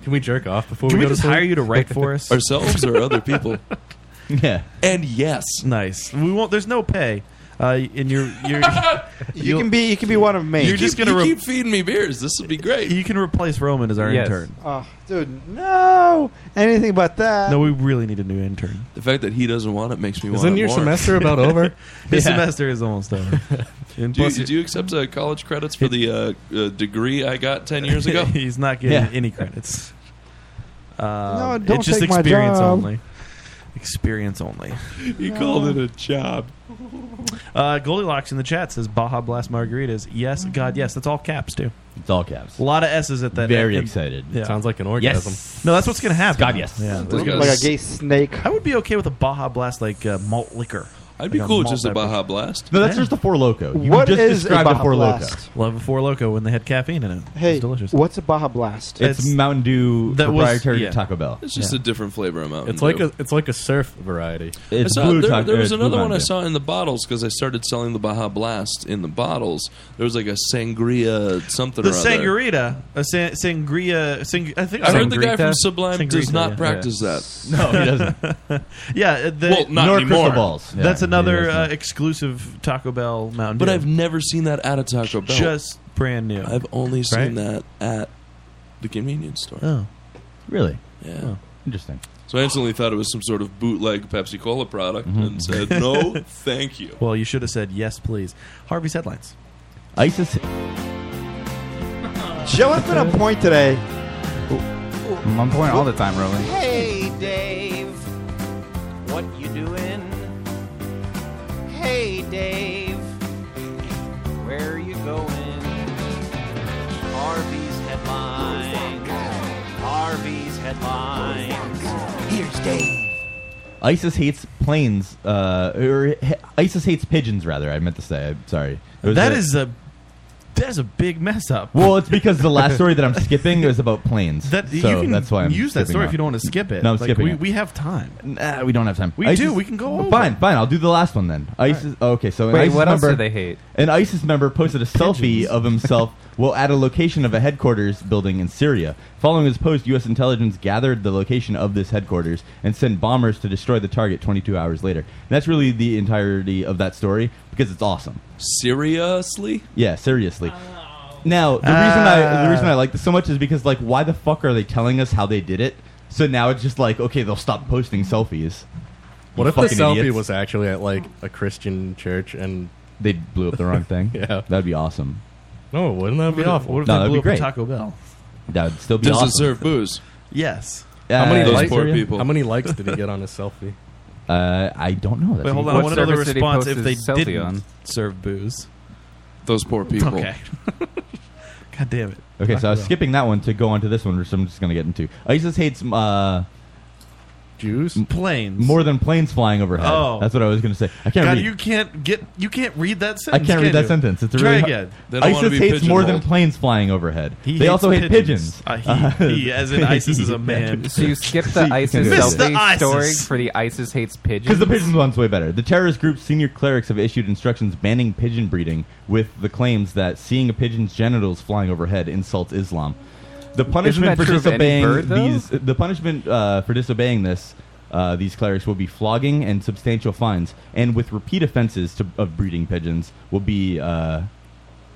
[SPEAKER 8] Can we jerk off before
[SPEAKER 3] Can
[SPEAKER 8] we,
[SPEAKER 3] we
[SPEAKER 8] go
[SPEAKER 3] just
[SPEAKER 8] to sleep?
[SPEAKER 3] hire you to write for us?
[SPEAKER 12] Ourselves or other people?
[SPEAKER 10] Yeah.
[SPEAKER 12] And yes,
[SPEAKER 3] nice. We won't. There's no pay. Uh, and you're you're
[SPEAKER 9] You can be you can be one of me.
[SPEAKER 3] You're just gonna re-
[SPEAKER 12] keep feeding me beers. This would be great.
[SPEAKER 3] you can replace Roman as our
[SPEAKER 12] Yes.
[SPEAKER 3] intern.
[SPEAKER 9] Oh, dude, no, anything but that.
[SPEAKER 3] No, we really need a new intern.
[SPEAKER 12] The fact that he doesn't want it makes me want
[SPEAKER 3] Isn't
[SPEAKER 12] it
[SPEAKER 3] your
[SPEAKER 12] more.
[SPEAKER 3] semester about over? His semester is almost over. And
[SPEAKER 12] Do
[SPEAKER 3] plus
[SPEAKER 12] you,
[SPEAKER 3] you-
[SPEAKER 12] do you accept uh, college credits for the uh, uh, degree I got 10 years ago?
[SPEAKER 3] He's not getting
[SPEAKER 12] Yeah.
[SPEAKER 3] any credits. Um,
[SPEAKER 12] No, don't
[SPEAKER 3] it's just
[SPEAKER 12] take my
[SPEAKER 3] experience
[SPEAKER 10] Um,
[SPEAKER 12] job.
[SPEAKER 3] only. Experience only.
[SPEAKER 12] He called it a job.
[SPEAKER 3] Uh, Goldilocks in the chat says Baja Blast margaritas. Yes, God, yes. That's all caps too.
[SPEAKER 10] It's all caps.
[SPEAKER 3] A lot of S's at that.
[SPEAKER 10] Very
[SPEAKER 3] and-
[SPEAKER 10] excited.
[SPEAKER 3] Yeah.
[SPEAKER 10] Sounds like an orgasm. Yes.
[SPEAKER 3] No, that's what's gonna happen.
[SPEAKER 10] God, yes.
[SPEAKER 3] Yeah.
[SPEAKER 10] Like a gay
[SPEAKER 3] snake. I would be okay with a Baja Blast like uh, malt liquor.
[SPEAKER 12] I'd be
[SPEAKER 10] Like a
[SPEAKER 12] cool with
[SPEAKER 10] malt
[SPEAKER 12] just a
[SPEAKER 10] beverage.
[SPEAKER 12] Baja Blast.
[SPEAKER 10] No, that's just a Four Loco. You just described a Four Loco.
[SPEAKER 1] Love a Four Loco when they had caffeine in it.
[SPEAKER 9] Hey,
[SPEAKER 1] it's delicious.
[SPEAKER 9] what's a Baja Blast?
[SPEAKER 10] It's, Mountain Dew
[SPEAKER 1] that was-
[SPEAKER 10] proprietary
[SPEAKER 1] yeah.
[SPEAKER 10] to Taco Bell.
[SPEAKER 12] It's just a different flavor of Mountain
[SPEAKER 8] It's like
[SPEAKER 12] Dew.
[SPEAKER 8] a it's like a surf variety.
[SPEAKER 12] I saw- there, there was another one I saw in the bottles because I started selling the Baja Blast in the bottles. There was like a sangria something
[SPEAKER 3] The
[SPEAKER 12] or other.
[SPEAKER 3] sangrita, a san- sangria. Sang- I think
[SPEAKER 12] I heard the guy from Sublime does
[SPEAKER 3] Sangrita,
[SPEAKER 12] not
[SPEAKER 3] yeah.
[SPEAKER 12] practice that.
[SPEAKER 3] yeah, uh, the,
[SPEAKER 12] Well, not Nor anymore. crystal balls. Yeah,
[SPEAKER 3] That's
[SPEAKER 12] he
[SPEAKER 3] another uh,
[SPEAKER 12] doesn't.
[SPEAKER 3] exclusive Taco Bell Mountain
[SPEAKER 12] But
[SPEAKER 3] Dew.
[SPEAKER 12] I've never seen that at a Taco Bell.
[SPEAKER 3] Just brand new.
[SPEAKER 12] I've only seen
[SPEAKER 3] Right?
[SPEAKER 12] that at the convenience store.
[SPEAKER 3] Oh.
[SPEAKER 10] Really?
[SPEAKER 12] Yeah.
[SPEAKER 10] Oh, interesting.
[SPEAKER 12] So I instantly thought it was some sort of bootleg Pepsi Cola product
[SPEAKER 10] Mhm.
[SPEAKER 12] and said, no, thank you.
[SPEAKER 3] Mm-hmm. Well, you should have said yes, please. Harvey's headlines.
[SPEAKER 10] ISIS.
[SPEAKER 9] Joe has been on point today.
[SPEAKER 28] I'm on point all the time, Roland.
[SPEAKER 2] Hey, Dave. What you doing? Hey, Dave. Where you going? Harvey's headlines. Harvey's headlines. Here's Dave.
[SPEAKER 10] ISIS hates planes, uh, or h- ISIS hates pigeons, rather. I meant to say. I'm sorry. It was
[SPEAKER 3] That is a that is a big mess up.
[SPEAKER 10] Well, it's because the last story that I'm skipping is about planes.
[SPEAKER 3] That- you
[SPEAKER 10] so
[SPEAKER 3] can
[SPEAKER 10] that's why I'm
[SPEAKER 3] use that
[SPEAKER 10] skipping
[SPEAKER 3] story if
[SPEAKER 10] on.
[SPEAKER 3] you don't wanna skip it.
[SPEAKER 10] No, I'm
[SPEAKER 3] Like,
[SPEAKER 10] skipping.
[SPEAKER 3] we-
[SPEAKER 10] it.
[SPEAKER 3] we have time.
[SPEAKER 10] Nah, we don't have time.
[SPEAKER 3] We do. We can go over.
[SPEAKER 10] Fine, fine. I'll do the last one then. ISIS. Okay, so an
[SPEAKER 28] Wait,
[SPEAKER 10] ISIS
[SPEAKER 28] what else
[SPEAKER 10] member,
[SPEAKER 28] do they hate?
[SPEAKER 10] An ISIS member posted a selfie of himself while at a location of a headquarters building in Syria. Following his post, U.S. intelligence gathered the location of this headquarters and sent bombers to destroy the target 22 hours later. And that's really the entirety of that story because it's awesome.
[SPEAKER 12] Seriously?
[SPEAKER 10] Yeah, seriously. Now the reason I the
[SPEAKER 8] Ah.
[SPEAKER 10] reason I like this so much is because like why the fuck are they telling us how they did it? So now it's just like okay they'll stop posting selfies.
[SPEAKER 8] What
[SPEAKER 10] You
[SPEAKER 8] if the
[SPEAKER 10] fucking
[SPEAKER 8] selfie
[SPEAKER 10] idiots.
[SPEAKER 8] was actually at like a Christian church and
[SPEAKER 10] they blew up the wrong thing?
[SPEAKER 8] yeah,
[SPEAKER 10] that'd be awesome.
[SPEAKER 8] No, wouldn't that be awful?
[SPEAKER 10] What if No, they that'd blew be up a great.
[SPEAKER 3] Taco Bell?
[SPEAKER 10] That would still be
[SPEAKER 12] Does
[SPEAKER 10] awesome.
[SPEAKER 12] it serve booze?
[SPEAKER 3] Yes.
[SPEAKER 8] how many
[SPEAKER 10] Uh,
[SPEAKER 8] likes?
[SPEAKER 10] Syria?
[SPEAKER 8] How many likes did he get on his selfie?
[SPEAKER 10] Uh, I don't know.
[SPEAKER 3] Wait, hold on. I want another response if they didn't serve booze.
[SPEAKER 12] Those poor people.
[SPEAKER 3] Okay. God damn it.
[SPEAKER 10] Okay, so I was
[SPEAKER 3] Taco Bell.
[SPEAKER 10] skipping that one to go on to this one, which I'm just going to get into. ISIS hates uh,
[SPEAKER 3] Jews
[SPEAKER 10] planes more than planes flying overhead.
[SPEAKER 3] Oh.
[SPEAKER 10] that's what I was going to say. I can't
[SPEAKER 3] God,
[SPEAKER 10] read.
[SPEAKER 3] you can't get you can't read that
[SPEAKER 10] I
[SPEAKER 3] sentence.
[SPEAKER 10] can't read
[SPEAKER 3] can
[SPEAKER 10] that
[SPEAKER 3] you?
[SPEAKER 10] sentence. It's a
[SPEAKER 3] Try
[SPEAKER 10] really
[SPEAKER 3] again.
[SPEAKER 10] ISIS hates more than planes flying overhead.
[SPEAKER 3] He
[SPEAKER 10] they
[SPEAKER 3] hates
[SPEAKER 10] also hate
[SPEAKER 3] pigeons.
[SPEAKER 10] pigeons.
[SPEAKER 3] Uh, he- he, as in ISIS is a man.
[SPEAKER 28] So you skip
[SPEAKER 10] See,
[SPEAKER 28] the ISIS
[SPEAKER 10] Miss the
[SPEAKER 28] selfie
[SPEAKER 10] ISIS.
[SPEAKER 28] story for the ISIS hates pigeons.
[SPEAKER 10] Because the pigeons one's way better. The terrorist group's senior clerics have issued instructions banning pigeon breeding, with the claims that seeing a pigeon's genitals flying overhead insults Islam. The
[SPEAKER 28] that
[SPEAKER 10] punishment for
[SPEAKER 28] true of any
[SPEAKER 10] disobeying
[SPEAKER 28] bird, though?
[SPEAKER 10] these, the punishment uh, for disobeying this, uh, these clerics will be flogging and substantial fines, and with repeat offenses to, of breeding pigeons will be uh,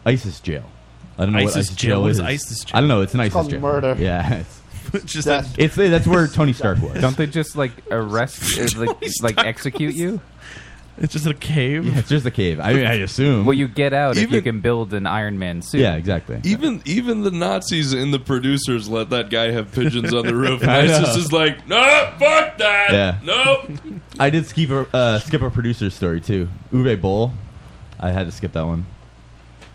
[SPEAKER 10] ISIS jail. I don't know what
[SPEAKER 3] ISIS
[SPEAKER 10] ISIS
[SPEAKER 3] jail?
[SPEAKER 10] jail,
[SPEAKER 3] What
[SPEAKER 10] is.
[SPEAKER 3] is ISIS jail?
[SPEAKER 10] I don't know. It's an
[SPEAKER 3] It's
[SPEAKER 10] ISIS
[SPEAKER 3] called
[SPEAKER 10] jail.
[SPEAKER 3] murder.
[SPEAKER 10] Yeah, it's,
[SPEAKER 3] Just Death.
[SPEAKER 10] it's that's where Tony Stark was.
[SPEAKER 28] Don't they just like arrest, uh, like, like execute you?
[SPEAKER 3] It's just a cave.
[SPEAKER 10] Yeah, it's just a cave. I mean, I assume.
[SPEAKER 28] Well, you get out if you
[SPEAKER 12] Even-
[SPEAKER 28] can build an Iron Man suit.
[SPEAKER 10] Yeah, exactly.
[SPEAKER 12] Even even the Nazis and the producers let that guy have pigeons on the roof. And
[SPEAKER 10] I
[SPEAKER 12] it's
[SPEAKER 10] know.
[SPEAKER 12] just is like, no, Uh, fuck that.
[SPEAKER 10] Yeah.
[SPEAKER 12] Nope.
[SPEAKER 10] I did skip a uh, skip a producer's story too. Uwe Boll, I had to skip that one.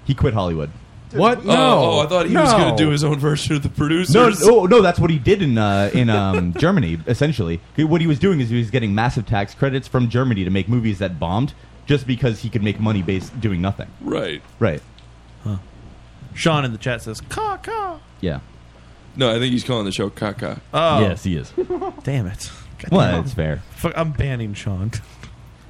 [SPEAKER 10] He quit Hollywood.
[SPEAKER 12] Oh, Oh, I thought he was going to do his own version of the
[SPEAKER 10] No,
[SPEAKER 12] producers.
[SPEAKER 10] no, no, that's what he did in uh, in um, Germany. Essentially, He- what he was doing is he was getting massive tax credits from Germany to make movies that bombed, just because he could make money based doing nothing.
[SPEAKER 12] Right.
[SPEAKER 10] Right.
[SPEAKER 3] Sean in the chat says caw caw.
[SPEAKER 10] Yeah.
[SPEAKER 12] No, I think he's calling the show Kaka.
[SPEAKER 3] Oh.
[SPEAKER 10] he is.
[SPEAKER 3] Damn it. God
[SPEAKER 10] Well,
[SPEAKER 3] damn.
[SPEAKER 10] it's fair.
[SPEAKER 3] Fuck, I'm banning Sean.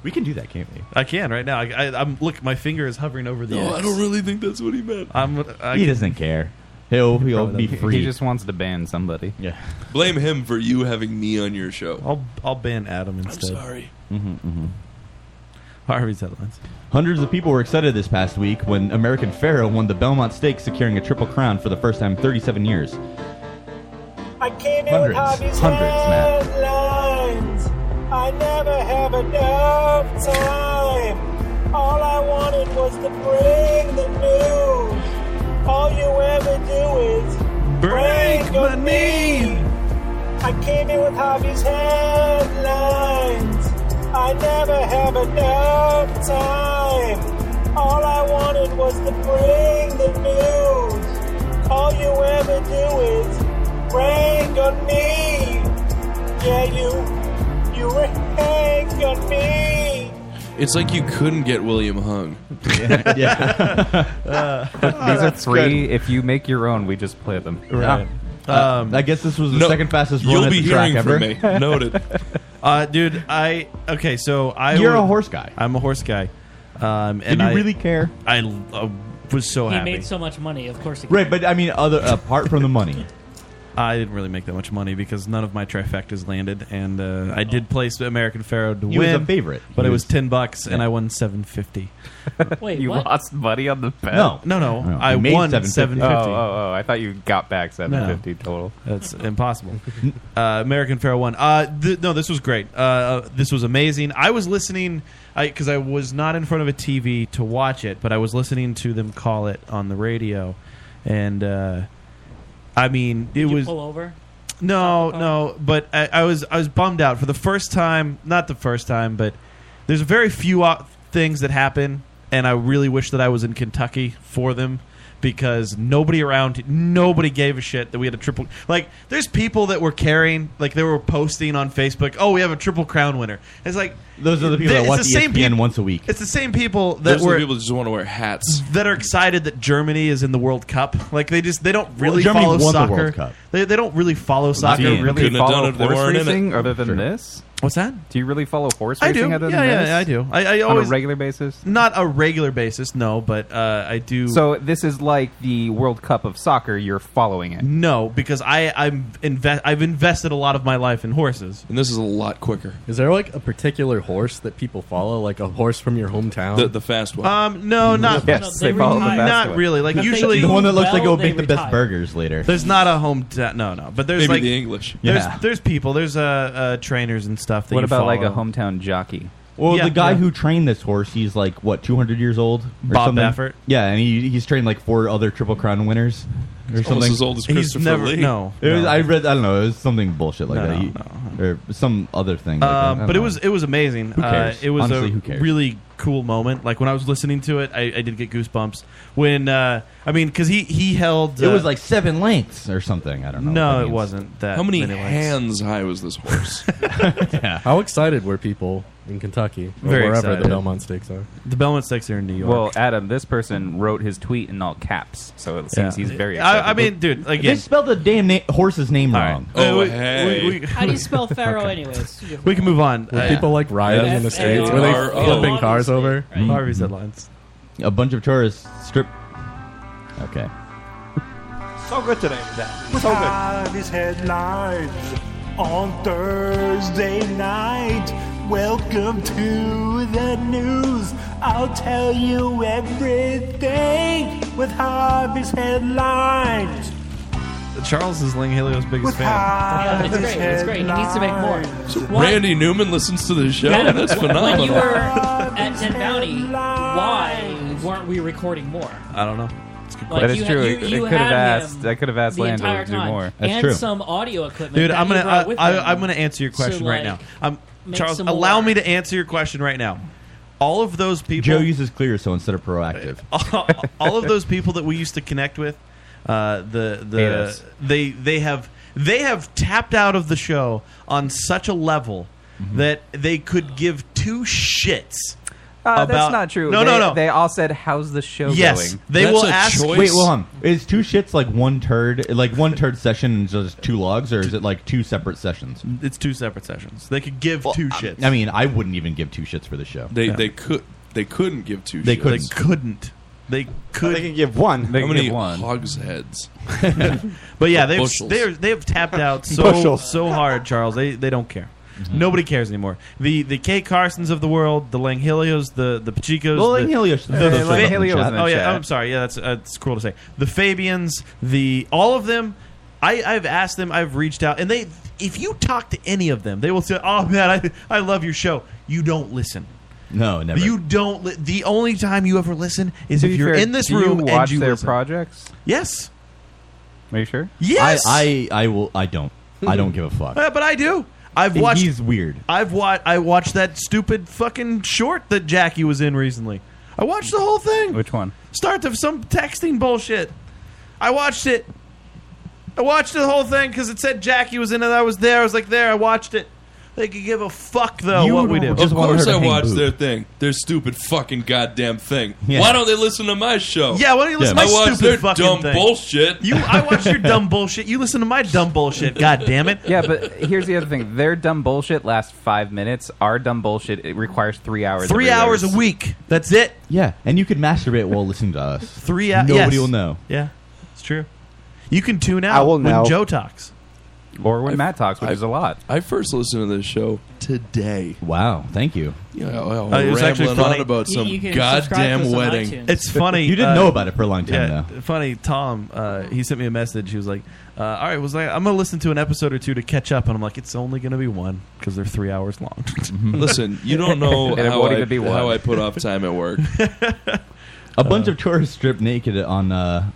[SPEAKER 10] We can do that, can't we?
[SPEAKER 3] I can right now. I, I, I'm look. My finger is hovering over the.
[SPEAKER 12] No, I
[SPEAKER 3] X.
[SPEAKER 12] don't really think that's what he meant.
[SPEAKER 3] I'm. I,
[SPEAKER 10] he doesn't care. He'll he'll be free.
[SPEAKER 28] He just wants to ban somebody.
[SPEAKER 10] Yeah.
[SPEAKER 12] Blame him for you having me on your show.
[SPEAKER 3] I'll I'll ban Adam instead.
[SPEAKER 12] sorry.
[SPEAKER 3] Mm-hmm,
[SPEAKER 10] Mhm, mhm.
[SPEAKER 3] Harvey's headlines.
[SPEAKER 10] Hundreds of people were excited this past week when American Pharaoh won the Belmont Stakes, securing a triple crown for the first time in 37 years.
[SPEAKER 29] I came in
[SPEAKER 10] Hundreds,
[SPEAKER 29] with Harvey's
[SPEAKER 10] hundreds, Matt.
[SPEAKER 29] headlines. I never have enough time. All I wanted was to bring the news. All you ever do is break your knee. I came in with Harvey's headlines. I never have enough time. All I wanted was to bring the news. All you ever do is rank on me. Yeah, you, you rank on me.
[SPEAKER 12] It's like you couldn't get William Hung.
[SPEAKER 7] But these are three. If you make your own, we just play them.
[SPEAKER 12] Right.
[SPEAKER 10] Um, I guess this was the
[SPEAKER 7] No,
[SPEAKER 10] second fastest run
[SPEAKER 7] you'll
[SPEAKER 10] at
[SPEAKER 7] be
[SPEAKER 10] the track
[SPEAKER 7] hearing
[SPEAKER 10] ever.
[SPEAKER 7] from me. Noted.
[SPEAKER 3] Uh, dude, I okay. So I
[SPEAKER 10] You're a
[SPEAKER 3] would-
[SPEAKER 10] horse guy.
[SPEAKER 3] I'm a horse guy. Um, and
[SPEAKER 10] you
[SPEAKER 3] I-
[SPEAKER 10] really care?
[SPEAKER 3] I uh, was so
[SPEAKER 11] he
[SPEAKER 3] happy.
[SPEAKER 11] made so much money. Of course he
[SPEAKER 10] Right, but I mean, other apart from the money,
[SPEAKER 3] I didn't really make that much money because none of my trifectas landed, and uh, I did place American Pharaoh to
[SPEAKER 10] He was
[SPEAKER 3] win.
[SPEAKER 10] a favorite.
[SPEAKER 3] but
[SPEAKER 10] He
[SPEAKER 3] it was
[SPEAKER 10] was-
[SPEAKER 3] ten bucks, and
[SPEAKER 10] Yeah.
[SPEAKER 3] I won seven fifty.
[SPEAKER 11] Wait,
[SPEAKER 7] you
[SPEAKER 11] what?
[SPEAKER 7] lost money on the bet?
[SPEAKER 3] No. No, no, No, I you made won 750.
[SPEAKER 7] Oh, oh, oh, I thought you got back seven fifty total.
[SPEAKER 3] That's impossible. uh, American Pharaoh one. Uh, th- no, this was great. Uh, Uh, this was amazing. I was listening because I, was not in front of a TV to watch it, but I was listening to them call it on the radio, and uh, I mean, it
[SPEAKER 11] Did you
[SPEAKER 3] was
[SPEAKER 11] pull over.
[SPEAKER 3] no, no, but I, I was I was bummed out for the first time. Not the first time, but there's very few o- things that happen, and I really wish that I was in Kentucky for them because nobody around, nobody gave a shit that we had a triple. Like, there's people that were carrying, like they were posting on Facebook, "Oh, we have a triple crown winner." It's like
[SPEAKER 10] those are the people that
[SPEAKER 3] it's
[SPEAKER 10] watch E
[SPEAKER 3] the same
[SPEAKER 10] ESPN
[SPEAKER 3] peop-
[SPEAKER 10] once a week.
[SPEAKER 3] It's the same people that
[SPEAKER 12] Those are
[SPEAKER 3] were
[SPEAKER 12] the people that just want to wear hats.
[SPEAKER 3] that are excited that Germany is in the World Cup. Like they just they don't really
[SPEAKER 12] Germany
[SPEAKER 3] follow
[SPEAKER 12] won the
[SPEAKER 3] soccer.
[SPEAKER 12] World Cup.
[SPEAKER 3] They they don't really follow soccer.
[SPEAKER 7] Do you really
[SPEAKER 3] Couldn't have
[SPEAKER 7] follow
[SPEAKER 3] done it if they
[SPEAKER 7] horse
[SPEAKER 3] weren't in it.
[SPEAKER 7] racing other than
[SPEAKER 3] Sure.
[SPEAKER 7] this?
[SPEAKER 3] What's that?
[SPEAKER 7] Do you really follow horse
[SPEAKER 3] I
[SPEAKER 7] racing
[SPEAKER 3] do.
[SPEAKER 7] other
[SPEAKER 3] yeah,
[SPEAKER 7] than
[SPEAKER 3] yeah,
[SPEAKER 7] this?
[SPEAKER 3] I do. I, I always
[SPEAKER 7] on a regular basis.
[SPEAKER 3] Not a regular basis, no, but uh, I do.
[SPEAKER 7] So this is like the World Cup of soccer. You're following it.
[SPEAKER 3] no, because I I'm invest I've invested a lot of my life in horses,
[SPEAKER 12] and this is a lot quicker.
[SPEAKER 8] Is there like a particular horse that people follow, like a horse from your hometown? Mm-hmm.
[SPEAKER 12] The- the fast one.
[SPEAKER 3] Um, no, not not really. Like usually,
[SPEAKER 10] burgers later.
[SPEAKER 3] There's not a hometown. No, no. But there's
[SPEAKER 12] Maybe
[SPEAKER 3] like
[SPEAKER 12] the English.
[SPEAKER 3] There's
[SPEAKER 12] Yeah.
[SPEAKER 3] there's people. There's uh, uh trainers and stuff. That
[SPEAKER 7] What
[SPEAKER 3] you
[SPEAKER 7] about, like, a
[SPEAKER 3] follow.
[SPEAKER 7] hometown jockey?
[SPEAKER 10] Well,
[SPEAKER 3] Yeah,
[SPEAKER 10] the guy
[SPEAKER 3] yeah.
[SPEAKER 10] who trained this horse, he's like what, 200 years old? Or
[SPEAKER 3] Bob
[SPEAKER 10] something?
[SPEAKER 3] Baffert.
[SPEAKER 10] Yeah, and he, he's trained like four other Triple Crown winners or
[SPEAKER 3] He's
[SPEAKER 10] something.
[SPEAKER 3] almost as old as He's Christopher never- Lee. no,
[SPEAKER 10] It was-
[SPEAKER 3] no.
[SPEAKER 10] I read. I don't know. It was something bullshit like
[SPEAKER 3] No,
[SPEAKER 10] that, He-
[SPEAKER 3] no,
[SPEAKER 10] or some other thing. like that. I
[SPEAKER 3] Um,
[SPEAKER 10] don't
[SPEAKER 3] but it
[SPEAKER 10] know.
[SPEAKER 3] was it was amazing.
[SPEAKER 10] Who cares?
[SPEAKER 3] Uh, it was
[SPEAKER 10] Honestly,
[SPEAKER 3] a
[SPEAKER 10] who cares?
[SPEAKER 3] really cool moment. Like when I was listening to it, I, I did get goosebumps. When uh, I mean, because he he held.
[SPEAKER 10] It
[SPEAKER 3] uh,
[SPEAKER 10] was like seven lengths or something. I don't know.
[SPEAKER 3] No,
[SPEAKER 10] what that
[SPEAKER 3] it
[SPEAKER 10] means.
[SPEAKER 3] wasn't that
[SPEAKER 12] How many
[SPEAKER 3] many legs.
[SPEAKER 12] hands high was this horse?
[SPEAKER 8] How excited were people in Kentucky or
[SPEAKER 7] Very
[SPEAKER 8] wherever
[SPEAKER 7] excited.
[SPEAKER 8] the Belmont Stakes are?
[SPEAKER 3] the Belmont Stakes are in New York.
[SPEAKER 7] Well, Adam, this person wrote his tweet in all caps, so it seems he's very.
[SPEAKER 3] I-
[SPEAKER 7] Excited.
[SPEAKER 3] I mean, dude, like,
[SPEAKER 10] They spelled the damn na- horse's name wrong.
[SPEAKER 7] Oh,
[SPEAKER 3] we-
[SPEAKER 7] hey.
[SPEAKER 3] we- we-
[SPEAKER 11] How do you spell Pharaoh, anyways?
[SPEAKER 3] we can move on.
[SPEAKER 8] Were people like rioting in the states? Were they
[SPEAKER 3] F-A-R-O.
[SPEAKER 8] flipping cars over?
[SPEAKER 3] Right. Harvey's headlines.
[SPEAKER 10] uh, A bunch of tourists strip. Okay.
[SPEAKER 5] So good today, With
[SPEAKER 30] So good.
[SPEAKER 5] Harvey's headlines on Thursday night. Welcome to the news. I'll tell you everything with Harvey's headlines.
[SPEAKER 3] Charles is Ling Helio's biggest fan.
[SPEAKER 11] Yeah, it's great. It's great. He needs to make more.
[SPEAKER 12] Randy Newman listens to the show.
[SPEAKER 11] Adam,
[SPEAKER 12] That's
[SPEAKER 11] when-
[SPEAKER 12] phenomenal.
[SPEAKER 11] When you were at Ted Bounty, why weren't we recording more?
[SPEAKER 3] I don't know. It's
[SPEAKER 11] Like,
[SPEAKER 7] that is
[SPEAKER 11] you
[SPEAKER 7] true.
[SPEAKER 11] had-
[SPEAKER 7] I-
[SPEAKER 11] you-
[SPEAKER 7] I
[SPEAKER 11] you
[SPEAKER 7] could have
[SPEAKER 11] had him
[SPEAKER 7] asked. I could have asked
[SPEAKER 11] the
[SPEAKER 7] Lando
[SPEAKER 11] entire
[SPEAKER 7] to do
[SPEAKER 11] time.
[SPEAKER 7] more.
[SPEAKER 11] and some audio equipment.
[SPEAKER 3] Dude,
[SPEAKER 11] that
[SPEAKER 3] I'm
[SPEAKER 11] he
[SPEAKER 3] gonna
[SPEAKER 11] brought
[SPEAKER 3] I,
[SPEAKER 11] with him.
[SPEAKER 3] I, I'm gonna answer your
[SPEAKER 11] So,
[SPEAKER 3] question right now.
[SPEAKER 11] like,
[SPEAKER 3] I'm
[SPEAKER 11] make
[SPEAKER 3] Charles.
[SPEAKER 11] some
[SPEAKER 3] Allow
[SPEAKER 11] more.
[SPEAKER 3] me to answer your question right now. All of those people.
[SPEAKER 10] Joe uses clear, so instead of proactive.
[SPEAKER 3] all all of those people that we used to connect with, uh, the
[SPEAKER 10] Hate
[SPEAKER 3] the
[SPEAKER 10] us.
[SPEAKER 3] they they have they have tapped out of the show on such a level
[SPEAKER 10] Mm-hmm.
[SPEAKER 3] that they could give two shits.
[SPEAKER 7] Uh,
[SPEAKER 3] about,
[SPEAKER 7] that's not true.
[SPEAKER 3] No,
[SPEAKER 7] they,
[SPEAKER 3] no, no.
[SPEAKER 7] They all said, "How's the show
[SPEAKER 3] Yes.
[SPEAKER 7] going?"
[SPEAKER 3] They will ask. um,
[SPEAKER 10] Wait, well, hold on. Is two shits like one turd, like one turd session and just two logs, or is it like two separate sessions?
[SPEAKER 3] It's two separate sessions. They could give two shits.
[SPEAKER 10] I mean, I wouldn't even give two shits for the show.
[SPEAKER 12] They
[SPEAKER 10] Yeah.
[SPEAKER 12] they could they couldn't give two.
[SPEAKER 10] They
[SPEAKER 12] shits.
[SPEAKER 10] couldn't.
[SPEAKER 3] They couldn't. They could. They
[SPEAKER 9] can give one.
[SPEAKER 12] How many hogsheads?
[SPEAKER 3] But yeah,
[SPEAKER 12] Or
[SPEAKER 3] they've
[SPEAKER 12] bushels?
[SPEAKER 3] they've they've tapped out so
[SPEAKER 12] Bushels.
[SPEAKER 3] so hard, Charles. They they don't care.
[SPEAKER 10] Mm-hmm.
[SPEAKER 3] Nobody cares anymore. The the K Carsons of the world, the Langhelios, the the Pachicos,
[SPEAKER 10] Well,
[SPEAKER 3] the
[SPEAKER 10] Langhelios-
[SPEAKER 3] the-
[SPEAKER 10] Hey,
[SPEAKER 3] the-
[SPEAKER 10] Langhelios in the
[SPEAKER 3] Oh yeah,
[SPEAKER 10] chat.
[SPEAKER 3] I'm sorry. Yeah, that's uh, it's cruel to say. The Fabians, the all of them. I I've asked them. I've reached out, and they. If you talk to any of them, they will say, "Oh man, I I love your show." You don't listen.
[SPEAKER 10] No, never.
[SPEAKER 3] You don't. Li- the only time you ever listen is
[SPEAKER 7] To
[SPEAKER 3] if
[SPEAKER 7] be
[SPEAKER 3] you're
[SPEAKER 7] fair,
[SPEAKER 3] in this
[SPEAKER 7] do you
[SPEAKER 3] room
[SPEAKER 7] watch
[SPEAKER 3] and you
[SPEAKER 7] their
[SPEAKER 3] listen.
[SPEAKER 7] projects.
[SPEAKER 3] Yes.
[SPEAKER 7] Are you sure?
[SPEAKER 3] Yes.
[SPEAKER 10] I, I, I will. I don't. I don't give a fuck.
[SPEAKER 3] Uh, but I do. I've watched.
[SPEAKER 10] He's weird.
[SPEAKER 3] I've watched. I watched that stupid fucking short that Jackie was in recently. I watched the whole thing.
[SPEAKER 7] Which one?
[SPEAKER 3] Start to some texting bullshit. I watched it. I watched the whole thing because it said Jackie was in it. I was there. I was like there. I watched it. They could give a fuck though
[SPEAKER 12] You
[SPEAKER 3] what we do.
[SPEAKER 12] Of course, I watch their thing, their stupid fucking goddamn thing.
[SPEAKER 3] Yeah.
[SPEAKER 12] Why don't they listen to my show?
[SPEAKER 3] Yeah, why don't you listen to my
[SPEAKER 12] I watch
[SPEAKER 3] stupid
[SPEAKER 12] their
[SPEAKER 3] fucking
[SPEAKER 12] dumb
[SPEAKER 3] thing?
[SPEAKER 12] bullshit.
[SPEAKER 3] You, I watch your dumb bullshit. You listen to my dumb bullshit. God damn it.
[SPEAKER 28] Yeah, but here's the other thing. Their dumb bullshit lasts five minutes. Our dumb bullshit it requires three hours.
[SPEAKER 3] Three hours a week. That's it.
[SPEAKER 10] Yeah, and you could masturbate while listening to us.
[SPEAKER 3] Three hours.
[SPEAKER 10] Nobody will know.
[SPEAKER 3] Yeah, it's true. You can tune out
[SPEAKER 10] I will
[SPEAKER 3] when
[SPEAKER 10] know.
[SPEAKER 3] Joe talks.
[SPEAKER 28] Or when
[SPEAKER 12] Matt
[SPEAKER 28] talks,
[SPEAKER 12] which is a
[SPEAKER 28] lot.
[SPEAKER 12] I first listened to this show today.
[SPEAKER 10] Wow, thank you.
[SPEAKER 12] Yeah, well,
[SPEAKER 3] Uh, it was
[SPEAKER 12] Oh,
[SPEAKER 3] actually
[SPEAKER 12] rambling
[SPEAKER 3] funny.
[SPEAKER 12] on about some goddamn wedding.
[SPEAKER 3] It's funny.
[SPEAKER 10] You didn't know about it for a long time,
[SPEAKER 3] though. Funny, Tom. Uh, he sent me a message. He was like, uh, "All right, was like, I'm gonna listen to an episode or two to catch up." And I'm like, "It's only gonna be one because they're three hours long."
[SPEAKER 10] Mm-hmm.
[SPEAKER 12] Listen, you don't know how I, how I put off time at work.
[SPEAKER 10] A bunch of tourists stripped naked on. Uh,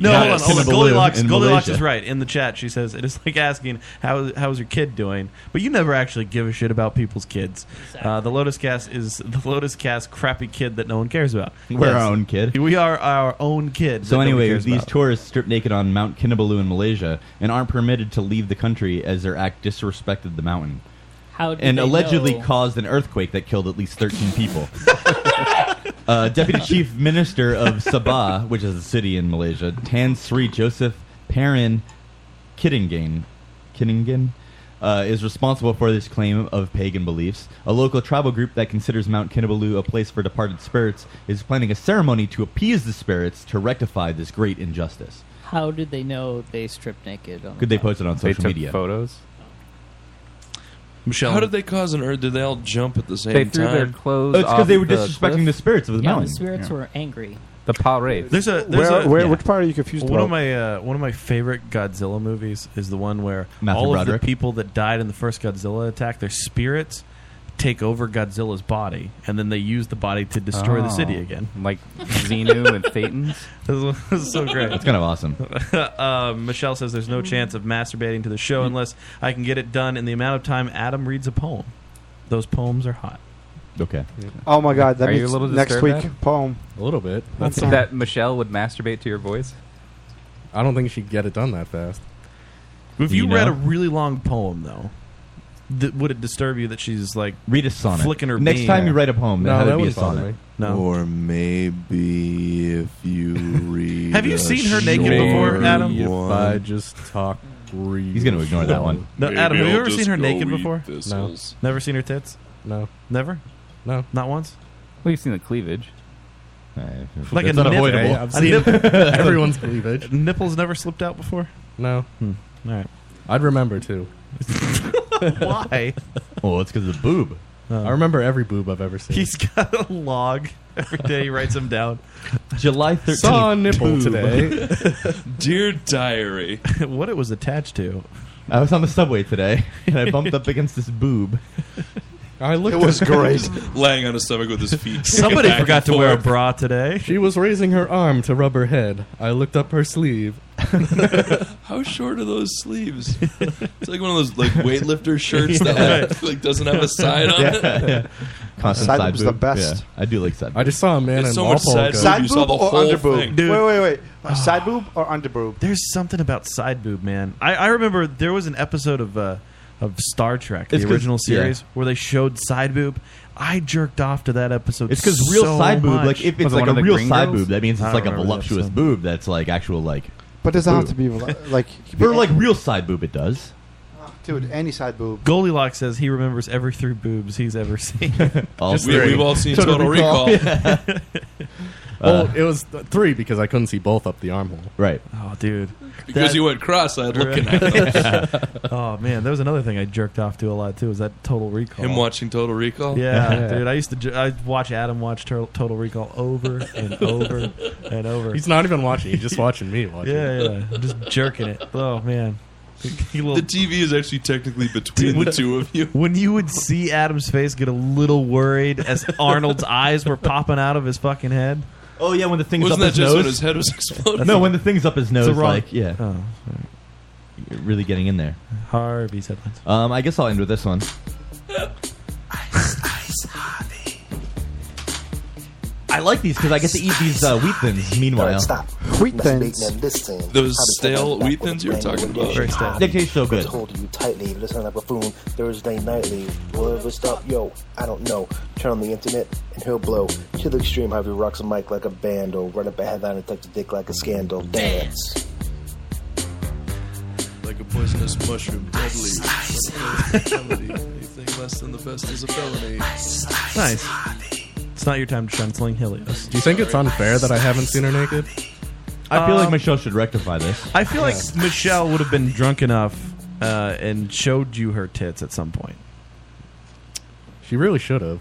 [SPEAKER 3] No,
[SPEAKER 10] in a-
[SPEAKER 3] hold on,
[SPEAKER 10] in
[SPEAKER 3] hold on.
[SPEAKER 10] a balloon
[SPEAKER 3] Goldilocks,
[SPEAKER 10] in
[SPEAKER 3] Goldilocks
[SPEAKER 10] Malaysia.
[SPEAKER 3] is right in the chat. She says it is like asking how how's your kid doing, but you never actually give a shit about people's kids. Uh, the Lotus Cast is the Lotus Cast crappy kid that no one cares about.
[SPEAKER 10] We're our own kid.
[SPEAKER 3] We are our own kid.
[SPEAKER 10] So
[SPEAKER 3] that nobody
[SPEAKER 10] anyway,
[SPEAKER 3] cares
[SPEAKER 10] these
[SPEAKER 3] about.
[SPEAKER 10] tourists stripped naked on Mount Kinabalu in Malaysia and aren't permitted to leave the country as their act disrespected the mountain.
[SPEAKER 11] How did
[SPEAKER 10] and
[SPEAKER 11] they
[SPEAKER 10] allegedly
[SPEAKER 11] know?
[SPEAKER 10] caused an earthquake that killed at least 13 people. uh, Deputy Chief Minister of Sabah, which is a city in Malaysia, Tan Sri Joseph Perrin Kittingen, Kittingen uh, is responsible for this claim of pagan beliefs. A local tribal group that considers Mount Kinabalu a place for departed spirits is planning a ceremony to appease the spirits to rectify this great injustice.
[SPEAKER 11] How did they know they stripped naked? On
[SPEAKER 10] Could
[SPEAKER 11] the
[SPEAKER 10] they post it on
[SPEAKER 12] They
[SPEAKER 10] social
[SPEAKER 12] took
[SPEAKER 10] media?
[SPEAKER 28] Photos.
[SPEAKER 3] Michelle,
[SPEAKER 12] how did they cause an earth? Did they all jump at the same
[SPEAKER 28] They threw
[SPEAKER 12] time?
[SPEAKER 28] their clothes It's 'cause off they were the disrespecting cliff. the spirits of the
[SPEAKER 11] yeah,
[SPEAKER 28] mountain.
[SPEAKER 11] the spirits
[SPEAKER 28] Yeah.
[SPEAKER 11] were angry.
[SPEAKER 28] The parade.
[SPEAKER 3] There's a there's
[SPEAKER 9] Where-
[SPEAKER 3] a,
[SPEAKER 9] where- which part are you confused
[SPEAKER 3] One
[SPEAKER 9] about?
[SPEAKER 3] of my uh, one of my favorite Godzilla movies is the one where
[SPEAKER 10] Matthew
[SPEAKER 3] all of
[SPEAKER 10] Broderick?
[SPEAKER 3] the people that died in the first Godzilla attack, their spirits take over Godzilla's body, and then they use the body to destroy the
[SPEAKER 28] Oh.
[SPEAKER 3] city again,
[SPEAKER 28] like Xenu and Thetans.
[SPEAKER 3] this is so great.
[SPEAKER 10] It's kind of awesome.
[SPEAKER 3] uh, Michelle says there's no
[SPEAKER 9] Hmm.
[SPEAKER 3] chance of masturbating to the show unless I can get it done in the amount of time Adam reads a poem. Those poems are hot.
[SPEAKER 10] Okay.
[SPEAKER 9] Oh my God, that
[SPEAKER 28] Are you a
[SPEAKER 9] means
[SPEAKER 28] little
[SPEAKER 9] next
[SPEAKER 28] disturbed,
[SPEAKER 9] week
[SPEAKER 28] Adam?
[SPEAKER 9] poem.
[SPEAKER 8] A little bit.
[SPEAKER 9] That's all.
[SPEAKER 28] that Michelle would masturbate to your voice.
[SPEAKER 8] I don't think she'd get it done that fast.
[SPEAKER 3] If you, read a really long poem, though, th- would it disturb you that she's like
[SPEAKER 10] read a sonnet?
[SPEAKER 3] flicking her?
[SPEAKER 10] Next
[SPEAKER 3] bean?
[SPEAKER 10] time you write a
[SPEAKER 12] Oh,
[SPEAKER 10] poem, then No, have it that be a wouldn't bother sonnet. me.
[SPEAKER 3] No.
[SPEAKER 12] Or maybe if you read.
[SPEAKER 3] Have you
[SPEAKER 12] a
[SPEAKER 3] seen her naked before,
[SPEAKER 12] short
[SPEAKER 3] Adam?
[SPEAKER 8] If
[SPEAKER 12] one-
[SPEAKER 8] I just talk real
[SPEAKER 10] He's gonna ignore that one.
[SPEAKER 3] No,
[SPEAKER 8] Maybe
[SPEAKER 3] Adam, have you
[SPEAKER 8] I'll
[SPEAKER 3] ever
[SPEAKER 8] just
[SPEAKER 3] seen her
[SPEAKER 8] go
[SPEAKER 3] naked
[SPEAKER 8] eat
[SPEAKER 3] before?
[SPEAKER 8] thistles.
[SPEAKER 3] Never seen her tits?
[SPEAKER 8] No.
[SPEAKER 3] Never?
[SPEAKER 8] No.
[SPEAKER 3] Not once?
[SPEAKER 28] Well, you've seen the cleavage.
[SPEAKER 3] Like
[SPEAKER 8] It's
[SPEAKER 3] a nip-
[SPEAKER 8] unavoidable.
[SPEAKER 3] a
[SPEAKER 8] I've seen everyone's cleavage.
[SPEAKER 3] Nipples never slipped out before?
[SPEAKER 8] No.
[SPEAKER 3] Hmm. All right.
[SPEAKER 8] I'd remember too.
[SPEAKER 3] Why? Oh.
[SPEAKER 10] Well, it's because of the boob.
[SPEAKER 8] I remember every boob I've ever seen.
[SPEAKER 3] He's got a log every day. He writes them down.
[SPEAKER 10] July
[SPEAKER 3] 13th,
[SPEAKER 8] Saw a nipple boob. today.
[SPEAKER 12] Dear diary.
[SPEAKER 3] what it was attached to.
[SPEAKER 10] I was on the subway today and I bumped up against this boob.
[SPEAKER 8] I looked.
[SPEAKER 12] Laying on his stomach with his feet.
[SPEAKER 3] Somebody
[SPEAKER 12] back and
[SPEAKER 3] forgot to wear a
[SPEAKER 12] forth.
[SPEAKER 3] bra today.
[SPEAKER 8] She was raising her arm to rub her head. I looked up her sleeve.
[SPEAKER 12] How short are those sleeves? it's like one of those like weightlifter shirts that like, like doesn't have a side on it.
[SPEAKER 10] Constant
[SPEAKER 9] Side
[SPEAKER 10] side,
[SPEAKER 9] boob's the
[SPEAKER 10] boob.
[SPEAKER 9] best.
[SPEAKER 10] Yeah, I do like side.
[SPEAKER 8] I just saw a man
[SPEAKER 12] It's
[SPEAKER 8] in
[SPEAKER 12] so much
[SPEAKER 8] Walpole
[SPEAKER 12] side
[SPEAKER 8] go-
[SPEAKER 12] boob,
[SPEAKER 9] Side
[SPEAKER 12] you saw
[SPEAKER 9] boob
[SPEAKER 12] the
[SPEAKER 9] or
[SPEAKER 12] whole
[SPEAKER 9] under boob?
[SPEAKER 12] thing.
[SPEAKER 9] Wait, wait, wait. Side boob or under boob?
[SPEAKER 3] Ah. There's something about side boob, man. I, I remember there was an episode of uh, of Star Trek,
[SPEAKER 10] It's
[SPEAKER 3] the
[SPEAKER 10] 'cause-
[SPEAKER 3] original
[SPEAKER 10] yeah.
[SPEAKER 3] series, where they showed side boob. I jerked off to that episode.
[SPEAKER 10] It's because
[SPEAKER 3] so
[SPEAKER 10] real side boob,
[SPEAKER 3] much.
[SPEAKER 10] like if it's like a real side boob, that means
[SPEAKER 3] I
[SPEAKER 10] it's
[SPEAKER 3] don't
[SPEAKER 10] like a
[SPEAKER 3] remember that
[SPEAKER 10] voluptuous
[SPEAKER 3] episode.
[SPEAKER 10] boob that's like actual like.
[SPEAKER 9] But doesn't have to
[SPEAKER 10] boob.
[SPEAKER 9] be vol- like
[SPEAKER 10] for like real side boob. It does.
[SPEAKER 9] dude any side boob.
[SPEAKER 3] Goldilocks says he remembers every three boobs he's ever seen.
[SPEAKER 10] All
[SPEAKER 3] Just
[SPEAKER 12] we,
[SPEAKER 3] three.
[SPEAKER 12] we've all seen Total, Recall.
[SPEAKER 8] Well, it was th- three because I couldn't see both up the armhole.
[SPEAKER 10] Uh, Right.
[SPEAKER 3] Oh, dude.
[SPEAKER 12] Because
[SPEAKER 3] That-
[SPEAKER 12] you went cross-eyed looking at him.
[SPEAKER 3] oh man, there was another thing I jerked off to a lot too. Was that Total Recall?
[SPEAKER 12] Him watching Total Recall.
[SPEAKER 3] Yeah, dude. I used to. Ju- I'd watch Adam watch Tur- Total Recall over and over and over.
[SPEAKER 8] He's not even watching. He's just watching me. Watching.
[SPEAKER 3] Yeah, yeah. I'm just jerking it. Oh man. He
[SPEAKER 12] The
[SPEAKER 3] little-
[SPEAKER 12] TV is actually technically between
[SPEAKER 3] Dude,
[SPEAKER 12] the two of you.
[SPEAKER 3] When you would see Adam's face get a little worried as Arnold's eyes were popping out of his fucking head.
[SPEAKER 10] Oh yeah, when the thing's
[SPEAKER 12] Wasn't
[SPEAKER 10] up
[SPEAKER 12] that
[SPEAKER 10] his
[SPEAKER 12] just
[SPEAKER 10] nose.
[SPEAKER 12] when his head was exploding?
[SPEAKER 10] No, when the thing's up his
[SPEAKER 3] It's
[SPEAKER 10] nose,
[SPEAKER 3] a wrong-
[SPEAKER 10] like yeah,
[SPEAKER 3] Oh,
[SPEAKER 10] You're really getting in there.
[SPEAKER 3] Harvey's headlines.
[SPEAKER 10] Um, I guess I'll end with this one.
[SPEAKER 29] Ice, ice, Harvey.
[SPEAKER 10] I like these because I get to eat these uh, wheat thins. Meanwhile,
[SPEAKER 31] stop.
[SPEAKER 9] Wheat
[SPEAKER 31] thins. Those
[SPEAKER 12] Those stale wheat thins you were talking about.
[SPEAKER 10] They taste so good.
[SPEAKER 31] Hold you tightly, listen like a buffoon. Thursday nightly, will ever stop? Yo, I don't know. Turn on the internet and he'll blow. To the extreme, Harvey rocks a mic like a bando. Run up a headline and touch the dick like a scandal. Dance.
[SPEAKER 12] Like a poisonous mushroom, deadly. Comedy. Anything less than the best is a felony.
[SPEAKER 3] Nice. It's not your time to shine sling Helios.
[SPEAKER 8] Do you think it's unfair that I haven't seen her naked?
[SPEAKER 10] I feel like
[SPEAKER 3] Um,
[SPEAKER 10] Michelle should rectify this.
[SPEAKER 3] I feel like Michelle would have been drunk enough uh, and showed you her tits at some point.
[SPEAKER 8] She really should have.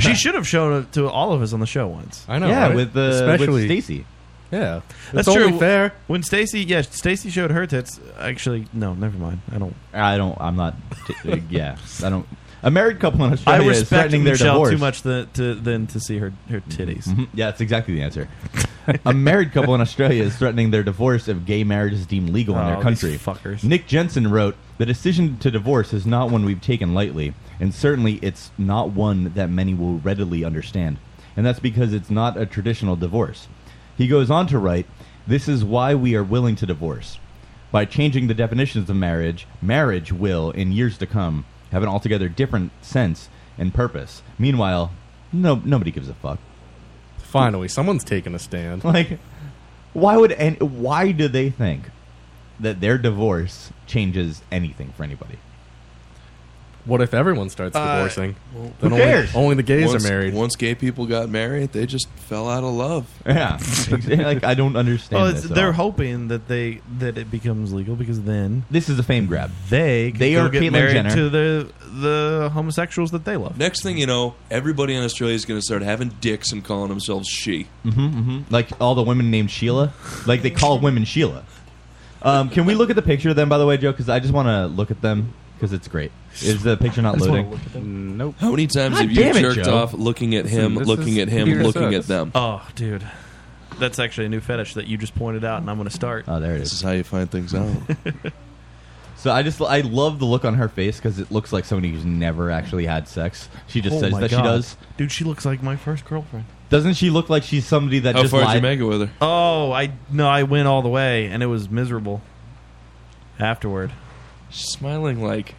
[SPEAKER 3] she should have shown it to all of us on the show once.
[SPEAKER 8] I know, Yeah, right? with, uh, with Stacey. Yeah.
[SPEAKER 3] that's
[SPEAKER 8] It's only
[SPEAKER 3] true. Fair. When Stacy, yeah, Stacy showed her tits. Actually, no, never mind. I don't.
[SPEAKER 10] I don't. I'm not. T- uh, yeah, I don't. A married couple in
[SPEAKER 3] I
[SPEAKER 10] Australia is
[SPEAKER 3] respect
[SPEAKER 10] threatening their
[SPEAKER 3] Michelle
[SPEAKER 10] divorce.
[SPEAKER 3] too much the, to, than to see her her titties.
[SPEAKER 10] Mhm. Yeah, that's exactly the answer. a married couple in Australia is threatening their divorce if gay marriage is deemed legal in
[SPEAKER 3] Oh,
[SPEAKER 10] their
[SPEAKER 3] these
[SPEAKER 10] country.
[SPEAKER 3] fuckers.
[SPEAKER 10] Nick Jensen wrote, "The decision to divorce is not one we've taken lightly, and certainly it's not one that many will readily understand. And that's because it's not a traditional divorce." He goes on to write, "This is why we are willing to divorce." By changing the definitions of marriage, marriage will, in years to come, have an altogether different sense and purpose. Meanwhile, no, nobody gives a fuck.
[SPEAKER 8] Finally, someone's taking a stand.
[SPEAKER 10] Like, why would and why do they think that their divorce changes anything for anybody?
[SPEAKER 8] What if everyone starts
[SPEAKER 12] Uh,
[SPEAKER 8] divorcing?
[SPEAKER 12] well,
[SPEAKER 8] then
[SPEAKER 12] who
[SPEAKER 8] only,
[SPEAKER 12] cares?
[SPEAKER 8] only the gays
[SPEAKER 12] Once-
[SPEAKER 8] are married.
[SPEAKER 12] Once gay people got married, they just fell out of love. Oh,
[SPEAKER 10] Yeah. Like, I don't understand
[SPEAKER 3] Well,
[SPEAKER 10] this
[SPEAKER 3] it's,
[SPEAKER 10] at
[SPEAKER 3] they're
[SPEAKER 10] all.
[SPEAKER 3] hoping that they that it becomes legal because then
[SPEAKER 10] this is a fame grab.
[SPEAKER 3] They could
[SPEAKER 10] They
[SPEAKER 3] go
[SPEAKER 10] are
[SPEAKER 3] get
[SPEAKER 10] Caitlyn
[SPEAKER 3] married
[SPEAKER 10] Jenner.
[SPEAKER 3] to the the homosexuals that they love.
[SPEAKER 12] Next thing you know, everybody in Australia is going to start having dicks and calling themselves she.
[SPEAKER 10] hmm hmm Like all the women named Sheila, like they call women Sheila. Um, can we look at the picture of them, by the way, Joe? Because I just want to look at them because it's great. Is the picture not loading?
[SPEAKER 12] Nope.
[SPEAKER 3] Oh.
[SPEAKER 12] How many times
[SPEAKER 10] God
[SPEAKER 12] have you
[SPEAKER 10] damn it,
[SPEAKER 12] jerked
[SPEAKER 10] Joe.
[SPEAKER 12] off looking at him,
[SPEAKER 3] This
[SPEAKER 12] looking
[SPEAKER 3] is
[SPEAKER 12] at him,
[SPEAKER 3] computer
[SPEAKER 12] looking
[SPEAKER 3] science.
[SPEAKER 12] at them?
[SPEAKER 3] Oh, dude, that's actually a new fetish that you just pointed out, and I'm going to start.
[SPEAKER 10] Oh, there it is.
[SPEAKER 12] This is how you find things out.
[SPEAKER 10] So I just I love the look on her face because it looks like somebody who's never actually had sex. She just
[SPEAKER 3] Oh
[SPEAKER 10] says
[SPEAKER 3] my
[SPEAKER 10] that she
[SPEAKER 3] God.
[SPEAKER 10] does.
[SPEAKER 3] Dude, she looks like my first girlfriend.
[SPEAKER 10] Doesn't she look like she's somebody that
[SPEAKER 12] How
[SPEAKER 10] just
[SPEAKER 12] far did you
[SPEAKER 10] lied?
[SPEAKER 12] make it with her?
[SPEAKER 3] Oh, I no, I went all the way, and it was miserable. Afterward,
[SPEAKER 12] smiling like.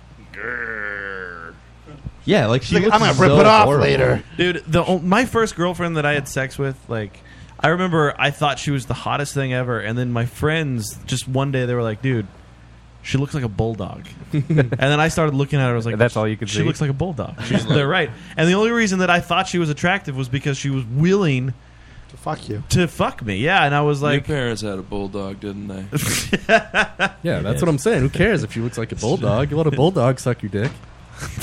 [SPEAKER 10] Yeah, like she
[SPEAKER 3] Like,
[SPEAKER 10] looks
[SPEAKER 3] "I'm gonna
[SPEAKER 10] so
[SPEAKER 3] rip it off
[SPEAKER 10] horrible.
[SPEAKER 3] later. dude, the o- my first girlfriend that I had sex with, like, I remember I thought she was the hottest thing ever, and then my friends just one day they were like, dude. She looks like a bulldog, and then I started looking at her. I was like,
[SPEAKER 28] That's all you could
[SPEAKER 3] She
[SPEAKER 28] see?
[SPEAKER 3] looks like a bulldog.
[SPEAKER 28] She's
[SPEAKER 3] She's, they're right, and the only reason that I thought she was attractive was because she was willing to
[SPEAKER 9] fuck you,
[SPEAKER 3] to fuck me. Yeah, and I was like,
[SPEAKER 12] Your parents had a bulldog, didn't they?
[SPEAKER 8] Yeah, that's what I'm saying. Who cares if she looks like a bulldog? You let a bulldog suck your dick.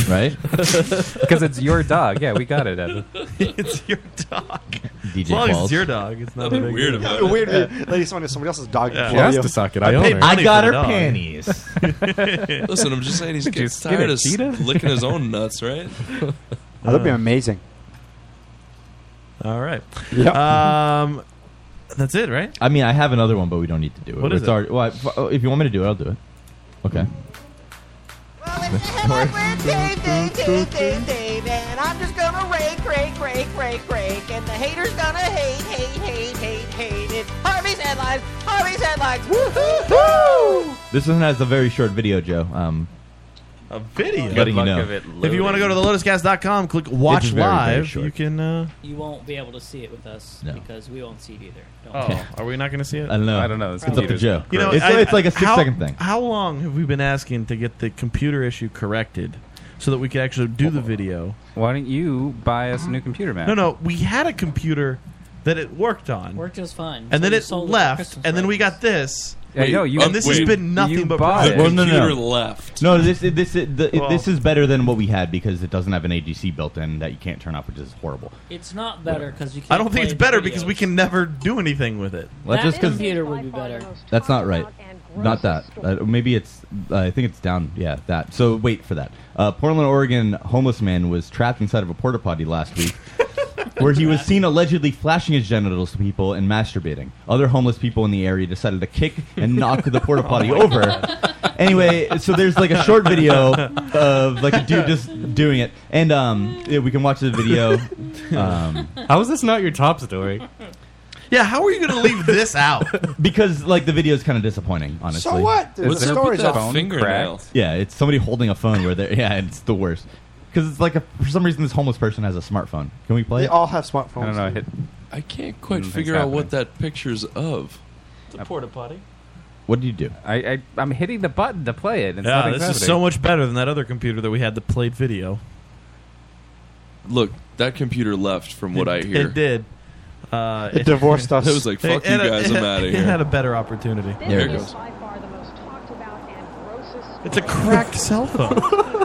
[SPEAKER 10] Right?
[SPEAKER 28] Because it's your dog. Yeah, we got it, Evan.
[SPEAKER 3] it's your dog.
[SPEAKER 10] DJ
[SPEAKER 3] as long as
[SPEAKER 10] Qualls.
[SPEAKER 3] it's your dog, it's not a
[SPEAKER 12] That'd be
[SPEAKER 3] big
[SPEAKER 12] weird
[SPEAKER 3] deal.
[SPEAKER 12] about it. Weird
[SPEAKER 9] if- like, someone- somebody else's dog
[SPEAKER 3] Yeah.
[SPEAKER 9] She has
[SPEAKER 3] Yeah.
[SPEAKER 9] to suck it.
[SPEAKER 3] I own
[SPEAKER 9] paid
[SPEAKER 3] her.
[SPEAKER 9] money
[SPEAKER 3] I got
[SPEAKER 9] for the
[SPEAKER 3] her
[SPEAKER 9] dog.
[SPEAKER 3] panties.
[SPEAKER 12] Listen, I'm just saying he's
[SPEAKER 3] Did you
[SPEAKER 12] getting
[SPEAKER 3] skin
[SPEAKER 12] tired
[SPEAKER 3] a
[SPEAKER 12] of
[SPEAKER 3] cheetah?
[SPEAKER 12] licking his own nuts, right?
[SPEAKER 9] Oh, that'd be amazing.
[SPEAKER 3] All right.
[SPEAKER 9] Yep.
[SPEAKER 3] Um, that's it, right?
[SPEAKER 10] I mean, I have another one, but we don't need to do it.
[SPEAKER 3] What is
[SPEAKER 10] It's
[SPEAKER 3] it?
[SPEAKER 10] already- well, I- f- oh, if you want me to do it, I'll do it. Okay.
[SPEAKER 20] Dave, Dave, Dave, Dave, Dave, and I'm just gonna rake, rake, rake, rake, rake, and the haters gonna hate, hate, hate, hate, hate. It's Harvey's headlines, Harvey's headlines, woohoo!
[SPEAKER 10] This one has a very short video, Joe. Um,
[SPEAKER 3] A video.
[SPEAKER 10] Letting you know.
[SPEAKER 3] if you want to go to the lotuscast.com, click watch
[SPEAKER 10] It's very, very
[SPEAKER 3] live.
[SPEAKER 10] short.
[SPEAKER 3] you can. Uh,
[SPEAKER 11] You won't be able to see it with us
[SPEAKER 10] No.
[SPEAKER 11] because we won't see it either. Don't worry.
[SPEAKER 3] oh, are we not going to see it?
[SPEAKER 10] I don't know. I don't know. This It's up to computer's Joe.
[SPEAKER 3] You know,
[SPEAKER 10] It's-
[SPEAKER 3] I-
[SPEAKER 10] it's like a
[SPEAKER 3] how-
[SPEAKER 10] six-second thing.
[SPEAKER 3] How long have we been asking to get the computer issue corrected so that we could actually do the video?
[SPEAKER 28] Why don't you buy us a new computer, man?
[SPEAKER 3] No, no. We had a computer that it worked on.
[SPEAKER 11] Worked just fine.
[SPEAKER 3] And then
[SPEAKER 11] So you
[SPEAKER 3] it
[SPEAKER 11] sold it for
[SPEAKER 3] left,
[SPEAKER 11] Christmas
[SPEAKER 3] and then we got this.
[SPEAKER 10] Yeah, Wait, no, you-
[SPEAKER 3] and this
[SPEAKER 10] wait.
[SPEAKER 3] has been nothing
[SPEAKER 28] You
[SPEAKER 3] but
[SPEAKER 28] bought
[SPEAKER 3] problems.
[SPEAKER 10] Well, no, no.
[SPEAKER 12] left.
[SPEAKER 10] No, this this the,
[SPEAKER 11] Well-
[SPEAKER 10] this is better than what we had because it doesn't have an AGC built in that you can't turn off, which is horrible.
[SPEAKER 11] It's not better because you. Can't
[SPEAKER 3] I don't think
[SPEAKER 11] play
[SPEAKER 3] it's better
[SPEAKER 11] videos.
[SPEAKER 3] because we can never do anything with it.
[SPEAKER 10] Well,
[SPEAKER 11] that
[SPEAKER 10] that's just 'cause-
[SPEAKER 11] computer would be better.
[SPEAKER 10] That's not right. Not that. Uh, maybe it's. Uh, I think it's down. Yeah, that. So wait for that. Uh, Portland, Oregon homeless man was trapped inside of a porta potty last week, where he was seen allegedly flashing his genitals to people and masturbating. Other homeless people in the area decided to kick and knock the porta potty
[SPEAKER 3] Oh my
[SPEAKER 10] over,
[SPEAKER 3] God.
[SPEAKER 10] anyway, so there's like a short video of like a dude just doing it, and um, yeah, we can watch the video. Um, How is this not your top story?
[SPEAKER 3] Yeah, how are you going to leave this out?
[SPEAKER 10] Because like the video is kind of disappointing, honestly.
[SPEAKER 9] So what? Dude,
[SPEAKER 12] What's
[SPEAKER 9] the
[SPEAKER 12] up with
[SPEAKER 9] story's
[SPEAKER 12] that
[SPEAKER 9] awful.
[SPEAKER 12] fingernail?
[SPEAKER 10] Yeah, it's somebody holding a phone where they're yeah, it's the worst. Because it's like a, for some reason this homeless person has a smartphone. Can we play?
[SPEAKER 9] They
[SPEAKER 10] it?
[SPEAKER 9] all have smartphones.
[SPEAKER 10] I don't know. I hit
[SPEAKER 12] I can't quite
[SPEAKER 10] Nothing's
[SPEAKER 12] figure out what that picture's of.
[SPEAKER 11] The porta potty.
[SPEAKER 10] What do you do?
[SPEAKER 28] I, I I'm hitting the button to play it. And
[SPEAKER 3] Yeah,
[SPEAKER 28] nothing's
[SPEAKER 3] this is
[SPEAKER 28] happening.
[SPEAKER 3] so much better than that other computer that we had that played video.
[SPEAKER 12] Look, that computer left from what
[SPEAKER 3] it,
[SPEAKER 12] I hear.
[SPEAKER 3] It did. Uh,
[SPEAKER 12] It divorced us. It was like, fuck you
[SPEAKER 3] had a-
[SPEAKER 12] guys, I'm outta
[SPEAKER 3] It
[SPEAKER 12] here.
[SPEAKER 3] had a better opportunity.
[SPEAKER 12] This There it is goes.
[SPEAKER 3] By far the most talked about and it's a cracked cell phone.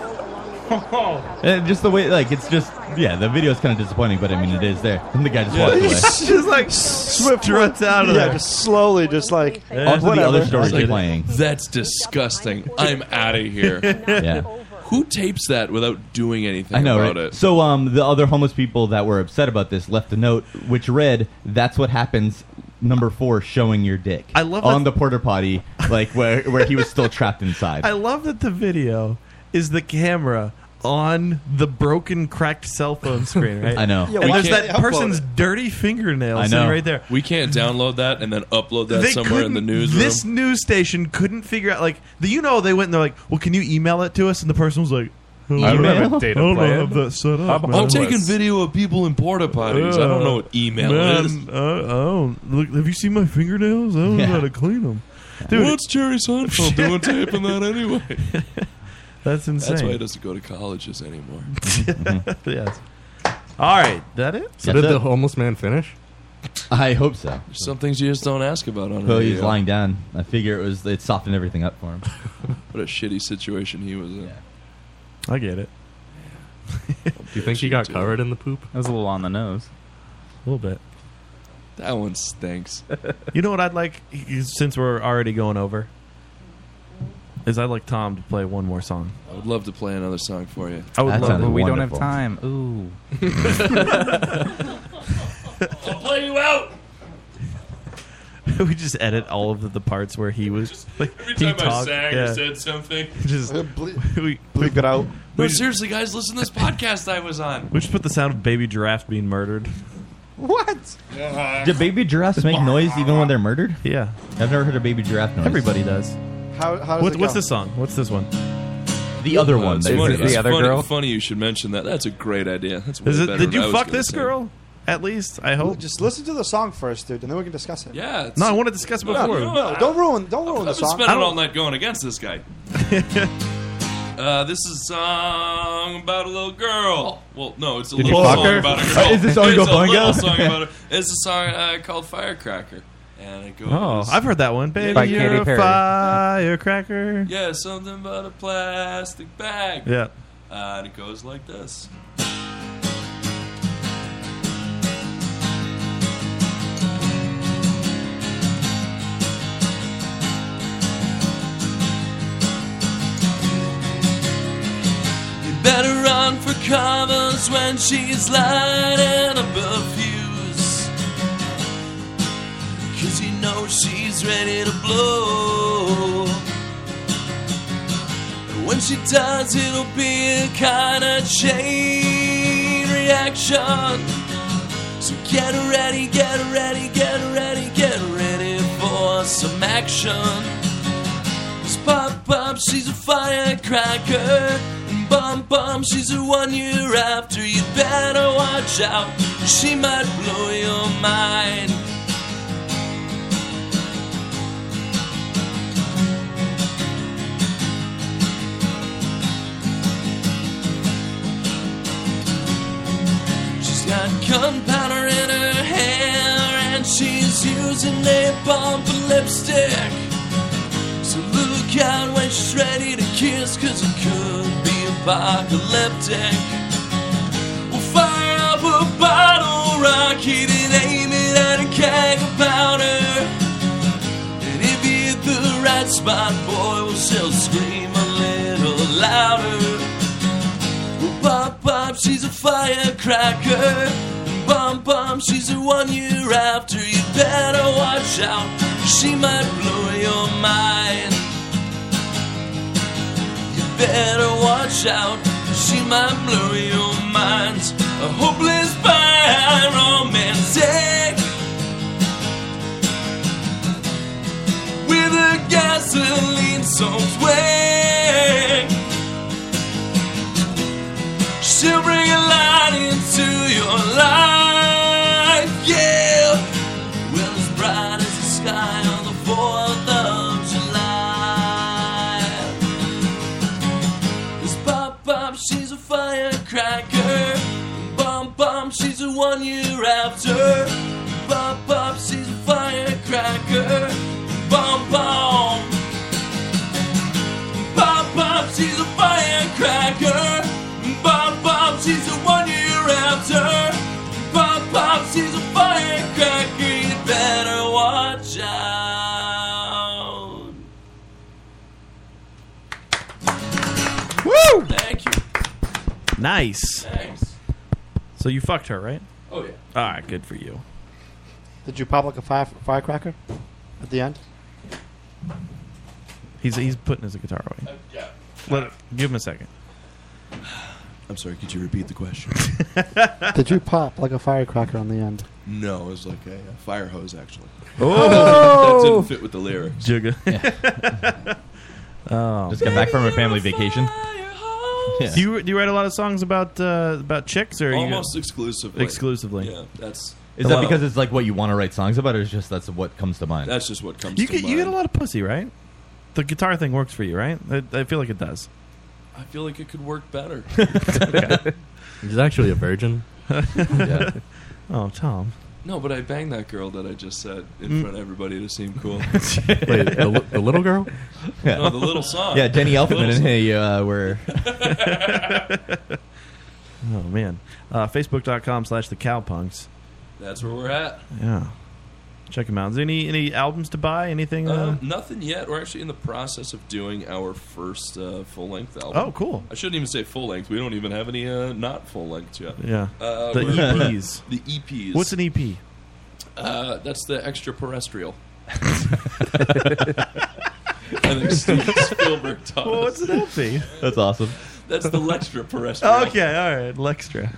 [SPEAKER 10] And Eh, just the way, like, it's just, yeah, the video is kind of disappointing, but I mean, it is there. And the guy just walked away.
[SPEAKER 3] just like swift runs out
[SPEAKER 9] yeah,
[SPEAKER 3] of there.
[SPEAKER 9] just slowly, just like
[SPEAKER 12] Onto the
[SPEAKER 9] whatever.
[SPEAKER 12] other story
[SPEAKER 9] Like,
[SPEAKER 12] they're playing. That's disgusting. I'm out of here.
[SPEAKER 10] Yeah.
[SPEAKER 12] Who tapes that without doing anything
[SPEAKER 10] I know,
[SPEAKER 12] about
[SPEAKER 10] right?
[SPEAKER 12] it?
[SPEAKER 10] So, um, the other homeless people that were upset about this left a note which read, "That's what happens." Number four, showing your dick. I
[SPEAKER 3] love
[SPEAKER 10] on the porter potty, like where where he was still trapped inside.
[SPEAKER 3] I love that the video is the camera on the broken, cracked cell phone screen. Right?
[SPEAKER 12] I know. Yeah,
[SPEAKER 3] and
[SPEAKER 12] why
[SPEAKER 3] there's
[SPEAKER 12] can't
[SPEAKER 3] that
[SPEAKER 12] they upload
[SPEAKER 3] person's dirty fingernail sitting right there.
[SPEAKER 12] We can't download that and then upload that
[SPEAKER 3] They
[SPEAKER 12] somewhere in the
[SPEAKER 3] couldn't-
[SPEAKER 12] newsroom.
[SPEAKER 3] This news station couldn't figure out like the, you know they went and they're like, well, can you email it to us? And the person was like,
[SPEAKER 12] I don't have a data
[SPEAKER 3] I don't
[SPEAKER 12] plan.
[SPEAKER 3] have that set up.
[SPEAKER 12] I'm,
[SPEAKER 3] man."
[SPEAKER 12] I'm taking video of people in porta potties. I don't know what email
[SPEAKER 3] man,
[SPEAKER 12] is.
[SPEAKER 3] I, I don't. Look, have you seen my fingernails? I don't
[SPEAKER 12] Yeah.
[SPEAKER 3] know how to clean them.
[SPEAKER 12] What's Jerry Seinfeld doing taping that anyway?
[SPEAKER 3] That's insane.
[SPEAKER 12] That's why he doesn't go to colleges anymore.
[SPEAKER 3] yes. All right, that it.
[SPEAKER 8] So did the homeless man finish?
[SPEAKER 10] I hope so.
[SPEAKER 12] Some things you just don't ask about on
[SPEAKER 10] So
[SPEAKER 12] radio.
[SPEAKER 10] he's lying down. I figure it was it softened everything up for him.
[SPEAKER 12] What a shitty situation he was in.
[SPEAKER 3] I get it.
[SPEAKER 12] Do
[SPEAKER 8] you think he got covered in the poop?
[SPEAKER 28] That was a little on the nose.
[SPEAKER 3] A little bit.
[SPEAKER 12] That one stinks.
[SPEAKER 3] You know what I'd like, since we're already going over, is I'd like Tom to play one more song.
[SPEAKER 12] I would love to play another song for you.
[SPEAKER 3] I would That love sounded
[SPEAKER 28] But we don't have time. Ooh.
[SPEAKER 12] I'll play you out.
[SPEAKER 3] we just edit all of the, the parts where he was. Like,
[SPEAKER 12] Every
[SPEAKER 3] he
[SPEAKER 12] time I
[SPEAKER 3] talked-
[SPEAKER 12] sang
[SPEAKER 3] yeah.
[SPEAKER 12] or said something.
[SPEAKER 3] Just we,
[SPEAKER 9] Uh, bleep it out.
[SPEAKER 12] No, seriously, guys, listen to this podcast I was on.
[SPEAKER 3] We just put the sound of baby giraffe being murdered.
[SPEAKER 9] What?
[SPEAKER 10] Do baby giraffes make noise even when they're murdered?
[SPEAKER 3] Yeah,
[SPEAKER 10] I've never heard a baby giraffe noise.
[SPEAKER 3] Everybody does.
[SPEAKER 9] How, how does
[SPEAKER 3] What,
[SPEAKER 9] it
[SPEAKER 3] what's
[SPEAKER 9] go?
[SPEAKER 3] this song? What's this one?
[SPEAKER 10] The other one.
[SPEAKER 12] It's
[SPEAKER 10] that-
[SPEAKER 12] funny,
[SPEAKER 3] the
[SPEAKER 12] it's
[SPEAKER 3] other
[SPEAKER 12] funny,
[SPEAKER 3] girl?
[SPEAKER 12] Funny you should mention that. That's a great idea. That's way
[SPEAKER 3] Is it-
[SPEAKER 12] better
[SPEAKER 3] did
[SPEAKER 12] than I
[SPEAKER 3] you
[SPEAKER 12] was
[SPEAKER 3] fuck
[SPEAKER 12] gonna
[SPEAKER 3] this
[SPEAKER 12] say.
[SPEAKER 3] girl? At least I hope.
[SPEAKER 9] Just listen to the song first, dude, and then we can discuss it.
[SPEAKER 12] Yeah. it's-
[SPEAKER 3] No, I want to discuss it
[SPEAKER 12] No,
[SPEAKER 3] before.
[SPEAKER 12] no,
[SPEAKER 9] No, don't ruin, don't ruin the
[SPEAKER 12] I've been
[SPEAKER 9] song.
[SPEAKER 12] spending all night going against this guy. uh, this is a song about a little girl. Well, no, it's a
[SPEAKER 10] Did you
[SPEAKER 12] little
[SPEAKER 10] fuck
[SPEAKER 12] song
[SPEAKER 10] her?
[SPEAKER 12] about a
[SPEAKER 10] Uh,
[SPEAKER 12] girl.
[SPEAKER 10] is this song
[SPEAKER 12] it's
[SPEAKER 10] go
[SPEAKER 12] a little
[SPEAKER 10] bunga?
[SPEAKER 12] song about her. It's a song uh, called Firecracker. And it goes.
[SPEAKER 3] Oh, I've heard that one. Baby,
[SPEAKER 12] By
[SPEAKER 3] you're
[SPEAKER 12] Katy
[SPEAKER 3] a
[SPEAKER 12] Perry.
[SPEAKER 3] firecracker.
[SPEAKER 12] Yeah, something about a plastic bag.
[SPEAKER 3] Yeah.
[SPEAKER 12] Uh, and it goes like this. You better run for covers when she's lighting up a fuse. Cause you know she's ready to blow. And when she does, it'll be a kind of chain reaction. So get ready, get ready, get ready, get ready for some action. Cause Pop Pop, she's a firecracker. And Bum Bum, she's a one year after. You better watch out, she might blow your mind. She's got gunpowder in her hair, and she's using napalm for lipstick. So look out when she's ready to kiss, cause it could be apocalyptic. We'll fire up a bottle rocket and aim it at a keg of powder. And if you hit the right spot, boy, we'll still scream a little louder. Well, Bop Bop, she's a firecracker. Bum Bum, she's a one year after. You better watch out, she might blow your mind.
[SPEAKER 13] better watch out. She might blow your mind. A hopeless pyromantic with a gasoline soaked wing. She'll bring a light into your life, yeah. Well, as bright as the sky on the 4th of July. This pop pop, she's a firecracker. Bomb bomb, she's a one year after. Pop pop, she's a firecracker. Bomb bomb. Pop pop, she's a firecracker. Bomb bomb, she's a one year after. Pop pop, she's a firecracker. You better watch out.
[SPEAKER 3] Woo!
[SPEAKER 13] Thank you.
[SPEAKER 3] Nice. So you fucked her, right?
[SPEAKER 32] Oh, yeah.
[SPEAKER 3] All right, good for you.
[SPEAKER 9] Did you pop like a fire, firecracker at the end?
[SPEAKER 3] He's he's putting his guitar away.
[SPEAKER 32] yeah.
[SPEAKER 3] Let, give him a second.
[SPEAKER 12] I'm sorry, could you repeat the question?
[SPEAKER 9] Did you pop like a firecracker on the end?
[SPEAKER 12] no, it was like a, a fire hose, actually.
[SPEAKER 3] Oh!
[SPEAKER 12] that didn't fit with the lyrics.
[SPEAKER 3] Jigga.
[SPEAKER 12] Oh.
[SPEAKER 10] Just come back from a family vacation.
[SPEAKER 3] Do you do you write a lot of songs about uh, about chicks or
[SPEAKER 12] Almost
[SPEAKER 3] you,
[SPEAKER 12] exclusively.
[SPEAKER 3] Exclusively.
[SPEAKER 12] Yeah, that's.
[SPEAKER 10] Is that because it's like what you want to write songs about, or is just that's what comes to mind?
[SPEAKER 12] That's just what comes
[SPEAKER 3] you
[SPEAKER 12] to
[SPEAKER 3] get
[SPEAKER 12] mind.
[SPEAKER 3] you get a lot of pussy, right? The guitar thing works for you, right? I, I feel like it does.
[SPEAKER 12] I feel like it could work better.
[SPEAKER 33] He's actually a virgin.
[SPEAKER 3] Oh, Tom.
[SPEAKER 12] No, but I banged that girl that I just said in
[SPEAKER 3] Mm.
[SPEAKER 12] front of everybody to seem cool.
[SPEAKER 10] Wait, the li- the little girl? Yeah.
[SPEAKER 12] No, the little song.
[SPEAKER 10] Yeah, Jenny
[SPEAKER 12] The
[SPEAKER 10] Elfman
[SPEAKER 12] little
[SPEAKER 10] and
[SPEAKER 12] song.
[SPEAKER 10] hey, uh, were.
[SPEAKER 3] Oh man, uh, Facebook.com slash the Cowpunks.
[SPEAKER 12] That's where we're at.
[SPEAKER 3] Yeah, check them out. Is there any any albums to buy? Anything?
[SPEAKER 12] Uh,
[SPEAKER 3] Uh,
[SPEAKER 12] nothing yet. We're actually in the process of doing our first uh, full length album.
[SPEAKER 3] Oh, cool.
[SPEAKER 12] I shouldn't even say full length. We don't even have any uh, not full lengths yet.
[SPEAKER 3] yeah,
[SPEAKER 12] Uh,
[SPEAKER 3] the
[SPEAKER 12] we're- we're-
[SPEAKER 10] E
[SPEAKER 3] EPs.
[SPEAKER 12] The E EPs.
[SPEAKER 3] What's an E EP?
[SPEAKER 12] Uh, that's the extra terrestrial. I think Steven Spielberg taught
[SPEAKER 3] Well,
[SPEAKER 12] us.
[SPEAKER 3] what's an EP?
[SPEAKER 10] That's awesome.
[SPEAKER 12] That's the lecture terrestrial.
[SPEAKER 3] Okay, all right, Lextra.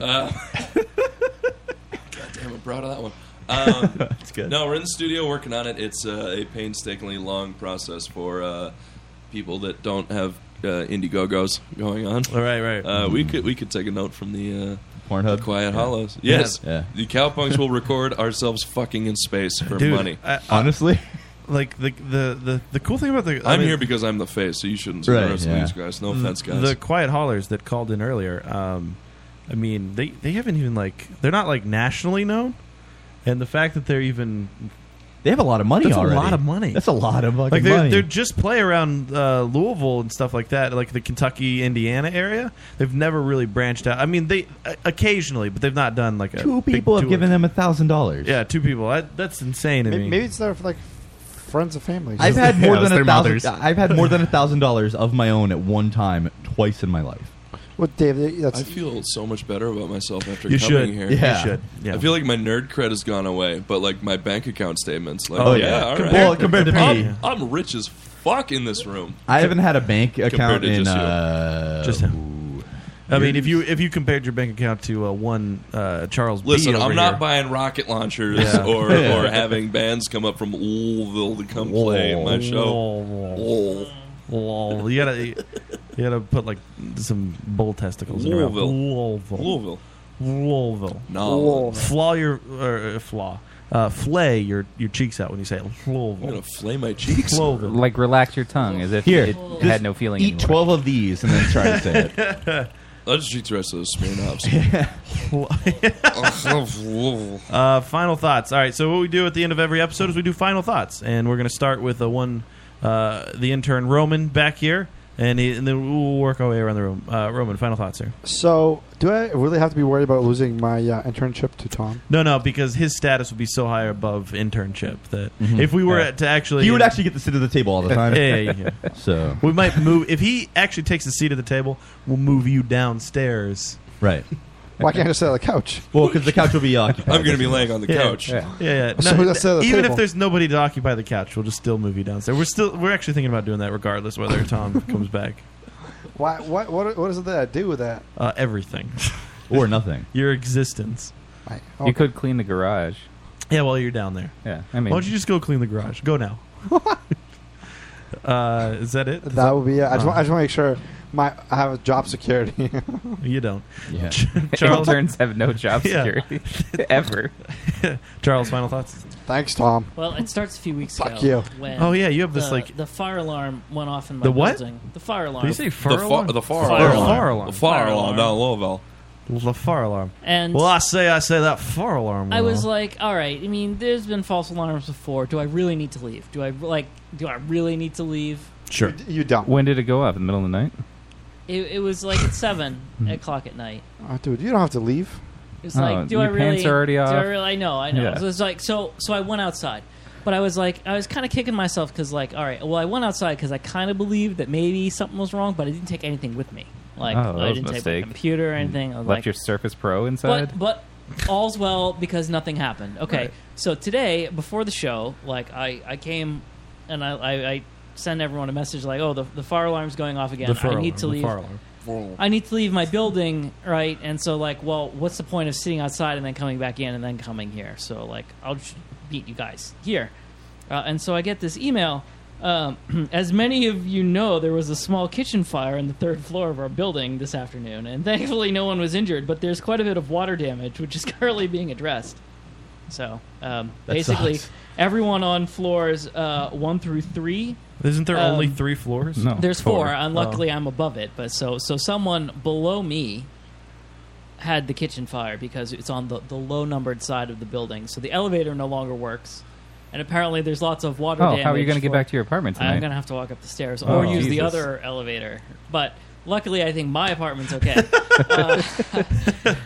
[SPEAKER 12] Uh, God damn, I'm proud of that one. Um,
[SPEAKER 3] That's good.
[SPEAKER 12] No, we're in the studio working on it. It's uh, a painstakingly long process for uh, people that don't have uh, Indiegogos going on.
[SPEAKER 3] All right, right.
[SPEAKER 12] Uh, we could we could take a note from the uh,
[SPEAKER 10] Pornhub,
[SPEAKER 12] Quiet
[SPEAKER 10] Yeah.
[SPEAKER 12] Hollows.
[SPEAKER 10] Yeah.
[SPEAKER 12] Yes,
[SPEAKER 10] Yeah.
[SPEAKER 12] the cowpunks will record ourselves fucking in space for
[SPEAKER 3] Dude,
[SPEAKER 12] money.
[SPEAKER 3] I- I-
[SPEAKER 10] Honestly?
[SPEAKER 3] like the, the the the cool thing about the
[SPEAKER 12] I'm
[SPEAKER 3] mean-
[SPEAKER 12] here because I'm the face, so you shouldn't see the rest of these guys. No
[SPEAKER 3] The-
[SPEAKER 12] offense, guys.
[SPEAKER 3] The quiet haulers that called in earlier, um, I mean, they, they haven't even like they're not like nationally known, and the fact that they're even
[SPEAKER 10] they have a lot of money
[SPEAKER 3] That's
[SPEAKER 10] already.
[SPEAKER 3] a lot of money.
[SPEAKER 10] That's a lot of fucking
[SPEAKER 3] like they're,
[SPEAKER 10] money.
[SPEAKER 3] They're just play around uh, Louisville and stuff like that, like the Kentucky, Indiana area. They've never really branched out. I mean, they uh, occasionally, but they've not done like a
[SPEAKER 10] Two
[SPEAKER 3] big
[SPEAKER 10] people have
[SPEAKER 3] tour.
[SPEAKER 10] given them a thousand dollars.
[SPEAKER 3] Yeah, two people. That, that's insane to
[SPEAKER 9] Maybe,
[SPEAKER 3] me.
[SPEAKER 9] maybe it's there for like friends and family.
[SPEAKER 10] I've had more than a thousand. I've had more than a thousand dollars of my own at one time, twice in my life.
[SPEAKER 9] What, Dave?
[SPEAKER 12] I
[SPEAKER 9] That's
[SPEAKER 12] feel so much better about myself after
[SPEAKER 10] You
[SPEAKER 12] coming
[SPEAKER 10] should.
[SPEAKER 12] here.
[SPEAKER 10] Yeah. You should. Yeah.
[SPEAKER 12] I feel like my nerd cred has gone away, but like my bank account statements, like,
[SPEAKER 10] Oh,
[SPEAKER 12] oh
[SPEAKER 10] yeah.
[SPEAKER 12] yeah, all right.
[SPEAKER 10] Well, compared to me.
[SPEAKER 12] I'm, I'm rich as fuck in this room.
[SPEAKER 10] I haven't had a bank
[SPEAKER 12] Compared
[SPEAKER 10] account
[SPEAKER 12] to
[SPEAKER 10] in.
[SPEAKER 12] just you.
[SPEAKER 10] uh,
[SPEAKER 3] Just I mean, if you if you compared your bank account to uh, one uh, Charles, B
[SPEAKER 12] Listen,
[SPEAKER 3] over
[SPEAKER 12] I'm not
[SPEAKER 3] here-
[SPEAKER 12] buying rocket launchers
[SPEAKER 3] Yeah.
[SPEAKER 12] or,
[SPEAKER 3] Yeah.
[SPEAKER 12] or having bands come up from Louisville to come play my show. Lol.
[SPEAKER 3] Lol. You gotta, you gotta put like some bull testicles in around.
[SPEAKER 12] Louisville.
[SPEAKER 3] Louisville.
[SPEAKER 12] Louisville.
[SPEAKER 3] Louisville.
[SPEAKER 12] No.
[SPEAKER 3] Louisville. Flaw your or, uh, flaw. Uh, flay your your cheeks out when you say it. Louisville.
[SPEAKER 12] I'm gonna flay my cheeks.
[SPEAKER 3] Louisville.
[SPEAKER 7] Like relax your tongue as if
[SPEAKER 3] Here,
[SPEAKER 7] it
[SPEAKER 3] just
[SPEAKER 7] had no feeling.
[SPEAKER 10] Eat twelve of these and then try to say it.
[SPEAKER 12] I'll just eat the rest of those Smirnoffs.
[SPEAKER 3] uh, final thoughts. All right. So what we do at the end of every episode is we do final thoughts, and we're going to start with the one, uh, the intern Roman back here, and, he, and then we'll work our way around the room. Uh, Roman, final thoughts here.
[SPEAKER 9] so. Do I really have to be worried about losing my uh, internship to Tom?
[SPEAKER 3] No, no, because his status would be so high above internship that
[SPEAKER 10] Mhm.
[SPEAKER 3] if we were
[SPEAKER 10] Yeah.
[SPEAKER 3] to actually,
[SPEAKER 10] you would actually get to sit at the table all the time.
[SPEAKER 3] Yeah, yeah, yeah.
[SPEAKER 10] So
[SPEAKER 3] we might move if he actually takes a seat at the table. We'll move you downstairs.
[SPEAKER 10] right.
[SPEAKER 9] Why can't I just sit on the couch?
[SPEAKER 10] Well, because the couch will be occupied.
[SPEAKER 12] I'm gonna be laying on the
[SPEAKER 3] Yeah.
[SPEAKER 12] couch.
[SPEAKER 3] Yeah, yeah. yeah.
[SPEAKER 9] So
[SPEAKER 3] No,
[SPEAKER 9] that's the other
[SPEAKER 3] even
[SPEAKER 9] table.
[SPEAKER 3] if there's nobody to occupy the couch, we'll just still move you downstairs. We're still we're actually thinking about doing that regardless whether Tom comes back.
[SPEAKER 9] Why, what, what, what does that do with that?
[SPEAKER 3] Uh, everything.
[SPEAKER 10] Or nothing.
[SPEAKER 3] Your existence.
[SPEAKER 7] You could clean the garage.
[SPEAKER 3] Yeah, while you're down there.
[SPEAKER 7] Yeah, I mean-
[SPEAKER 3] Why don't you just go clean the garage? Go now. uh, is that it? Is
[SPEAKER 9] That would be. Uh, I just,
[SPEAKER 3] Oh.
[SPEAKER 9] want, I just want to make sure my I have a job security.
[SPEAKER 3] You don't.
[SPEAKER 10] Yeah.
[SPEAKER 7] Interns have no job security ever.
[SPEAKER 3] Charles, final thoughts?
[SPEAKER 9] Thanks, Tom.
[SPEAKER 11] Well, it starts a few weeks
[SPEAKER 9] Fuck
[SPEAKER 11] ago.
[SPEAKER 9] you.
[SPEAKER 11] When
[SPEAKER 3] Oh, yeah, you have this,
[SPEAKER 11] the-
[SPEAKER 3] like-
[SPEAKER 11] the fire alarm went off in my
[SPEAKER 3] The what?
[SPEAKER 11] building. The fire alarm.
[SPEAKER 3] Did you say fur
[SPEAKER 4] The, fa-
[SPEAKER 3] alarm?
[SPEAKER 4] the far
[SPEAKER 3] Fire
[SPEAKER 4] alarm.
[SPEAKER 3] alarm.
[SPEAKER 4] The
[SPEAKER 3] Fire
[SPEAKER 4] far alarm down in Louisville.
[SPEAKER 3] The fire alarm.
[SPEAKER 11] And-
[SPEAKER 3] well, I say, I say that fire alarm.
[SPEAKER 11] I
[SPEAKER 3] went
[SPEAKER 11] was
[SPEAKER 3] off.
[SPEAKER 11] like, all right. I mean, there's been false alarms before. Do I really need to leave? Do I like? Do I really need to leave?
[SPEAKER 3] Sure.
[SPEAKER 9] You don't.
[SPEAKER 7] When did it go up? In the middle of the night?
[SPEAKER 11] It, it was like at seven
[SPEAKER 7] Hmm.
[SPEAKER 11] o'clock at night.
[SPEAKER 9] Oh, dude, you don't have to leave.
[SPEAKER 11] It's
[SPEAKER 7] Oh,
[SPEAKER 11] like, do I really? do I really? I know, I know.
[SPEAKER 9] Yeah.
[SPEAKER 11] So it's like, so, so I went outside, but I was like, I was kind of kicking myself because, like, all right, well, I went outside because I kind of believed that maybe something was wrong, but I didn't take anything with me. Like,
[SPEAKER 7] oh, that
[SPEAKER 11] I
[SPEAKER 7] was
[SPEAKER 11] didn't
[SPEAKER 7] a
[SPEAKER 11] take my
[SPEAKER 7] mistake.
[SPEAKER 11] computer or anything. I was
[SPEAKER 7] Left
[SPEAKER 11] like,
[SPEAKER 7] your Surface Pro inside.
[SPEAKER 11] But, but all's well because nothing happened. Okay.
[SPEAKER 7] Right.
[SPEAKER 11] So today, before the show, like I, I came and I, I, I sent everyone a message like, oh, the, the fire alarm's going off again.
[SPEAKER 3] The fire
[SPEAKER 11] I need to
[SPEAKER 3] alarm, the
[SPEAKER 11] leave.
[SPEAKER 3] fire alarm. Fire alarm.
[SPEAKER 11] I need to leave my building, right? And so, like, well, what's the point of sitting outside and then coming back in and then coming here? So, like, I'll just meet you guys here. Uh, and so I get this email. Um, as many of you know, there was a small kitchen fire in the third floor of our building this afternoon, and thankfully no one was injured, but there's quite a bit of water damage, which is currently being addressed. So um,
[SPEAKER 3] That
[SPEAKER 11] basically,
[SPEAKER 3] sucks.
[SPEAKER 11] everyone on floors uh, one through three.
[SPEAKER 3] Isn't there
[SPEAKER 11] um,
[SPEAKER 3] only three floors?
[SPEAKER 11] There's four.
[SPEAKER 7] Oh.
[SPEAKER 11] Unluckily, I'm above it, but so so someone below me had the kitchen fire because it's on the, the low numbered side of the building, so the elevator no longer works. And apparently, there's lots of water.
[SPEAKER 7] Oh, how are
[SPEAKER 11] damage
[SPEAKER 7] you gonna get
[SPEAKER 11] for-
[SPEAKER 7] back to your apartment
[SPEAKER 11] I'm
[SPEAKER 7] tonight?
[SPEAKER 11] going to have to walk up the stairs
[SPEAKER 7] Oh,
[SPEAKER 11] or use the
[SPEAKER 7] Jesus.
[SPEAKER 11] other elevator. But luckily, I think my apartment's okay. uh,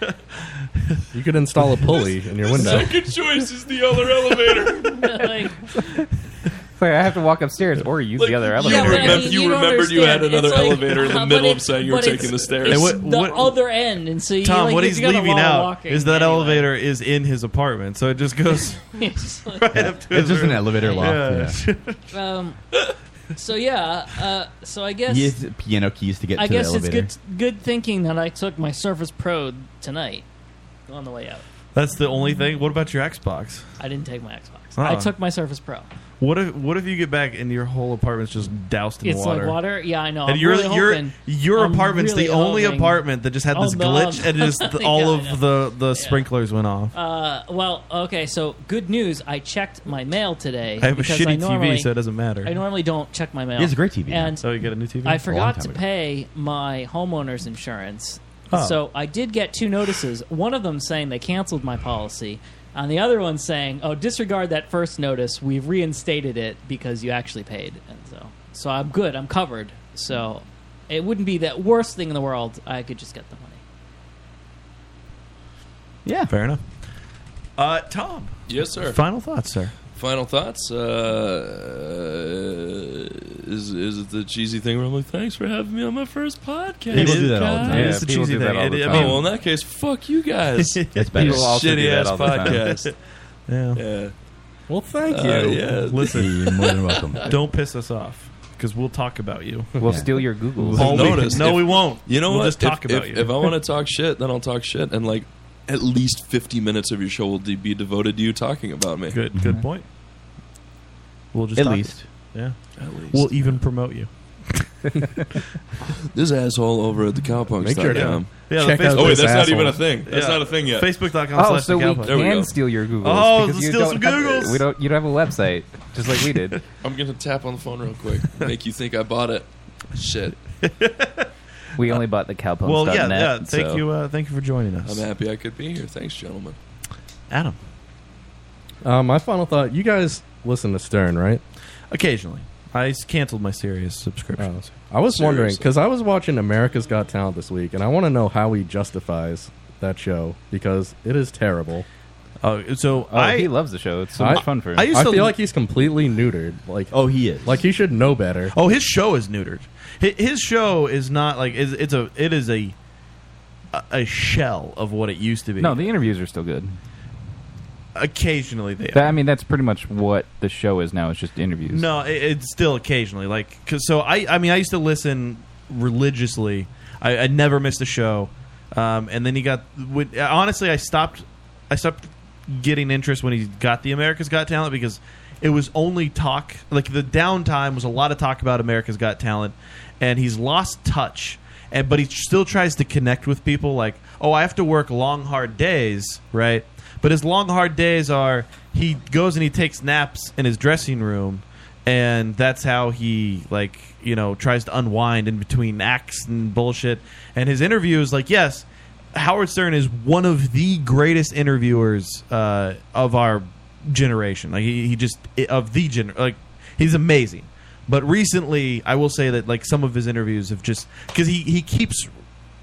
[SPEAKER 8] You could install a pulley in your window.
[SPEAKER 4] Second choice is the other elevator.
[SPEAKER 11] like,
[SPEAKER 7] It's like I have to walk upstairs or use the other elevator.
[SPEAKER 4] You, remember, you, remembered you had another
[SPEAKER 11] It's like-
[SPEAKER 4] elevator in the
[SPEAKER 11] but
[SPEAKER 4] middle
[SPEAKER 11] it-
[SPEAKER 4] of saying you were
[SPEAKER 11] but it's-
[SPEAKER 4] taking the stairs.
[SPEAKER 11] it's
[SPEAKER 3] what-
[SPEAKER 11] the
[SPEAKER 3] what-
[SPEAKER 11] other end, and so you,
[SPEAKER 3] Tom,
[SPEAKER 11] like,
[SPEAKER 3] what
[SPEAKER 11] you
[SPEAKER 3] he's
[SPEAKER 11] got a
[SPEAKER 3] leaving
[SPEAKER 11] lot of
[SPEAKER 3] out
[SPEAKER 11] walking.
[SPEAKER 3] is that elevator is in his apartment, so it just goes
[SPEAKER 11] It's like-
[SPEAKER 3] right up to
[SPEAKER 10] It's
[SPEAKER 3] his
[SPEAKER 10] just an
[SPEAKER 3] room.
[SPEAKER 10] elevator loft,
[SPEAKER 3] Yeah.
[SPEAKER 11] Um, so yeah, uh, so I guess
[SPEAKER 10] Use the piano keys to get
[SPEAKER 11] I
[SPEAKER 10] to
[SPEAKER 11] guess
[SPEAKER 10] the elevator.
[SPEAKER 11] it's good good thinking that I took my Surface Pro tonight on the way out.
[SPEAKER 3] That's the only thing. What about your Xbox?
[SPEAKER 11] I didn't take my Xbox.
[SPEAKER 3] Ah.
[SPEAKER 11] I took my Surface Pro.
[SPEAKER 3] What if What if you get back and your whole apartment's just doused in
[SPEAKER 11] It's
[SPEAKER 3] water?
[SPEAKER 11] like water. Yeah, I know.
[SPEAKER 3] And
[SPEAKER 11] I'm
[SPEAKER 3] your
[SPEAKER 11] really
[SPEAKER 3] your
[SPEAKER 11] hoping.
[SPEAKER 3] your
[SPEAKER 11] I'm
[SPEAKER 3] apartment's
[SPEAKER 11] really
[SPEAKER 3] the only
[SPEAKER 11] hoping.
[SPEAKER 3] apartment that just had
[SPEAKER 11] Oh,
[SPEAKER 3] this
[SPEAKER 11] no.
[SPEAKER 3] glitch, and just the,
[SPEAKER 11] Yeah, I
[SPEAKER 3] all
[SPEAKER 11] know.
[SPEAKER 3] of the the sprinklers went off.
[SPEAKER 11] Uh, well, okay. So good news. I checked my mail today.
[SPEAKER 3] I have a
[SPEAKER 11] because
[SPEAKER 3] shitty TV,
[SPEAKER 11] normally-
[SPEAKER 3] so it doesn't matter.
[SPEAKER 11] I normally don't check my mail.
[SPEAKER 3] He has a great TV now.
[SPEAKER 11] And
[SPEAKER 3] Oh, you got a new TV?
[SPEAKER 11] I
[SPEAKER 3] A long
[SPEAKER 11] forgot
[SPEAKER 3] time
[SPEAKER 11] to
[SPEAKER 3] ago.
[SPEAKER 11] pay my homeowner's insurance,
[SPEAKER 3] Oh.
[SPEAKER 11] so I did get two notices. One of them saying they canceled my policy, and the other one saying, "Oh, disregard that first notice. We've reinstated it because you actually paid." And so, so I'm good. I'm covered. So it wouldn't be the worst thing in the world. I could just get the money.
[SPEAKER 3] Yeah, fair enough. Uh, Tom.
[SPEAKER 4] Yes, sir.
[SPEAKER 3] Final thoughts, sir.
[SPEAKER 4] Final thoughts. Uh, is is it the cheesy thing where I'm like, thanks for having me on my first podcast?
[SPEAKER 10] People do that all the time.
[SPEAKER 3] It is the cheesy thing. It- I mean,
[SPEAKER 4] oh, well, in that case, fuck you guys.
[SPEAKER 10] That's better.
[SPEAKER 4] You
[SPEAKER 10] People also do
[SPEAKER 4] shitty
[SPEAKER 10] that
[SPEAKER 4] ass
[SPEAKER 10] all the time.
[SPEAKER 4] podcast.
[SPEAKER 3] Yeah.
[SPEAKER 4] yeah.
[SPEAKER 8] Well, thank
[SPEAKER 4] Uh,
[SPEAKER 8] you.
[SPEAKER 4] yeah.
[SPEAKER 3] Listen,
[SPEAKER 10] You're more than welcome.
[SPEAKER 3] Don't piss us off because we'll talk about you.
[SPEAKER 7] We'll Yeah. steal your Googles.
[SPEAKER 3] Oh, we-
[SPEAKER 4] Notice,
[SPEAKER 3] no,
[SPEAKER 4] if-
[SPEAKER 3] we won't.
[SPEAKER 4] You know
[SPEAKER 3] we'll
[SPEAKER 4] what?
[SPEAKER 3] Just talk
[SPEAKER 4] if,
[SPEAKER 3] about
[SPEAKER 4] if,
[SPEAKER 3] you.
[SPEAKER 4] if I want to talk shit, then I'll talk shit, and like at least fifty minutes of your show will de- be devoted to you talking about me.
[SPEAKER 3] Good. Good point. We'll just
[SPEAKER 4] At
[SPEAKER 3] talk-
[SPEAKER 4] least.
[SPEAKER 3] Yeah.
[SPEAKER 4] At least.
[SPEAKER 3] We'll even promote you.
[SPEAKER 4] This asshole over at the cowpunks.com.
[SPEAKER 3] Make sure to yeah, the Facebook-
[SPEAKER 4] oh wait, that's not
[SPEAKER 3] asshole.
[SPEAKER 4] even a thing. That's
[SPEAKER 3] Yeah.
[SPEAKER 4] not a thing yet.
[SPEAKER 3] Facebook.com
[SPEAKER 7] Oh,
[SPEAKER 3] slash
[SPEAKER 7] so
[SPEAKER 3] the
[SPEAKER 7] we
[SPEAKER 3] Cowboys. There we
[SPEAKER 7] can
[SPEAKER 3] go.
[SPEAKER 7] steal your Googles.
[SPEAKER 3] Oh,
[SPEAKER 7] because you
[SPEAKER 3] steal
[SPEAKER 7] don't
[SPEAKER 3] some
[SPEAKER 7] have-
[SPEAKER 3] Googles.
[SPEAKER 7] we don't. You don't have a website, just like we did.
[SPEAKER 4] I'm gonna tap on the phone real quick. Make you think I bought it. Shit.
[SPEAKER 7] We only bought the cowpunks.
[SPEAKER 3] Well, yeah,
[SPEAKER 7] net,
[SPEAKER 3] yeah. Thank
[SPEAKER 7] so-
[SPEAKER 3] you, uh, thank you for joining us,
[SPEAKER 4] I'm happy I could be here. Thanks, gentlemen.
[SPEAKER 3] Adam.
[SPEAKER 8] Uh, my final thought: You guys listen to Stern, right?
[SPEAKER 3] Occasionally, I s- canceled my Sirius
[SPEAKER 7] Oh,
[SPEAKER 3] subscription.
[SPEAKER 8] I was wondering
[SPEAKER 3] Seriously.
[SPEAKER 8] because I was watching America's Got Talent this week, and I want to know how he justifies that show because it is terrible.
[SPEAKER 3] Oh, so
[SPEAKER 7] Oh, I- he loves the show. It's so much fun for him.
[SPEAKER 8] I,
[SPEAKER 7] I used to
[SPEAKER 8] feel
[SPEAKER 7] l-
[SPEAKER 8] like he's completely neutered. Like,
[SPEAKER 10] oh, he is.
[SPEAKER 8] Like he should know better.
[SPEAKER 3] Oh, his show is neutered. Hi- His show is not like it's, it's a it is a a shell of what it used to be.
[SPEAKER 7] No, the interviews are still good.
[SPEAKER 3] Occasionally they
[SPEAKER 7] That- I mean, that's pretty much what the show is now. It's just interviews.
[SPEAKER 3] No, it, it's still occasionally like 'cause- so I I mean I used to listen religiously. I, I never missed a show. Um, and then he got. Would, honestly, I stopped. I stopped getting interest when he got the America's Got Talent because it was only talk. Like the downtime was a lot of talk about America's Got Talent, and he's lost touch. And but he still tries to connect with people. Like, oh, I have to work long hard days, right? But his long hard days are he goes and he takes naps in his dressing room and that's how he like you know tries to unwind in between acts and bullshit and his interview is like yes howard stern is one of the greatest interviewers uh, of our generation like he, he just of the gen like he's amazing but recently i will say that like some of his interviews have just because he, he keeps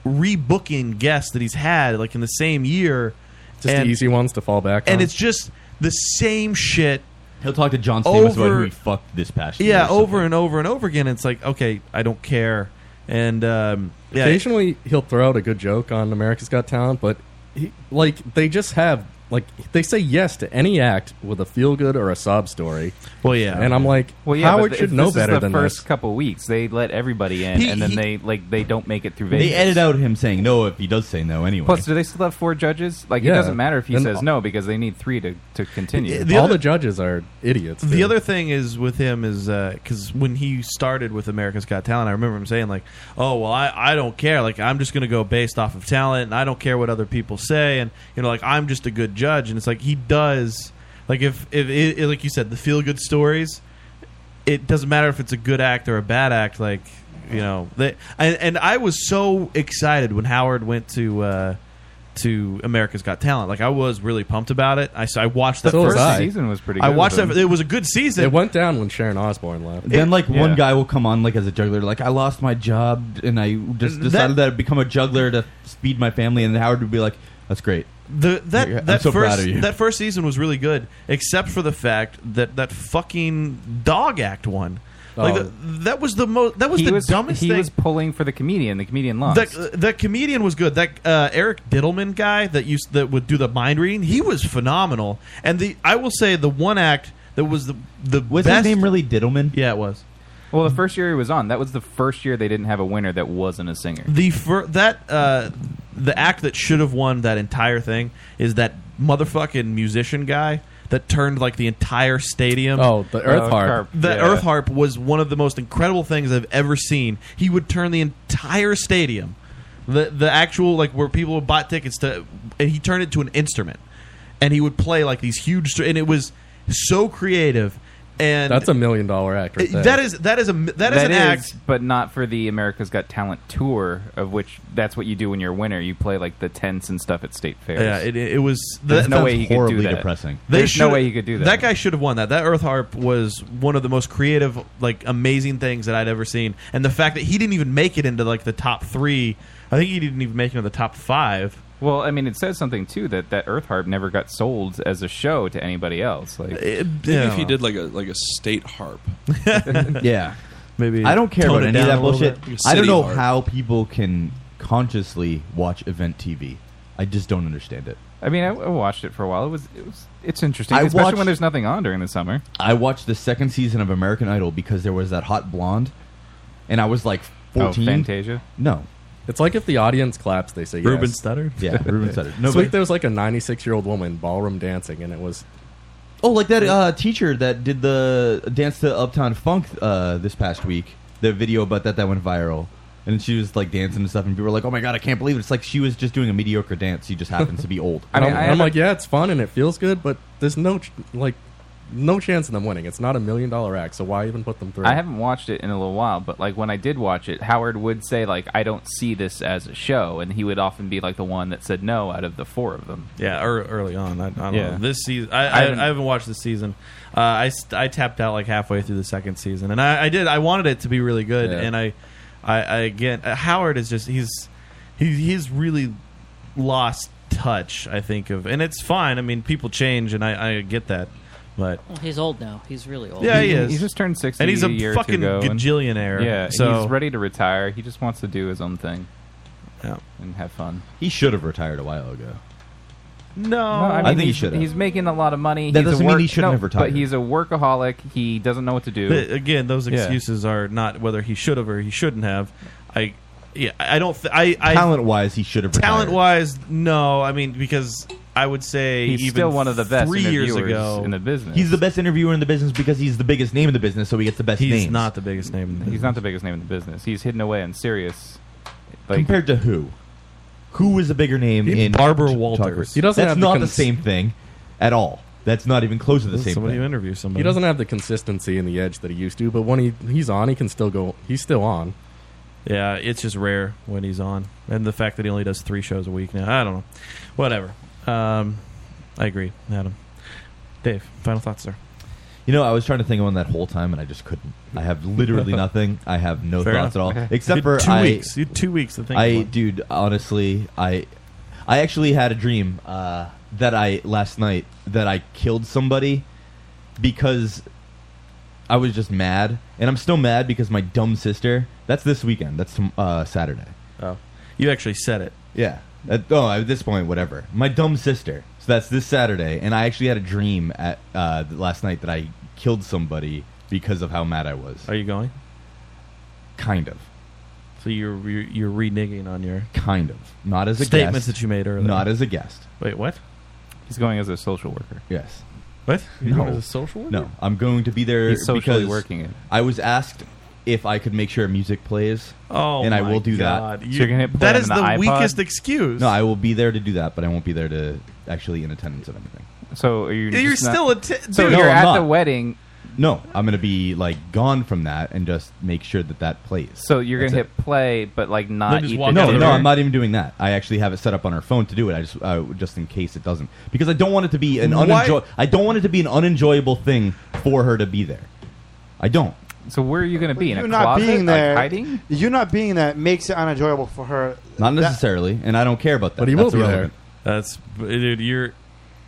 [SPEAKER 3] rebooking guests that he's had like in the same year
[SPEAKER 8] Just the easy ones to fall back
[SPEAKER 3] and
[SPEAKER 8] on.
[SPEAKER 3] it's just the same shit
[SPEAKER 10] He'll talk to John Stamos about who
[SPEAKER 3] over
[SPEAKER 10] he fucked this past year.
[SPEAKER 3] yeah over and over and over again it's like okay i don't care and um yeah
[SPEAKER 8] Occasionally, he'll throw out a good joke on America's Got Talent, but he, like they just have like they say yes to any act with a feel good or a sob story.
[SPEAKER 3] Well, yeah,
[SPEAKER 8] and I'm like,
[SPEAKER 7] well, yeah,
[SPEAKER 8] Howard
[SPEAKER 7] but
[SPEAKER 8] should
[SPEAKER 7] if
[SPEAKER 8] know
[SPEAKER 7] this
[SPEAKER 8] better
[SPEAKER 7] is the
[SPEAKER 8] than
[SPEAKER 7] first
[SPEAKER 8] this.
[SPEAKER 7] couple weeks. They let everybody in,
[SPEAKER 8] He-
[SPEAKER 7] and then
[SPEAKER 8] he-
[SPEAKER 7] they like they don't make it through Vegas.
[SPEAKER 10] They edit out him saying no if he does say no anyway.
[SPEAKER 7] Plus, do they still have four judges? Like, it
[SPEAKER 10] Yeah.
[SPEAKER 7] doesn't matter if he
[SPEAKER 10] Then-
[SPEAKER 7] says no because they need three to, to continue.
[SPEAKER 3] The All other- the
[SPEAKER 8] judges are idiots.
[SPEAKER 3] The other thing is with him is because when he started with America's Got Talent, I remember him saying like, "Oh well, I, I don't care. Like I'm just going to go based off of talent, and I don't care what other people say, and you know, like I'm just a good judge." And it's like he does, like if if it, it- like you said, the feel good stories. It doesn't matter if it's a good act or a bad act. Like you know, they, and, and I was so excited when Howard went to. Uh, to America's Got Talent, like I was really pumped about it. I, s- I watched that
[SPEAKER 8] So was
[SPEAKER 3] first
[SPEAKER 8] I. Season was pretty
[SPEAKER 3] I
[SPEAKER 8] good
[SPEAKER 3] watched
[SPEAKER 8] with
[SPEAKER 3] that.
[SPEAKER 8] him.
[SPEAKER 3] It was a good season.
[SPEAKER 8] It went down when Sharon Osbourne left.
[SPEAKER 10] Then like one
[SPEAKER 8] Yeah.
[SPEAKER 10] guy will come on like as a juggler, like I lost my job and I just
[SPEAKER 3] That-
[SPEAKER 10] decided that, I'd become a juggler to feed my family, and Howard would be like, "That's great."
[SPEAKER 3] The that
[SPEAKER 10] Like, I'm
[SPEAKER 3] that
[SPEAKER 10] so
[SPEAKER 3] first
[SPEAKER 10] proud of you.
[SPEAKER 3] that first season was really good, except for the fact that that fucking dog act one. Like
[SPEAKER 7] Oh.
[SPEAKER 3] the, that was the most. Oh, That was
[SPEAKER 7] he
[SPEAKER 3] the
[SPEAKER 7] was,
[SPEAKER 3] dumbest
[SPEAKER 7] He
[SPEAKER 3] thing.
[SPEAKER 7] was pulling for the comedian. The comedian lost.
[SPEAKER 3] That that comedian was good. That uh, Eric Diddleman guy that used that would do the mind reading. He was phenomenal. And the I will say the one act that was the the
[SPEAKER 10] Was
[SPEAKER 3] best.
[SPEAKER 10] his name really Diddleman?
[SPEAKER 3] Yeah, it was.
[SPEAKER 7] well, the first year he was on, that was the first year they didn't have a winner that wasn't a singer.
[SPEAKER 3] The fir- that uh, the act that should have won that entire thing is that motherfucking musician guy that turned like the entire stadium. Uh,
[SPEAKER 8] Oh, the Earth Oh, Harp. Harp,
[SPEAKER 3] The
[SPEAKER 8] yeah.
[SPEAKER 3] Earth Harp was one of the most incredible things I've ever seen. He would turn the entire stadium, the the actual like where people bought tickets to, and he turned it to an instrument, and he would play like these huge, str- and it was so creative. And
[SPEAKER 8] That's a million dollar act. Right there.
[SPEAKER 3] That is that is a that is an act
[SPEAKER 7] but not for the America's Got Talent tour, of which that's what you do when you're a winner. You play like the tents and stuff at state fairs.
[SPEAKER 3] Yeah, it, it was.
[SPEAKER 7] There's
[SPEAKER 3] that-
[SPEAKER 7] no
[SPEAKER 3] that's
[SPEAKER 7] way he could do that. There's no
[SPEAKER 3] should-
[SPEAKER 7] way he could do that.
[SPEAKER 3] That guy should have won that. That Earth Harp was one of the most creative, like amazing things that I'd ever seen. And the fact that he didn't even make it into like the top three, I think he didn't even make it into the top five.
[SPEAKER 7] Well, I mean, it says something too that that Earth Harp never got sold as a show to anybody else. Like,
[SPEAKER 4] Maybe if he did like a like a state harp.
[SPEAKER 10] yeah,
[SPEAKER 3] maybe
[SPEAKER 10] I don't care
[SPEAKER 4] Tone
[SPEAKER 10] about
[SPEAKER 4] it
[SPEAKER 10] any of
[SPEAKER 4] down
[SPEAKER 10] that
[SPEAKER 4] a little
[SPEAKER 10] bullshit.
[SPEAKER 4] bit.
[SPEAKER 10] I don't
[SPEAKER 4] City
[SPEAKER 10] know
[SPEAKER 4] harp.
[SPEAKER 10] how people can consciously watch event TV. I just don't understand it.
[SPEAKER 7] I mean, I, I watched it for a while. It was, it was it's interesting,
[SPEAKER 10] I
[SPEAKER 7] especially
[SPEAKER 10] watched-
[SPEAKER 7] when there's nothing on during the summer.
[SPEAKER 10] I watched the second season of American Idol because there was that hot blonde, and I was like
[SPEAKER 7] Oh,
[SPEAKER 10] fourteen.
[SPEAKER 7] Fantasia?
[SPEAKER 10] No.
[SPEAKER 8] It's like if the audience claps, they say
[SPEAKER 10] Ruben
[SPEAKER 8] yes.
[SPEAKER 10] stuttered? Yeah, Ruben stuttered.
[SPEAKER 8] This
[SPEAKER 10] Nobody-
[SPEAKER 8] week there was like a 96 year old woman ballroom dancing, and it was
[SPEAKER 10] Oh, like that uh, teacher that did the dance to Uptown Funk uh, this past week. The video about that that went viral, and she was like dancing and stuff, and people were like, "Oh my god, I can't believe it!" It's like she was just doing a mediocre dance. She just happens to be old.
[SPEAKER 8] I am like, yeah, it's fun and it feels good, but there's no ch- like no chance of them winning. It's not a million dollar act, so why even put them through?
[SPEAKER 7] I haven't watched it in a little while, but like when I did watch it, Howard would say like, "I don't see this as a show," and he would often be like the one that said no out of the four of them.
[SPEAKER 3] Yeah, ear early on. I, I don't
[SPEAKER 7] Yeah.
[SPEAKER 3] know. This season, I,
[SPEAKER 7] I
[SPEAKER 3] I,
[SPEAKER 7] haven't-
[SPEAKER 3] I haven't watched this season. Uh, I st- I tapped out like halfway through the second season, and I, I did. I wanted it to be really good,
[SPEAKER 1] Yeah.
[SPEAKER 3] and I, I, I again, uh, Howard is just he's he, he's really lost touch. I think of, and it's fine. I mean, people change, and I, I get that, but
[SPEAKER 11] Well, he's old now. He's really old.
[SPEAKER 3] yeah, he, is.
[SPEAKER 7] He just turned sixty,
[SPEAKER 3] and he's
[SPEAKER 7] a year or two
[SPEAKER 3] fucking
[SPEAKER 7] ago, and-
[SPEAKER 3] gajillionaire.
[SPEAKER 7] Yeah,
[SPEAKER 3] so
[SPEAKER 7] he's ready to retire. He just wants to do his own thing, and have fun.
[SPEAKER 10] He should have retired a while ago.
[SPEAKER 3] No,
[SPEAKER 10] I think he
[SPEAKER 7] he's-
[SPEAKER 10] should have.
[SPEAKER 7] He's making a lot of money.
[SPEAKER 10] That
[SPEAKER 7] He's a
[SPEAKER 10] doesn't mean
[SPEAKER 7] work-
[SPEAKER 10] he shouldn't
[SPEAKER 7] no,
[SPEAKER 10] have retired.
[SPEAKER 7] But he's a workaholic. He doesn't know what to do.
[SPEAKER 3] But again, those
[SPEAKER 7] Yeah.
[SPEAKER 3] excuses are not whether he should have or he shouldn't have. I yeah, I don't. Th- I, I
[SPEAKER 10] Talent wise, he should have retired.
[SPEAKER 3] talent wise, no. I mean, because I would say
[SPEAKER 10] He's
[SPEAKER 3] even
[SPEAKER 10] still one of the best
[SPEAKER 3] three years
[SPEAKER 10] interviewers
[SPEAKER 3] ago
[SPEAKER 10] in the business. He's the best interviewer in the business because he's the biggest name in the business, so he gets the best
[SPEAKER 3] He's
[SPEAKER 10] names.
[SPEAKER 3] not the biggest name. In the
[SPEAKER 7] He's not the biggest name in the business. He's hidden away and serious.
[SPEAKER 10] Compared to who? Who is a bigger name in Barbara Walters?
[SPEAKER 7] He doesn't
[SPEAKER 10] That's
[SPEAKER 7] have the
[SPEAKER 10] not
[SPEAKER 7] cons-
[SPEAKER 10] the same thing at all. That's not even close to the same
[SPEAKER 8] Somebody
[SPEAKER 10] thing.
[SPEAKER 8] who
[SPEAKER 3] interview somebody.
[SPEAKER 8] He doesn't have the consistency and the edge that he used to, but when he he's on, he can still go. He's still on.
[SPEAKER 3] Yeah, it's just rare when he's on, and the fact that he only does three shows a week now. I don't know. Whatever. Um, I agree, Adam. Dave, final thoughts, sir.
[SPEAKER 10] You know, I was trying to think of one that whole time, and I just couldn't. I have literally nothing. I have no
[SPEAKER 3] Fair
[SPEAKER 10] thoughts
[SPEAKER 3] enough.
[SPEAKER 10] at all,
[SPEAKER 3] Okay.
[SPEAKER 10] except
[SPEAKER 3] You had
[SPEAKER 10] for
[SPEAKER 3] two
[SPEAKER 10] I,
[SPEAKER 3] weeks. You had two weeks to think of
[SPEAKER 10] I,
[SPEAKER 3] one.
[SPEAKER 10] dude, honestly, I, I actually had a dream uh, that I last night that I killed somebody because I was just mad, and I'm still mad because my dumb sister. That's this weekend. That's tom- uh, Saturday.
[SPEAKER 3] Oh, you actually said it.
[SPEAKER 10] Yeah. At, oh, at this point, whatever. My dumb sister. So that's this Saturday, and I actually had a dream at uh, last night that I killed somebody because of how mad I was.
[SPEAKER 3] Are you going?
[SPEAKER 10] Kind of.
[SPEAKER 3] So you're you're, you're reneging on your
[SPEAKER 10] Kind of. Not as a
[SPEAKER 3] statements
[SPEAKER 10] guest.
[SPEAKER 3] that you made earlier.
[SPEAKER 10] Not as a guest.
[SPEAKER 3] Wait, what?
[SPEAKER 7] He's going as a social worker.
[SPEAKER 10] Yes.
[SPEAKER 3] What?
[SPEAKER 7] You're going as a social worker?
[SPEAKER 10] No, I'm going to be there
[SPEAKER 7] He's socially
[SPEAKER 10] because
[SPEAKER 7] working it.
[SPEAKER 10] I was asked if I could make sure music plays.
[SPEAKER 3] Oh,
[SPEAKER 10] and I
[SPEAKER 3] my
[SPEAKER 10] will do
[SPEAKER 3] God.
[SPEAKER 10] that.
[SPEAKER 3] You- So you're gonna hit play that on is the the iPod? weakest excuse.
[SPEAKER 10] No, I will be there to do that, but I won't be there to actually in attendance of anything.
[SPEAKER 7] So are you?
[SPEAKER 3] You're
[SPEAKER 7] just not-
[SPEAKER 3] still a t-
[SPEAKER 7] so
[SPEAKER 3] dude.
[SPEAKER 7] you're
[SPEAKER 3] No, I'm
[SPEAKER 7] at
[SPEAKER 3] not.
[SPEAKER 7] the wedding.
[SPEAKER 10] No, I'm gonna be like gone from that and just make sure that that plays.
[SPEAKER 7] So you're gonna
[SPEAKER 10] That's
[SPEAKER 7] hit play, but like not E eat the
[SPEAKER 10] no,
[SPEAKER 7] dinner.
[SPEAKER 10] no, I'm not even doing that. I actually have it set up on our phone to do it. I just, uh, just in case it doesn't, because I don't want it to be an
[SPEAKER 7] Why-
[SPEAKER 10] unenjoy. I don't want it to be an unenjoyable thing for her to be there. I don't.
[SPEAKER 7] So where are you gonna be in
[SPEAKER 10] a
[SPEAKER 9] you not
[SPEAKER 10] closet?
[SPEAKER 9] being
[SPEAKER 10] Like
[SPEAKER 9] there,
[SPEAKER 10] hiding?
[SPEAKER 9] you not being there makes it unenjoyable for her.
[SPEAKER 10] Not necessarily, and I don't care about that.
[SPEAKER 3] But he
[SPEAKER 10] That's
[SPEAKER 3] will be
[SPEAKER 10] irrelevant.
[SPEAKER 3] That's dude. You're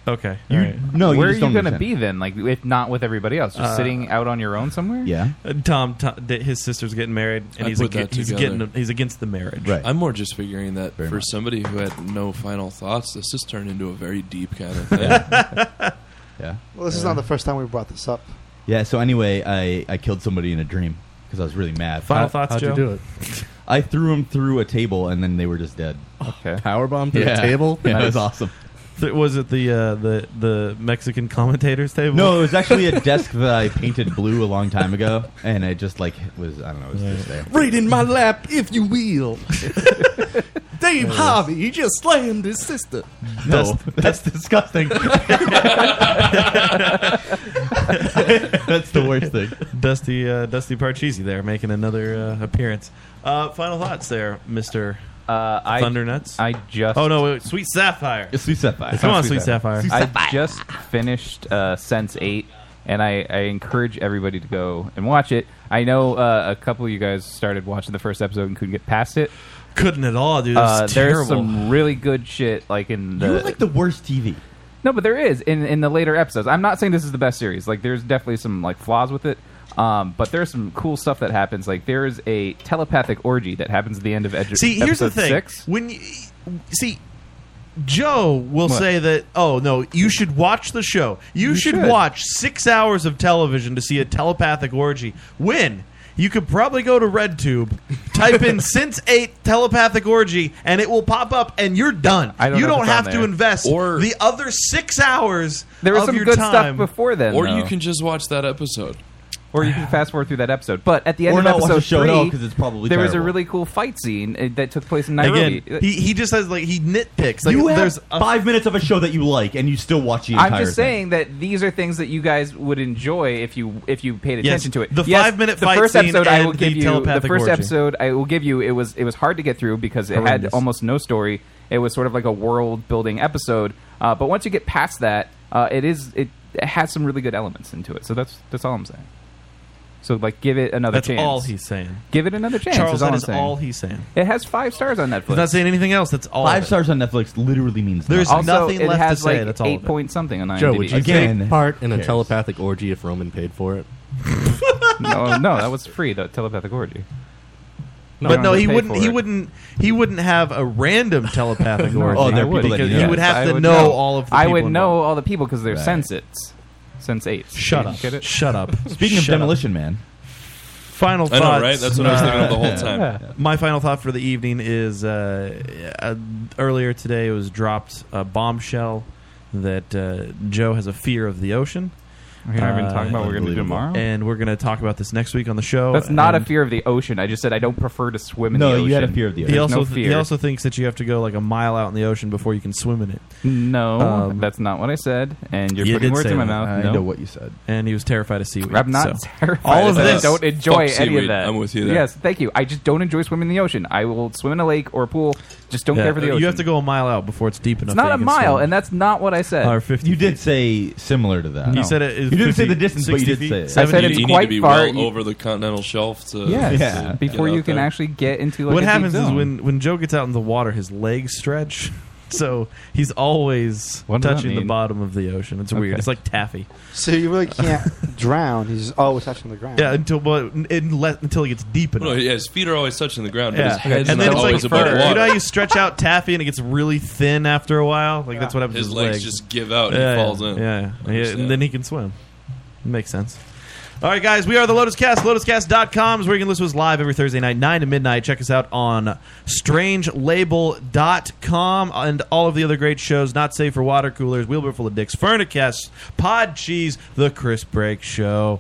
[SPEAKER 3] okay.
[SPEAKER 10] You-
[SPEAKER 3] all right.
[SPEAKER 10] no, you
[SPEAKER 7] where
[SPEAKER 10] just
[SPEAKER 7] are
[SPEAKER 10] don't
[SPEAKER 7] you gonna
[SPEAKER 10] understand.
[SPEAKER 7] be then? Like if not with everybody else, just
[SPEAKER 3] Uh,
[SPEAKER 7] sitting out on your own somewhere.
[SPEAKER 10] Yeah.
[SPEAKER 3] Uh, Tom, Tom, th- his sister's getting married, and
[SPEAKER 4] I
[SPEAKER 3] he's,
[SPEAKER 4] put
[SPEAKER 3] ag-
[SPEAKER 4] that
[SPEAKER 3] he's
[SPEAKER 4] together.
[SPEAKER 3] getting he's against the marriage.
[SPEAKER 4] I'm more just figuring that for
[SPEAKER 3] much.
[SPEAKER 4] somebody who had no final thoughts, this has turned into a very deep kind of thing.
[SPEAKER 10] yeah.
[SPEAKER 9] Well, this is
[SPEAKER 10] Yeah.
[SPEAKER 9] not the first time we brought this up.
[SPEAKER 10] Yeah. So anyway, I, I killed somebody in a dream because I was really mad.
[SPEAKER 9] Final thoughts, How'd you Joe? do it?
[SPEAKER 10] I threw him through a table, and then they were just dead.
[SPEAKER 7] Okay.
[SPEAKER 8] Power bomb through a table?
[SPEAKER 10] Yeah, it
[SPEAKER 8] Nice.
[SPEAKER 10] was awesome.
[SPEAKER 3] Th- was it the uh, the the Mexican commentators table?
[SPEAKER 10] No, it was actually a desk that I painted blue a long time ago, and it just like was I don't know, it was just there.
[SPEAKER 8] Right in my lap, if you will. Dave
[SPEAKER 10] Yeah.
[SPEAKER 8] Harvey, he just slammed his sister.
[SPEAKER 10] No, that's, disgusting. that's the worst thing.
[SPEAKER 3] Dusty uh, Dusty Parcheesi there making another uh, appearance. Uh, final thoughts there, Mister
[SPEAKER 7] uh, I-
[SPEAKER 3] Thundernuts.
[SPEAKER 7] I just.
[SPEAKER 3] Oh no, wait, Sweet Sapphire.
[SPEAKER 10] Sweet Sapphire.
[SPEAKER 3] Come on, Sweet Sapphire.
[SPEAKER 7] I just finished uh, Sense Eight, and I, I encourage everybody to go and watch it. I know uh, a couple of you guys started watching the first episode and couldn't get past it.
[SPEAKER 3] Couldn't at all, dude. It was
[SPEAKER 7] Uh, there's
[SPEAKER 3] terrible.
[SPEAKER 7] some really good shit, like in the
[SPEAKER 10] You were like the worst TV.
[SPEAKER 7] No, but there is in in the later episodes. I'm not saying this is the best series. Like, there's definitely some like flaws with it. Um, but there's some cool stuff that happens. Like, there is a telepathic orgy that happens at the end of Edge.
[SPEAKER 3] See, here's the
[SPEAKER 7] episode
[SPEAKER 3] thing.
[SPEAKER 7] Six.
[SPEAKER 3] When you, see, Joe will
[SPEAKER 7] What?
[SPEAKER 3] say that, oh no, you should watch the show. You, should,
[SPEAKER 7] should.
[SPEAKER 3] watch six hours of television to see a telepathic orgy. When you could probably go to RedTube, type in "since eight telepathic orgy" and it will pop up, and you're done.
[SPEAKER 7] I don't
[SPEAKER 3] you
[SPEAKER 7] know if it's
[SPEAKER 3] don't
[SPEAKER 7] on
[SPEAKER 3] have to
[SPEAKER 7] there.
[SPEAKER 3] invest
[SPEAKER 4] Or-
[SPEAKER 3] the other six hours.
[SPEAKER 7] There was
[SPEAKER 3] of
[SPEAKER 7] some
[SPEAKER 3] your
[SPEAKER 7] good
[SPEAKER 3] time.
[SPEAKER 7] stuff before then,
[SPEAKER 4] or you
[SPEAKER 7] though.
[SPEAKER 4] can just watch that episode.
[SPEAKER 7] Or you can fast forward through that episode. But at the end
[SPEAKER 4] Or
[SPEAKER 7] of
[SPEAKER 4] not watch
[SPEAKER 7] episode
[SPEAKER 4] the show at
[SPEAKER 7] three,
[SPEAKER 4] all, 'cause it's probably
[SPEAKER 7] there was a
[SPEAKER 4] terrible.
[SPEAKER 7] really cool fight scene uh, that took place in Nairobi.
[SPEAKER 3] Again, he, he just has like he nitpicks. Like
[SPEAKER 10] you have
[SPEAKER 3] there's a
[SPEAKER 10] five minutes of a show that you like, and you still watch the entire
[SPEAKER 7] I'm just
[SPEAKER 10] thing.
[SPEAKER 7] saying that these are things that you guys would enjoy if you if you paid
[SPEAKER 3] Yes,
[SPEAKER 7] attention to it.
[SPEAKER 3] the
[SPEAKER 7] Yes,
[SPEAKER 3] five-minute
[SPEAKER 7] the
[SPEAKER 3] fight
[SPEAKER 7] first
[SPEAKER 3] scene
[SPEAKER 7] episode I
[SPEAKER 3] and
[SPEAKER 7] will give
[SPEAKER 3] the
[SPEAKER 7] you the
[SPEAKER 3] telepathic
[SPEAKER 7] first
[SPEAKER 3] orgy.
[SPEAKER 7] episode I will give you it was it was hard to get through because it had
[SPEAKER 3] Horrendous.
[SPEAKER 7] almost no story. It was sort of like a world building episode. Uh, but once you get past that, uh, it is it, it has some really good elements into it. So that's that's all I'm saying. So like give it another
[SPEAKER 3] That's
[SPEAKER 7] chance.
[SPEAKER 3] all he's saying.
[SPEAKER 7] Give it another chance.
[SPEAKER 3] Charles,
[SPEAKER 7] is all
[SPEAKER 3] that
[SPEAKER 7] I'm
[SPEAKER 3] is
[SPEAKER 7] saying.
[SPEAKER 3] all he's saying.
[SPEAKER 7] It has five stars on Netflix.
[SPEAKER 3] He's not saying anything else. That's all.
[SPEAKER 10] Five
[SPEAKER 3] of it.
[SPEAKER 10] stars on Netflix literally means
[SPEAKER 3] There's
[SPEAKER 10] nothing.
[SPEAKER 3] nothing
[SPEAKER 7] it
[SPEAKER 3] left
[SPEAKER 7] has
[SPEAKER 3] to say.
[SPEAKER 7] like
[SPEAKER 3] that's all.
[SPEAKER 7] eight
[SPEAKER 3] of it.
[SPEAKER 7] point something on IMDb.
[SPEAKER 8] Joe, would you
[SPEAKER 7] Again,
[SPEAKER 8] take part in a
[SPEAKER 7] cares?
[SPEAKER 8] telepathic orgy if Roman paid for it?
[SPEAKER 7] no, Oh, no, that was free. The telepathic orgy.
[SPEAKER 3] but no, he wouldn't. He wouldn't. Oh, He wouldn't have a random telepathic orgy. because you would have to know, all of. the
[SPEAKER 7] I
[SPEAKER 3] people
[SPEAKER 7] would
[SPEAKER 3] involved.
[SPEAKER 7] know all the people because they're
[SPEAKER 3] Right.
[SPEAKER 7] sense it's sense eight.
[SPEAKER 3] Shut up. Shut up.
[SPEAKER 10] Speaking of
[SPEAKER 3] Shut up.
[SPEAKER 10] demolition man,
[SPEAKER 3] final
[SPEAKER 4] I
[SPEAKER 3] thought.
[SPEAKER 4] know, right? That's what I was thinking of the whole time.
[SPEAKER 3] My final thought for the evening is uh, uh, earlier today it was dropped a bombshell that uh, Joe has a fear of the ocean. Uh,
[SPEAKER 7] We're not even talking about what we're gonna do tomorrow?
[SPEAKER 3] and we're going to talk about this next week on the show.
[SPEAKER 7] That's not a
[SPEAKER 3] Oh, and
[SPEAKER 7] fear of the ocean. I just said I don't prefer to swim in
[SPEAKER 3] No,
[SPEAKER 7] the ocean.
[SPEAKER 3] you had a fear of
[SPEAKER 7] There's
[SPEAKER 3] He also
[SPEAKER 7] no
[SPEAKER 3] th-
[SPEAKER 7] fear.
[SPEAKER 3] he also thinks that you have to go like a mile out in the ocean before you can swim in it. Um,
[SPEAKER 7] No, Um, that's not what I said, and you're
[SPEAKER 3] you
[SPEAKER 7] putting
[SPEAKER 3] did
[SPEAKER 7] words
[SPEAKER 3] say
[SPEAKER 7] in my
[SPEAKER 3] that.
[SPEAKER 7] mouth. No.
[SPEAKER 3] you said, and he was terrified of seaweed.
[SPEAKER 7] I'm not
[SPEAKER 3] so.
[SPEAKER 7] terrified. of that. I don't enjoy any of that. Yes, thank you. I just don't enjoy swimming in the ocean. I will swim in a lake or a pool. Just don't
[SPEAKER 3] Yeah,
[SPEAKER 7] care for the ocean.
[SPEAKER 3] You have to go a mile out before it's deep enough.
[SPEAKER 7] it's not a
[SPEAKER 3] that you can
[SPEAKER 7] mile,
[SPEAKER 3] swim.
[SPEAKER 7] and that's not what I said.
[SPEAKER 3] Or 50
[SPEAKER 10] You did say similar to that.
[SPEAKER 3] You said it is
[SPEAKER 10] You didn't say
[SPEAKER 3] 50
[SPEAKER 10] the distance, but you
[SPEAKER 3] 60
[SPEAKER 10] did say it.
[SPEAKER 3] feet, I said 70
[SPEAKER 4] you
[SPEAKER 3] it's
[SPEAKER 4] need
[SPEAKER 3] quite
[SPEAKER 4] to be
[SPEAKER 3] far.
[SPEAKER 4] well over the continental shelf to
[SPEAKER 7] Yes.
[SPEAKER 4] to get
[SPEAKER 7] Before
[SPEAKER 4] out
[SPEAKER 7] you can
[SPEAKER 4] there.
[SPEAKER 7] actually get into like
[SPEAKER 3] what
[SPEAKER 7] a deep
[SPEAKER 3] happens is
[SPEAKER 7] zone.
[SPEAKER 3] when when Joe gets out in the water, his legs stretch, so he's
[SPEAKER 9] does
[SPEAKER 3] always
[SPEAKER 9] that
[SPEAKER 3] touching the
[SPEAKER 9] mean?
[SPEAKER 3] bottom of the ocean. It's weird.
[SPEAKER 9] Okay.
[SPEAKER 3] It's like taffy.
[SPEAKER 9] So you really can't drown. He's just always touching the ground.
[SPEAKER 3] Yeah, until but unless, until he gets deep enough.
[SPEAKER 4] No, yeah, his feet are always touching the ground, but
[SPEAKER 3] Yeah.
[SPEAKER 4] his head's
[SPEAKER 3] and
[SPEAKER 4] not
[SPEAKER 3] then it's like
[SPEAKER 4] always above
[SPEAKER 3] fur.
[SPEAKER 4] water.
[SPEAKER 3] You know how you stretch out taffy and it gets really thin after a while? Like that's what happens.
[SPEAKER 4] His
[SPEAKER 3] to
[SPEAKER 4] legs just give out and he
[SPEAKER 3] yeah,
[SPEAKER 4] falls
[SPEAKER 3] yeah,
[SPEAKER 4] in.
[SPEAKER 3] Yeah, yeah.
[SPEAKER 4] Understand.
[SPEAKER 3] and then he can swim. Makes sense. All right, guys, we are the Lotus Cast. LotusCast.com is where you can listen to us live every Thursday night, 9 to midnight. Check us out on strangelabel.com and all of the other great shows Not Safe for Water Coolers, Wheelbarrow Full of Dicks, Furnicast, Pod Cheese, The Chris Break Show,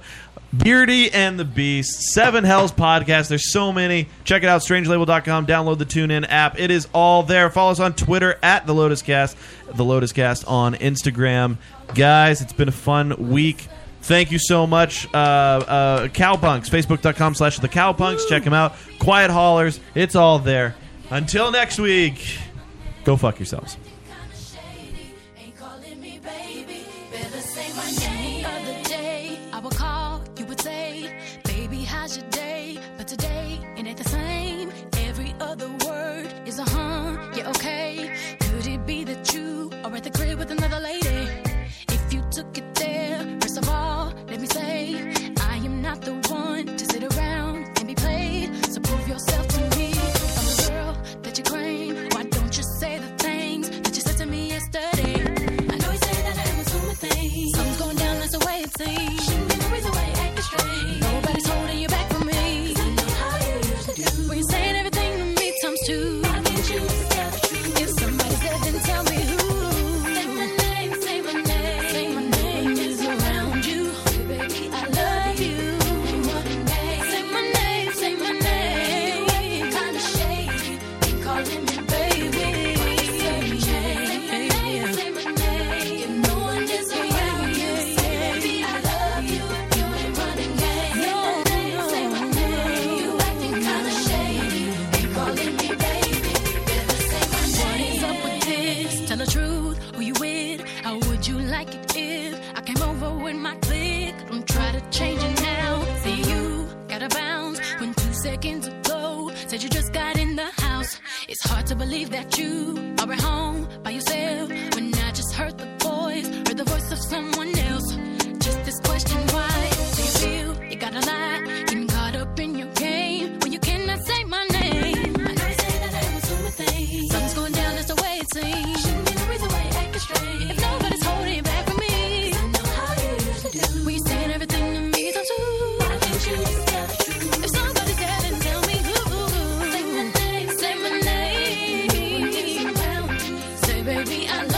[SPEAKER 3] Beardy and the Beast, Seven Hells Podcast. There's so many. Check it out, strangelabel.com. Download the TuneIn app. It is all there. Follow us on Twitter at The Lotus Cast, The Lotus Cast on Instagram. Guys, it's been a fun week. Thank you so much. Uh, uh, Cowpunks, facebook.com slash The Cowpunks. Check them out. Quiet Haulers. It's all there. Until next week, go fuck yourselves.
[SPEAKER 34] Ain't calling me baby, better say my name. Other day, I would call, you would say, Baby, how's your day? But today, it ain't the same. Every other word is a huh, yeah, okay. Could it be that you are at the crib with another lady? If you took it there, first of all, let me say, I am not the one to sit around and be played. So prove yourself to me. I'm the girl that you claim. Why don't you say the things that you said to me yesterday? I know you say that I haven't seen my thing. Something's going down, that's the way it seems. Shouldn't be no reason why you're acting strange. Nobody's holding you back from me. 'Cause I know how you used to do. When you're saying everything to me times two. I need you to tell the truth. If somebody said, then tell me who. Say my name, say my name. Say my name is around you. Baby, I love you. Say my name, say my name. Kinda shady. Ain't calling me baby. Tell the truth, who you with? How would you like it if I came over with my clique? Don't try to change it now. See you gotta bounce when two seconds ago said you just got in the house. It's hard to believe that you are at home by yourself when I just heard the voice, heard the voice of someone else. Just this question, why do you feel you gotta lie? Getting caught up in your game when you cannot say my name. I know you say that I was doing my thing. Something's going down, that's the way it seems. Shouldn't be no reason why you're acting strange. If nobody's holding you back from me, 'Cause I know how you used to do. When you saying everything to me, I'm too. Why don't you just tell the truth? If somebody's there, then tell me who.
[SPEAKER 19] Oh.
[SPEAKER 34] Say my name, say my name. Say, baby, I oh.